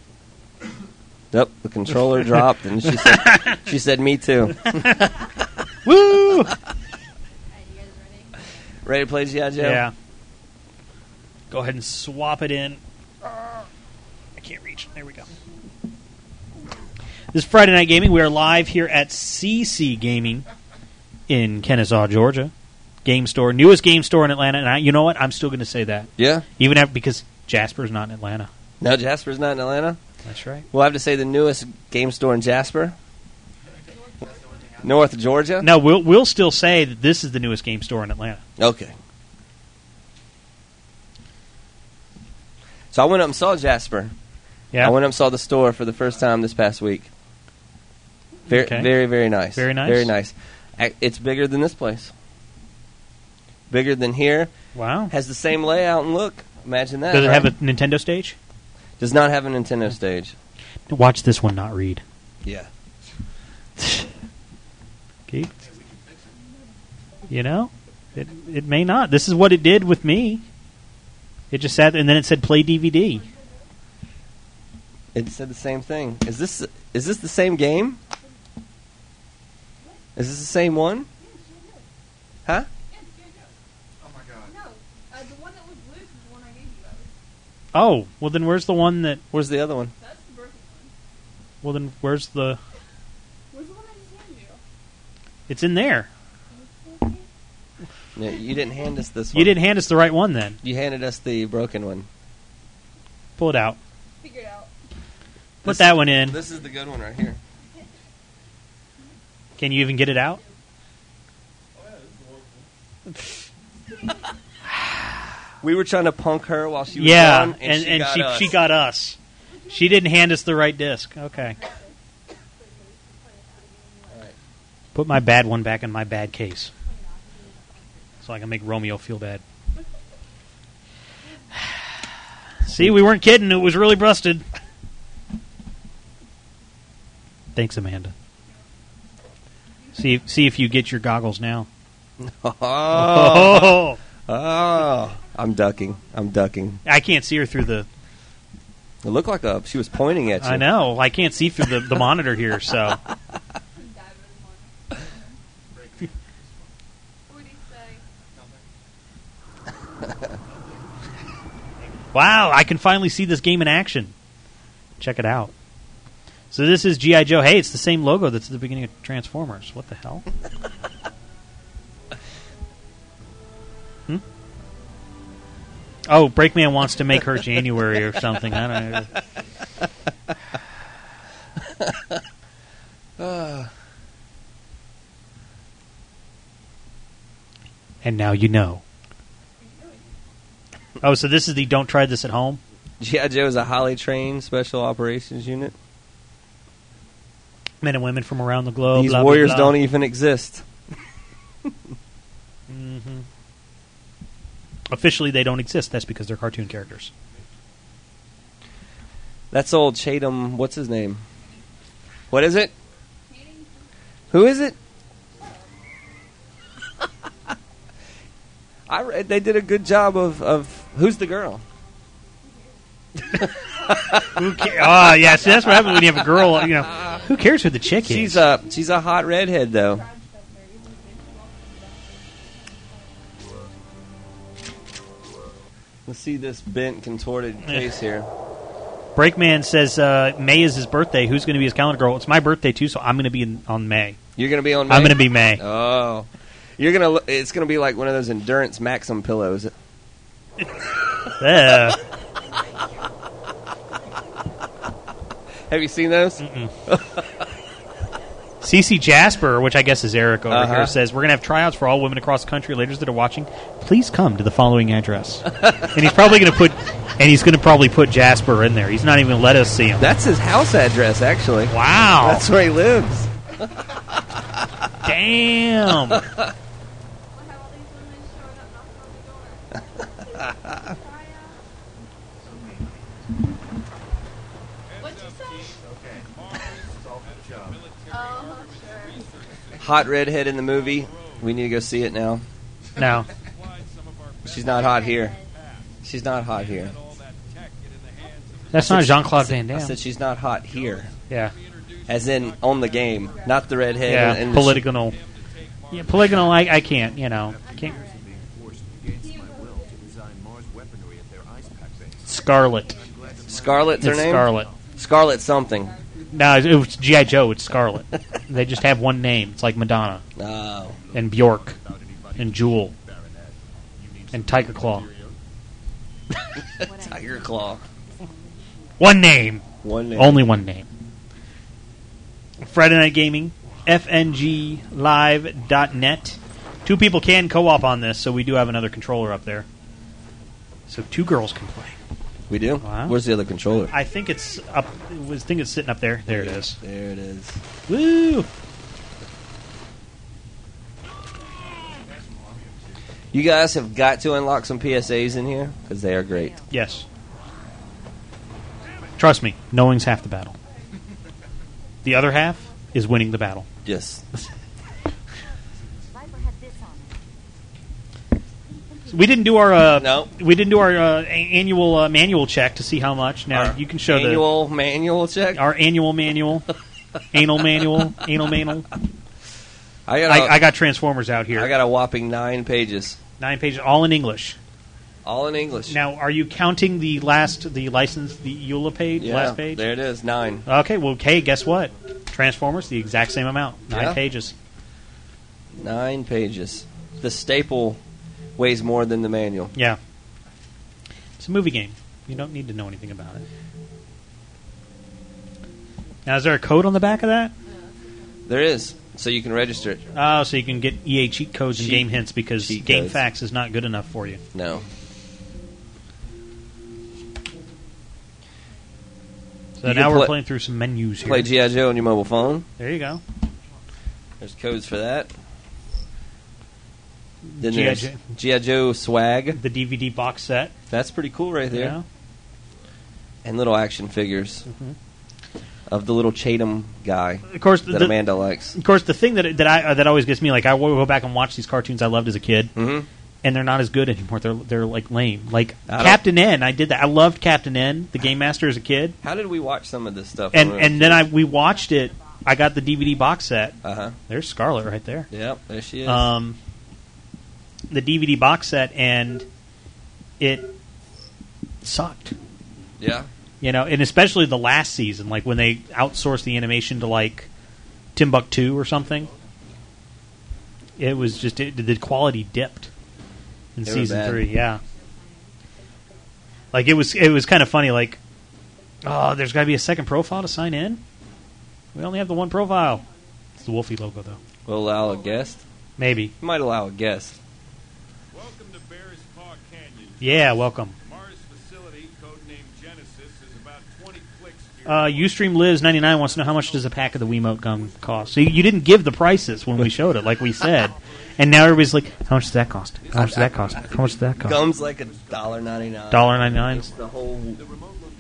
[SPEAKER 3] Nope, the controller dropped, and she said, "She said, me too."
[SPEAKER 1] Woo!
[SPEAKER 5] Alright, you guys ready?
[SPEAKER 3] Ready to play GI Joe?
[SPEAKER 1] Yeah. Go ahead and swap it in. I can't reach. There we go. This is Friday Night Gaming. We are live here at CC Gaming in Kennesaw, Georgia. Game store, newest game store in Atlanta. And I, you know what? I'm still going to say that,
[SPEAKER 3] Yeah.
[SPEAKER 1] even after because Jasper's not in Atlanta.
[SPEAKER 3] No, Jasper's not in Atlanta.
[SPEAKER 1] That's right.
[SPEAKER 3] We'll have to say the newest game store in Jasper, North Georgia.
[SPEAKER 1] No, we'll we'll still say that this is the newest game store in Atlanta.
[SPEAKER 3] Okay. So I went up and saw Jasper.
[SPEAKER 1] Yeah.
[SPEAKER 3] I went up and saw the store for the first time this past week. Very,
[SPEAKER 1] Okay.
[SPEAKER 3] very, very nice.
[SPEAKER 1] Very nice.
[SPEAKER 3] Very nice. Ac- It's bigger than this place. Bigger than here.
[SPEAKER 1] Wow.
[SPEAKER 3] Has the same layout and look. Imagine that.
[SPEAKER 1] Does it
[SPEAKER 3] right?
[SPEAKER 1] have a Nintendo stage?
[SPEAKER 3] Does not have a Nintendo stage.
[SPEAKER 1] Watch this one, not read.
[SPEAKER 3] Yeah.
[SPEAKER 1] Okay. You know, it it may not. This is what it did with me. It just sat, and then it said play DVD.
[SPEAKER 3] It said the same thing. Is this is this the same game? Is this the same one? Huh?
[SPEAKER 5] Yeah, G.I. Joe.
[SPEAKER 7] Oh my god.
[SPEAKER 5] No, uh, the one that was loose is the one I gave you. That was,
[SPEAKER 1] Oh, well then where's the one that?
[SPEAKER 3] Where's the other one?
[SPEAKER 5] that's the broken one.
[SPEAKER 1] Well then where's the?
[SPEAKER 5] Where's the one I just handed you?
[SPEAKER 1] It's in there.
[SPEAKER 3] No, you didn't hand us this one.
[SPEAKER 1] You didn't hand us the right one. Then
[SPEAKER 3] You handed us the broken one.
[SPEAKER 1] pull it out.
[SPEAKER 5] Figure it out.
[SPEAKER 1] Put
[SPEAKER 3] This-
[SPEAKER 1] that one in.
[SPEAKER 3] This is the good one right here.
[SPEAKER 1] Can you even get it out?
[SPEAKER 3] We were trying to punk her while she was
[SPEAKER 1] yeah,
[SPEAKER 3] gone,
[SPEAKER 1] and
[SPEAKER 3] she got
[SPEAKER 1] she,
[SPEAKER 3] us.
[SPEAKER 1] she got us. She didn't hand us the right disc. Okay. Put my bad one back in my bad case, so I can make Romeo feel bad. See, we weren't kidding. It was really busted. Thanks, Amanda. See, see if you get your goggles now.
[SPEAKER 3] Oh,
[SPEAKER 1] oh.
[SPEAKER 3] oh. I'm ducking. I'm ducking.
[SPEAKER 1] I can't see her through the
[SPEAKER 3] It looked like a she was pointing at you.
[SPEAKER 1] I know. I can't see through the, the monitor here, so.
[SPEAKER 5] What do you say?
[SPEAKER 1] Wow, I can finally see this game in action. Check it out. So this is G.I. Joe. Hey, it's the same logo that's at the beginning of Transformers. What the hell? hmm? Oh, Breakman wants to make her January or something. I don't know. And now you know. Oh, so this is the don't try this at home?
[SPEAKER 3] GI Joe is a highly trained special operations unit.
[SPEAKER 1] men and women from around the globe.
[SPEAKER 3] These warriors don't e- even exist.
[SPEAKER 1] hmm Officially, they don't exist. That's because they're cartoon characters.
[SPEAKER 3] That's old Chatham. What's his name? What is it? Who is it? I read they did a good job of, of who's the girl?
[SPEAKER 1] Who ca- Ah, yeah. See, that's what happens when you have a girl. You know, who cares who the chick is?
[SPEAKER 3] She's uh, a she's a hot redhead though. Let's see this bent, contorted face here.
[SPEAKER 1] Breakman says uh, May is his birthday. Who's going to be his calendar girl? It's my birthday too, so I'm going to be in, on May.
[SPEAKER 3] You're gonna be on.
[SPEAKER 1] I'm
[SPEAKER 3] May?
[SPEAKER 1] going to be May.
[SPEAKER 3] Oh, you're gonna. lo- It's gonna be like one of those endurance maxim pillows.
[SPEAKER 1] Uh,
[SPEAKER 3] Have you seen those?
[SPEAKER 1] CC Jasper, which I guess is Eric over
[SPEAKER 3] Uh-huh.
[SPEAKER 1] here, says we're going to have tryouts for all women across the country. Ladies that are watching, please come to the following address. and he's probably going to put, and he's going to probably put Jasper in there. He's not even going to let us see him.
[SPEAKER 3] That's his house address, actually.
[SPEAKER 1] Wow.
[SPEAKER 3] That's where he lives.
[SPEAKER 1] Damn.
[SPEAKER 5] We'll have all these women showing up knocking on the door. Try out. What'd you say?
[SPEAKER 7] Okay. It's all good job.
[SPEAKER 5] Oh, sure.
[SPEAKER 3] Hot redhead in the movie. We need to go see it now.
[SPEAKER 1] No.
[SPEAKER 3] She's not hot here. She's not hot here.
[SPEAKER 1] That's not Jean Claude Van Damme.
[SPEAKER 3] I said she's not hot here,
[SPEAKER 1] yeah.
[SPEAKER 3] as in on the game, not the redhead.
[SPEAKER 1] Yeah.
[SPEAKER 3] and the-
[SPEAKER 1] Polygonal. Yeah, polygonal, I, I can't, you know. Can't. Scarlet.
[SPEAKER 3] Scarlet's her
[SPEAKER 1] It's
[SPEAKER 3] name.
[SPEAKER 1] Scarlet.
[SPEAKER 3] Scarlet something.
[SPEAKER 1] No, it was G.I. Joe. It's Scarlet. they just have one name. It's like Madonna
[SPEAKER 3] Oh,
[SPEAKER 1] and Bjork and Jewel and Tiger Claw.
[SPEAKER 3] Tiger Claw.
[SPEAKER 1] One name.
[SPEAKER 3] One name.
[SPEAKER 1] Only one name. Friday Night Gaming, FNGLive.net. Two people can co op on this, so we do have another controller up there. So two girls can play.
[SPEAKER 3] We do.
[SPEAKER 1] Wow.
[SPEAKER 3] Where's the other controller?
[SPEAKER 1] I think it's up. I was think it's sitting up there. There it is.
[SPEAKER 3] There it is.
[SPEAKER 1] Woo!
[SPEAKER 3] You guys have got to unlock some PSAs in here because they are great.
[SPEAKER 1] Yes. Trust me, knowing's half the battle. The other half is winning the battle.
[SPEAKER 3] Yes.
[SPEAKER 9] Viper had this on it.
[SPEAKER 1] We didn't do our uh,
[SPEAKER 3] No.
[SPEAKER 1] We didn't do our uh, a- annual uh, manual check to see how much. Now
[SPEAKER 3] Our
[SPEAKER 1] you can show
[SPEAKER 3] annual manual check.
[SPEAKER 1] the our annual manual, anal manual, anal manual.
[SPEAKER 3] I got. a-
[SPEAKER 1] I, I got Transformers out here.
[SPEAKER 3] I got a whopping nine pages,
[SPEAKER 1] nine pages, all in English.
[SPEAKER 3] all in English.
[SPEAKER 1] Now, are you counting the last the license the EULA page
[SPEAKER 3] yeah,
[SPEAKER 1] last page?
[SPEAKER 3] There it is. Nine.
[SPEAKER 1] Okay, well, hey, guess what? Transformers, the exact same amount, nine
[SPEAKER 3] Yeah.
[SPEAKER 1] pages.
[SPEAKER 3] Nine pages. The staple weighs more than the manual.
[SPEAKER 1] Yeah, it's a movie game. You don't need to know anything about it. Now, is there a code on the back of that?
[SPEAKER 3] There is, so you can register it.
[SPEAKER 1] Oh, so you can get EA cheat codes and
[SPEAKER 3] Cheat-
[SPEAKER 1] game hints because
[SPEAKER 3] cheat
[SPEAKER 1] game
[SPEAKER 3] codes.
[SPEAKER 1] facts is not good enough for you.
[SPEAKER 3] No.
[SPEAKER 1] So now
[SPEAKER 3] You can
[SPEAKER 1] we're
[SPEAKER 3] play-
[SPEAKER 1] playing through some menus here.
[SPEAKER 3] Play GI Joe on your mobile phone.
[SPEAKER 1] there you go.
[SPEAKER 3] There's codes for that. Then
[SPEAKER 1] G.I.
[SPEAKER 3] there's
[SPEAKER 1] Joe.
[SPEAKER 3] GI Joe swag.
[SPEAKER 1] The DVD box set.
[SPEAKER 3] That's pretty cool right there.
[SPEAKER 1] Yeah. Mm-hmm.
[SPEAKER 3] And little action figures of the little Chatham guy
[SPEAKER 1] Of course,
[SPEAKER 3] that
[SPEAKER 1] the,
[SPEAKER 3] Amanda likes.
[SPEAKER 1] of course, the thing that that I uh, that always gets me like I will go back and watch these cartoons I loved as a kid.
[SPEAKER 3] hmm
[SPEAKER 1] and they're not as good anymore. They're they're like lame. Like
[SPEAKER 3] I don't-
[SPEAKER 1] Captain N, I did that. I loved Captain N, the Game Master as a kid,
[SPEAKER 3] How did we watch some of this stuff?
[SPEAKER 1] and and then I we watched it. I got the DVD box set.
[SPEAKER 3] uh huh.
[SPEAKER 1] There's Scarlet right there.
[SPEAKER 3] Yep, there she is.
[SPEAKER 1] Um, the DVD box set, and it sucked.
[SPEAKER 3] yeah,
[SPEAKER 1] You know, and especially the last season, like when they outsourced the animation to like Timbuktu or something. It was just it, the quality dipped in
[SPEAKER 3] They were
[SPEAKER 1] season
[SPEAKER 3] bad.
[SPEAKER 1] three. Yeah, like it was it was kind of funny. Like, oh, there's got to be a second profile to sign in. We only have the one profile. It's the Wolfie logo though.
[SPEAKER 3] we'll allow a guest.
[SPEAKER 1] Maybe.
[SPEAKER 3] We might allow a guest.
[SPEAKER 10] Welcome to Bears Park Canyon.
[SPEAKER 1] Yeah. Welcome.
[SPEAKER 10] Mars facility, codenamed Genesis, is about 20 clicks to your
[SPEAKER 1] Uh, Ustream Liz ninety nine wants to know how much does a pack of the Wiimote gum cost. So you, you didn't give the prices when we showed it, like we said, and now everybody's like, "How much does that cost? How much does that cost? How much does that cost?"
[SPEAKER 3] Gum's like a dollar ninety nine.
[SPEAKER 1] Dollar ninety nine.
[SPEAKER 3] The whole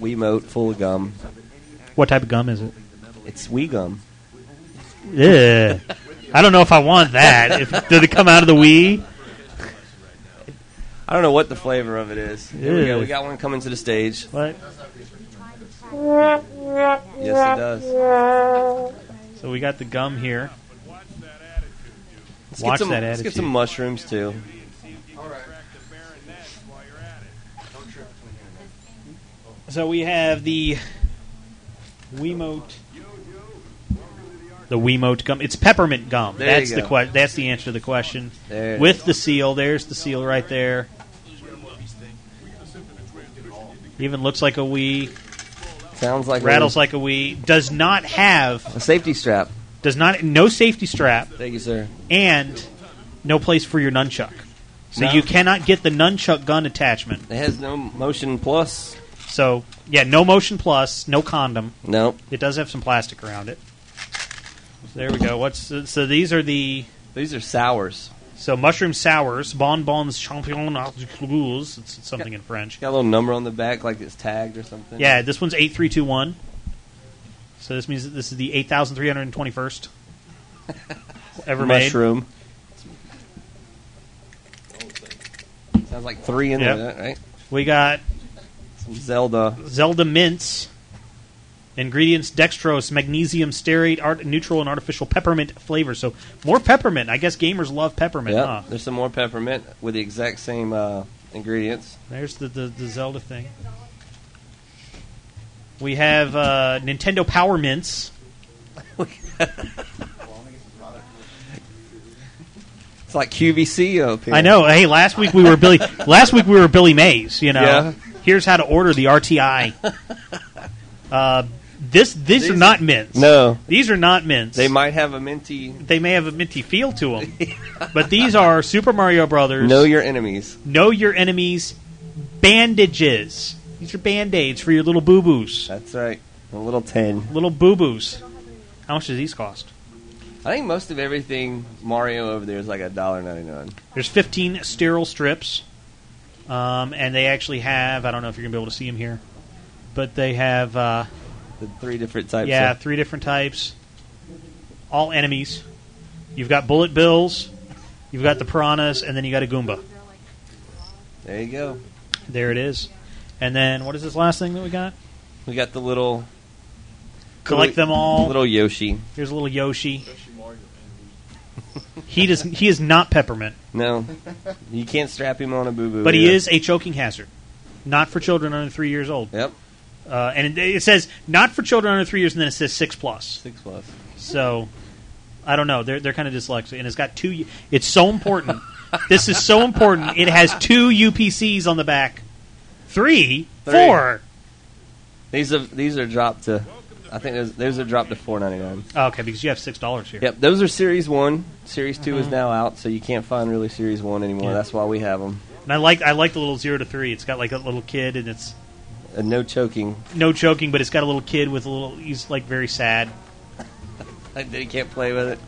[SPEAKER 3] Wiimote full of gum.
[SPEAKER 1] What type of gum is it?
[SPEAKER 3] It's Wee gum.
[SPEAKER 1] Ugh. I don't know if I want that. If, did it come out of the Wii?
[SPEAKER 3] I don't know what the flavor of it is. Here we go.
[SPEAKER 1] Ew.
[SPEAKER 3] We got one coming to the stage.
[SPEAKER 1] What?
[SPEAKER 3] Yes, it does.
[SPEAKER 1] So we got the gum here.
[SPEAKER 3] Let's
[SPEAKER 1] Watch
[SPEAKER 3] get some,
[SPEAKER 1] that
[SPEAKER 3] Let's get
[SPEAKER 1] attitude.
[SPEAKER 3] some mushrooms too.
[SPEAKER 1] So we have the Wiimote. The Wiimote gum. It's peppermint gum.
[SPEAKER 3] There you
[SPEAKER 1] that's the
[SPEAKER 3] go.
[SPEAKER 1] que- That's the answer to the question.
[SPEAKER 3] There it
[SPEAKER 1] With the seal, there's the seal right there. Even looks like a Wii.
[SPEAKER 3] Sounds like
[SPEAKER 1] Rattles like a Wii. Does not have.
[SPEAKER 3] a safety strap.
[SPEAKER 1] Does not. No safety strap
[SPEAKER 3] Thank you, sir.
[SPEAKER 1] and no place for your nunchuck. So
[SPEAKER 3] No.
[SPEAKER 1] you cannot get the nunchuck gun attachment.
[SPEAKER 3] It has no motion plus.
[SPEAKER 1] So yeah, no motion plus, no condom.
[SPEAKER 3] Nope.
[SPEAKER 1] It does have some plastic around it. So there we go. What's so these are the
[SPEAKER 3] These are sours.
[SPEAKER 1] so mushroom sours, bonbons champion articles. It's something in French.
[SPEAKER 3] Got a little number on the back, like it's tagged or something.
[SPEAKER 1] Yeah, this one's eight three two one. So this means that this is the eight thousand three hundred twenty first ever made.
[SPEAKER 3] Mushroom. Sounds like three in
[SPEAKER 1] Yep. Uh-huh.
[SPEAKER 3] there, right?
[SPEAKER 1] We got
[SPEAKER 3] Some Zelda.
[SPEAKER 1] Zelda mints. Ingredients: dextrose, magnesium stearate, art, neutral, and artificial peppermint flavor. So more peppermint. I guess gamers love peppermint.
[SPEAKER 3] Yeah.
[SPEAKER 1] Huh?
[SPEAKER 3] There's some more peppermint with the exact same uh, ingredients.
[SPEAKER 1] There's the, the, the Zelda thing. We have uh, Nintendo Power Mints.
[SPEAKER 3] It's like QVC up here.
[SPEAKER 1] I know. Hey, last week we were Billy. last week we were Billy Mays. You know.
[SPEAKER 3] Yeah.
[SPEAKER 1] Here's how to order the RTI. uh, this these,
[SPEAKER 3] These-
[SPEAKER 1] are not mints.
[SPEAKER 3] No.
[SPEAKER 1] These are not mints.
[SPEAKER 3] They might have a minty.
[SPEAKER 1] They may have a minty feel to them, but these are Super Mario Brothers.
[SPEAKER 3] Know your enemies.
[SPEAKER 1] Know your enemies. Bandages. These are band aids for your little boo boos.
[SPEAKER 3] That's right. A little ten.
[SPEAKER 1] Little boo boos. How much does these cost?
[SPEAKER 3] I think most of everything Mario over there is like a dollar ninety nine.
[SPEAKER 1] There's 15 sterile strips, um, and they actually have. I don't know if you're gonna be able to see them here, but they have. Uh,
[SPEAKER 3] The three different types.
[SPEAKER 1] yeah,
[SPEAKER 3] Of,
[SPEAKER 1] three different types. All enemies. You've got bullet bills, you've got the piranhas, and then you got a goomba.
[SPEAKER 3] there you go.
[SPEAKER 1] There it is. And then what is this last thing that we got?
[SPEAKER 3] We got the little.
[SPEAKER 1] Collect them all.
[SPEAKER 3] Little Yoshi.
[SPEAKER 1] Here's a little Yoshi. He does. He is not peppermint,
[SPEAKER 3] No, you can't strap him on a boo boo.
[SPEAKER 1] but he is a choking hazard. Not for children under three years old.
[SPEAKER 3] Yep.
[SPEAKER 1] Uh, and it, it says not for children under three years, and then it says six plus.
[SPEAKER 3] Six plus.
[SPEAKER 1] So I don't know. They're they're kind of dyslexic, and it's got two. U- It's so important. this is so important. It has two UPCs on the back. Three,
[SPEAKER 3] Three.
[SPEAKER 1] four.
[SPEAKER 3] These are these are dropped to. I think those, those are dropped to four ninety nine.
[SPEAKER 1] Oh, okay, because you have six dollars here.
[SPEAKER 3] Yep, those are series one. Series 2 is now out, so you can't find really series one anymore.
[SPEAKER 1] Uh-huh. Yeah.
[SPEAKER 3] That's why we have them.
[SPEAKER 1] And I like I like the little zero to three. It's got like a little kid, and it's
[SPEAKER 3] And no choking.
[SPEAKER 1] no choking, but it's got a little kid with a little. He's like very sad.
[SPEAKER 3] Like that he can't play with it.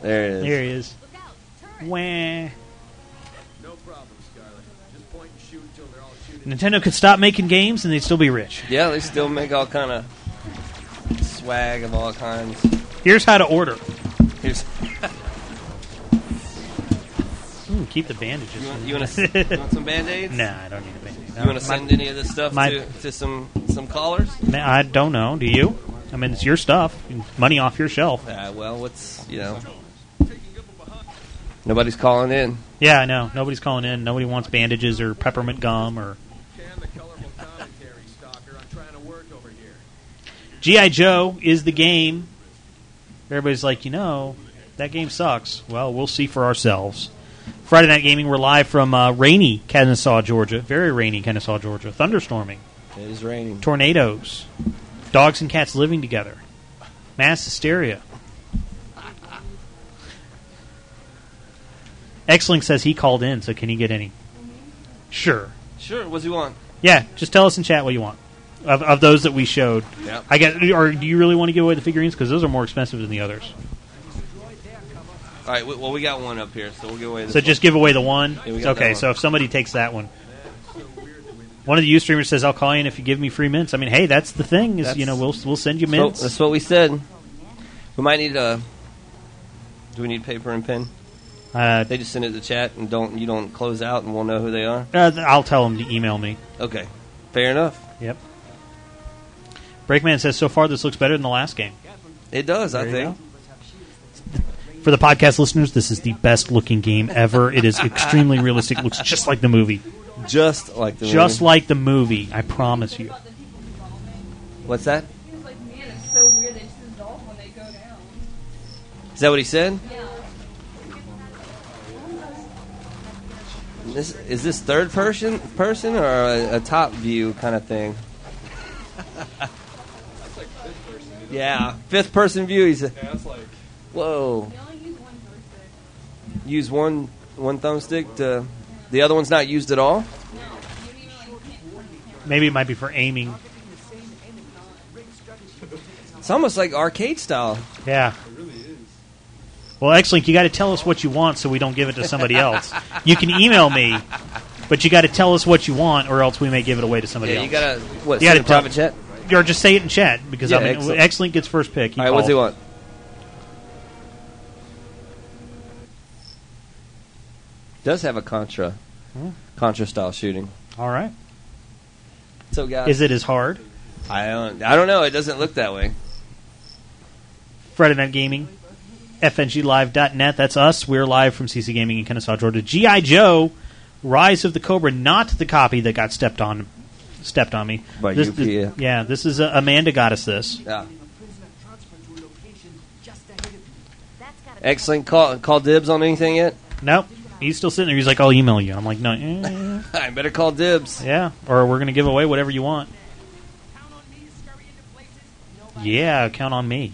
[SPEAKER 3] There it is.
[SPEAKER 1] There he is.
[SPEAKER 5] Look out, turret.
[SPEAKER 1] Wah.
[SPEAKER 10] No problem, Scarlet. Just point and shoot until they're all shooting.
[SPEAKER 1] Nintendo could stop making games, and they'd still be rich.
[SPEAKER 3] Yeah, they still make all kind of swag of all kinds.
[SPEAKER 1] Here's how to order.
[SPEAKER 3] Here's,
[SPEAKER 1] Ooh, keep the bandages.
[SPEAKER 3] you, want, you, want to, you want some band aids?
[SPEAKER 1] nah, I don't need a bandage.
[SPEAKER 3] You want to send any of this stuff
[SPEAKER 1] my-
[SPEAKER 3] to, to some some callers?
[SPEAKER 1] Man, I don't know. Do you? I mean, it's your stuff. Money off your shelf.
[SPEAKER 3] Uh, well, what's you know? Nobody's calling in.
[SPEAKER 1] Yeah, I know. Nobody's calling in. Nobody wants bandages or peppermint gum or
[SPEAKER 10] Can the colorful commentary, Stalker. I'm trying to work over here.
[SPEAKER 1] GI Joe is the game. Everybody's like, you know, that game sucks. Well, we'll see for ourselves. Friday Night Gaming, we're live from uh, rainy Kennesaw, Georgia. Very rainy Kennesaw, Georgia. Thunderstorming,
[SPEAKER 3] It is raining.
[SPEAKER 1] tornadoes, dogs and cats living together, mass hysteria. Xling says he called in, so can he get any? Sure.
[SPEAKER 3] Sure, what's he want?
[SPEAKER 1] Yeah, just tell us in chat what you want of, of those that we showed.
[SPEAKER 3] Yep.
[SPEAKER 1] I guess, or do you really want to give away the figurines because those are more expensive than the others?
[SPEAKER 3] All right, we, well we got one up here, so we'll give away. This
[SPEAKER 1] So just give away the one.
[SPEAKER 3] Yeah, we got that
[SPEAKER 1] okay,
[SPEAKER 3] one.
[SPEAKER 1] so if somebody takes that one, one of the U streamers says, "I'll call you in if you give me free mints." I mean, hey, that's the thing is you
[SPEAKER 3] That's-
[SPEAKER 1] know we'll we'll send you
[SPEAKER 3] one. So
[SPEAKER 1] mints.
[SPEAKER 3] that's what we said. We might need a. Do we need paper and pen?
[SPEAKER 1] uh,
[SPEAKER 3] They just send it to the chat and don't you don't close out and we'll know who they are.
[SPEAKER 1] uh, th- I'll tell them to email me.
[SPEAKER 3] Okay, fair enough.
[SPEAKER 1] Yep. Breakman says, "So far, this looks better than the last game."
[SPEAKER 3] It does, I
[SPEAKER 1] There you
[SPEAKER 3] think.
[SPEAKER 1] For the podcast listeners, this is the best looking game ever. It is extremely realistic. It looks just like the movie.
[SPEAKER 3] Just like the
[SPEAKER 1] Just
[SPEAKER 3] movie.
[SPEAKER 1] like the movie, I promise you.
[SPEAKER 5] About the people dissolving.
[SPEAKER 3] what's that?
[SPEAKER 5] He was like, man, it's so weird. They just dissolve when they go down.
[SPEAKER 3] Is that what he said?
[SPEAKER 5] Yeah.
[SPEAKER 3] This is this third person person or a, a top view kind of thing? yeah, fifth person view. He's a,
[SPEAKER 10] That's like
[SPEAKER 3] whoa.
[SPEAKER 5] They only use one person.
[SPEAKER 3] Use one one thumbstick to the other one's not used at all.
[SPEAKER 5] No, you don't even like can't turn the camera.
[SPEAKER 1] Maybe it might be for aiming.
[SPEAKER 3] It's almost like arcade style.
[SPEAKER 1] Yeah. Well, X-Link, you got to tell us what you want so we don't give it to somebody else. You can email me, but you got to tell us what you want, or else we may give it away to somebody
[SPEAKER 3] Yeah, you
[SPEAKER 1] else.
[SPEAKER 3] gotta what?
[SPEAKER 1] You
[SPEAKER 3] send
[SPEAKER 1] gotta
[SPEAKER 3] a private
[SPEAKER 1] tell-
[SPEAKER 3] chat.
[SPEAKER 1] or just say it in chat because
[SPEAKER 3] Yeah,
[SPEAKER 1] I mean,
[SPEAKER 3] X-Link.
[SPEAKER 1] X-Link gets first pick. He
[SPEAKER 3] All right, what's he
[SPEAKER 1] called.
[SPEAKER 3] want? Does have a contra, contra style shooting.
[SPEAKER 1] All right.
[SPEAKER 3] So guys,
[SPEAKER 1] Is it as hard?
[SPEAKER 3] I don't, I don't know. It doesn't look that way.
[SPEAKER 1] Friday Night Gaming, FNGLive.net. That's us. We're live from CC Gaming in Kennesaw, Georgia. G.I. Joe, Rise of the Cobra, not the copy that got stepped on stepped on me.
[SPEAKER 3] By
[SPEAKER 1] this,
[SPEAKER 3] UPA.
[SPEAKER 1] this- yeah, this is uh, Amanda got us this.
[SPEAKER 3] Yeah.
[SPEAKER 5] That's gotta
[SPEAKER 3] Excellent. Call call dibs on anything yet?
[SPEAKER 1] Nope. He's still sitting there. He's like, I'll email you. I'm like, no. eh,
[SPEAKER 3] I better call dibs.
[SPEAKER 1] yeah. Or we're going to give away whatever you want.
[SPEAKER 5] count on me to scurry into places. Nobody.
[SPEAKER 1] Yeah, count on me.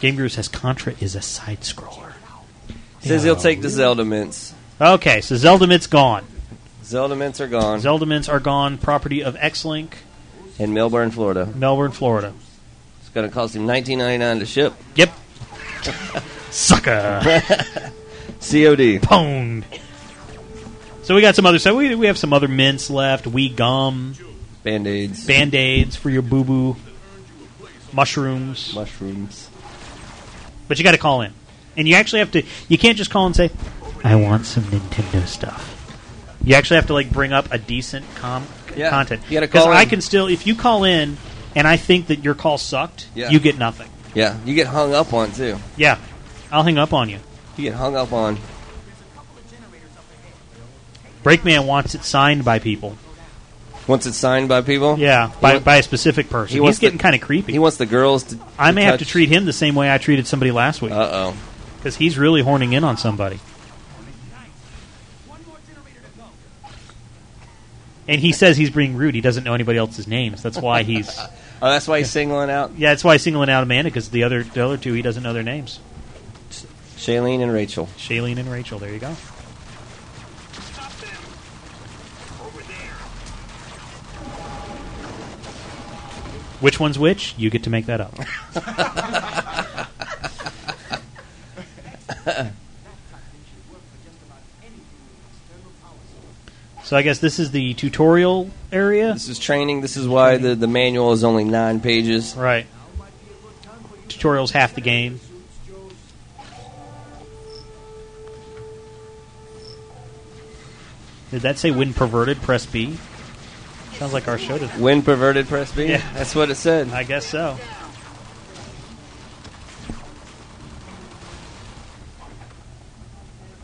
[SPEAKER 1] Game Guru says Contra is a side scroller.
[SPEAKER 3] Says he'll take the Zelda mints.
[SPEAKER 1] Okay, so Zelda Mitt's gone.
[SPEAKER 3] Zelda mints are gone
[SPEAKER 1] Zelda mints are gone, property of Xlink,
[SPEAKER 3] in Melbourne, Florida.
[SPEAKER 1] Melbourne, Florida.
[SPEAKER 3] It's going to cost him nineteen ninety nine to ship.
[SPEAKER 1] Yep. Sucker.
[SPEAKER 3] COD.
[SPEAKER 1] Pwned. So we got some other stuff. We, we have some other mints left. We gum,
[SPEAKER 3] Band aids.
[SPEAKER 1] band aids for your boo boo, mushrooms.
[SPEAKER 3] mushrooms.
[SPEAKER 1] But you got to call in, and you actually have to. You can't just call and say, "I want some Nintendo stuff." You actually have to like bring up a decent com-
[SPEAKER 3] Yeah,
[SPEAKER 1] content.
[SPEAKER 3] you gotta
[SPEAKER 1] 'Cause
[SPEAKER 3] call
[SPEAKER 1] I
[SPEAKER 3] in.
[SPEAKER 1] can still, if you call in, and I think that your call sucked,
[SPEAKER 3] Yeah.
[SPEAKER 1] you get nothing.
[SPEAKER 3] Yeah, you get hung up on too.
[SPEAKER 1] Yeah, I'll hang up on you.
[SPEAKER 3] You get hung up on.
[SPEAKER 1] Breakman wants it signed by people.
[SPEAKER 3] Once it's signed by people.
[SPEAKER 1] Yeah,
[SPEAKER 3] He
[SPEAKER 1] by,
[SPEAKER 3] wa-
[SPEAKER 1] by a specific person.
[SPEAKER 3] he
[SPEAKER 1] He's
[SPEAKER 3] wants
[SPEAKER 1] getting
[SPEAKER 3] the-
[SPEAKER 1] kind of creepy.
[SPEAKER 3] He wants the girls to.
[SPEAKER 1] I may have to treat him the same way I treated somebody last week
[SPEAKER 3] Uh oh.
[SPEAKER 1] because he's really horning in on somebody. And he says he's being rude. He doesn't know anybody else's names. That's why he's
[SPEAKER 3] Oh, that's why he's singling out
[SPEAKER 1] yeah. That's why he's singling out Amanda because the other the other two he doesn't know their names.
[SPEAKER 3] Shailene and Rachel.
[SPEAKER 1] Shailene and Rachel. There you go. Which one's which? You get to make that up. so I guess this is the tutorial area,
[SPEAKER 3] This is training. This is why the, the manual is only nine pages.
[SPEAKER 1] right? Tutorials half the game. Did that say when perverted? Press B. Sounds like our show did.
[SPEAKER 3] When perverted, press B.
[SPEAKER 1] Yeah.
[SPEAKER 3] That's what it said.
[SPEAKER 1] I guess so.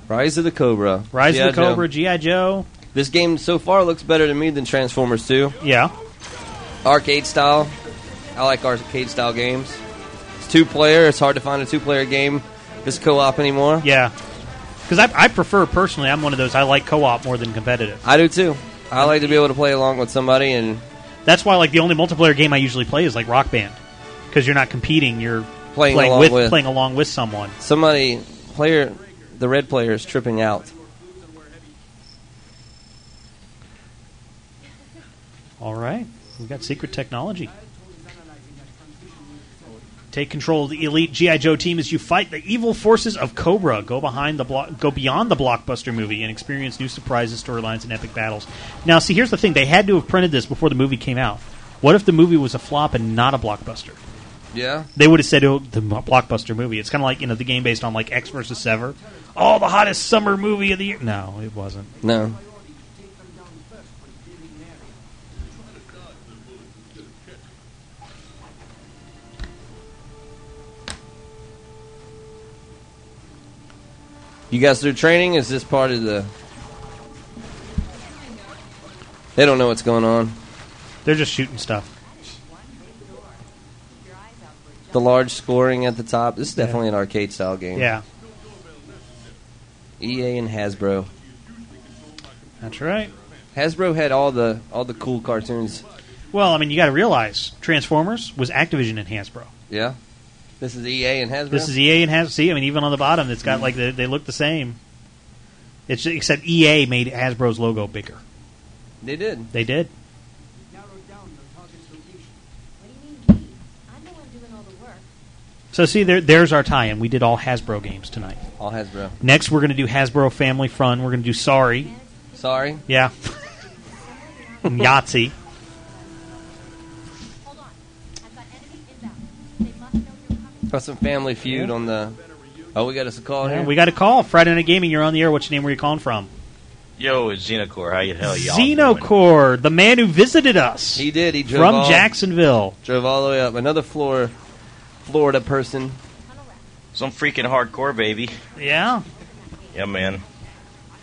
[SPEAKER 3] Rise of the Cobra.
[SPEAKER 1] Rise
[SPEAKER 3] G.I.
[SPEAKER 1] of the
[SPEAKER 3] Joe.
[SPEAKER 1] Cobra, GI Joe.
[SPEAKER 3] This game so far looks better to me than Transformers 2.
[SPEAKER 1] Yeah,
[SPEAKER 3] Arcade style. I like arcade style games. It's two player. It's hard to find a two player game that's co op anymore.
[SPEAKER 1] yeah. Because I, I prefer personally, I'm one of those. I like co-op more than competitive.
[SPEAKER 3] I do too. I like to be able to play along with somebody and
[SPEAKER 1] That's why, like, the only multiplayer game I usually play is like Rock Band, because you're not competing. You're
[SPEAKER 3] Playing along
[SPEAKER 1] with,
[SPEAKER 3] with.
[SPEAKER 1] playing along with someone.
[SPEAKER 3] somebody player the red player is tripping out.
[SPEAKER 1] All right, we've got secret technology. Take control of the elite GI Joe team as you fight the evil forces of Cobra. Go behind the blo- go beyond the blockbuster movie and experience new surprises, storylines, and epic battles. Now, see, here's the thing: they had to have printed this before the movie came out. What if the movie was a flop and not a blockbuster?
[SPEAKER 3] Yeah.
[SPEAKER 1] They would have said, "Oh, the mo- blockbuster movie." It's kind of like you know the game based on like X versus Sever. Oh, the hottest summer movie of the year. No, it wasn't.
[SPEAKER 3] No. You guys through training? Is this part of the? They don't know what's going on.
[SPEAKER 1] They're just shooting stuff.
[SPEAKER 3] The large scoring at the top. This is definitely an arcade style game.
[SPEAKER 1] Yeah,
[SPEAKER 3] EA and Hasbro.
[SPEAKER 1] that's right.
[SPEAKER 3] Hasbro had all the all the cool cartoons.
[SPEAKER 1] Well, I mean, you got to realize Transformers was Activision and Hasbro.
[SPEAKER 3] Yeah. This is EA and Hasbro.
[SPEAKER 1] This is EA and Hasbro. See, I mean, even on the bottom, it's got like they, they look the same. It's except EA made Hasbro's logo bigger.
[SPEAKER 3] they did.
[SPEAKER 1] They did.
[SPEAKER 5] What do you mean, me? I'm the one doing all the work.
[SPEAKER 1] So see, there, there's our tie-in. We did all Hasbro games tonight.
[SPEAKER 3] All Hasbro.
[SPEAKER 1] Next, we're going to do Hasbro Family Fun. We're going to do Sorry.
[SPEAKER 3] Sorry.
[SPEAKER 1] Yeah. Yahtzee.
[SPEAKER 5] Hold on. I've got enemy inbound. They must know you're coming.
[SPEAKER 3] Got some Family Feud on the. Oh, we got us a call
[SPEAKER 1] Yeah,
[SPEAKER 3] here.
[SPEAKER 1] we got a call. Friday Night Gaming, you're on the air. What's your name? Where you calling from?
[SPEAKER 9] Yo, it's Xenocore. How you hell Oh, y'all? doing?
[SPEAKER 1] Xenocore, the man who visited us
[SPEAKER 3] he did. He drove
[SPEAKER 1] from
[SPEAKER 3] all,
[SPEAKER 1] Jacksonville.
[SPEAKER 3] Drove all the way up. Another floor, Florida person.
[SPEAKER 5] Tunnel rat.
[SPEAKER 9] Some freaking hardcore baby.
[SPEAKER 1] Yeah.
[SPEAKER 9] Yeah, man.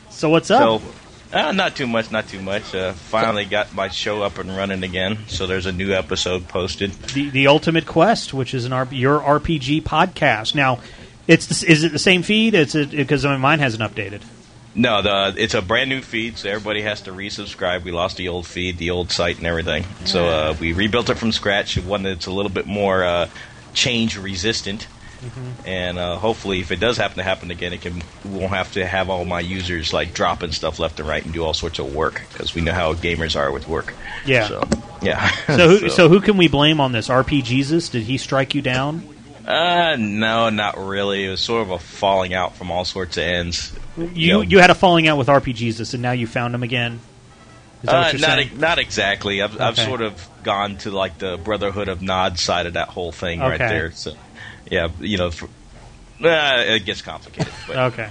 [SPEAKER 1] So what's up?
[SPEAKER 9] So, uh, not too much, not too much. Uh, finally got my show up and running again. So there's a new episode posted.
[SPEAKER 1] the, the Ultimate Quest, which is an R- your RPG podcast. Now, it's the, s- is it the same feed? It's because I mean, mine hasn't updated.
[SPEAKER 9] No, the it's a brand new feed, so everybody has to resubscribe. We lost the old feed, the old site, and everything. So uh, we rebuilt it from scratch. One that's a little bit more uh, change Uh, resistant. And uh, hopefully, if it does happen to happen again, it can won't have to have all my users like dropping stuff left and right and do all sorts of work because we know how gamers are with work.
[SPEAKER 1] Yeah.
[SPEAKER 9] So yeah.
[SPEAKER 1] So who, so. who can we blame on this? RP Jesus? Did he strike you down?
[SPEAKER 9] Uh, no, not really. It was sort of a falling out from all sorts of ends.
[SPEAKER 1] You you had a falling out with RP Jesus, and now you found him again. Is that
[SPEAKER 9] Uh,
[SPEAKER 1] what you're
[SPEAKER 9] not
[SPEAKER 1] saying?
[SPEAKER 9] e- not exactly. I've, I've
[SPEAKER 1] Okay.
[SPEAKER 9] sort of gone to like the Brotherhood of Nod side of that whole thing right
[SPEAKER 1] Okay.
[SPEAKER 9] there. So, yeah, you know, for, uh, it gets complicated. But.
[SPEAKER 1] Okay.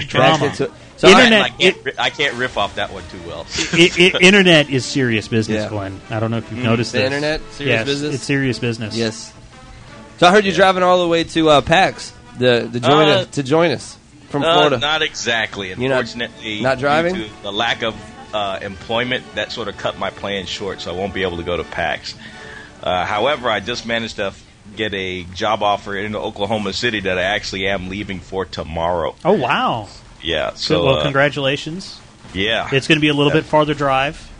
[SPEAKER 9] Drama.
[SPEAKER 3] So,
[SPEAKER 9] So
[SPEAKER 1] Internet-
[SPEAKER 9] I, I, can't, ri- I can't riff off that one too well.
[SPEAKER 1] I, I, internet is serious business,
[SPEAKER 3] Yeah.
[SPEAKER 1] Glenn. I don't know if you've
[SPEAKER 3] Mm,
[SPEAKER 1] noticed
[SPEAKER 3] the
[SPEAKER 1] this.
[SPEAKER 3] internet? Serious
[SPEAKER 1] Yes,
[SPEAKER 3] business?
[SPEAKER 1] It's serious business.
[SPEAKER 3] Yes. So I heard you driving all the way to uh, PAX the, to join
[SPEAKER 9] Uh,
[SPEAKER 3] us, to join us from
[SPEAKER 9] Uh,
[SPEAKER 3] Florida.
[SPEAKER 9] Not exactly.
[SPEAKER 3] You're not-
[SPEAKER 9] Unfortunately,
[SPEAKER 3] not driving?
[SPEAKER 9] due to the lack of uh, employment that sort of cut my plans short, so I won't be able to go to PAX. Uh, however, I just managed to f- get a job offer in Oklahoma City that I actually am leaving for tomorrow.
[SPEAKER 1] Oh wow.
[SPEAKER 9] Yeah. So
[SPEAKER 1] So, well,
[SPEAKER 9] uh,
[SPEAKER 1] congratulations.
[SPEAKER 9] yeah.
[SPEAKER 1] It's going to be a little
[SPEAKER 9] Yeah.
[SPEAKER 1] bit farther drive.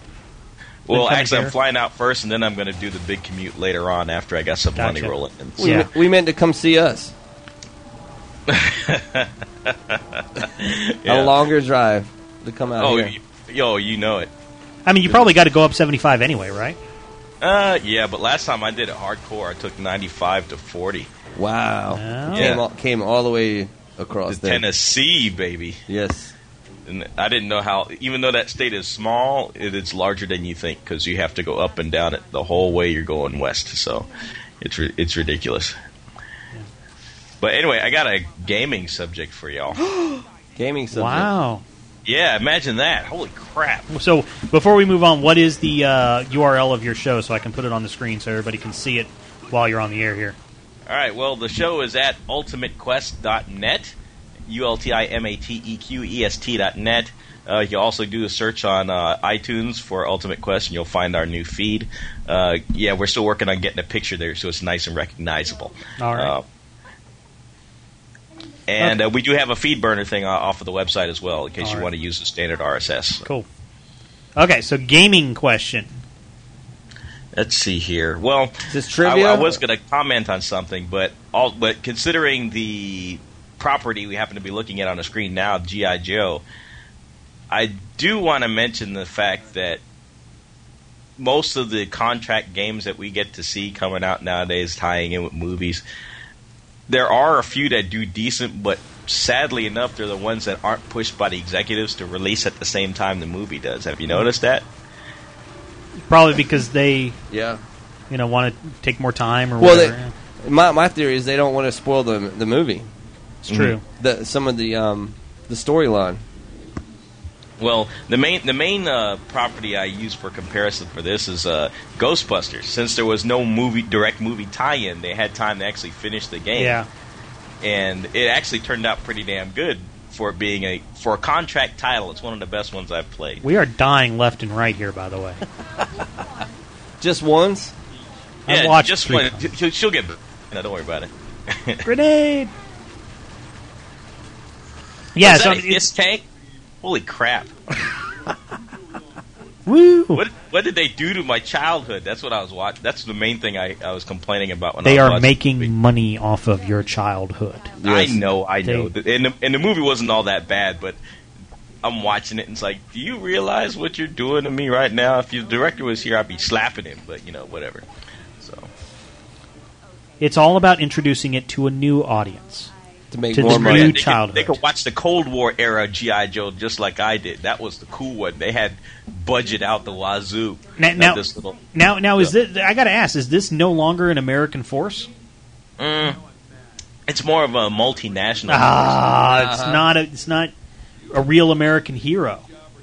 [SPEAKER 9] Well,
[SPEAKER 1] coming
[SPEAKER 9] actually,
[SPEAKER 1] here.
[SPEAKER 9] I'm flying out first, and then I'm going to do the big commute later on after I got some money
[SPEAKER 1] Gotcha.
[SPEAKER 9] rolling. in.
[SPEAKER 3] we,
[SPEAKER 1] yeah.
[SPEAKER 3] we meant to come see us.
[SPEAKER 9] Yeah.
[SPEAKER 3] A longer drive to come out
[SPEAKER 9] oh,
[SPEAKER 3] here.
[SPEAKER 9] y- yo, you know it.
[SPEAKER 1] I mean, you probably got to go up 75 anyway, right?
[SPEAKER 9] Uh, yeah, but last time I did it hardcore, I took 95 to 40.
[SPEAKER 3] Wow.
[SPEAKER 1] No.
[SPEAKER 3] Came,
[SPEAKER 9] Yeah.
[SPEAKER 3] all, came all the way across
[SPEAKER 9] To
[SPEAKER 3] there.
[SPEAKER 9] Tennessee, baby.
[SPEAKER 3] Yes.
[SPEAKER 9] And I didn't know how, even though that state is small, it, it's larger than you think because you have to go up and down it the whole way you're going west. So it's ri- it's ridiculous. But anyway, I got a gaming subject for y'all.
[SPEAKER 3] Gaming subject.
[SPEAKER 1] Wow.
[SPEAKER 9] yeah, imagine that. Holy crap.
[SPEAKER 1] So before we move on, what is the uh, URL of your show so I can put it on the screen so everybody can see it while you're on the air here?
[SPEAKER 9] All right. Well, the show is at ultimatequest.net, u l t i m a t e q e s t dot net. Uh, you can also do a search on uh, iTunes for Ultimate Quest, and you'll find our new feed. Uh, yeah, we're still working on getting a picture there, so it's nice and recognizable.
[SPEAKER 1] All right.
[SPEAKER 9] Uh, and uh, we do have a feed burner thing o- off of the website as well, in case
[SPEAKER 1] All
[SPEAKER 9] you
[SPEAKER 1] right.
[SPEAKER 9] want to use the standard RSS.
[SPEAKER 1] Cool. Okay, so gaming question.
[SPEAKER 9] Let's see here. Well,
[SPEAKER 3] Is this
[SPEAKER 9] I-
[SPEAKER 3] trivia?
[SPEAKER 9] I, was going to comment on something, but all but considering the property we happen to be looking at on the screen now, GI Joe, I do want to mention the fact that most of the contract games that we get to see coming out nowadays, tying in with movies, there are a few that do decent, but sadly enough, they're the ones that aren't pushed by the executives to release at the same time the movie does. Have you noticed that?
[SPEAKER 1] Probably because they,
[SPEAKER 3] Yeah.
[SPEAKER 1] you know, want to take more time or
[SPEAKER 3] Well,
[SPEAKER 1] whatever.
[SPEAKER 3] they, my, my theory is they don't want to spoil the, the movie.
[SPEAKER 1] it's true.
[SPEAKER 9] Mm-hmm.
[SPEAKER 3] The, some of the um, the storyline.
[SPEAKER 9] Well, the main the main uh, property I use for comparison for this is uh, Ghostbusters. Since there was no movie direct movie tie-in, they had time to actually finish the game,
[SPEAKER 1] Yeah.
[SPEAKER 9] and it actually turned out pretty damn good for it being a for a contract title. It's one of the best ones I've played.
[SPEAKER 1] We are dying left and right here, by the way.
[SPEAKER 3] Just once?
[SPEAKER 1] I
[SPEAKER 9] yeah,
[SPEAKER 1] watched
[SPEAKER 9] just
[SPEAKER 1] three
[SPEAKER 9] one.
[SPEAKER 1] times.
[SPEAKER 9] She'll, she'll get. No, don't worry about it.
[SPEAKER 1] Grenade! Yeah,
[SPEAKER 9] Is
[SPEAKER 1] so
[SPEAKER 9] that a
[SPEAKER 1] it's,
[SPEAKER 9] hiss tank? Holy crap!
[SPEAKER 1] woo!
[SPEAKER 9] What what did they do to my childhood? That's what I was watching. That's the main thing I, I was complaining about when
[SPEAKER 1] They
[SPEAKER 9] I was
[SPEAKER 1] are
[SPEAKER 9] watching
[SPEAKER 1] making
[SPEAKER 9] the movie.
[SPEAKER 1] money off of your childhood.
[SPEAKER 9] I know, I know.
[SPEAKER 1] They-
[SPEAKER 9] and, the, and the movie wasn't all that bad, but I'm watching it and it's like, do you realize what you're doing to me right now? If your director was here, I'd be slapping him, but you know, whatever. So,
[SPEAKER 1] It's all about introducing it to a new audience.
[SPEAKER 3] To make
[SPEAKER 1] To
[SPEAKER 3] more
[SPEAKER 1] the
[SPEAKER 3] money.
[SPEAKER 9] they,
[SPEAKER 1] new childhood.
[SPEAKER 9] Could, they could watch the Cold War era G.I. Joe just like I did. That was the cool one. They had budget out the wazoo.
[SPEAKER 1] Now,
[SPEAKER 9] Not
[SPEAKER 1] now,
[SPEAKER 9] this little-
[SPEAKER 1] now, now is this? I got to ask: Is this no longer an American force?
[SPEAKER 9] Mm. It's more of a multinational.
[SPEAKER 1] Ah, it's not. A, it's not a real American hero.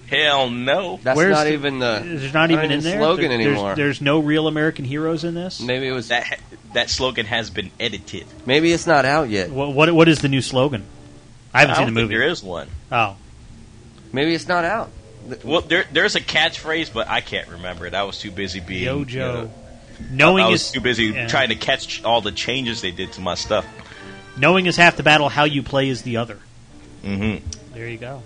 [SPEAKER 9] Hell no.
[SPEAKER 3] That's
[SPEAKER 1] Where's
[SPEAKER 3] not
[SPEAKER 1] the-
[SPEAKER 3] Uh, even the
[SPEAKER 1] There's not even in there
[SPEAKER 3] slogan
[SPEAKER 1] There- there's-
[SPEAKER 3] anymore.
[SPEAKER 1] There's, no real American heroes in this.
[SPEAKER 3] maybe it was.
[SPEAKER 9] That ha- that slogan has been edited.
[SPEAKER 3] Maybe it's not out yet.
[SPEAKER 1] What, what what is the new slogan? I haven't
[SPEAKER 9] don't
[SPEAKER 1] seen the
[SPEAKER 9] think
[SPEAKER 1] movie.
[SPEAKER 9] there is one.
[SPEAKER 1] Oh,
[SPEAKER 3] Maybe it's not out.
[SPEAKER 9] Well, there, there's a catchphrase, but I can't remember it. I was too busy being
[SPEAKER 1] Yo
[SPEAKER 9] you
[SPEAKER 1] Joe.
[SPEAKER 9] know,
[SPEAKER 1] Knowing
[SPEAKER 9] I was
[SPEAKER 1] is
[SPEAKER 9] too busy
[SPEAKER 1] yeah.
[SPEAKER 9] trying to catch all the changes they did to my stuff.
[SPEAKER 1] knowing is half the battle. How you play is the other.
[SPEAKER 9] hmm
[SPEAKER 1] There you go.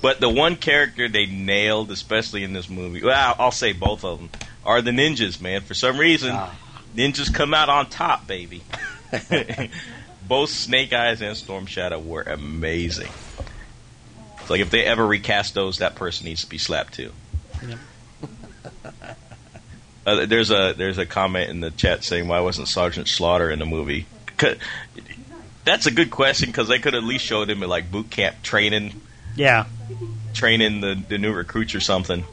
[SPEAKER 9] But the one character they nailed, especially in this movie, well, I'll- I'll say both of them, are the ninjas. Man, for some reason, ninjas come out on top, baby. Both Snake Eyes and Storm Shadow were amazing. It's like if they ever recast those, that person needs to be slapped too. Uh, there's a there's a comment in the chat saying why wasn't Sergeant Slaughter in the movie? 'Cause- That's a good question because they could at least showed him at like boot camp training,
[SPEAKER 1] Yeah.
[SPEAKER 9] training the, the new recruits or something.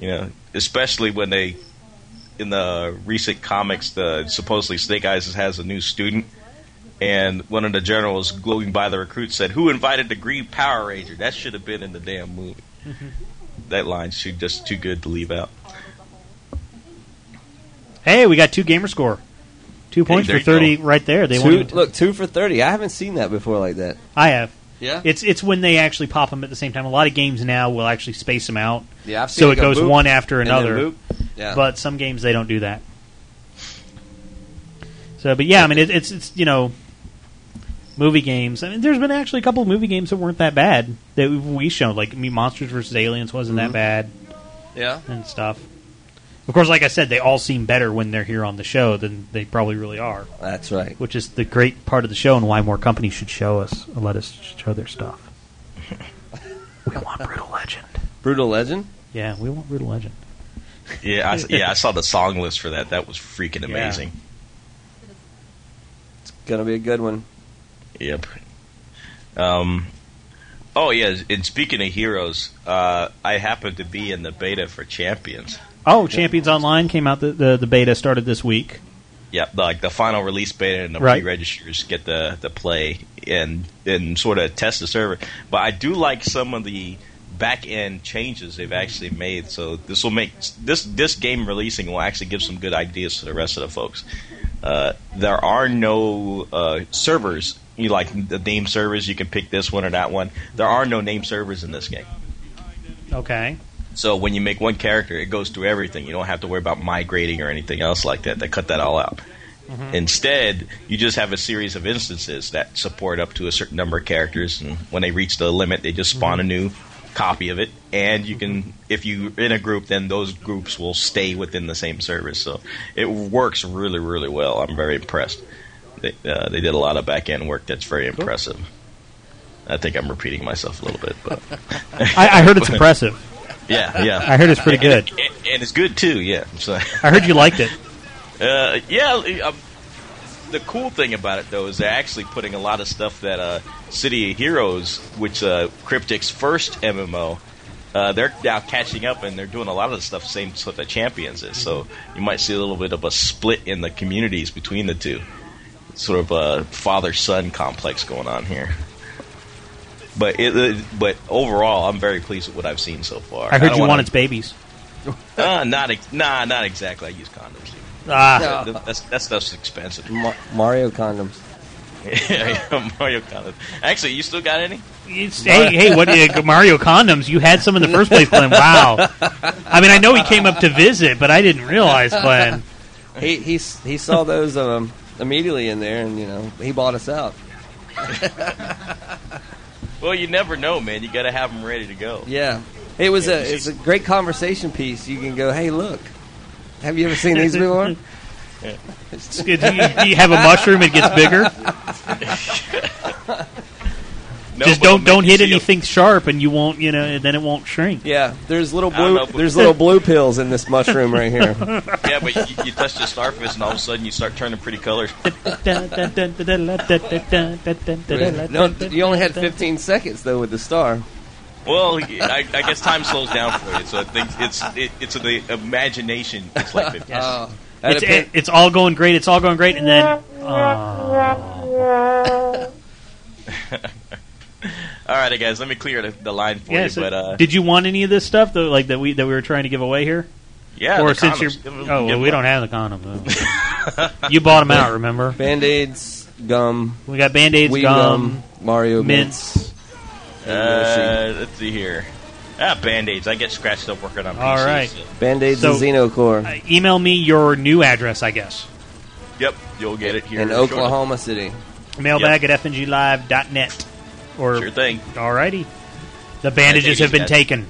[SPEAKER 9] You know, especially when they in the recent comics, the supposedly Snake Eyes has a new student, and one of the generals going by the recruit said, "Who invited the Green Power Ranger?" That should have been in the damn movie. That line's too just too good to leave out.
[SPEAKER 1] Hey, we got two gamer score. Two points
[SPEAKER 9] there
[SPEAKER 1] for
[SPEAKER 9] you
[SPEAKER 1] 30 right there. They
[SPEAKER 3] two,
[SPEAKER 1] wanted
[SPEAKER 3] look two for thirty. I haven't seen that before like that.
[SPEAKER 1] I have.
[SPEAKER 3] Yeah?
[SPEAKER 1] It's it's when they actually pop them at the same time. A lot of games now will actually space them out.
[SPEAKER 3] Yeah, I've seen
[SPEAKER 1] so
[SPEAKER 3] it
[SPEAKER 1] it
[SPEAKER 3] go
[SPEAKER 1] goes
[SPEAKER 3] boop,
[SPEAKER 1] one after
[SPEAKER 3] and then
[SPEAKER 1] another.
[SPEAKER 3] boop. Yeah.
[SPEAKER 1] But some games they don't do that. So, but yeah, I mean, it, it's it's you know, movie games. I mean, there's been actually a couple of movie games that weren't that bad that we showed. Like, I mean, Monsters vs. Aliens wasn't
[SPEAKER 3] Mhm.
[SPEAKER 1] that bad
[SPEAKER 3] Yeah.
[SPEAKER 1] and stuff. Of course, like I said, they all seem better when they're here on the show than they probably really are
[SPEAKER 3] That's right.
[SPEAKER 1] which is the great part of the show and why more companies should show us let us show their stuff. we want brutal legend.
[SPEAKER 3] Brutal Legend.
[SPEAKER 1] Yeah, we want brutal legend.
[SPEAKER 9] Yeah, I, yeah, I saw the song list for that. That was freaking
[SPEAKER 1] Yeah.
[SPEAKER 9] amazing.
[SPEAKER 3] Gonna be a good one.
[SPEAKER 9] Yep. Um. Oh yeah, and speaking of heroes, uh, I happened to be in the beta for Champions.
[SPEAKER 1] Oh, Champions Online came out. The, the the beta started this week.
[SPEAKER 9] Yep, like the final release beta and the
[SPEAKER 1] Right.
[SPEAKER 9] pre-registers get the the play and and sort of test the server. But I do like some of the back end changes they've actually made. So this will make this this game releasing will actually give some good ideas to the rest of the folks. Uh, there are no uh, servers. You like the name servers? You can pick this one or that one. There are no name servers in this game.
[SPEAKER 1] Okay.
[SPEAKER 9] So when you make one character, it goes through everything. You don't have to worry about migrating or anything else like that. They cut that all out. Instead, you just have a series of instances that support up to a certain number of characters, and when they reach the limit, they just spawn a new copy of it. And you can, if you're in a group, then those groups will stay within the same service. So it works really, really well. I'm very impressed. They, uh, they did a lot of back end work that's very impressive. I think I'm repeating myself a little bit, but
[SPEAKER 1] I, I heard it's impressive.
[SPEAKER 9] yeah, yeah.
[SPEAKER 1] I heard it's pretty
[SPEAKER 9] And-
[SPEAKER 1] good.
[SPEAKER 9] and, and it's good too. Yeah. So,
[SPEAKER 1] I heard you liked it.
[SPEAKER 9] uh, yeah. Um, the cool thing about it though is they're actually putting a lot of stuff that uh, City of Heroes, which uh, Cryptic's first MMO. Uh, they're now catching up, and they're doing a lot of the stuff, same stuff that Champions is. So you might see a little bit of a split in the communities between the two, sort of a father-son complex going on here. But it, it, but overall, I'm very pleased with what I've seen so far.
[SPEAKER 1] I heard
[SPEAKER 9] don't
[SPEAKER 1] you
[SPEAKER 9] wanna-
[SPEAKER 1] want its babies.
[SPEAKER 9] uh, not ex- nah, not exactly. I use condoms.
[SPEAKER 1] Ah,
[SPEAKER 9] That, that's, that stuff's expensive.
[SPEAKER 3] Ma- Mario condoms.
[SPEAKER 9] Yeah, Mario condoms. Actually, you still got any?
[SPEAKER 1] It's- hey, hey, what uh, Mario condoms? You had some in the first place, Glenn. Wow. I mean, I know he came up to visit, but I didn't realize, Glenn.
[SPEAKER 3] He he s- he saw those um immediately in there, and you know he bought us out.
[SPEAKER 9] Well, you never know, man. You got to have them ready to go.
[SPEAKER 3] Yeah, it was a it's a great conversation piece. You can go, hey, look, have you ever seen these before?
[SPEAKER 1] It's good. Do you, do you have a mushroom? It gets bigger.
[SPEAKER 9] No,
[SPEAKER 1] just
[SPEAKER 9] but it'll
[SPEAKER 1] don't don't
[SPEAKER 9] make you
[SPEAKER 1] hit
[SPEAKER 9] see 'em.
[SPEAKER 1] anything sharp, and you won't you know and then it won't shrink.
[SPEAKER 3] Yeah, there's little
[SPEAKER 9] I don't know
[SPEAKER 3] blue
[SPEAKER 9] if we-
[SPEAKER 3] there's little blue pills in this mushroom right here.
[SPEAKER 9] Yeah, but you, you touch the starfish, and all of a sudden you start turning pretty colors.
[SPEAKER 3] no, you only had 15 seconds though with the star.
[SPEAKER 9] Well, I, I guess time slows down for you, so I think it's it, it's the imagination. It's like the,
[SPEAKER 3] Oh, that
[SPEAKER 1] It's,
[SPEAKER 3] depend-
[SPEAKER 1] it's all going great. It's all going great, and then
[SPEAKER 9] all right, guys, let me clear the, the line for
[SPEAKER 1] yeah.
[SPEAKER 9] you.
[SPEAKER 1] so
[SPEAKER 9] but uh,
[SPEAKER 1] did you want any of this stuff though, like that we that we were trying to give away here?
[SPEAKER 9] yeah,
[SPEAKER 1] or
[SPEAKER 9] the
[SPEAKER 1] since
[SPEAKER 9] condoms.
[SPEAKER 1] you're
[SPEAKER 9] Give 'em-
[SPEAKER 1] oh
[SPEAKER 9] give
[SPEAKER 1] well,
[SPEAKER 9] 'em
[SPEAKER 1] we
[SPEAKER 9] up.
[SPEAKER 1] don't have the condoms. you bought them out, remember?
[SPEAKER 3] Band-aids, gum,
[SPEAKER 1] We got band aids,
[SPEAKER 3] weed
[SPEAKER 1] gum,
[SPEAKER 9] um,
[SPEAKER 3] gum, Mario
[SPEAKER 1] mints.
[SPEAKER 9] Uh, let's see here. Ah, band aids. I get scratched up working on PCs.
[SPEAKER 1] All right.
[SPEAKER 9] so-
[SPEAKER 3] Band-aids
[SPEAKER 1] So-
[SPEAKER 3] and Xenocore
[SPEAKER 1] Uh, email me your new address, I guess.
[SPEAKER 9] Yep, you'll get it here
[SPEAKER 3] in
[SPEAKER 9] shortly.
[SPEAKER 3] Oklahoma City.
[SPEAKER 1] Mailbag at fnglive.net. Or
[SPEAKER 9] Sure thing.
[SPEAKER 1] Alrighty. The
[SPEAKER 9] Alright,
[SPEAKER 1] bandages have been
[SPEAKER 9] guys.
[SPEAKER 1] taken.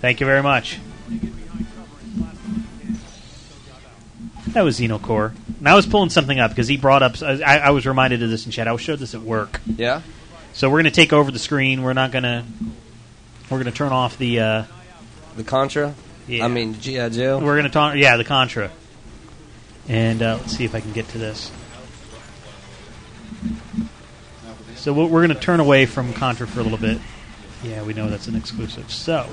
[SPEAKER 1] Thank you very much. That was Xenocore. And I was pulling something up because he brought up. I, I was reminded of this in chat. I was showed this at work.
[SPEAKER 3] Yeah.
[SPEAKER 1] So we're going to take over the screen. We're not going to. We're going to turn off the. Uh,
[SPEAKER 3] the Contra.
[SPEAKER 1] Yeah.
[SPEAKER 3] I mean GI Joe.
[SPEAKER 1] We're going to talk. Yeah, the Contra. And uh, let's see if I can get to this. So we're we're going to turn away from Contra for a little bit. Yeah, we know that's an exclusive. So.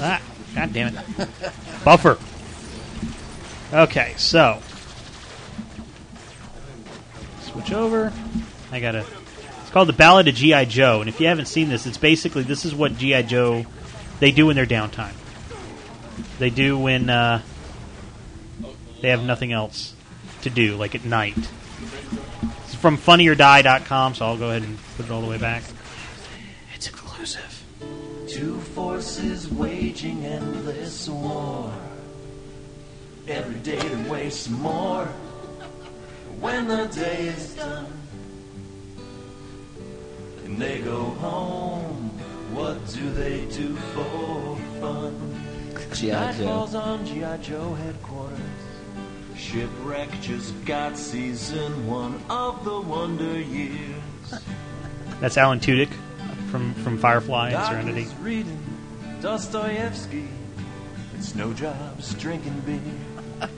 [SPEAKER 1] Ah, God damn it. Buffer. Okay, so. Switch over. I gotta. It's called The Ballad of G.I. Joe, and if you haven't seen this, it's basically this is what G.I. Joe they do in their downtime. They do when uh, they have nothing else to do, like at night. It's from funnyordie.com, so I'll go ahead and put it all the way back. It's exclusive.
[SPEAKER 11] Two forces waging endless war. Every day they waste some more. When the day is done and they go home, what do they do for fun?
[SPEAKER 3] G.I.
[SPEAKER 11] Night
[SPEAKER 3] Joe.
[SPEAKER 11] falls on G.I. Joe headquarters. Shipwreck just got season one of the Wonder Years.
[SPEAKER 1] That's Alan Tudyk from from Firefly and Serenity.
[SPEAKER 11] Doctors reading Dostoevsky. It's no jobs drinking beer.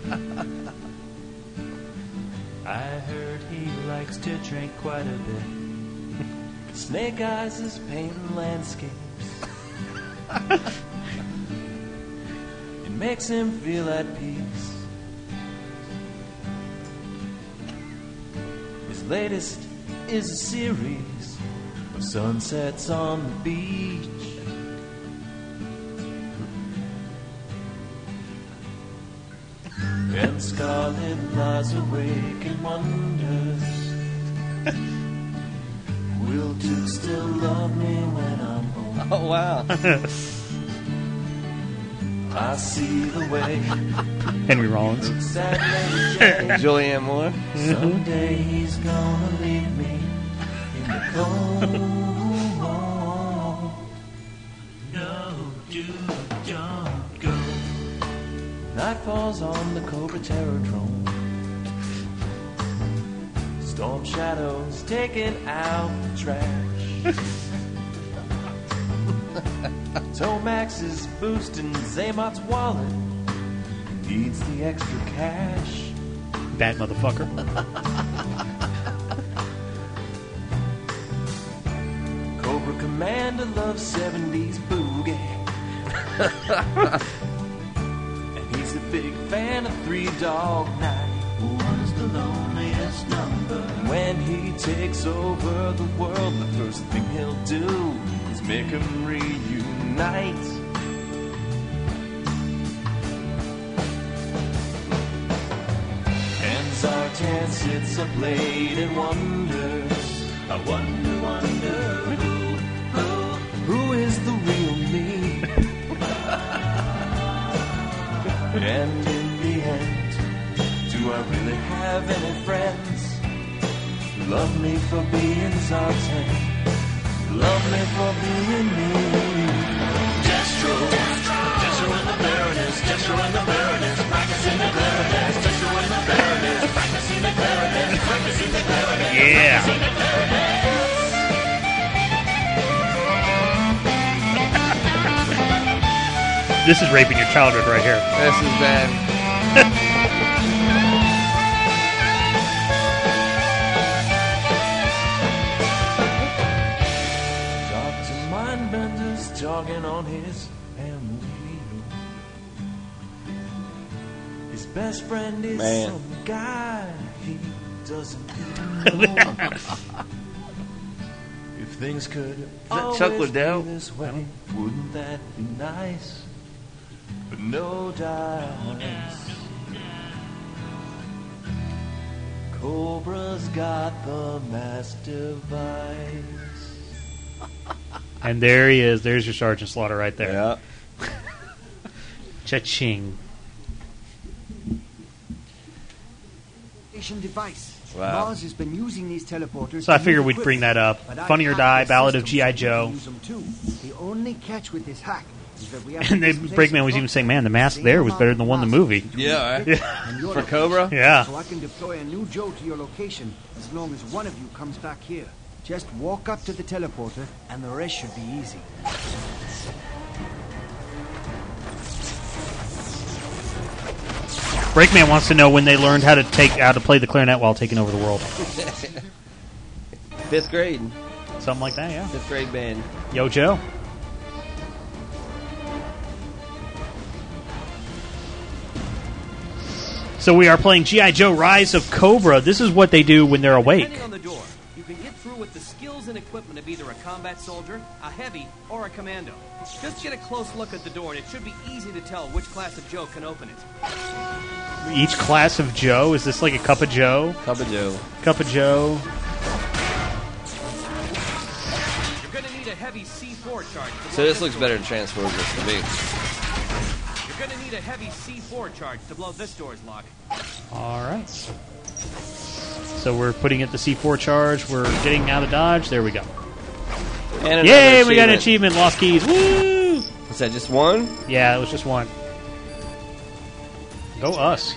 [SPEAKER 11] I heard he likes to drink quite a bit. Snake Eyes is painting landscapes. it makes him feel at peace. His latest is a series of sunsets on the beach. And Scarlet lies awake and wonders Will Duke still love me when I'm home?
[SPEAKER 3] Oh, wow.
[SPEAKER 11] I see the way
[SPEAKER 1] Henry Rollins.
[SPEAKER 3] Julianne Moore.
[SPEAKER 11] Someday he's gonna leave me in the cold war. No, dude, don't go. Night falls on the Cobra Terror drone. Storm shadows taking out the trash. Tomax is boosting Zaymot's wallet. Needs the extra cash.
[SPEAKER 1] Bad motherfucker.
[SPEAKER 11] Cobra Commander loves 70s boogie. and he's a big fan of Three Dog Night. One's the loneliest number. When he takes over the world, the first thing he'll do is make him reunite. And Zartan sits up late and wonders. I wonder, wonder who, who, who is the real me? and in the end, do I really have any friends? who Love me for being Zartan. Love me for being me. Destro, Destro and the Baroness, Destro and the Baroness, practicing the clarinet, Destro and the Baroness, practicing the clarinet, practicing the clarinet.
[SPEAKER 1] Yeah. This is raping your childhood right here.
[SPEAKER 3] This is bad.
[SPEAKER 11] Doctor Mindbender's jogging on his family His best friend is
[SPEAKER 3] Man.
[SPEAKER 11] some guy he doesn't even know. if things could
[SPEAKER 8] that
[SPEAKER 11] always
[SPEAKER 8] Chuck
[SPEAKER 11] be this way, wouldn't that be nice? But no dice. Cobra's got the master vice.
[SPEAKER 1] And there he is. There's your Sergeant Slaughter right there. Cha-ching.
[SPEAKER 12] device.
[SPEAKER 1] Wow.
[SPEAKER 12] Mars has been using these teleporters.
[SPEAKER 1] So I
[SPEAKER 12] to
[SPEAKER 1] figured
[SPEAKER 12] move
[SPEAKER 1] we'd bring that
[SPEAKER 12] equipment,
[SPEAKER 1] up.
[SPEAKER 12] but I
[SPEAKER 1] Funny or
[SPEAKER 12] hacked
[SPEAKER 1] Die,
[SPEAKER 12] their
[SPEAKER 1] Ballad of
[SPEAKER 12] systems
[SPEAKER 1] G.I.
[SPEAKER 12] so we
[SPEAKER 1] Joe.
[SPEAKER 12] can use 'em too. The only catch with this hack
[SPEAKER 1] And they, Breakman was even saying, "Man, the mask there was better than the one in the movie."
[SPEAKER 3] eh? For Cobra?
[SPEAKER 1] Yeah.
[SPEAKER 12] So I can deploy a new Joe to your location as long as one of you comes back here. Just walk up to the teleporter, and the rest should be easy.
[SPEAKER 1] Breakman wants to know when they learned how to take how to play the clarinet while taking over the world.
[SPEAKER 3] Fifth grade.
[SPEAKER 1] Something like that, yeah.
[SPEAKER 3] Fifth grade band.
[SPEAKER 1] Yo, Joe. So we are playing GI Joe: Rise of Cobra. This is what they do when they're awake.
[SPEAKER 13] Depending on the door, you can get through with the skills and equipment of either a combat soldier, a heavy, or a commando. Just get a close look at the door, and it should be easy to tell which class of Joe can open it.
[SPEAKER 1] Each class of Joe is this like a cup of Joe?
[SPEAKER 3] Cup of Joe.
[SPEAKER 1] Cup of Joe.
[SPEAKER 13] You're going to need a heavy C4 charge. to
[SPEAKER 3] So this looks better than Transformers to me.
[SPEAKER 13] You're going to need a heavy C4 charge to blow this door's lock.
[SPEAKER 1] All right. So we're putting it the C4 charge. We're getting out of dodge. There we go.
[SPEAKER 3] And
[SPEAKER 1] Yay!
[SPEAKER 3] another
[SPEAKER 1] We got an achievement.
[SPEAKER 3] achievement.
[SPEAKER 1] Lost keys. Woo!
[SPEAKER 3] Is that just one?
[SPEAKER 1] Yeah, it was just one. Go us.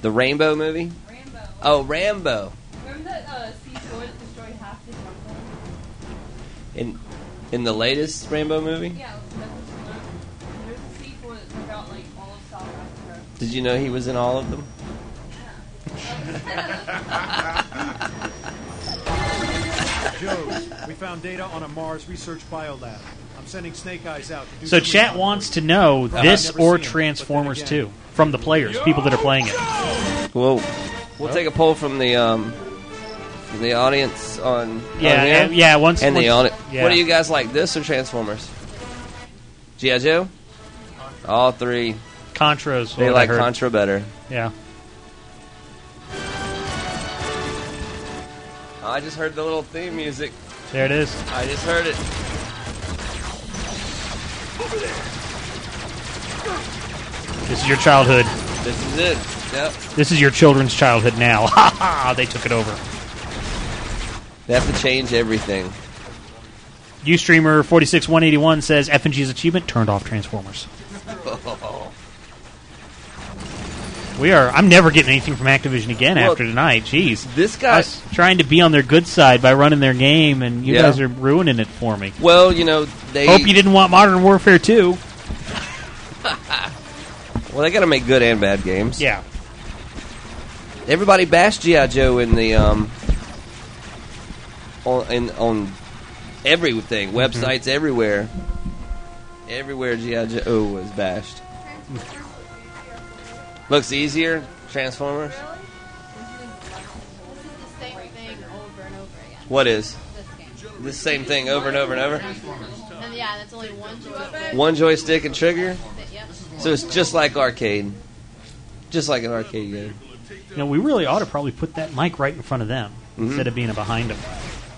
[SPEAKER 3] The Rainbow movie?
[SPEAKER 5] Rambo.
[SPEAKER 3] Oh, Rambo.
[SPEAKER 5] Remember that uh, C4 that destroyed half the jungle?
[SPEAKER 3] In in the latest Rainbow movie?
[SPEAKER 5] Yeah, that was one. There's a C4 that took out like all of South Africa.
[SPEAKER 3] Did you know he was in all of them?
[SPEAKER 14] Joe, we found data on a Mars research biolab. I'm sending Snake Eyes out. To do
[SPEAKER 1] So
[SPEAKER 14] some
[SPEAKER 1] chat
[SPEAKER 14] recon
[SPEAKER 1] wants
[SPEAKER 14] work.
[SPEAKER 1] to know
[SPEAKER 14] I've
[SPEAKER 1] this
[SPEAKER 14] never
[SPEAKER 1] or
[SPEAKER 14] seen it.
[SPEAKER 1] Transformers 2 from the players, people that are playing
[SPEAKER 14] Oh,
[SPEAKER 1] it.
[SPEAKER 3] Whoa. We'll take a poll from the um from the audience on
[SPEAKER 1] Yeah,
[SPEAKER 3] on there.
[SPEAKER 1] and- yeah, once-
[SPEAKER 3] and the
[SPEAKER 1] once-
[SPEAKER 3] audi-
[SPEAKER 1] yeah.
[SPEAKER 3] What do you guys like, this or Transformers? GI Joe. All three.
[SPEAKER 1] Contras.
[SPEAKER 3] They
[SPEAKER 1] what I
[SPEAKER 3] like
[SPEAKER 1] heard.
[SPEAKER 3] Contra better.
[SPEAKER 1] Yeah.
[SPEAKER 3] Oh, I just heard the little theme music.
[SPEAKER 1] There it is.
[SPEAKER 3] I just heard it.
[SPEAKER 1] This is your childhood.
[SPEAKER 3] This is it. Yep.
[SPEAKER 1] This is your children's childhood now. Ha ha! They took it over.
[SPEAKER 3] They have to change everything.
[SPEAKER 1] Ustreamer 46181 says FNG's achievement turned off Transformers. We are. I'm never getting anything from Activision again
[SPEAKER 3] Well,
[SPEAKER 1] after tonight. Jeez,
[SPEAKER 3] this guy-
[SPEAKER 1] I was trying to be on their good side by running their game, and you
[SPEAKER 3] Yeah.
[SPEAKER 1] guys are ruining it for me.
[SPEAKER 3] Well, you know, they
[SPEAKER 1] Hope you didn't want Modern Warfare 2.
[SPEAKER 3] Well, they got to make good and bad games.
[SPEAKER 1] Yeah.
[SPEAKER 3] Everybody bashed GI Joe in the um on in, on everything, websites everywhere. Everywhere GI Joe was bashed. Looks easier, Transformers.
[SPEAKER 5] Same thing over and over again.
[SPEAKER 3] What is
[SPEAKER 5] This game.
[SPEAKER 3] the same thing over and over and over?
[SPEAKER 5] And yeah, that's only one joystick.
[SPEAKER 3] One joystick and trigger.
[SPEAKER 5] Yep.
[SPEAKER 3] So it's just like arcade, just like an arcade game.
[SPEAKER 1] You know, we really ought to probably put that mic right in front of them
[SPEAKER 3] Mhm.
[SPEAKER 1] instead of being behind them.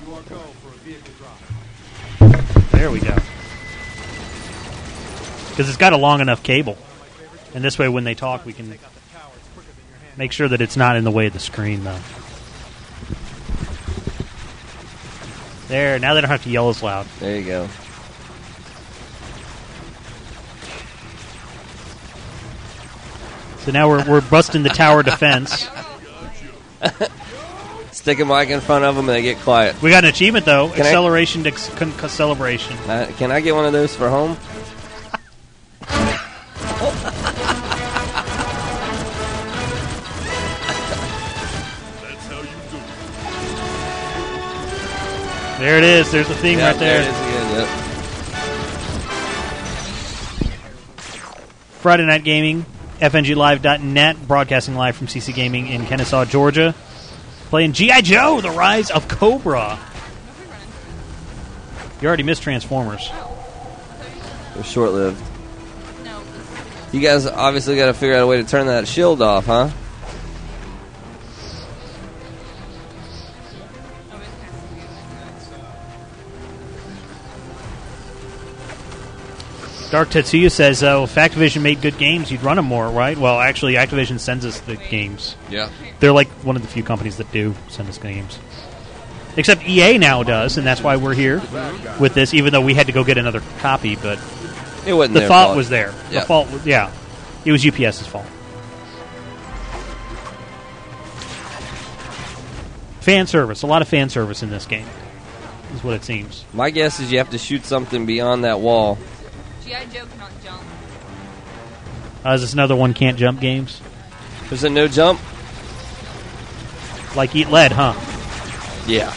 [SPEAKER 14] You are go for a vehicle drop.
[SPEAKER 1] There we go. Because it's got a long enough cable, and this way, when they talk, we can make sure that it's not in the way of the screen, though. There, now they don't have to yell as loud.
[SPEAKER 3] There you go.
[SPEAKER 1] So now we're, we're busting the tower defense.
[SPEAKER 3] Stick a mic in front of them and they get quiet.
[SPEAKER 1] We got an achievement though:
[SPEAKER 3] Can I-
[SPEAKER 1] acceleration to c- con- celebration.
[SPEAKER 3] Uh, can I get one of those for home?
[SPEAKER 1] There it is. There's the theme
[SPEAKER 3] Yeah,
[SPEAKER 1] right there.
[SPEAKER 3] it is again, yep.
[SPEAKER 1] Friday Night Gaming, FNGLive.net, broadcasting live from CC Gaming in Kennesaw, Georgia. Playing G.I. Joe, The Rise of Cobra. You already missed Transformers.
[SPEAKER 3] They're short lived. You guys obviously got to figure out a way to turn that shield off, huh?
[SPEAKER 1] Dark Tetsuya says, "Oh, if Activision made good games, you'd run them more, right?" Well, actually, Activision sends us the games.
[SPEAKER 15] Yeah.
[SPEAKER 1] they're like one of the few companies that do send us games. Except EA now does, and that's why we're here with this. Even though we had to go get another copy, but
[SPEAKER 3] It wasn't
[SPEAKER 1] the
[SPEAKER 3] their
[SPEAKER 1] thought
[SPEAKER 3] fault.
[SPEAKER 1] was there.
[SPEAKER 3] Yeah.
[SPEAKER 1] The fault, was, yeah, it was UPS's fault. Fan service, a lot of fan service in this game, is what it seems.
[SPEAKER 3] My guess is you have to shoot something beyond that wall.
[SPEAKER 5] GI Joe cannot jump.
[SPEAKER 1] Uh, is this another one can't jump games?
[SPEAKER 3] There's a no jump.
[SPEAKER 1] Like eat lead, huh?
[SPEAKER 3] Yeah.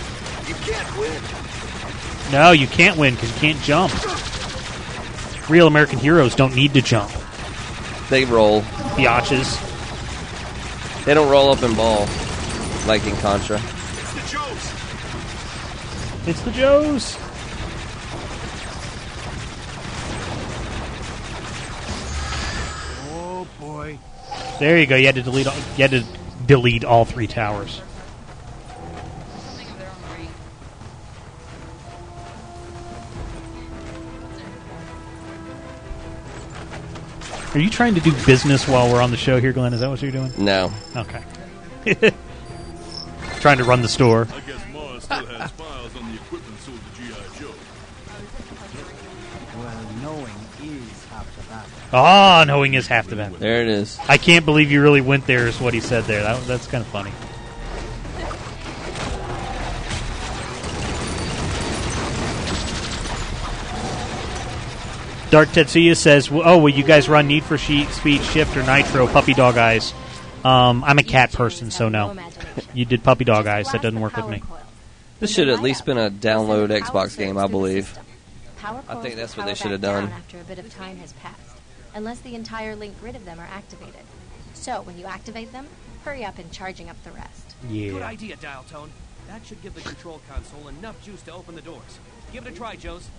[SPEAKER 11] You can't win.
[SPEAKER 1] No, you can't win because you can't jump. Real American heroes don't need to jump.
[SPEAKER 3] They roll.
[SPEAKER 1] Biatches.
[SPEAKER 3] They don't roll up and ball like in Contra.
[SPEAKER 1] It's the Joes.
[SPEAKER 12] Oh boy.
[SPEAKER 1] There you go. You had to delete. All, you had to delete all three towers. Are you trying to do business while we're on the show here, Glenn? Is that what you're doing?
[SPEAKER 3] No.
[SPEAKER 1] Okay. trying to run the store.
[SPEAKER 10] I guess Mars still has files on the equipment sold to G.I. Joe.
[SPEAKER 12] Well, knowing is half the battle.
[SPEAKER 1] Ah, knowing is half the battle.
[SPEAKER 3] There it is.
[SPEAKER 1] I can't believe you really went there. Is what he said there. That, that's kind of funny. Dark Tetsuya says, "W- "Oh, will you guys run Need for She- Speed Shift or Nitro? Puppy Dog Eyes. Um, I'm a cat person, so no. You did Puppy Dog Eyes. That doesn't work with me.
[SPEAKER 3] This should have at least been a download Xbox game, I believe.
[SPEAKER 16] Power
[SPEAKER 3] I
[SPEAKER 16] cores
[SPEAKER 3] think that's
[SPEAKER 16] will
[SPEAKER 3] what they
[SPEAKER 16] power
[SPEAKER 3] should have
[SPEAKER 16] back
[SPEAKER 3] done.
[SPEAKER 16] down After a bit of time has passed, unless the entire link grid of them are activated. So when you activate them, hurry up in charging up the rest.
[SPEAKER 13] Good idea, Dial Tone. That should give the control console enough juice to open the doors. Give it a try, Joes.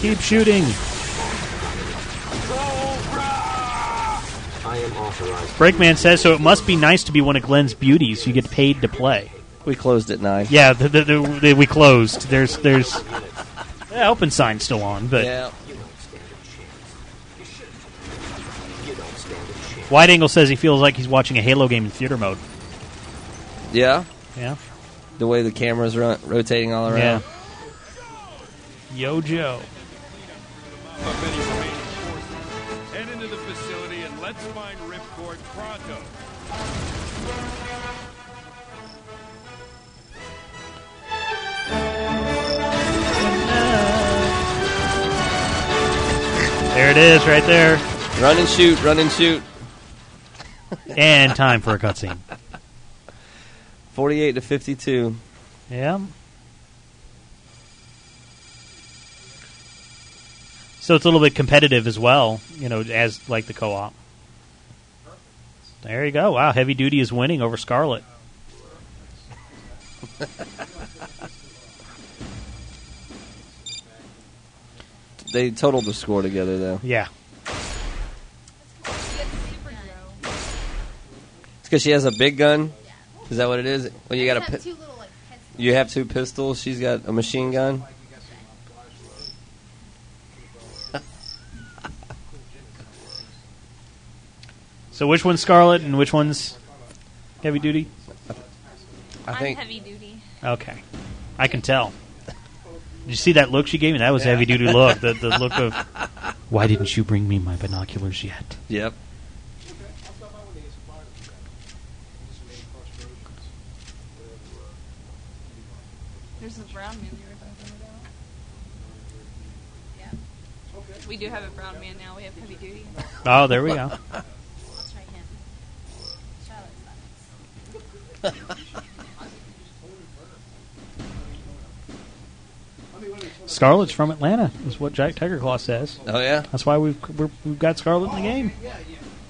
[SPEAKER 1] Keep shooting.
[SPEAKER 17] I am authorized.
[SPEAKER 1] Breakman says, so it must be nice to be one of Glenn's beauties. You get paid to play.
[SPEAKER 3] We closed at nine.
[SPEAKER 1] Yeah, the, the, the, the- we closed. There's there's yeah, open sign's still on, but
[SPEAKER 3] Yeah.
[SPEAKER 1] Wide Angle says he feels like he's watching a Halo game in theater mode.
[SPEAKER 3] Yeah.
[SPEAKER 1] Yeah.
[SPEAKER 3] The way the camera's ro- rotating all around.
[SPEAKER 1] Yo, Joe.
[SPEAKER 10] Head into the facility and let's find Ripcord pronto.
[SPEAKER 1] There it is, right there.
[SPEAKER 3] Run and shoot. Run and shoot.
[SPEAKER 1] And time for a cutscene.
[SPEAKER 3] Forty-eight to fifty-two.
[SPEAKER 1] Yeah. So it's a little bit competitive as well, you know, as like the co-op. There you go. Wow, Heavy Duty is winning over Scarlet.
[SPEAKER 3] They totaled the score together though.
[SPEAKER 1] Yeah.
[SPEAKER 3] It's because she has a big gun. Is that what it is? Well, you got a. Pi- you have two pistols. She's got a machine gun.
[SPEAKER 1] So which one's Scarlet and which one's Heavy Duty?
[SPEAKER 3] I
[SPEAKER 5] I'm
[SPEAKER 3] think-
[SPEAKER 5] heavy duty.
[SPEAKER 1] Okay, I can tell. Did you see that look she gave me? That was a heavy duty look. The, the look of why didn't you bring me my binoculars yet?
[SPEAKER 3] Yep.
[SPEAKER 5] There's a brown man there if I found it out. Yeah. We do have a brown man now. We have heavy duty.
[SPEAKER 1] Oh, there we go. Scarlet's from Atlanta, is what Jack Tigerclaw says.
[SPEAKER 3] Oh yeah.
[SPEAKER 1] That's why we've we're, we've got Scarlet in the game.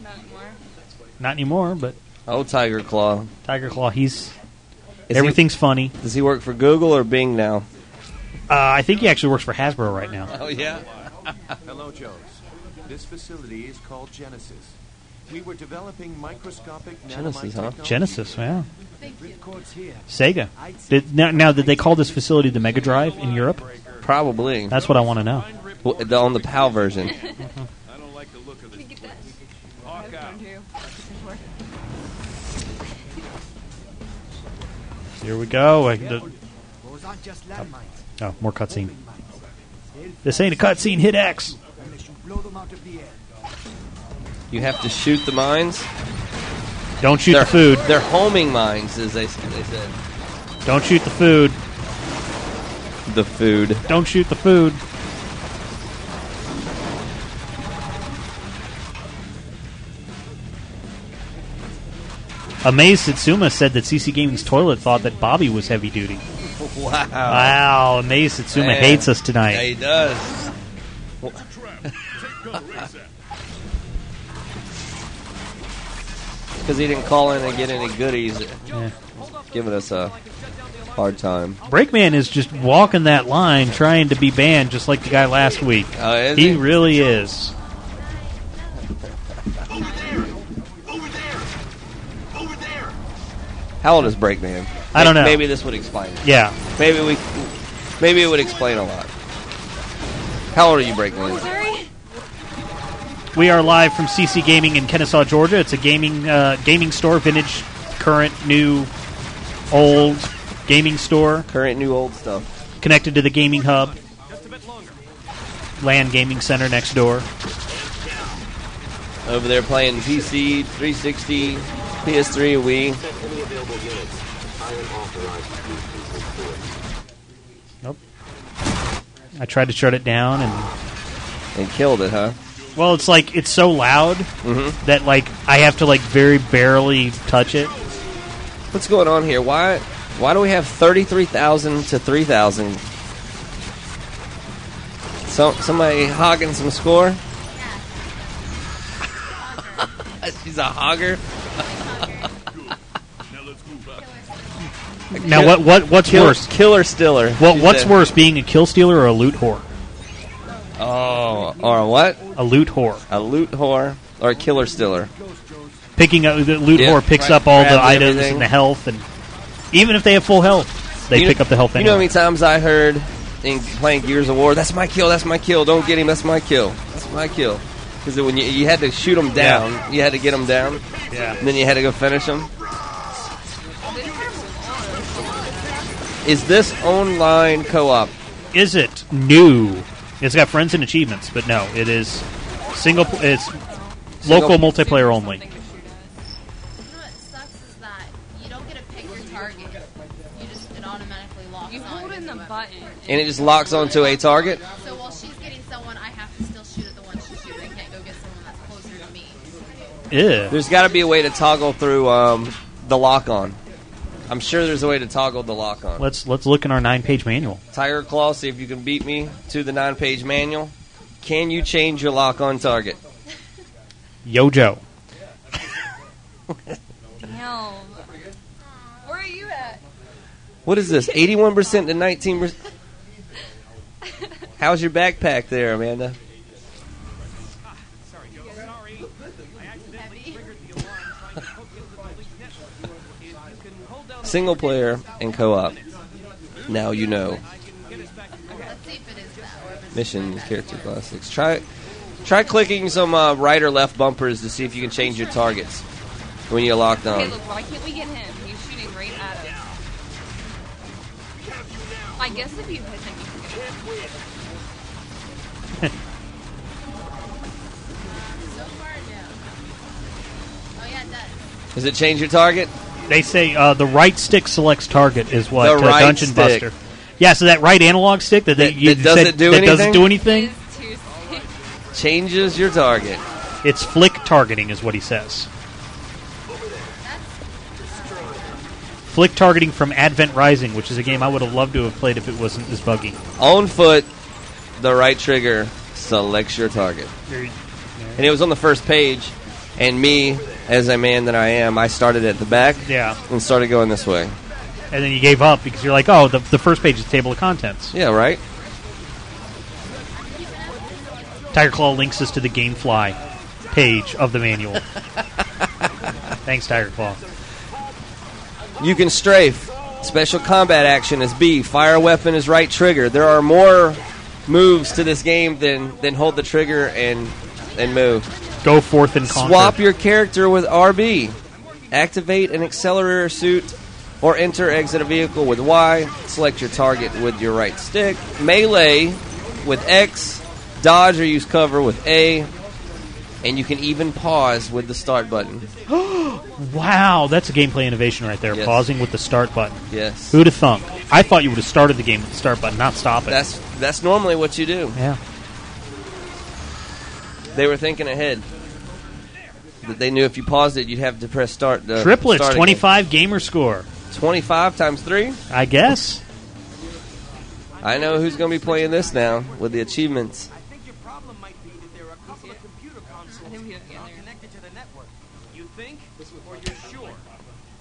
[SPEAKER 5] Not anymore.
[SPEAKER 1] Not anymore, but
[SPEAKER 3] Oh, Tiger Claw.
[SPEAKER 1] Tiger Claw, he's
[SPEAKER 3] Is he-
[SPEAKER 1] everything's funny.
[SPEAKER 3] Does he work for Google or Bing now?
[SPEAKER 1] Uh, I think he actually works for Hasbro right now.
[SPEAKER 3] Oh yeah.
[SPEAKER 11] Hello, Joes. This facility is called Genesis. We were developing microscopic
[SPEAKER 3] Genesis, huh?
[SPEAKER 1] Genesis, yeah.
[SPEAKER 12] Ripcords here.
[SPEAKER 1] Sega. Did, now, now, did they call this facility the Mega Drive in Europe?
[SPEAKER 3] Probably.
[SPEAKER 1] That's what I want to know.
[SPEAKER 3] Well, the- on the PAL version.
[SPEAKER 10] Hawk out.
[SPEAKER 1] Here we go. I- the-
[SPEAKER 12] Those aren't just landmines.
[SPEAKER 1] oh, more cutscene. This ain't a cutscene. Hit X.
[SPEAKER 12] Unless you blow them out of the air.
[SPEAKER 3] You have to shoot the mines.
[SPEAKER 1] Don't shoot
[SPEAKER 3] they're,
[SPEAKER 1] the food.
[SPEAKER 3] They're homing mines, as they, s- they said.
[SPEAKER 1] Don't shoot the food.
[SPEAKER 3] The food.
[SPEAKER 1] Don't shoot the food. Amazed Satsuma said that CC Gaming's toilet thought that Bobby was heavy duty.
[SPEAKER 3] Wow.
[SPEAKER 1] Wow, Amazed Satsuma
[SPEAKER 3] Oh. Man.
[SPEAKER 1] hates us
[SPEAKER 3] Yeah,
[SPEAKER 1] tonight.
[SPEAKER 3] he does. Because he didn't call in and get any goodies. Giving us a hard time.
[SPEAKER 1] Breakman is just walking that line, trying to be banned, just like the guy last week.
[SPEAKER 3] Oh, is
[SPEAKER 1] he
[SPEAKER 3] he?
[SPEAKER 1] really is.
[SPEAKER 3] How old is Breakman?
[SPEAKER 1] I don't
[SPEAKER 3] May-
[SPEAKER 1] know.
[SPEAKER 3] Maybe this would explain it.
[SPEAKER 1] Yeah.
[SPEAKER 3] Maybe we. Maybe it would explain a lot. How old are you, Breakman?
[SPEAKER 5] Sorry?
[SPEAKER 1] We are live from CC Gaming in Kennesaw, Georgia. It's a gaming uh, gaming store, vintage, current, new, old gaming store
[SPEAKER 3] Current new old stuff.
[SPEAKER 1] connected to the gaming hub, land gaming center next door.
[SPEAKER 3] Over there playing PC, 360, PS3, Wii.
[SPEAKER 1] I tried to shut it down, and
[SPEAKER 3] And killed it, huh?
[SPEAKER 1] well, it's like it's so loud
[SPEAKER 3] Mm-hmm.
[SPEAKER 1] that like I have to like very barely touch it.
[SPEAKER 3] What's going on here? Why why do we have 33,000 to 3,000? So, somebody hogging some score? She's a hogger.
[SPEAKER 1] Now, what what what's
[SPEAKER 3] Killer-
[SPEAKER 1] worse?
[SPEAKER 3] Killer stiller.
[SPEAKER 1] What
[SPEAKER 3] She
[SPEAKER 1] what's
[SPEAKER 3] said.
[SPEAKER 1] worse, being a kill stealer or a loot whore?
[SPEAKER 3] Oh, or a what?
[SPEAKER 1] A loot whore.
[SPEAKER 3] A loot whore or a killer stiller.
[SPEAKER 1] Picking up the loot
[SPEAKER 3] Yeah,
[SPEAKER 1] whore picks
[SPEAKER 3] grab-
[SPEAKER 1] up all the
[SPEAKER 3] grabs
[SPEAKER 1] items
[SPEAKER 3] everything.
[SPEAKER 1] and the health, and even if they have full health, they
[SPEAKER 3] You know-
[SPEAKER 1] pick up the health
[SPEAKER 3] You
[SPEAKER 1] anyway.
[SPEAKER 3] know how many times I heard in playing Gears of War, "That's my kill, that's my kill, don't get him, that's my kill, that's my kill," because when you, you had to shoot him down, you had to get him down,
[SPEAKER 1] Yeah.
[SPEAKER 3] and then you had to go finish him. Is this online co-op?
[SPEAKER 1] is it new? It's got friends and achievements, but no, it is single. pl- It's
[SPEAKER 3] Single-
[SPEAKER 1] local multiplayer only.
[SPEAKER 15] You know what sucks is that you don't get to pick your target. You just it automatically locks. You hold in the button.
[SPEAKER 3] And it just locks onto a target.
[SPEAKER 15] So while she's getting someone, I have to still shoot at the one she's shooting. I can't go get someone that's closer to me.
[SPEAKER 1] Yeah.
[SPEAKER 3] There's got to be a way to toggle through um, the lock on. I'm sure there's a way to toggle the lock on.
[SPEAKER 1] Let's let's look in our nine-page manual.
[SPEAKER 3] Tiger Claw, see if you can beat me to the nine-page manual. Can you change your lock on target?
[SPEAKER 1] Yojo.
[SPEAKER 5] Damn. Where are you at?
[SPEAKER 3] What is this? Eighty-one percent to nineteen percent. How's your backpack there, Amanda? Single player and co-op. Now you know. Mission character classics. Try, try clicking some uh, right or left bumpers to see if you can change your targets when you're locked
[SPEAKER 5] Okay,
[SPEAKER 3] on.
[SPEAKER 5] look, why can't we get him? He's shooting right at us. I guess if you hit him, you can get him.
[SPEAKER 3] Does it change your target?
[SPEAKER 1] They say uh, the right stick selects target is what
[SPEAKER 3] The
[SPEAKER 1] uh,
[SPEAKER 3] right
[SPEAKER 1] Dungeon
[SPEAKER 3] stick.
[SPEAKER 1] Buster. Yeah, so that right analog stick that they,
[SPEAKER 3] That-
[SPEAKER 1] you
[SPEAKER 3] that doesn't
[SPEAKER 1] said
[SPEAKER 3] do
[SPEAKER 1] that doesn't
[SPEAKER 3] anything?
[SPEAKER 1] do anything.
[SPEAKER 3] Changes your target.
[SPEAKER 1] It's flick targeting, is what he says. Flick targeting from Advent Rising, which is a game I would have loved to have played if it wasn't this buggy.
[SPEAKER 3] On foot, the right trigger selects your target. And it was on the first page, and me, as a man that I am, I started at the back
[SPEAKER 1] Yeah.
[SPEAKER 3] and started going this way.
[SPEAKER 1] And then you gave up because you're like, oh, the, the first page is table of contents.
[SPEAKER 3] Yeah, right?
[SPEAKER 1] Tiger Claw links us to the Gamefly. page of the manual. Thanks, Tiger Claw.
[SPEAKER 3] You can strafe. Special combat action is B. Fire weapon is right trigger. There are more moves to this game than than hold the trigger and and move.
[SPEAKER 1] Go forth and conquer.
[SPEAKER 3] Swap your character with RB. Activate an accelerator suit or enter exit a vehicle with Y. Select your target with your right stick. Melee with X. Dodge or use cover with A. And you can even pause with the start button.
[SPEAKER 1] Wow, that's a gameplay innovation right there.
[SPEAKER 3] Yes.
[SPEAKER 1] Pausing with the start button.
[SPEAKER 3] Yes.
[SPEAKER 1] Who'd have thunk? I thought you would have started the game with the start button, not stop it.
[SPEAKER 3] That's that's normally what you do.
[SPEAKER 1] Yeah.
[SPEAKER 3] They were thinking ahead. That they knew if you paused it, you'd have to press start. Uh,
[SPEAKER 1] Triplets,
[SPEAKER 3] start again.
[SPEAKER 1] 25 gamer score.
[SPEAKER 3] 25 times three.
[SPEAKER 1] I guess.
[SPEAKER 3] I know who's going to be playing this now with the achievements.
[SPEAKER 13] Connected to the network. You think, or you're sure?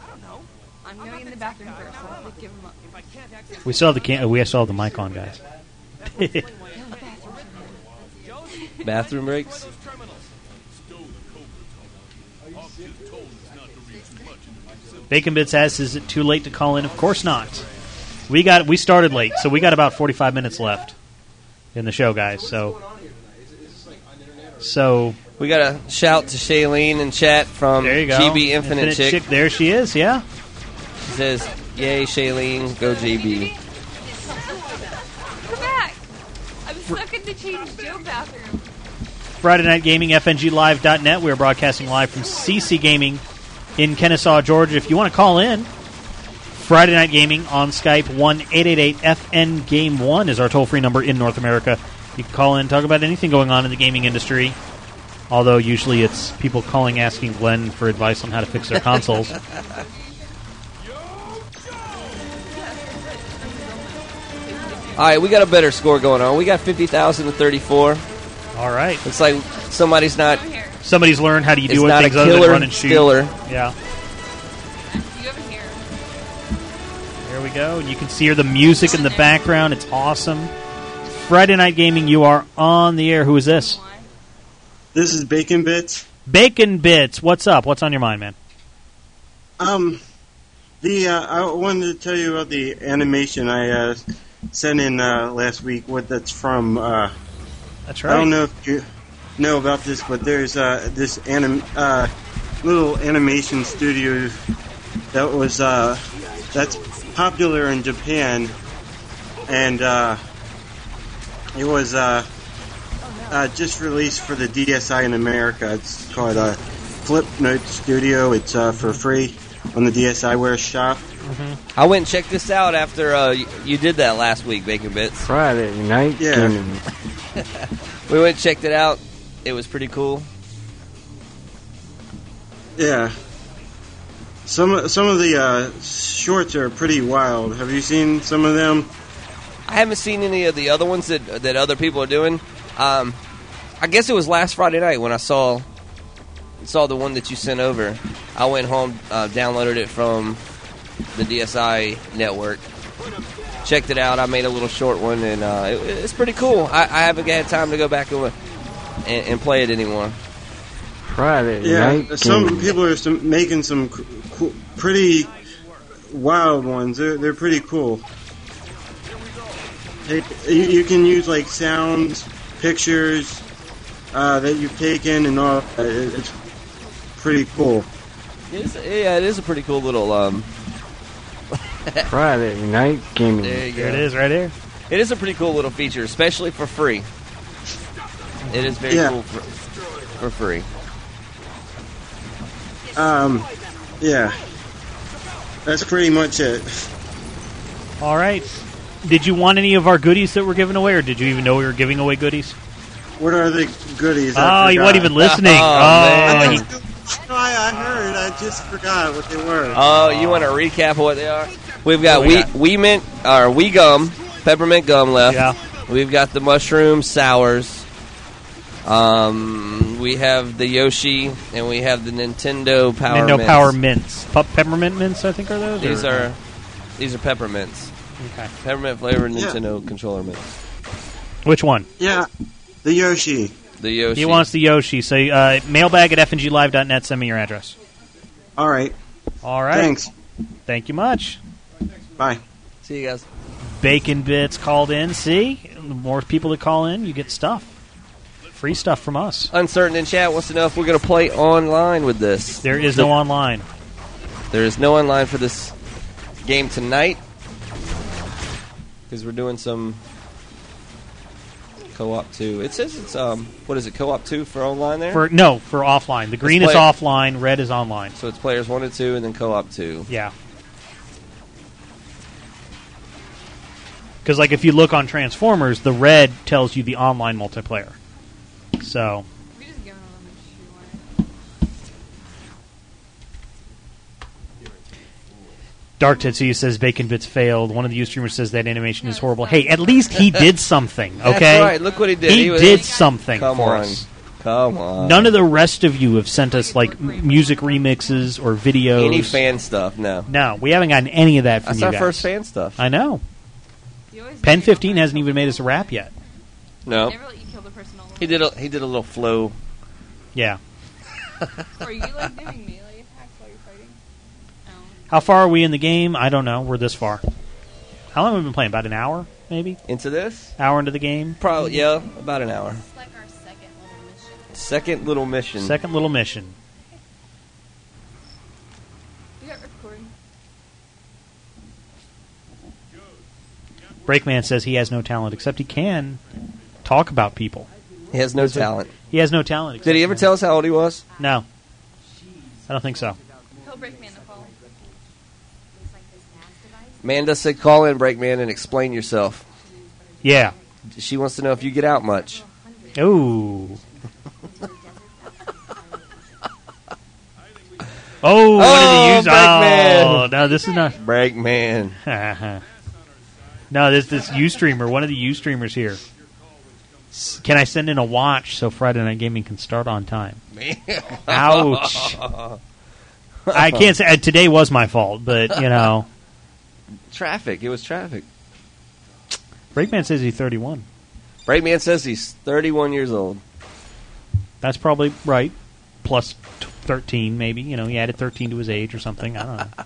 [SPEAKER 13] I don't know.
[SPEAKER 5] I'm going in the bathroom first. I'll have to give him up.
[SPEAKER 13] If I can't access
[SPEAKER 1] We saw the can- we saw the mic on, guys.
[SPEAKER 3] Bathroom breaks.
[SPEAKER 1] Bacon Bits asks, "Is it too late to call in?" Of course not. We got we started late, so we got about 45 minutes left in the show, guys. So, so
[SPEAKER 3] We got a shout to Shailene in chat from
[SPEAKER 1] there you go.
[SPEAKER 3] GB Infinite, Chick.
[SPEAKER 1] There she is. Yeah.
[SPEAKER 3] She says, Yay, Shailene, go GB.
[SPEAKER 5] Come back! I'm stuck in the change Joe bathroom.
[SPEAKER 1] Friday Night Gaming, FNGLive.net. We are broadcasting live from CC Gaming in Kennesaw, Georgia. If you want to call in, Friday Night Gaming on Skype, 1 888 FN Game 1 is our toll free number in North America. You can call in, talk about anything going on in the gaming industry. Although usually it's people calling asking Glenn for advice on how to fix their consoles.
[SPEAKER 3] All right, we got a better score going on. We got 50,000 to 34.
[SPEAKER 1] All right.
[SPEAKER 3] It's like somebody's not.
[SPEAKER 1] Somebody's learned how do you
[SPEAKER 3] It's
[SPEAKER 1] do
[SPEAKER 3] not a
[SPEAKER 1] things other than
[SPEAKER 3] killer
[SPEAKER 1] run and shoot.
[SPEAKER 3] skiller.
[SPEAKER 1] Yeah. There we go. And you can hear the music in the background. It's awesome. Friday Night Gaming, you are on the air. Who is this?
[SPEAKER 17] This is Bacon Bits.
[SPEAKER 1] Bacon Bits. What's up? What's on your mind, man?
[SPEAKER 17] Um, the uh, I wanted to tell you about the animation I uh, sent in uh, last week. What that's from? Uh,
[SPEAKER 1] that's
[SPEAKER 17] I
[SPEAKER 3] Oh,
[SPEAKER 1] right.
[SPEAKER 17] don't know if you know about this, but there's uh, this anim uh, little animation studio that was uh, that's popular in Japan, and uh, it was uh, uh, just released for the DSi in America. It's called uh, Flipnote Studio. It's uh, for free on the DSiWare shop.
[SPEAKER 3] I went and checked this out after uh, y- you did that last week, Bacon Bits.
[SPEAKER 18] Friday night
[SPEAKER 17] Yeah.
[SPEAKER 18] gaming.
[SPEAKER 3] We went and checked it out. It was pretty cool.
[SPEAKER 17] Yeah. Some some of the uh, shorts are pretty wild. Have you seen some of them?
[SPEAKER 3] I haven't seen any of the other ones that that other people are doing. Um, I guess it was last Friday night when I saw saw the one that you sent over. I went home, uh, downloaded it from the DSI network, checked it out. I made a little short one, and uh, it, it's pretty cool. I, I haven't had time to go back and, and, and play it anymore.
[SPEAKER 18] Friday
[SPEAKER 17] Yeah,
[SPEAKER 18] night
[SPEAKER 17] some
[SPEAKER 18] gaming.
[SPEAKER 17] people are some, making some c- cool, pretty wild ones. They're they're pretty cool. They, you, you can use like sounds, pictures uh, that you've taken, and all. that. It- It's pretty cool.
[SPEAKER 3] It's, yeah, it is a pretty cool little. Um,
[SPEAKER 18] Friday night gaming.
[SPEAKER 3] there you go.
[SPEAKER 1] right here.
[SPEAKER 3] It is a pretty cool little feature, especially for free. It is very
[SPEAKER 17] Yeah.
[SPEAKER 3] cool for, for free.
[SPEAKER 17] Um, yeah, that's pretty much it.
[SPEAKER 1] All right. Did you want any of our goodies that we're giving away, or did you even know we were giving away goodies?
[SPEAKER 17] What are the goodies?
[SPEAKER 1] Oh,
[SPEAKER 17] I
[SPEAKER 1] you weren't
[SPEAKER 17] forgot.
[SPEAKER 1] even listening. Oh, Oh, man.
[SPEAKER 17] I, no, I, I heard. I just forgot what they were.
[SPEAKER 3] Oh, you want to recap what they are? We've got
[SPEAKER 1] Oh,
[SPEAKER 17] What
[SPEAKER 3] we
[SPEAKER 17] we
[SPEAKER 3] we mint or we gum, peppermint gum left. Yeah. We've got the mushroom sours. Um, we have the Yoshi, and we have the Nintendo Power.
[SPEAKER 1] Nintendo
[SPEAKER 3] Mints.
[SPEAKER 1] Power Mints. Pe- peppermint Mints, I think, are those?
[SPEAKER 3] These
[SPEAKER 1] or-
[SPEAKER 3] are these are peppermints.
[SPEAKER 1] Okay.
[SPEAKER 3] Peppermint flavored
[SPEAKER 17] Yeah.
[SPEAKER 3] Nintendo controller mints.
[SPEAKER 1] Which one?
[SPEAKER 17] Yeah, the Yoshi.
[SPEAKER 3] The Yoshi.
[SPEAKER 1] He wants the Yoshi. So uh, mailbag at fnglive.net. Send me your address.
[SPEAKER 17] All right.
[SPEAKER 1] All right.
[SPEAKER 17] Thanks.
[SPEAKER 1] Thank you much.
[SPEAKER 17] Bye.
[SPEAKER 3] See you guys.
[SPEAKER 1] Bacon bits called in. See, the more people that call in, you get stuff, free stuff from us.
[SPEAKER 3] Uncertain in chat wants to know if we're going to play online with this.
[SPEAKER 1] There is no online.
[SPEAKER 3] There is no online for this game tonight because we're doing some co-op two. It says it's um what is it co-op two for online there?
[SPEAKER 1] For no, for offline. The green is
[SPEAKER 3] Let's play it.
[SPEAKER 1] offline. Red is online.
[SPEAKER 3] So it's players one and two, and then co-op two.
[SPEAKER 1] Yeah. Because like if you look on Transformers, the red tells you the online multiplayer. So Dark Tetsuya says Bacon Bits failed. One of the Ustreamers says that animation is horrible. Hey, at least he did something, okay?
[SPEAKER 3] That's right. Look what he did.
[SPEAKER 1] He,
[SPEAKER 3] He was-
[SPEAKER 1] did something
[SPEAKER 3] Come
[SPEAKER 1] for
[SPEAKER 3] on.
[SPEAKER 1] us.
[SPEAKER 3] Come on.
[SPEAKER 1] None of the rest of you have sent us like m- music remixes or videos.
[SPEAKER 3] Any fan stuff? No.
[SPEAKER 1] No, we haven't gotten any of that from
[SPEAKER 3] That's
[SPEAKER 1] you
[SPEAKER 3] our
[SPEAKER 1] guys.
[SPEAKER 3] first fan stuff.
[SPEAKER 1] I know. Pen fifteen hasn't even made us a rap yet.
[SPEAKER 3] No. He did a he did a little flow.
[SPEAKER 1] Yeah.
[SPEAKER 5] Are you like doing melee attacks while you're fighting?
[SPEAKER 1] How far are we in the game? I don't know. We're this far. How long have we been playing? About an hour, maybe.
[SPEAKER 3] Into this?
[SPEAKER 1] Hour into the game.
[SPEAKER 3] Probably yeah, about an hour. Second little mission.
[SPEAKER 1] Second little mission.
[SPEAKER 5] Is that recording?
[SPEAKER 1] Breakman says he has no talent except he can talk about people.
[SPEAKER 3] He has no talent.
[SPEAKER 1] He has no talent.
[SPEAKER 3] Did he ever tell us how old he was?
[SPEAKER 1] No. I don't think so.
[SPEAKER 5] He'll break me in the fall.
[SPEAKER 3] Manda said, "Call in, Breakman, and explain yourself."
[SPEAKER 1] Yeah.
[SPEAKER 3] She wants to know if you get out much.
[SPEAKER 1] Ooh. Oh, one
[SPEAKER 3] Oh,
[SPEAKER 1] of the users.
[SPEAKER 3] Breakman.
[SPEAKER 1] Oh, no, this is not.
[SPEAKER 3] Breakman.
[SPEAKER 1] no, this this U streamer, one of the U streamers here. S- Can I send in a watch so Friday Night Gaming can start on time? Ouch. I can't say uh, today was my fault, but you know,
[SPEAKER 3] Traffic. It was traffic.
[SPEAKER 1] Breakman says he's 31.
[SPEAKER 3] Breakman says he's 31 years old.
[SPEAKER 1] That's probably right. Plus t- 13, maybe. You know, he added 13 to his age or something. I don't know.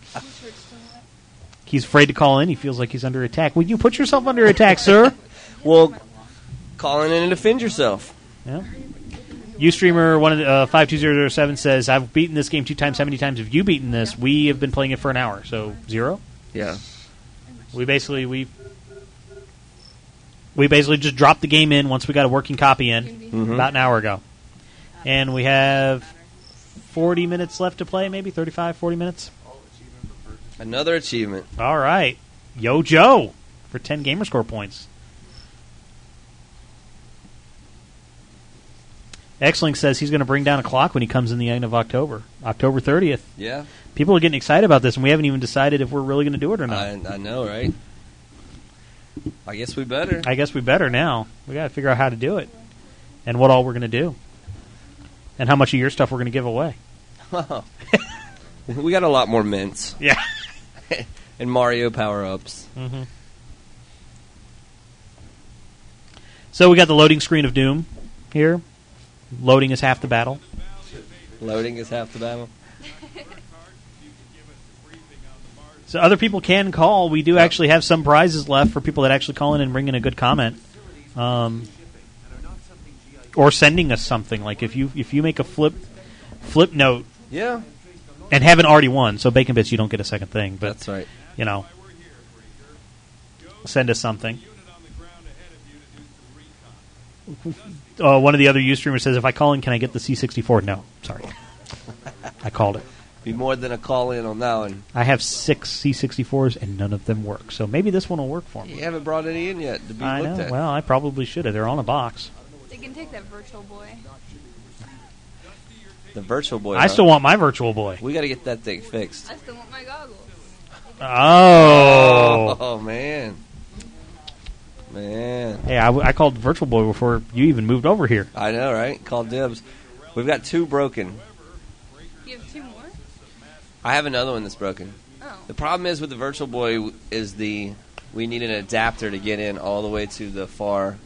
[SPEAKER 1] He's afraid to call in. He feels like he's under attack. Will you put yourself under attack, sir?
[SPEAKER 3] Well, call in and defend yourself.
[SPEAKER 1] Yeah. Ustreamer one of the, uh, five two zero zero seven says I've beaten this game two times. How many times have you beaten this? We have been playing it for an hour, so zero.
[SPEAKER 3] Yeah.
[SPEAKER 1] We basically we we basically just dropped the game in once we got a working copy in
[SPEAKER 3] Mhm.
[SPEAKER 1] about an hour ago, and we have forty minutes left to play, maybe 35, 40 minutes.
[SPEAKER 3] Another achievement.
[SPEAKER 1] All right, Yo Joe for ten gamer score points. Xlink says he's going to bring down a clock when he comes in the end of October, October thirtieth.
[SPEAKER 3] Yeah.
[SPEAKER 1] People are getting excited about this, and we haven't even decided if we're really going to do it or not.
[SPEAKER 3] I, I know, right? I guess we better.
[SPEAKER 1] I guess we better now. We got to figure out how to do it, and what all we're going to do, and how much of your stuff we're going to give away.
[SPEAKER 3] we got a lot more mints.
[SPEAKER 1] Yeah.
[SPEAKER 3] and Mario power ups.
[SPEAKER 1] Mm-hmm. So we got the loading screen of Doom here. Loading is half the battle.
[SPEAKER 3] Loading is half the battle.
[SPEAKER 1] So other people can call. We do actually have some prizes left for people that actually call in and bring in a good comment, um, or sending us something. Like if you if you make a flip flip note
[SPEAKER 3] Yeah.
[SPEAKER 1] and haven't already won, so bacon bits you don't get a second thing. But
[SPEAKER 3] That's right.
[SPEAKER 1] You know, send us something. Uh, one of the other Ustreamers says, "If I call in, can I get the C64?" No, sorry, I called it.
[SPEAKER 3] Be more than a call in on that one.
[SPEAKER 1] I have six C64s and none of them work. So maybe this one will work for me.
[SPEAKER 3] You haven't brought any in yet to be
[SPEAKER 1] I
[SPEAKER 3] looked
[SPEAKER 1] know.
[SPEAKER 3] at.
[SPEAKER 1] Well, I probably should have. They're on a box.
[SPEAKER 5] They can take that virtual boy.
[SPEAKER 3] the Virtual Boy.
[SPEAKER 1] I
[SPEAKER 3] huh?
[SPEAKER 1] still want my Virtual Boy.
[SPEAKER 3] We got to get that thing fixed.
[SPEAKER 5] I still want my goggles.
[SPEAKER 1] Oh.
[SPEAKER 3] Oh, man. Man.
[SPEAKER 1] Hey, I, w- I called Virtual Boy before you even moved over here.
[SPEAKER 3] I know, right? Call dibs. We've got two broken.
[SPEAKER 5] You have two more?
[SPEAKER 3] I have another one that's broken. The problem is with the Virtual Boy w- is the we need an adapter to get in all the way to the far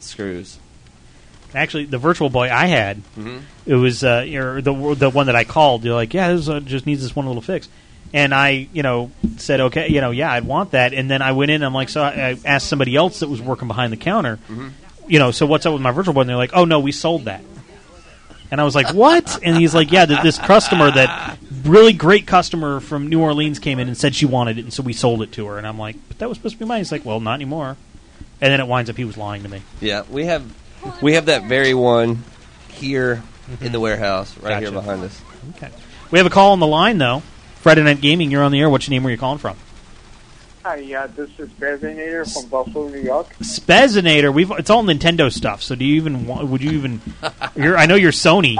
[SPEAKER 3] screws.
[SPEAKER 1] Actually, the Virtual Boy I had,
[SPEAKER 3] Mhm.
[SPEAKER 1] it was uh, you know, the the one that I called. You're like, yeah, this uh, just needs this one little fix. And I, you know, said, okay, you know, yeah, I'd want that. And then I went in. and I'm like, so I, I asked somebody else that was working behind the counter,
[SPEAKER 11] Mhm.
[SPEAKER 1] you know, so what's up with my Virtual Boy? And they're like, oh no, we sold that. And I was like, what? And he's like, yeah, th- this customer that really great customer from New Orleans came in and said she wanted it, and so we sold it to her. And I'm like, but that was supposed to be mine. He's like, well, not anymore. And then it winds up he was lying to me.
[SPEAKER 3] Yeah, we have we have that very one here in the warehouse, right here
[SPEAKER 1] Mm-hmm. Gotcha.
[SPEAKER 3] behind us.
[SPEAKER 1] Okay. We have a call on the line though. Friday Night Gaming, you're on the air. What's your name? Where you calling from?
[SPEAKER 19] Hi, yeah, this is Berzinator from Buffalo, New York.
[SPEAKER 1] Spezinator. We've it's all Nintendo stuff. So do you even want, would you even? You're, I know you're Sony.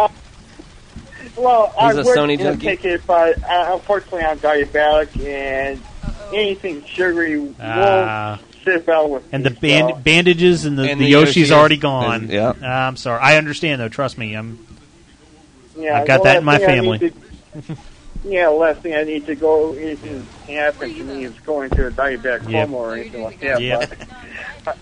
[SPEAKER 19] Well,
[SPEAKER 1] He's
[SPEAKER 19] I
[SPEAKER 1] a
[SPEAKER 19] would
[SPEAKER 1] Sony
[SPEAKER 19] gonna
[SPEAKER 1] junkie.
[SPEAKER 19] take it, but uh, unfortunately, I'm diabetic, and anything sugary
[SPEAKER 1] Ah.
[SPEAKER 19] won't sit well with
[SPEAKER 1] And the band- bandages and the,
[SPEAKER 19] And
[SPEAKER 1] the,
[SPEAKER 19] the
[SPEAKER 1] Yoshi's,
[SPEAKER 19] Yoshi
[SPEAKER 1] already
[SPEAKER 19] is-
[SPEAKER 1] gone.
[SPEAKER 19] is-
[SPEAKER 1] yeah. I'm sorry. I understand though. Trust me. I'm.
[SPEAKER 19] Yeah,
[SPEAKER 1] I've got
[SPEAKER 19] the
[SPEAKER 1] that in my
[SPEAKER 19] last thing I
[SPEAKER 1] family.
[SPEAKER 19] need to- yeah, the last thing I need to go is is happen to me is going to a diabetic
[SPEAKER 1] Yep.
[SPEAKER 19] coma or anything like
[SPEAKER 1] Yeah.
[SPEAKER 19] that.
[SPEAKER 5] Oh,
[SPEAKER 19] But,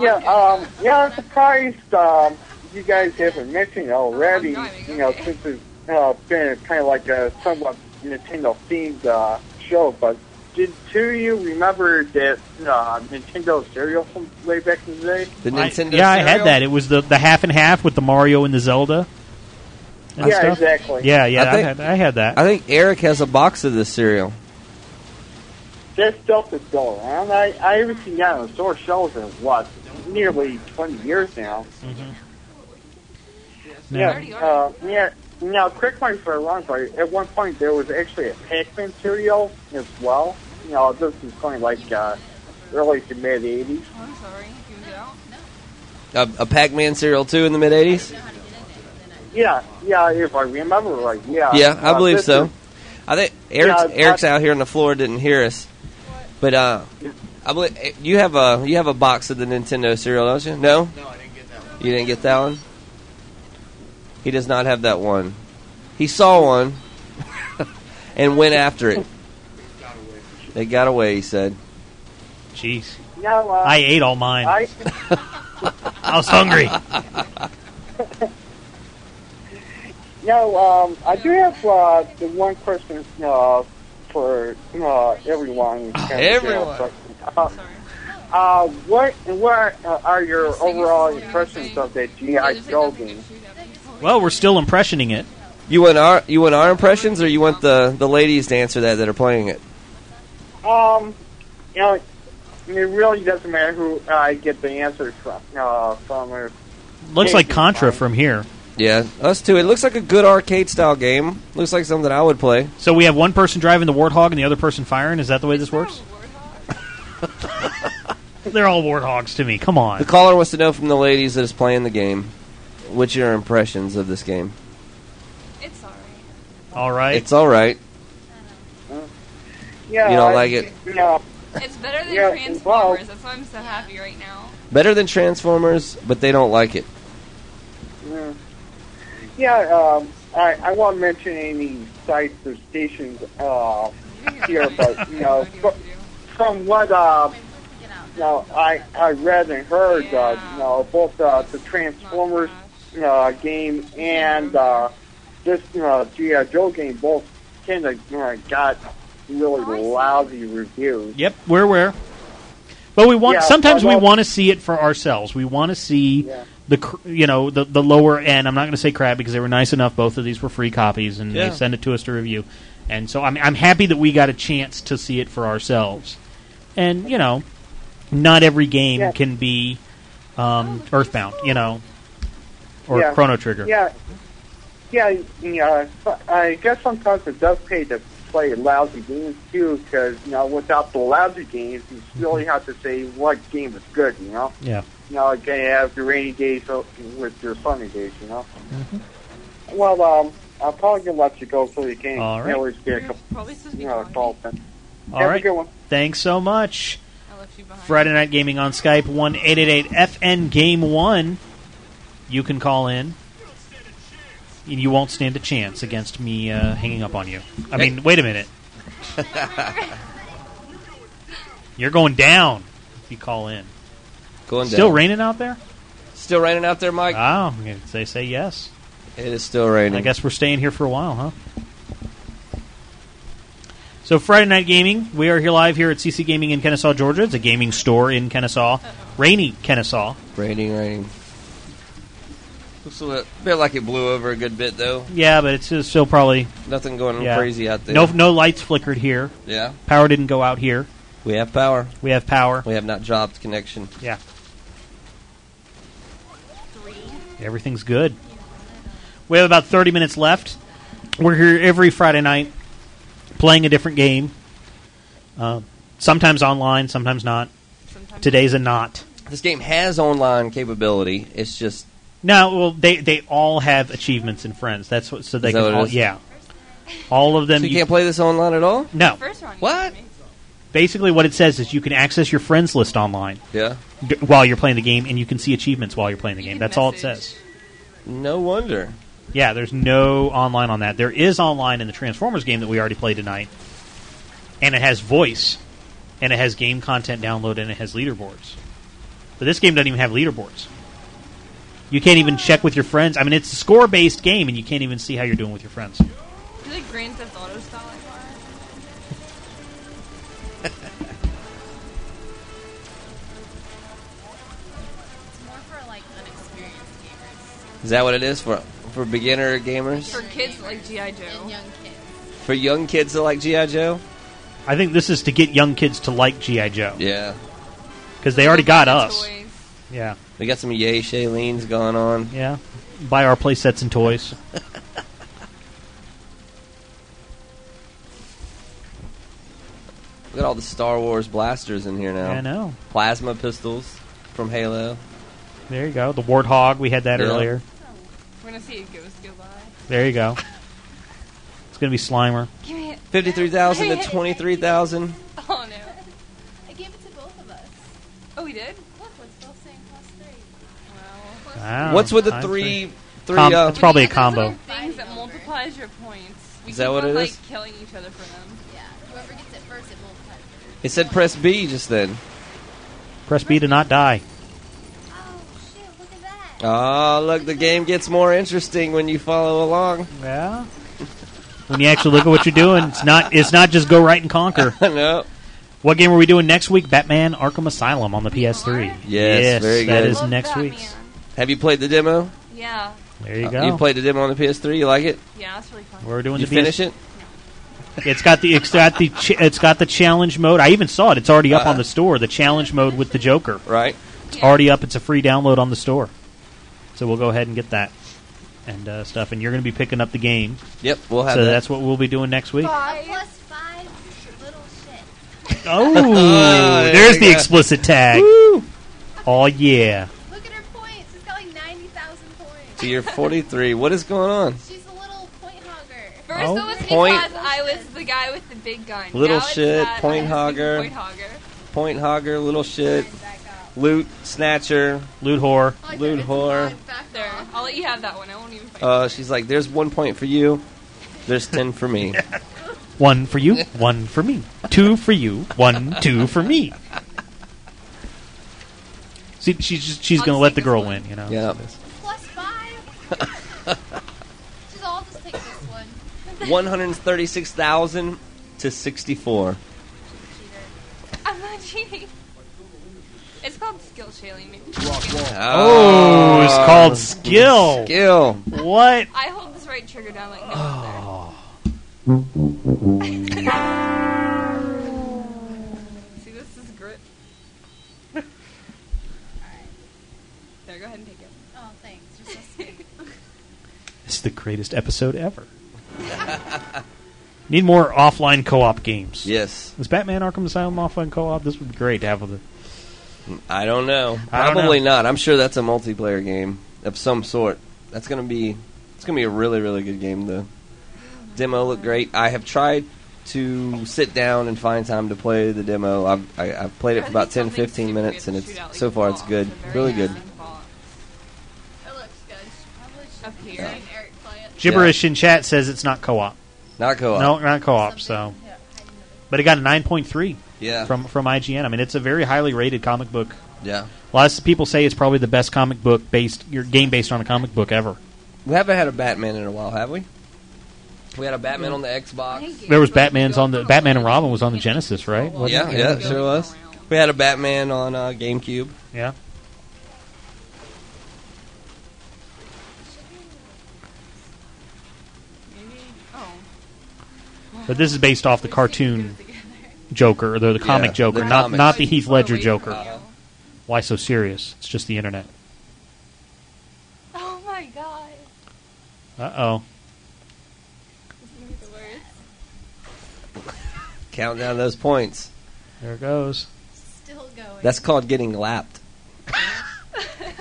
[SPEAKER 19] yeah, um, yeah, I'm surprised um, you guys haven't mentioned already. You know, since it's uh, been kind of like a somewhat Nintendo themed uh, show, but. Did two of you remember that uh, Nintendo cereal from way back in the day?
[SPEAKER 3] The
[SPEAKER 1] I- yeah, I had that. It was the the half and half with the Mario and the Zelda. and
[SPEAKER 19] Yeah,
[SPEAKER 1] stuff.
[SPEAKER 19] exactly.
[SPEAKER 1] Yeah, yeah.
[SPEAKER 3] I
[SPEAKER 1] I,
[SPEAKER 3] think-
[SPEAKER 1] had, I had that.
[SPEAKER 3] I think Eric has a box of this cereal.
[SPEAKER 19] That stuff is still around. I, I haven't seen that on store shelves in what nearly twenty years now.
[SPEAKER 11] Yeah.
[SPEAKER 19] Yeah, uh, yeah. Now, correct me if I'm wrong, but at one point there was actually a Pac-Man cereal as well. You know, this is going like uh, early to mid '80s.
[SPEAKER 5] I'm sorry. He was out.
[SPEAKER 3] A, a Pac-Man cereal too in the mid '80s.
[SPEAKER 19] Yeah, yeah. If I remember right, yeah.
[SPEAKER 3] Yeah, I
[SPEAKER 19] Uh,
[SPEAKER 3] believe
[SPEAKER 19] this
[SPEAKER 3] so.
[SPEAKER 19] is-
[SPEAKER 3] I think Eric's,
[SPEAKER 19] Yeah, I-
[SPEAKER 3] Eric's out here on the floor didn't hear us, but uh, I believe eh, you have a you have a box of the Nintendo cereal, don't you? No. No, I didn't get that one. You didn't get that one. He does not have that one. He saw one and went after it. They got away. He said.
[SPEAKER 1] Jeez.
[SPEAKER 19] No, uh,
[SPEAKER 1] I ate all mine.
[SPEAKER 19] I,
[SPEAKER 1] I was hungry.
[SPEAKER 19] no, um, I do have uh, the one question uh, for uh, everyone.
[SPEAKER 11] Everyone.
[SPEAKER 19] Uh, uh, what and what uh, are your overall impressions of the GI Joe game?
[SPEAKER 1] Well, we're still impressioning it.
[SPEAKER 3] You want our you want our impressions, or you want the the ladies to answer that that are playing it?
[SPEAKER 19] Um, you know, it really doesn't matter who I get the answer from. Uh, from or
[SPEAKER 1] Looks like Contra from here.
[SPEAKER 3] Yeah, us too. It looks like a good arcade style game. Looks like something I would play.
[SPEAKER 1] So we have one person driving the warthog and the other person firing. Is that the way this works? They're all warthogs to me. Come on.
[SPEAKER 3] The caller wants to know from the ladies that is playing the game, what's your impressions of this game?
[SPEAKER 5] It's alright.
[SPEAKER 1] All right.
[SPEAKER 3] It's all right.
[SPEAKER 19] yeah,
[SPEAKER 3] You don't like it?
[SPEAKER 19] No.
[SPEAKER 5] It's better than
[SPEAKER 19] Yeah, well-
[SPEAKER 5] Transformers. That's why I'm so happy right now.
[SPEAKER 3] Better than Transformers, but they don't like it.
[SPEAKER 19] Yeah. Yeah, um, I, I won't mention any sites or stations uh, here, but you know, fr- from what uh, you know, I I read and heard, uh, you know, both uh, the Transformers uh, game and uh, this uh, GI Joe game both kind of uh, got really lousy reviews.
[SPEAKER 1] Yep, we're aware. But we want
[SPEAKER 19] Yeah,
[SPEAKER 1] sometimes we
[SPEAKER 19] although-
[SPEAKER 1] want to see it for ourselves. We want to see the cr- you know the the lower end. I'm not going to say crap because they were nice enough. Both of these were free copies, and
[SPEAKER 20] Yeah.
[SPEAKER 1] they sent it to us to review. And so I'm I'm happy that we got a chance to see it for ourselves. And you know, not every game
[SPEAKER 19] Yeah.
[SPEAKER 1] can be um, Earthbound, you know, or
[SPEAKER 19] yeah.
[SPEAKER 1] Chrono Trigger.
[SPEAKER 19] Yeah, yeah, yeah. I guess sometimes it does pay to play lousy games too, because you know, without the lousy games, you really have to say what game is good. You know,
[SPEAKER 1] Yeah.
[SPEAKER 19] you know, like you have your rainy days o- with your sunny days. You know. Well, um, I'm probably gonna let you go so you can
[SPEAKER 1] Mm-hmm. All right.
[SPEAKER 19] always get a couple, you know, a call. then.
[SPEAKER 1] All
[SPEAKER 19] have
[SPEAKER 1] right.
[SPEAKER 19] a good one.
[SPEAKER 1] Thanks so much. Friday Night Gaming on Skype, 1 FN Game 1. You can call in. And you won't stand a chance against me uh, hanging up on you. I
[SPEAKER 11] Hey.
[SPEAKER 1] mean, wait a minute. You're going down if you call in.
[SPEAKER 3] Going
[SPEAKER 1] Still
[SPEAKER 3] down.
[SPEAKER 1] raining out there?
[SPEAKER 3] Still raining out there, Mike?
[SPEAKER 1] Wow, they say yes.
[SPEAKER 3] It is still raining.
[SPEAKER 1] Uh, I guess we're staying here for a while, huh? So Friday Night Gaming, we are here live here at CC Gaming in Kennesaw, Georgia. It's a gaming store in Kennesaw, rainy Kennesaw.
[SPEAKER 3] Raining, raining. Looks a little, bit like it blew over a good bit though.
[SPEAKER 1] Yeah, but it's, it's still probably
[SPEAKER 3] Nothing going
[SPEAKER 1] yeah.
[SPEAKER 3] crazy out there.
[SPEAKER 1] No, no lights flickered here.
[SPEAKER 3] Yeah.
[SPEAKER 1] power didn't go out here.
[SPEAKER 3] We have power.
[SPEAKER 1] We have power.
[SPEAKER 3] We have not dropped connection.
[SPEAKER 1] Yeah. Everything's good. We have about 30 minutes left. We're here every Friday night playing a different game. Uh, sometimes online, sometimes not. Today's a not.
[SPEAKER 3] This game has online capability. It's just
[SPEAKER 1] No, well, they, they all have achievements and friends. That's what, so they
[SPEAKER 3] Is that
[SPEAKER 1] can
[SPEAKER 3] what it
[SPEAKER 1] all,
[SPEAKER 3] is?
[SPEAKER 1] yeah. All of them.
[SPEAKER 3] so you, can't play this online at all.
[SPEAKER 1] No.
[SPEAKER 3] What?
[SPEAKER 1] Basically, what it says is you can access your friends list online
[SPEAKER 3] Yeah.
[SPEAKER 1] d- while you're playing the game, and you can see achievements while you're playing the game. That's all it says.
[SPEAKER 3] No wonder.
[SPEAKER 1] Yeah, there's no online on that. There is online in the Transformers game that we already played tonight, and it has voice, and it has game content download, and it has leaderboards. But this game doesn't even have leaderboards. You can't even check with your friends. I mean, it's a score based game, and you can't even see how you're doing with your friends.
[SPEAKER 5] Is it Grand Theft Auto style?
[SPEAKER 15] It's more for like unexperienced gamers.
[SPEAKER 3] Is that what it is for for beginner gamers?
[SPEAKER 5] For kids like G.I. Joe.
[SPEAKER 15] young kids.
[SPEAKER 3] For young kids that like GI Joe?
[SPEAKER 1] I think this is to get young kids to like G.I. Joe.
[SPEAKER 3] Yeah.
[SPEAKER 1] Because they already got us.
[SPEAKER 5] Toys.
[SPEAKER 1] Yeah.
[SPEAKER 3] We got some yay Shailene's going on.
[SPEAKER 1] Yeah. Buy our play sets and toys.
[SPEAKER 3] We got all the Star Wars blasters in here now.
[SPEAKER 1] I know.
[SPEAKER 3] Plasma pistols from Halo.
[SPEAKER 1] There you go. The Warthog, we had that
[SPEAKER 3] Yeah.
[SPEAKER 1] earlier.
[SPEAKER 5] We're gonna see a ghost go by.
[SPEAKER 1] There you go. It's going to be Slimer.
[SPEAKER 5] Give me it.
[SPEAKER 3] Fifty-three thousand to twenty-three thousand.
[SPEAKER 5] Oh no.
[SPEAKER 15] I gave it to both of us.
[SPEAKER 5] Oh, we did.
[SPEAKER 15] Look, it's both saying plus three.
[SPEAKER 5] Wow.
[SPEAKER 1] Wow.
[SPEAKER 3] What's with the
[SPEAKER 1] Times
[SPEAKER 3] three? Three.
[SPEAKER 1] Com-
[SPEAKER 3] uh,
[SPEAKER 1] it's probably a
[SPEAKER 5] These are the
[SPEAKER 1] combo.
[SPEAKER 5] Things that multiplies your points. We
[SPEAKER 3] Is that
[SPEAKER 5] keep
[SPEAKER 3] what
[SPEAKER 5] on,
[SPEAKER 3] it
[SPEAKER 5] like,
[SPEAKER 3] is?
[SPEAKER 5] Killing each other for them.
[SPEAKER 15] Yeah. Whoever gets it first, it multiplies. first.
[SPEAKER 3] It said press B just then.
[SPEAKER 1] Press B to not die.
[SPEAKER 15] Oh shoot! Look at that.
[SPEAKER 3] Oh, look, the game gets more interesting when you follow along.
[SPEAKER 1] Yeah. When you actually look at what you're doing, it's not it's not just go right and conquer.
[SPEAKER 3] no.
[SPEAKER 1] What game are we doing next week? Batman Arkham Asylum on the PS3.
[SPEAKER 3] Yes, very
[SPEAKER 1] That
[SPEAKER 3] good.
[SPEAKER 1] is next week's.
[SPEAKER 3] Have you played the demo?
[SPEAKER 5] Yeah.
[SPEAKER 1] There you
[SPEAKER 3] Uh,
[SPEAKER 1] go.
[SPEAKER 3] You played the demo on the PS3. You like it?
[SPEAKER 5] Yeah, that's really fun.
[SPEAKER 1] We're doing
[SPEAKER 3] you
[SPEAKER 1] the
[SPEAKER 3] finish it?
[SPEAKER 1] it. It's got the it's got the ch- it's got the challenge mode. I even saw it. It's already
[SPEAKER 3] Uh.
[SPEAKER 1] up on the store. The challenge mode with the Joker.
[SPEAKER 3] Right.
[SPEAKER 1] It's already up. It's a free download on the store. So we'll go ahead and get that and uh, stuff. And you're going to be picking up the game.
[SPEAKER 3] Yep, we'll have
[SPEAKER 1] so
[SPEAKER 3] that.
[SPEAKER 1] that's what we'll be doing next week.
[SPEAKER 5] Oh.
[SPEAKER 15] Five. Plus five. Little shit.
[SPEAKER 1] Oh,
[SPEAKER 3] there
[SPEAKER 1] there's
[SPEAKER 3] you
[SPEAKER 1] the
[SPEAKER 3] go.
[SPEAKER 1] explicit tag. Oh yeah.
[SPEAKER 15] Look at her points. She's got like ninety thousand points.
[SPEAKER 3] So you're 43. What is going on?
[SPEAKER 15] She's a little point hogger.
[SPEAKER 5] First
[SPEAKER 1] Oh.
[SPEAKER 5] it was because
[SPEAKER 3] Point.
[SPEAKER 5] I was the guy with the big gun.
[SPEAKER 3] Little
[SPEAKER 5] now it's
[SPEAKER 3] shit,
[SPEAKER 5] that
[SPEAKER 3] point
[SPEAKER 5] I'm the
[SPEAKER 3] hogger.
[SPEAKER 5] Point hogger.
[SPEAKER 3] Point hogger, little shit, loot snatcher,
[SPEAKER 1] Loot whore.
[SPEAKER 3] loot whore.
[SPEAKER 5] There. I'll let you have that one. I won't even fight.
[SPEAKER 3] Uh, she's like, there's one point for you. There's ten for me.
[SPEAKER 1] One for you, one for me. Two for you, one, two for me. See, she's just, she's
[SPEAKER 15] I'll
[SPEAKER 1] going
[SPEAKER 15] just
[SPEAKER 1] to let
[SPEAKER 15] take
[SPEAKER 1] the
[SPEAKER 15] this
[SPEAKER 1] girl
[SPEAKER 15] one.
[SPEAKER 1] win, you know.
[SPEAKER 3] Yeah.
[SPEAKER 15] Plus five. She's all just take this one.
[SPEAKER 3] 136,000 to 64.
[SPEAKER 5] I'm not cheating. It's called skill shaling. Maybe.
[SPEAKER 1] Oh, it's
[SPEAKER 3] Uh,
[SPEAKER 1] called skill.
[SPEAKER 3] Skill.
[SPEAKER 1] What?
[SPEAKER 5] I hold this right trigger down like no other. See, this is grit. there, go ahead and take it.
[SPEAKER 15] Oh, thanks. You're so sweet.
[SPEAKER 1] It's the greatest episode ever. Need more offline co-op games.
[SPEAKER 3] Yes.
[SPEAKER 1] Is Batman Arkham Asylum offline co-op? This would be great to have with it.
[SPEAKER 3] I don't know.
[SPEAKER 1] I don't
[SPEAKER 3] Probably not. I'm sure that's a multiplayer game of some sort. That's gonna be. It's gonna be a really really good game. The demo looked great. I have tried to sit down and find time to play the demo. I've, I, I've played it for about 10, 15 minutes, and it's so far it's good. Really good.
[SPEAKER 15] It looks good. Probably should
[SPEAKER 5] Up
[SPEAKER 15] be
[SPEAKER 5] here.
[SPEAKER 15] letting Eric play it.
[SPEAKER 1] Gibberish in chat says it's not co-op.
[SPEAKER 3] Not co-op.
[SPEAKER 1] No, not co-op. So, but it got a nine point three
[SPEAKER 3] Yeah.
[SPEAKER 1] from from IGN. I mean, it's a very highly rated comic book
[SPEAKER 3] Yeah.
[SPEAKER 1] A lot of people say it's probably the best comic book based your game based on a comic book ever.
[SPEAKER 3] We haven't had a Batman in a while, have we? We had a Batman on the Xbox.
[SPEAKER 1] There was Batman's on the Batman and Robin was on the Genesis, right?
[SPEAKER 3] Yeah,
[SPEAKER 1] Wasn't it?
[SPEAKER 3] yeah, it sure was. We had a Batman on uh, GameCube.
[SPEAKER 1] Yeah. But this is based off the cartoon Joker, or the, the comic
[SPEAKER 3] Yeah,
[SPEAKER 1] Joker,
[SPEAKER 3] the
[SPEAKER 1] not
[SPEAKER 3] comics.
[SPEAKER 1] not the Heath Ledger
[SPEAKER 3] Away from
[SPEAKER 1] Joker.
[SPEAKER 3] you.
[SPEAKER 1] Why so serious? It's just the internet.
[SPEAKER 5] Oh my god.
[SPEAKER 1] Uh oh.
[SPEAKER 5] This is gonna be the worst.
[SPEAKER 3] Count down those points.
[SPEAKER 1] There it goes.
[SPEAKER 15] Still going.
[SPEAKER 3] That's called getting lapped.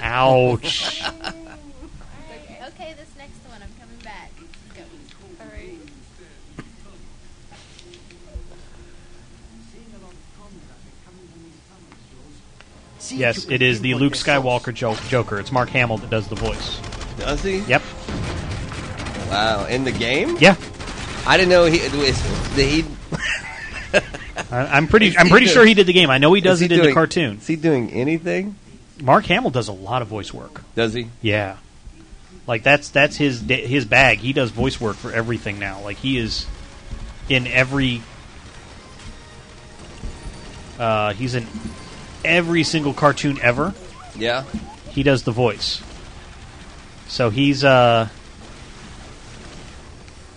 [SPEAKER 1] Ouch.
[SPEAKER 15] Alright, okay, this next one, I'm coming back. Go.
[SPEAKER 5] Alright.
[SPEAKER 1] Yes, it is the Luke Skywalker jo- Joker. It's Mark Hamill that does the voice.
[SPEAKER 3] Does he?
[SPEAKER 1] Yep.
[SPEAKER 3] Wow, in the game?
[SPEAKER 1] Yeah.
[SPEAKER 3] I didn't know he. It was, that he
[SPEAKER 1] I, I'm pretty.
[SPEAKER 3] Is
[SPEAKER 1] I'm
[SPEAKER 3] he
[SPEAKER 1] pretty
[SPEAKER 3] doing-
[SPEAKER 1] sure he did the game. I know he
[SPEAKER 3] is
[SPEAKER 1] does. He,
[SPEAKER 3] he
[SPEAKER 1] did the
[SPEAKER 3] doing-
[SPEAKER 1] cartoon. Is
[SPEAKER 3] he doing anything?
[SPEAKER 1] Mark Hamill does a lot of voice work.
[SPEAKER 3] does he?
[SPEAKER 1] Yeah, like that's that's his da- his bag. He does voice work for everything now. Like he is in every. Uh, he's in every single cartoon ever.
[SPEAKER 3] Yeah.
[SPEAKER 1] He does the voice. So he's uh.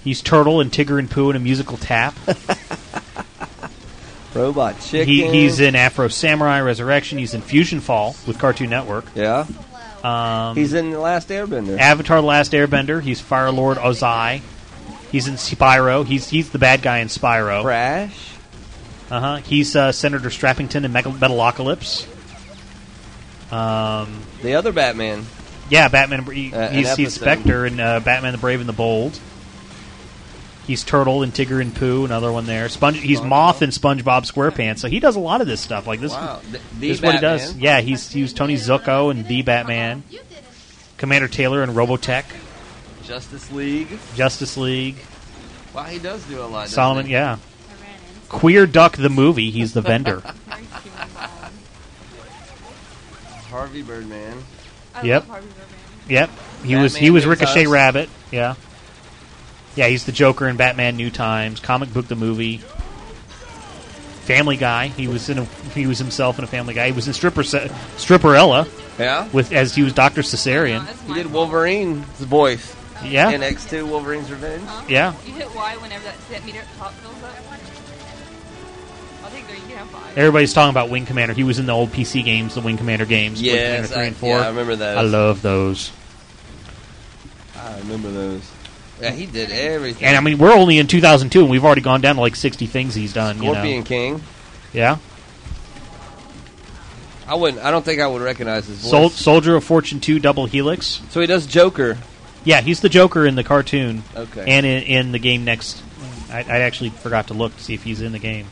[SPEAKER 1] He's Turtle and Tigger and Pooh in a musical tap.
[SPEAKER 3] Robot chicken.
[SPEAKER 1] He, he's in Afro Samurai Resurrection. He's in Fusion Fall with Cartoon Network.
[SPEAKER 3] Yeah.
[SPEAKER 1] Um,
[SPEAKER 3] He's in the Last Airbender.
[SPEAKER 1] Avatar: The Last Airbender. He's Fire Lord Ozai. He's in Spyro. He's he's the bad guy in Spyro.
[SPEAKER 3] Crash.
[SPEAKER 1] Uh huh. He's uh, Senator Strappington in Megal- Metalocalypse. Um,
[SPEAKER 3] the other Batman.
[SPEAKER 1] Yeah, Batman. He,
[SPEAKER 3] Uh, an
[SPEAKER 1] he's, he's
[SPEAKER 3] episode.
[SPEAKER 1] Spectre in uh, Batman: The Brave and the Bold. He's Turtle and Tigger and Pooh. Another one there. Sponge. He's Moth in SpongeBob SquarePants. So he does a lot of this stuff. Like this.
[SPEAKER 3] Wow. The- the
[SPEAKER 1] this is what he does.
[SPEAKER 3] Batman.
[SPEAKER 1] Yeah. He's he was Tony Zuko and the Batman. Commander Taylor and Robotech.
[SPEAKER 3] Justice League.
[SPEAKER 1] Justice League.
[SPEAKER 3] Wow, he does do a lot. doesn't
[SPEAKER 1] Solomon,
[SPEAKER 3] he?
[SPEAKER 1] yeah. Queer Duck the movie. He's the vendor.
[SPEAKER 3] Harvey Birdman.
[SPEAKER 5] I
[SPEAKER 1] yep.
[SPEAKER 5] love Harvey Birdman.
[SPEAKER 1] Yep. He was
[SPEAKER 3] Batman
[SPEAKER 1] he was
[SPEAKER 3] New
[SPEAKER 1] Ricochet
[SPEAKER 3] Times.
[SPEAKER 1] Rabbit. Yeah. Yeah, he's the Joker in Batman New Times, comic book the movie. Family Guy. He was in a, he was himself in a Family Guy. He was in Stripper Se- Stripperella.
[SPEAKER 3] Yeah.
[SPEAKER 1] With as he was Doctor Cesarean.
[SPEAKER 3] He did Wolverine's voice.
[SPEAKER 1] Yeah.
[SPEAKER 3] In X2 Wolverine's Revenge.
[SPEAKER 1] Yeah.
[SPEAKER 5] You hit Y whenever that set meter at the top fills up. I'll take three. You can have five.
[SPEAKER 1] Everybody's talking about Wing Commander. He was in the old PC games, the Wing Commander games. Wing
[SPEAKER 3] Yes,
[SPEAKER 1] Commander three
[SPEAKER 3] I-
[SPEAKER 1] and four.
[SPEAKER 3] yeah, I remember those.
[SPEAKER 1] I love those.
[SPEAKER 3] I remember those. Yeah, he did everything.
[SPEAKER 1] And I mean, we're only in 2002, and we've already gone down to like 60 things he's done. you know.
[SPEAKER 3] Scorpion King.
[SPEAKER 1] Yeah.
[SPEAKER 3] I wouldn't. I don't think I would recognize his voice.
[SPEAKER 1] Sol- Soldier of Fortune 2 Double Helix.
[SPEAKER 3] so he does Joker.
[SPEAKER 1] Yeah, he's the Joker in the cartoon.
[SPEAKER 3] Okay.
[SPEAKER 1] And in, in the game next. I, I actually forgot to look to see if he's in the game.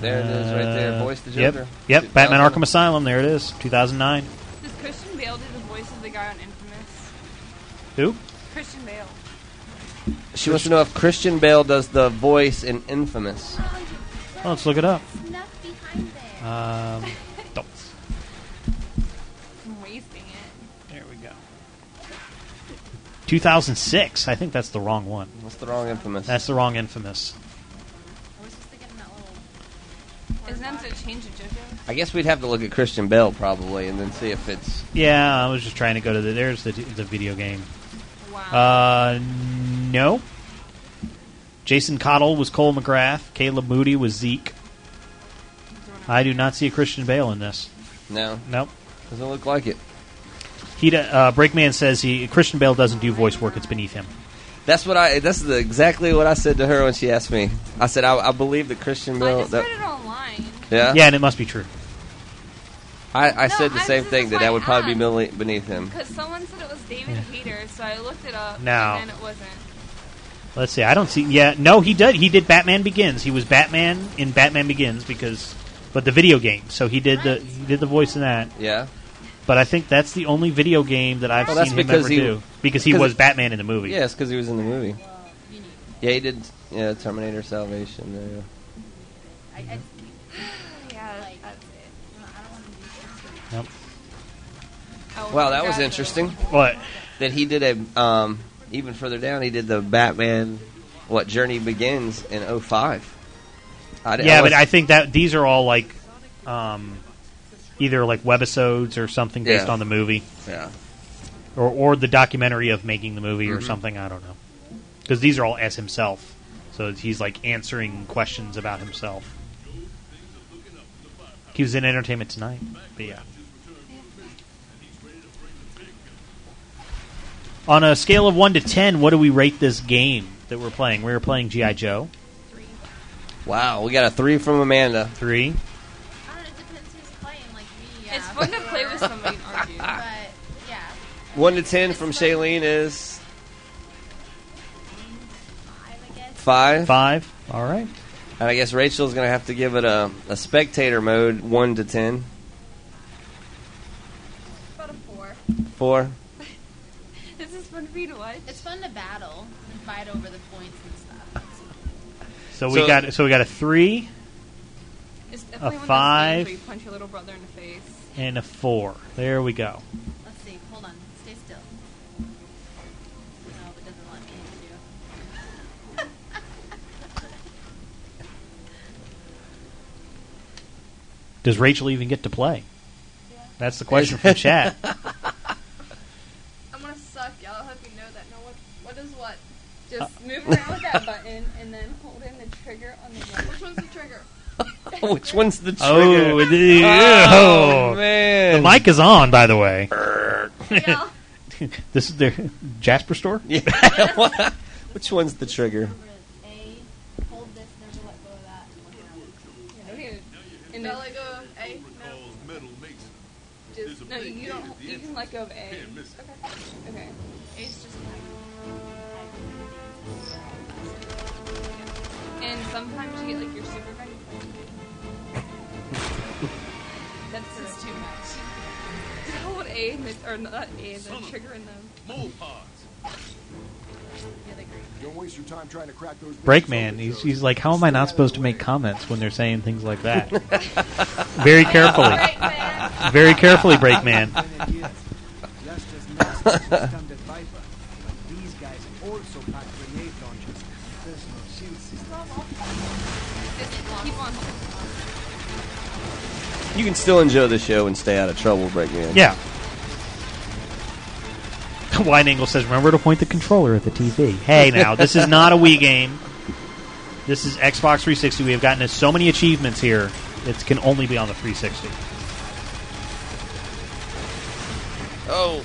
[SPEAKER 3] There it is, right there.
[SPEAKER 1] Uh,
[SPEAKER 3] Voice the Joker.
[SPEAKER 1] Yep. Yep. Batman Arkham Asylum. There it is. 2009.
[SPEAKER 5] Does Christian Bale do the voice of the guy on Infamous?
[SPEAKER 1] Who?
[SPEAKER 5] Christian Bale.
[SPEAKER 3] She wants to know if Christian Bale does the voice in Infamous.
[SPEAKER 1] Well, let's look it up. Um, don't-
[SPEAKER 5] I'm wasting it.
[SPEAKER 1] There we go. 2006. I think that's the wrong one.
[SPEAKER 3] That's the wrong Infamous.
[SPEAKER 1] That's the wrong infamous.
[SPEAKER 5] Isn't that to change of JoJo?
[SPEAKER 3] I guess we'd have to look at Christian Bale probably, and then see if it's
[SPEAKER 1] Yeah, I was just trying to go to the. There's the the video game.
[SPEAKER 5] Wow.
[SPEAKER 1] Uh, no. Jason Cottle was Cole McGrath. Caleb Moody was Zeke. I do not see a Christian Bale in this.
[SPEAKER 3] no.
[SPEAKER 1] Nope.
[SPEAKER 3] Doesn't look like it.
[SPEAKER 1] He d- uh, Breakman says he Christian Bale doesn't do voice work. It's beneath him.
[SPEAKER 3] That's what I. That's the, exactly what I said to her when she asked me. I said I, I believe that Christian Bale.
[SPEAKER 5] I just
[SPEAKER 3] that-
[SPEAKER 5] read it online.
[SPEAKER 3] yeah.
[SPEAKER 1] Yeah, and it must be true.
[SPEAKER 3] I, I said the
[SPEAKER 5] I-
[SPEAKER 3] same
[SPEAKER 5] this
[SPEAKER 3] thing
[SPEAKER 5] is
[SPEAKER 3] that
[SPEAKER 5] why
[SPEAKER 3] that would probably
[SPEAKER 5] I-
[SPEAKER 3] be mele- beneath him.
[SPEAKER 5] Because someone said it was David Hayter, so I looked it up.
[SPEAKER 1] No.
[SPEAKER 5] And then it wasn't.
[SPEAKER 1] Let's see. I don't see. Yeah, no, he did. He did Batman Begins. He was Batman in Batman Begins because, but the video game. So he did the he did the voice in that.
[SPEAKER 3] Yeah.
[SPEAKER 1] But I think that's the only video game that I've
[SPEAKER 3] Well, that's
[SPEAKER 1] seen him
[SPEAKER 3] because
[SPEAKER 1] ever
[SPEAKER 3] he-
[SPEAKER 1] do because he
[SPEAKER 3] because
[SPEAKER 1] was
[SPEAKER 3] it-
[SPEAKER 1] Batman in the movie.
[SPEAKER 3] Yeah, it's because he was in the
[SPEAKER 5] Uh,
[SPEAKER 3] movie. Yeah, he did. Yeah, Terminator Salvation. There. you go.
[SPEAKER 5] Yeah, that's it.
[SPEAKER 1] Yep.
[SPEAKER 5] Oh,
[SPEAKER 3] Wow, that was interesting.
[SPEAKER 1] What?
[SPEAKER 3] That he did a um, even further down. He did the Batman, what Journey Begins in 05. I d-
[SPEAKER 1] yeah,
[SPEAKER 3] was-
[SPEAKER 1] but I think that these are all like um, either like webisodes or something based
[SPEAKER 3] Yeah.
[SPEAKER 1] on the movie.
[SPEAKER 3] Yeah.
[SPEAKER 1] Or or the documentary of making the movie or
[SPEAKER 3] Mhm.
[SPEAKER 1] something. I don't know. Because these are all as himself, so he's like answering questions about himself. He was in Entertainment Tonight, but yeah. On a scale of one to ten, what do we rate this game that we're playing? We were playing GI Joe.
[SPEAKER 3] Wow, we got a three from Amanda.
[SPEAKER 1] Three.
[SPEAKER 15] It's fun to play with somebody and argue. But yeah,
[SPEAKER 3] One to ten from Shailene is five.
[SPEAKER 1] Five. All right.
[SPEAKER 3] And I guess Rachel's going to have to give it a, a spectator mode, one to ten.
[SPEAKER 15] about a four.
[SPEAKER 3] Four.
[SPEAKER 15] This is fun for you to watch. It's fun to battle and fight over the points and stuff.
[SPEAKER 1] So we
[SPEAKER 3] So-
[SPEAKER 1] got so we got a three
[SPEAKER 5] It's
[SPEAKER 1] A
[SPEAKER 5] definitely one of those games
[SPEAKER 1] five.
[SPEAKER 5] where you punch your little brother in the face.
[SPEAKER 1] and a four. There we go.
[SPEAKER 15] Let's see. Hold on. Stay still. No, it doesn't let me do.
[SPEAKER 1] Does Rachel even get to play? That's the question from chat.
[SPEAKER 5] I'm gonna suck, y'all. Help me know that. Know what what is what?
[SPEAKER 1] Uh.
[SPEAKER 5] Just move around with that button and then hold in the trigger on the right. Which one's the trigger?
[SPEAKER 3] Which one's the trigger?
[SPEAKER 1] Oh, it is-
[SPEAKER 3] Oh,
[SPEAKER 1] oh.
[SPEAKER 3] man.
[SPEAKER 1] The mic is on, by the way.
[SPEAKER 5] Yeah.
[SPEAKER 1] this is their Jasper store.
[SPEAKER 3] Yeah. Which one's the trigger?
[SPEAKER 15] Hold this. Never let go of that.
[SPEAKER 5] Okay. And then let go of uh, A. No. Just, no, you don't. You can let go of A. Okay. Okay.
[SPEAKER 15] A's just
[SPEAKER 5] And sometimes you get like your super gun. That's just too much. Just hold A and the, or not A, the trigger in the.
[SPEAKER 4] Don't waste your time trying to crack those.
[SPEAKER 1] Brakeman. He's, he's like, how am I not supposed to make comments when they're saying things like that? Very carefully. Very carefully, Brakeman.
[SPEAKER 12] Just as Master system the Viper, but these guys also pack grenade launchers. There's no shield system.
[SPEAKER 5] Just keep on.
[SPEAKER 3] You can still enjoy the show and stay out of trouble, Brakeman.
[SPEAKER 1] Yeah. Wide angle says, remember to point the controller at the TV. Hey, now this is not a Wii game. This is Xbox 360. We have gotten so many achievements here. It can only be on the 360.
[SPEAKER 3] Oh,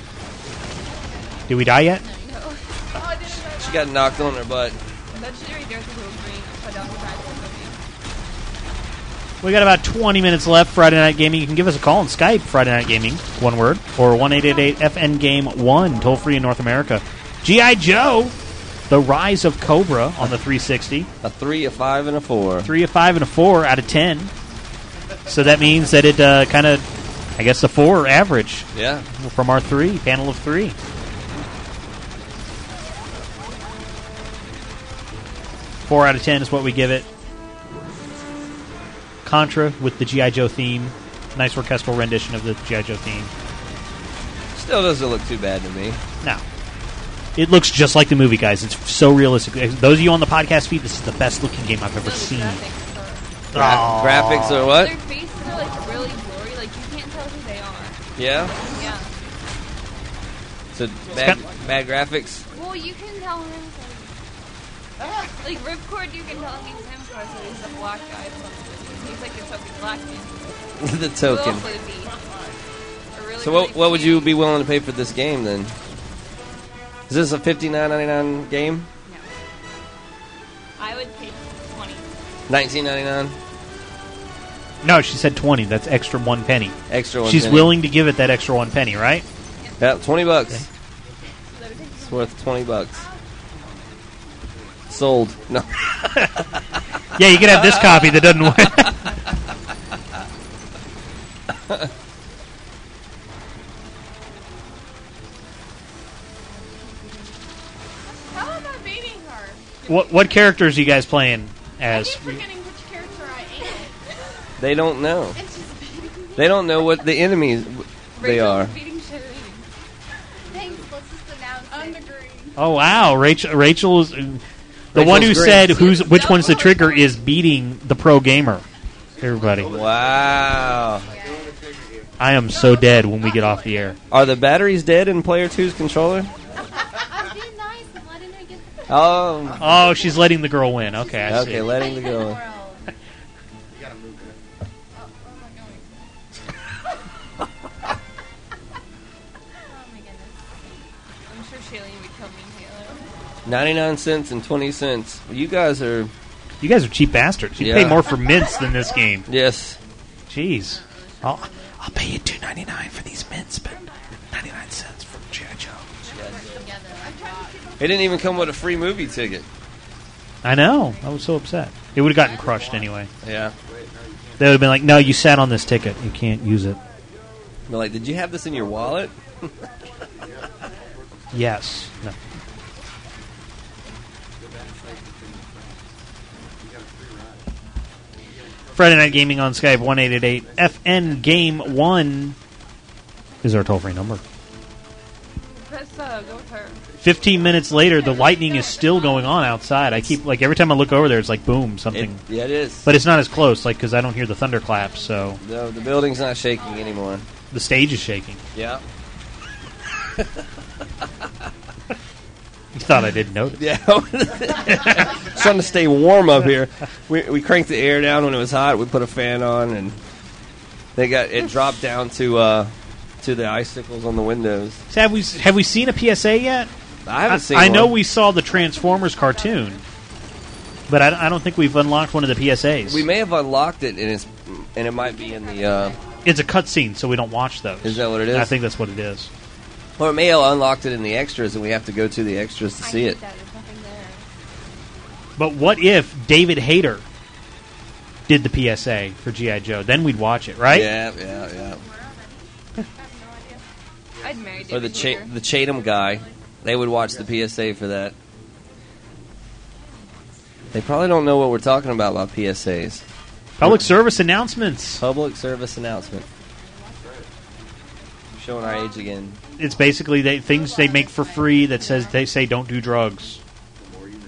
[SPEAKER 1] Did we die yet?
[SPEAKER 5] No. Oh, I didn't know
[SPEAKER 3] she got knocked on her butt.
[SPEAKER 5] that. That shit right there is a little green upside down triangle.
[SPEAKER 1] We got about 20 minutes left. Friday Night Gaming. You can give us a call on Skype. Friday Night Gaming, one word, or one eight eight eight FN Game One, toll free in North America. GI Joe, The Rise of Cobra on the 360.
[SPEAKER 3] A three, a five, and a four.
[SPEAKER 1] Three, a five, and a four out of ten. So that means that it uh, kind of, I guess, the four average.
[SPEAKER 3] Yeah.
[SPEAKER 1] From our three panel of three. Four out of ten is what we give it. Contra with the GI Joe theme, nice orchestral rendition of the GI Joe theme.
[SPEAKER 3] Still doesn't look too bad to me.
[SPEAKER 1] No. It looks just like the movie, guys. It's so realistic. Those of you on the podcast feed, this is the best looking game I've ever seen.
[SPEAKER 3] Gra-
[SPEAKER 1] Aw.
[SPEAKER 3] graphics are what?
[SPEAKER 5] Their faces are like really blurry. Like you can't tell who they are.
[SPEAKER 3] Yeah.
[SPEAKER 5] Yeah.
[SPEAKER 3] So bad, bad graphics.
[SPEAKER 5] Well, you can tell him. Like Ripcord, you can tell he's him because he's a black guy. or something. He's like a token black man.
[SPEAKER 3] The token.
[SPEAKER 5] Little floozy. A really,
[SPEAKER 3] So what,
[SPEAKER 5] really
[SPEAKER 3] what would
[SPEAKER 5] cute-
[SPEAKER 3] you be willing to pay for this game then? Is this a fifty nine ninety nine game?
[SPEAKER 5] I would pay twenty.
[SPEAKER 3] Nineteen ninety nine.
[SPEAKER 1] No, she said 20. That's extra one penny.
[SPEAKER 3] Extra one
[SPEAKER 1] She's
[SPEAKER 3] penny.
[SPEAKER 1] willing to give it that extra one penny, right?
[SPEAKER 3] Yeah, twenty bucks. It's worth twenty bucks. Sold. No.
[SPEAKER 1] Yeah, you can have this copy that doesn't win.
[SPEAKER 5] How am I beating her?
[SPEAKER 1] what what characters are you guys playing as?
[SPEAKER 5] Forgetting which character I am.
[SPEAKER 3] They don't know.
[SPEAKER 5] And she's beating me.
[SPEAKER 3] They don't know what the enemies w- they are.
[SPEAKER 5] Beating shit Thanks, let's just announce On the green.
[SPEAKER 1] Oh wow, Rachel, Rachel's the one who
[SPEAKER 3] Rachel's great.
[SPEAKER 1] said who's which one's the trigger is beating the pro gamer. Everybody,
[SPEAKER 3] Wow.
[SPEAKER 1] I am so dead when we get off the air.
[SPEAKER 3] Are the batteries dead in Player 2's controller? Oh.
[SPEAKER 1] Oh, she's letting the girl win. Okay, I see.
[SPEAKER 3] Okay, letting the go.
[SPEAKER 15] I'm sure Shailene would kill me, Taylor.
[SPEAKER 3] 99 cents and 20 cents. You guys are.
[SPEAKER 1] You guys are cheap bastards. You pay
[SPEAKER 3] Yeah.
[SPEAKER 1] more for mints than this game.
[SPEAKER 3] Yes.
[SPEAKER 1] Jeez. Oh, I'll, I'll pay you two ninety nine for these mints, but ninety nine cents for G.I. Joe.
[SPEAKER 3] It didn't even come with a free movie ticket.
[SPEAKER 1] I know. I was so upset. It would have gotten crushed anyway.
[SPEAKER 3] Yeah.
[SPEAKER 1] They would have been like, "No, you sat on this ticket. You can't use it."
[SPEAKER 3] They're like, did you have this in your wallet?
[SPEAKER 1] Yes. No. Friday Night Gaming on Skype one eight eight eight FN Game One is our toll free number.
[SPEAKER 20] Let's uh, go with her.
[SPEAKER 1] Fifteen minutes later, the lightning is still going on outside. I keep like every time I look over there, it's like boom something.
[SPEAKER 3] yeah, it is.
[SPEAKER 1] But it's not as close, like because I don't hear the thunderclaps. So
[SPEAKER 3] No, the building's not shaking anymore.
[SPEAKER 1] the stage is shaking.
[SPEAKER 3] Yeah.
[SPEAKER 1] You thought I didn't notice?
[SPEAKER 3] Yeah. Trying to stay warm up here. We, we cranked the air down when it was hot. We put a fan on, and they got it dropped down to uh, to the icicles on the windows.
[SPEAKER 1] So have we have we seen a PSA yet?
[SPEAKER 3] I haven't seen.
[SPEAKER 1] I know
[SPEAKER 3] one.
[SPEAKER 1] we saw the Transformers cartoon, but I, I don't think we've unlocked one of the PSAs.
[SPEAKER 3] we may have unlocked it, and it's and it might be in the uh,
[SPEAKER 1] it's a cutscene, so we don't watch those.
[SPEAKER 3] Is that what it is?
[SPEAKER 1] I think that's what it is.
[SPEAKER 3] or it may have unlocked it in the extras, and we have to go to the extras to see it.
[SPEAKER 1] But what if David Hayter did the PSA for GI Joe? Then we'd watch it, right?
[SPEAKER 3] Yeah, yeah, yeah.
[SPEAKER 20] I'd marry
[SPEAKER 3] Or the Ch- the Chatham guy, they would watch the PSA for that. They probably don't know what we're talking about about PSAs.
[SPEAKER 1] Public service announcements.
[SPEAKER 3] Public service announcement. Showing our age again.
[SPEAKER 1] It's basically they, things they make for free that says they say don't do drugs.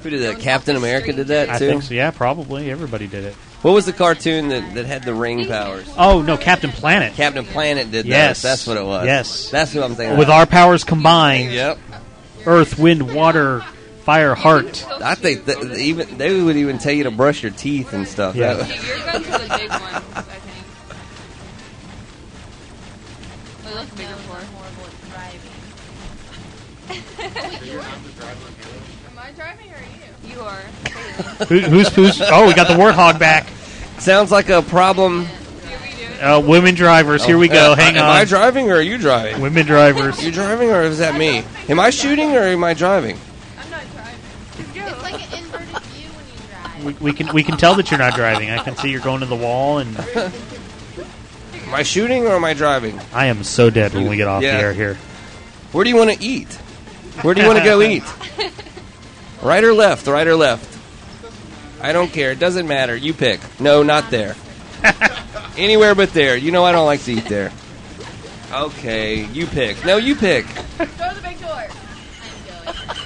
[SPEAKER 3] Who did that? Captain America did that too.
[SPEAKER 1] I think so. Yeah, probably everybody did it.
[SPEAKER 3] What was the cartoon that, that had the ring powers?
[SPEAKER 1] Oh no, Captain Planet.
[SPEAKER 3] Captain Planet did
[SPEAKER 1] Yes.
[SPEAKER 3] that. That's what it was.
[SPEAKER 1] Yes.
[SPEAKER 3] That's what I'm thinking.
[SPEAKER 1] With
[SPEAKER 3] about.
[SPEAKER 1] our powers combined,
[SPEAKER 3] Yep.
[SPEAKER 1] Earth, Wind, Water, Fire, Heart.
[SPEAKER 3] I think that even they would even tell you to brush your teeth and stuff.
[SPEAKER 1] Yeah.
[SPEAKER 3] That-
[SPEAKER 20] Your guns are the big ones, I think. They look bigger for
[SPEAKER 15] horrible at driving.
[SPEAKER 5] Am I driving or are you?
[SPEAKER 20] You are.
[SPEAKER 1] Who, who's who's? Oh, we got the warthog back.
[SPEAKER 3] Sounds like a problem.
[SPEAKER 1] Uh, women drivers, here we go.
[SPEAKER 3] Uh,
[SPEAKER 1] Hang
[SPEAKER 3] am
[SPEAKER 1] on.
[SPEAKER 3] I driving or are you driving?
[SPEAKER 1] Women drivers.
[SPEAKER 3] You driving or is that me? Am I shooting or am I driving?
[SPEAKER 15] It's like an inverted view when you drive.
[SPEAKER 1] we, we can we can tell that you're not driving. I can see you're going to the wall, and
[SPEAKER 3] Am I shooting or am I driving?
[SPEAKER 1] I am so dead when we get off
[SPEAKER 3] Yeah.
[SPEAKER 1] the air here.
[SPEAKER 3] Where do you want to eat? Where do you want to go eat? Right or left? Right or left? I don't care. It doesn't matter. You pick. No, not there. Anywhere but there. You know I don't like to eat there. Okay, you pick. No, you pick.
[SPEAKER 5] Go to the big door.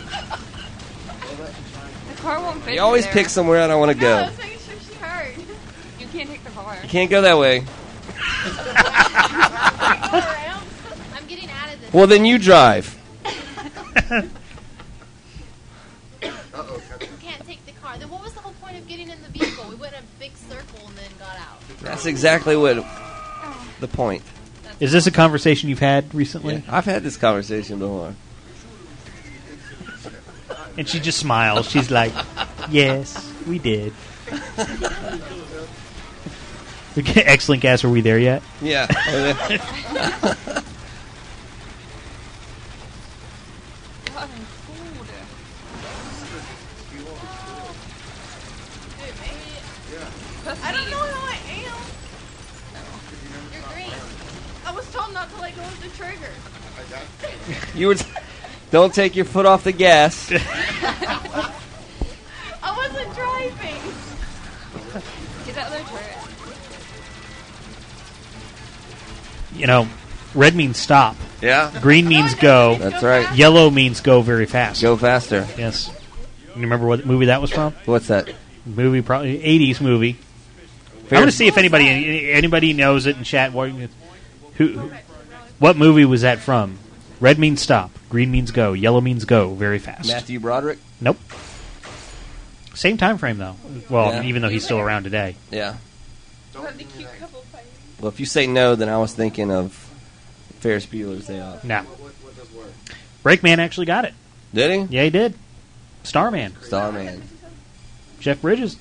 [SPEAKER 20] The car won't fit.
[SPEAKER 3] You always
[SPEAKER 20] in there.
[SPEAKER 3] pick somewhere I don't want to
[SPEAKER 20] No,
[SPEAKER 3] go.
[SPEAKER 20] I was making sure she heard. You can't take the car.
[SPEAKER 3] You can't go that way.
[SPEAKER 15] I'm getting out of this.
[SPEAKER 3] Well, then you drive.
[SPEAKER 15] You can't take the car. Then what was the whole point of getting in the vehicle? We went in a big circle and then got out.
[SPEAKER 3] That's exactly what the point.
[SPEAKER 1] Is this a conversation you've had recently?
[SPEAKER 3] I've had this conversation before.
[SPEAKER 1] And she just smiles. She's like, "Yes, we did." Excellent gas. Are we there yet?
[SPEAKER 3] Yeah.
[SPEAKER 20] God, I'm cold.
[SPEAKER 5] I don't know how I am. You're green. I was told not to let go of the trigger.
[SPEAKER 3] you were. T- don't take your foot off the gas.
[SPEAKER 5] I wasn't driving.
[SPEAKER 20] Get that other turret.
[SPEAKER 1] you know, red means stop.
[SPEAKER 3] Yeah.
[SPEAKER 1] Green means go.
[SPEAKER 3] That's right.
[SPEAKER 1] Yellow means go very fast.
[SPEAKER 3] Go faster.
[SPEAKER 1] Yes. You remember what movie that was from?
[SPEAKER 3] What's that?
[SPEAKER 1] Movie, probably 80s movie. I want to see if anybody anybody knows it in chat. What, who, what movie was that from? Red means stop. Green means go. Yellow means go very fast.
[SPEAKER 3] Matthew Broderick.
[SPEAKER 1] Nope. Same time frame though. Well,
[SPEAKER 3] Yeah.
[SPEAKER 1] even though he's still around today.
[SPEAKER 3] Yeah.
[SPEAKER 5] But the cute couple fight.
[SPEAKER 3] Well, if you say no, then I was thinking of Ferris Bueller's Day Off.
[SPEAKER 1] No. Breakman actually got it.
[SPEAKER 3] Did he?
[SPEAKER 1] Yeah, he did. Starman.
[SPEAKER 3] Starman.
[SPEAKER 1] Jeff Bridges.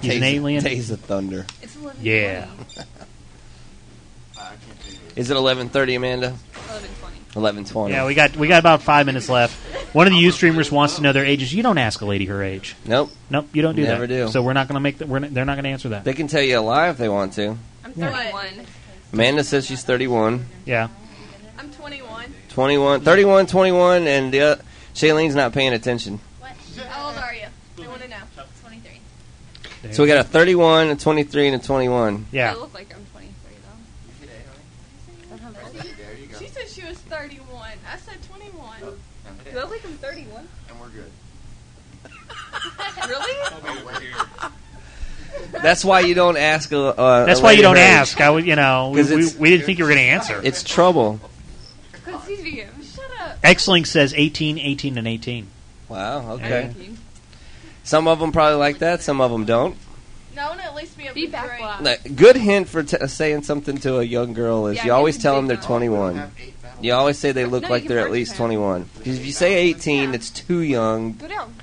[SPEAKER 1] He's an
[SPEAKER 3] Days-
[SPEAKER 1] alien.
[SPEAKER 3] Days of Thunder.
[SPEAKER 20] It's 11:20.
[SPEAKER 1] Yeah.
[SPEAKER 3] Is it eleven thirty, Amanda?
[SPEAKER 20] 11:20.
[SPEAKER 3] Eleven twenty.
[SPEAKER 1] Yeah, we got we got about five minutes left. One of the you streamers wants to know their ages. You don't ask a lady her age.
[SPEAKER 3] Nope.
[SPEAKER 1] Nope, you don't do
[SPEAKER 3] Never
[SPEAKER 1] that.
[SPEAKER 3] do.
[SPEAKER 1] So we're not going to make that. We're not, they're not going to answer that.
[SPEAKER 3] They can tell you a lie if they want to.
[SPEAKER 20] I'm
[SPEAKER 1] Yeah.
[SPEAKER 20] 31.
[SPEAKER 3] Amanda says she's 31,
[SPEAKER 1] Yeah.
[SPEAKER 5] I'm 21.
[SPEAKER 3] 21, 31, 21, and the uh, Shailene's not paying attention.
[SPEAKER 5] What? How old are you? I want to know. 23.
[SPEAKER 3] So we got a 31, a 23, and a 21.
[SPEAKER 1] Yeah.
[SPEAKER 20] I look like I'm 23 though. There you Oh.
[SPEAKER 5] She said she was 31. I said 21.
[SPEAKER 20] Do I look like I'm 31?
[SPEAKER 7] And we're good.
[SPEAKER 20] really?
[SPEAKER 3] That's why you don't ask. A, uh,
[SPEAKER 1] That's
[SPEAKER 3] a
[SPEAKER 1] why you
[SPEAKER 3] lady
[SPEAKER 1] don't
[SPEAKER 3] her age.
[SPEAKER 1] ask. I would, you know, we,
[SPEAKER 3] 'Cause
[SPEAKER 1] we,
[SPEAKER 3] it's-
[SPEAKER 1] we didn't think you were going to answer.
[SPEAKER 3] It's trouble.
[SPEAKER 20] Because he's vegan. Shut up.
[SPEAKER 1] X-Link says 18, 18, and 18.
[SPEAKER 3] Wow. Okay. Some of them probably like that. Some of them don't.
[SPEAKER 5] No, I want to at least be able
[SPEAKER 20] Be
[SPEAKER 5] to drink.
[SPEAKER 20] backlogged.
[SPEAKER 3] Like, Good hint for t- saying something to a young girl is
[SPEAKER 5] Yeah,
[SPEAKER 3] you
[SPEAKER 5] give
[SPEAKER 3] always
[SPEAKER 5] them
[SPEAKER 3] tell
[SPEAKER 5] big
[SPEAKER 3] them they're
[SPEAKER 5] mouth.
[SPEAKER 3] 21. You always say they look
[SPEAKER 20] No,
[SPEAKER 3] like
[SPEAKER 20] you
[SPEAKER 3] they're at
[SPEAKER 20] march
[SPEAKER 3] least
[SPEAKER 20] them.
[SPEAKER 3] 21. Because if you say 18, it's too young.
[SPEAKER 20] Go down.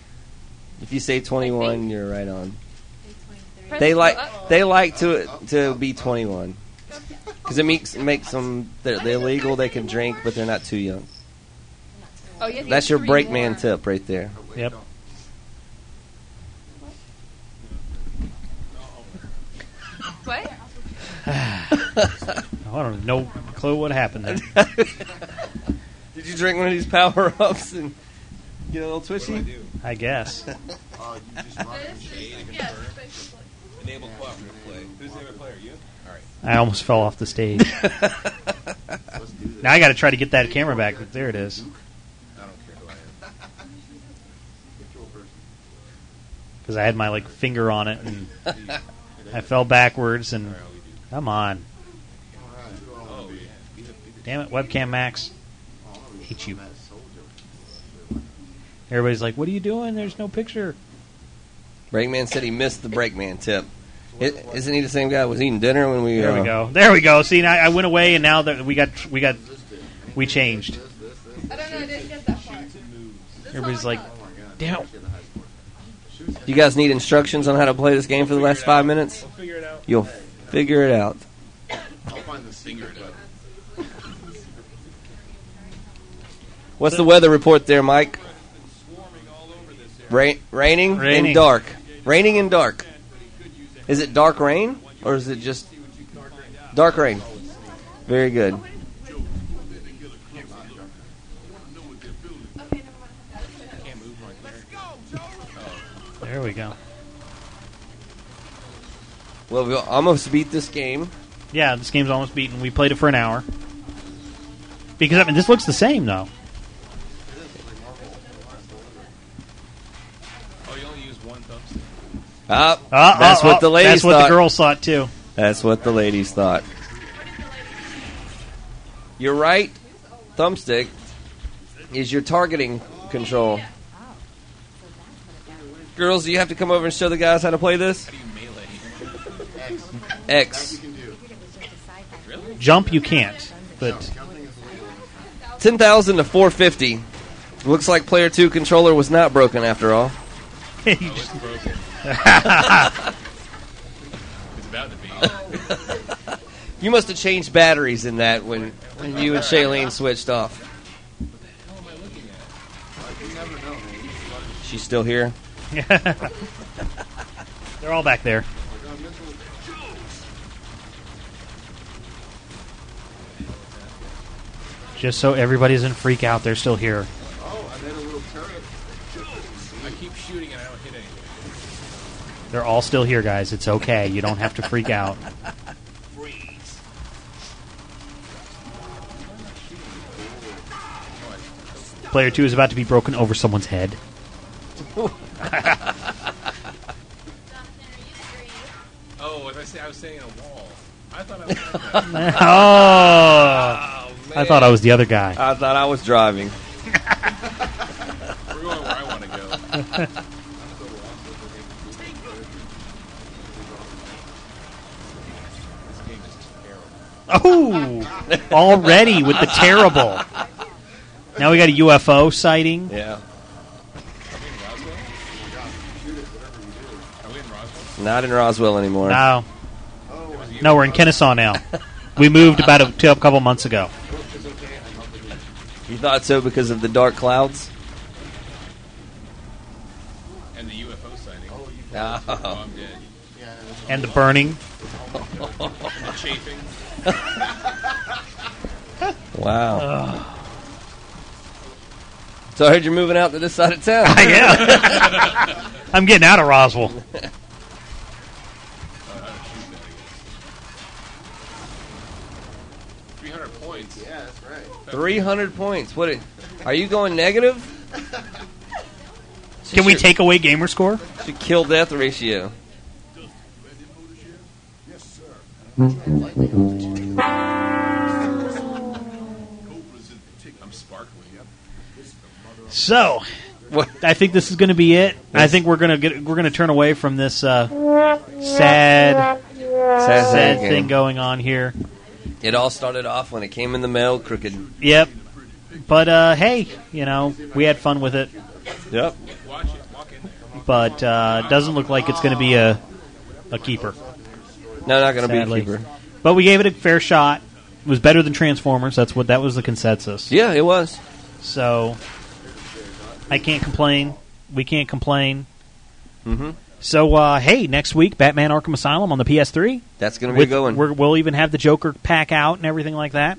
[SPEAKER 3] If you say 21, you're right on.
[SPEAKER 20] Press
[SPEAKER 3] They like
[SPEAKER 20] up.
[SPEAKER 3] they like to to be 21 because it makes makes them they're, they're legal. They can drink, but they're not too young.
[SPEAKER 20] Oh, yeah,
[SPEAKER 3] That's your
[SPEAKER 20] break
[SPEAKER 3] brakeman tip right there.
[SPEAKER 1] Yep.
[SPEAKER 20] What?
[SPEAKER 1] I don't know, no clue what happened there.
[SPEAKER 3] Did you drink one of these power ups and get a little twitchy?
[SPEAKER 1] I guess.
[SPEAKER 11] Enable cooperative play. Who's the favorite player? You? All right.
[SPEAKER 1] I almost fell off the stage. now I got to try to get that camera back. There it is.
[SPEAKER 11] I don't care who I am.
[SPEAKER 1] Because I had my like finger on it and I fell backwards and come on,
[SPEAKER 11] Oh, yeah.
[SPEAKER 1] damn it, webcam Max, hate you. Everybody's like, "What are you doing? There's no picture."
[SPEAKER 3] Brakeman said he missed the brakeman tip. is isn't he the same guy? that Was eating dinner when we?
[SPEAKER 1] There
[SPEAKER 3] uh,
[SPEAKER 1] we go. There we go. See, now I went away, and now that we got we got we changed.
[SPEAKER 5] I don't know. I didn't get that far.
[SPEAKER 1] Everybody's like, "Damn,
[SPEAKER 3] You guys need instructions on how to play this game for the last five minutes. We'll figure it out. You'll figure it out.
[SPEAKER 11] I'll find the secret. button.
[SPEAKER 3] What's the weather report there, Mike? Rain, raining,
[SPEAKER 1] Raining.
[SPEAKER 3] and dark. Raining and dark. Is it dark rain or is it just dark rain? Very good.
[SPEAKER 1] there we go."
[SPEAKER 3] Well, we almost beat this game.
[SPEAKER 1] Yeah, this game's almost beaten. We played it for an hour. Because I mean, this looks the same though.
[SPEAKER 11] Oh, you only use one thumbstick.
[SPEAKER 3] Ah,
[SPEAKER 1] Uh,
[SPEAKER 3] that's
[SPEAKER 1] uh,
[SPEAKER 3] what
[SPEAKER 1] uh,
[SPEAKER 3] the ladies
[SPEAKER 1] That's what
[SPEAKER 3] thought.
[SPEAKER 1] the girls thought too.
[SPEAKER 3] That's what the ladies thought. Your right thumbstick is your targeting control. Girls, do you have to come over and show the guys how to play this? X.
[SPEAKER 1] Jump, you can't. But
[SPEAKER 3] 10,000 to 450. Looks like player 2 controller was not broken after all.
[SPEAKER 1] you just-
[SPEAKER 11] It's about to be.
[SPEAKER 3] You must have changed batteries in that when, when you and Shailene switched off. She's still here.
[SPEAKER 1] they're all back there. Just so everybody's in freak out, they're still here.
[SPEAKER 11] Oh, I made a little turret. I keep shooting and I don't hit anything.
[SPEAKER 1] They're all still here, guys. It's okay. You don't have to freak out. Player two is about to be broken over someone's head.
[SPEAKER 21] Oh, what did I say? I was saying a wall. I thought I was.
[SPEAKER 1] oh, I thought I was the other guy.
[SPEAKER 3] I thought I was driving.
[SPEAKER 21] We're going where I want to go.
[SPEAKER 1] Oh, already with the terrible. Now we got a UFO sighting.
[SPEAKER 3] Yeah.
[SPEAKER 21] Are we in Roswell?
[SPEAKER 3] Not in Roswell anymore.
[SPEAKER 1] No. No, we're in Kennesaw now. We moved about a, to a couple months ago.
[SPEAKER 3] You thought so because of the dark clouds?
[SPEAKER 21] And the UFO sighting. Oh, you
[SPEAKER 3] Oh.
[SPEAKER 21] oh I'm dead.
[SPEAKER 1] And the burning.
[SPEAKER 21] And the chafing.
[SPEAKER 3] Wow. So I heard you're moving out to this side of town.
[SPEAKER 1] yeah. I'm getting out of Roswell.
[SPEAKER 21] Three hundred points. Yeah, that's right.
[SPEAKER 3] 300 points. What? i- Are you going negative?
[SPEAKER 1] Can we take away gamer score?
[SPEAKER 3] Your kill death ratio.
[SPEAKER 21] Mm-hmm. I'm sparkling.
[SPEAKER 1] So, I think this is going to be it. I think we're going to get we're going to turn away from this uh, sad,
[SPEAKER 3] Sad
[SPEAKER 1] sad
[SPEAKER 3] thing.
[SPEAKER 1] thing going on here.
[SPEAKER 3] It all started off when it came in the mail crooked.
[SPEAKER 1] Yep. But uh, hey, you know we had fun with it.
[SPEAKER 3] Yep.
[SPEAKER 1] But uh, it doesn't look like it's going to be a a keeper.
[SPEAKER 3] No, not going to be a
[SPEAKER 1] Sadly.
[SPEAKER 3] keeper.
[SPEAKER 1] But we gave it a fair shot. It was better than Transformers. That's what that was the consensus.
[SPEAKER 3] Yeah, it was.
[SPEAKER 1] So I can't complain. We can't complain.
[SPEAKER 3] Mm-hmm.
[SPEAKER 1] So uh, hey, next week Batman Arkham Asylum on the PS3.
[SPEAKER 3] That's going to be
[SPEAKER 1] With-
[SPEAKER 3] going.
[SPEAKER 1] We're, we'll even have the Joker pack out and everything like that.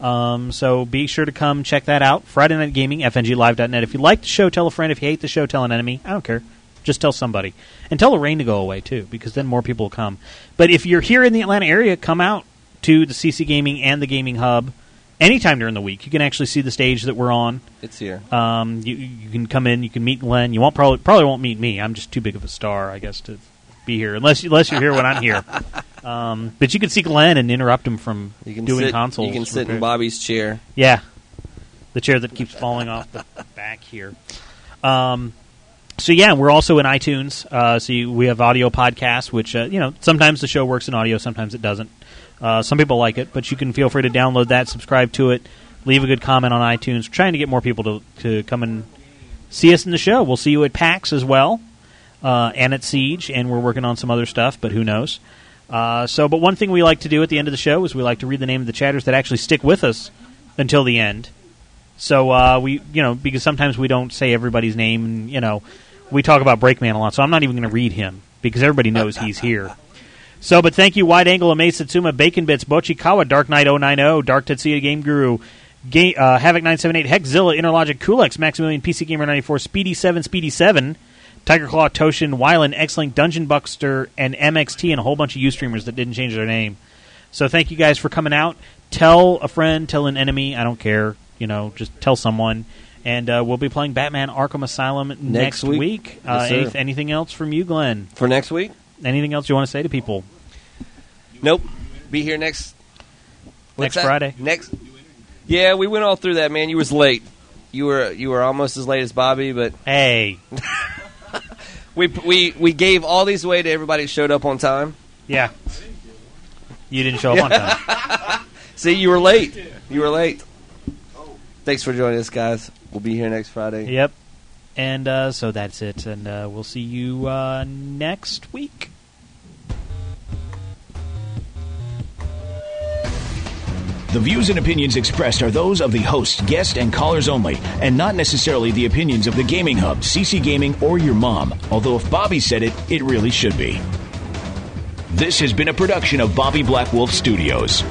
[SPEAKER 1] Um, so be sure to come check that out. Friday Night Gaming, FNGLive.net. If you like the show, tell a friend. If you hate the show, tell an enemy. I don't care. Just tell somebody. And tell the rain to go away, too, because then more people will come. But if you're here in the Atlanta area, come out to the CC Gaming and the Gaming Hub anytime during the week. You can actually see the stage that we're on.
[SPEAKER 3] It's here.
[SPEAKER 1] Um, you, you can come in. You can meet Glenn. You won't probably probably won't meet me. I'm just too big of a star, I guess, to be here. Unless unless you're here when I'm here. Um, but you can see Glenn and interrupt him from
[SPEAKER 3] You can
[SPEAKER 1] doing
[SPEAKER 3] sit,
[SPEAKER 1] consoles.
[SPEAKER 3] You can sit in
[SPEAKER 1] repair.
[SPEAKER 3] Bobby's chair.
[SPEAKER 1] Yeah, the chair that keeps falling off the back here. Um, so yeah, we're also in iTunes. Uh, so you, we have audio podcasts, which uh, you know sometimes the show works in audio, sometimes it doesn't. Uh, some people like it, but you can feel free to download that, subscribe to it, leave a good comment on iTunes. We're trying to get more people to to come and see us in the show. We'll see you at PAX as well, uh, and at Siege, and we're working on some other stuff, but who knows. Uh, so, but one thing we like to do at the end of the show is we like to read the name of the chatters that actually stick with us until the end. So uh, we, you know, because sometimes we don't say everybody's name, and you know, we talk about Breakman a lot. So I'm not even going to read him because everybody knows he's here. So, but thank you, Wide Angle, Amaze Satsuma, Bacon Bits, Bochikawa, Dark Knight 090, Dark Tetsuya Game Guru, Ga- uh, Havoc 978, Hexzilla, Interlogic, Kulex, Maximilian, PC Gamer 94, Speedy 7, Speedy 7, Tiger Claw, Toshin, Wylan, X-Link, Dungeon Buckster, and MXT, and a whole bunch of Ustreamers that didn't change their name. So thank you guys for coming out. Tell a friend, tell an enemy, I don't care. You know, just tell someone. And uh, we'll be playing Batman Arkham Asylum next,
[SPEAKER 3] week.
[SPEAKER 1] Uh,
[SPEAKER 3] Yes, sir.
[SPEAKER 1] anyth- anything else from you, Glenn?
[SPEAKER 3] For next week?
[SPEAKER 1] Anything else you want to say to people?
[SPEAKER 3] Nope. Be here next.
[SPEAKER 1] Next
[SPEAKER 3] what's that?
[SPEAKER 1] Friday.
[SPEAKER 3] Next. Yeah, we went all through that, man. You was late. You were you were almost as late as Bobby, but
[SPEAKER 1] hey,
[SPEAKER 3] we we we gave all these away to everybody who showed up on time.
[SPEAKER 1] Yeah. You didn't show up on time.
[SPEAKER 3] See, you were late. You were late. Thanks for joining us, guys. We'll be here next Friday.
[SPEAKER 1] Yep. And uh, so that's it. And uh, we'll see you uh, next week.
[SPEAKER 2] The views and opinions expressed are those of the host, guest, and callers only, and not necessarily the opinions of the Gaming Hub, CC Gaming, or your mom. Although if Bobby said it, it really should be. This has been a production of Bobby Black Wolf Studios.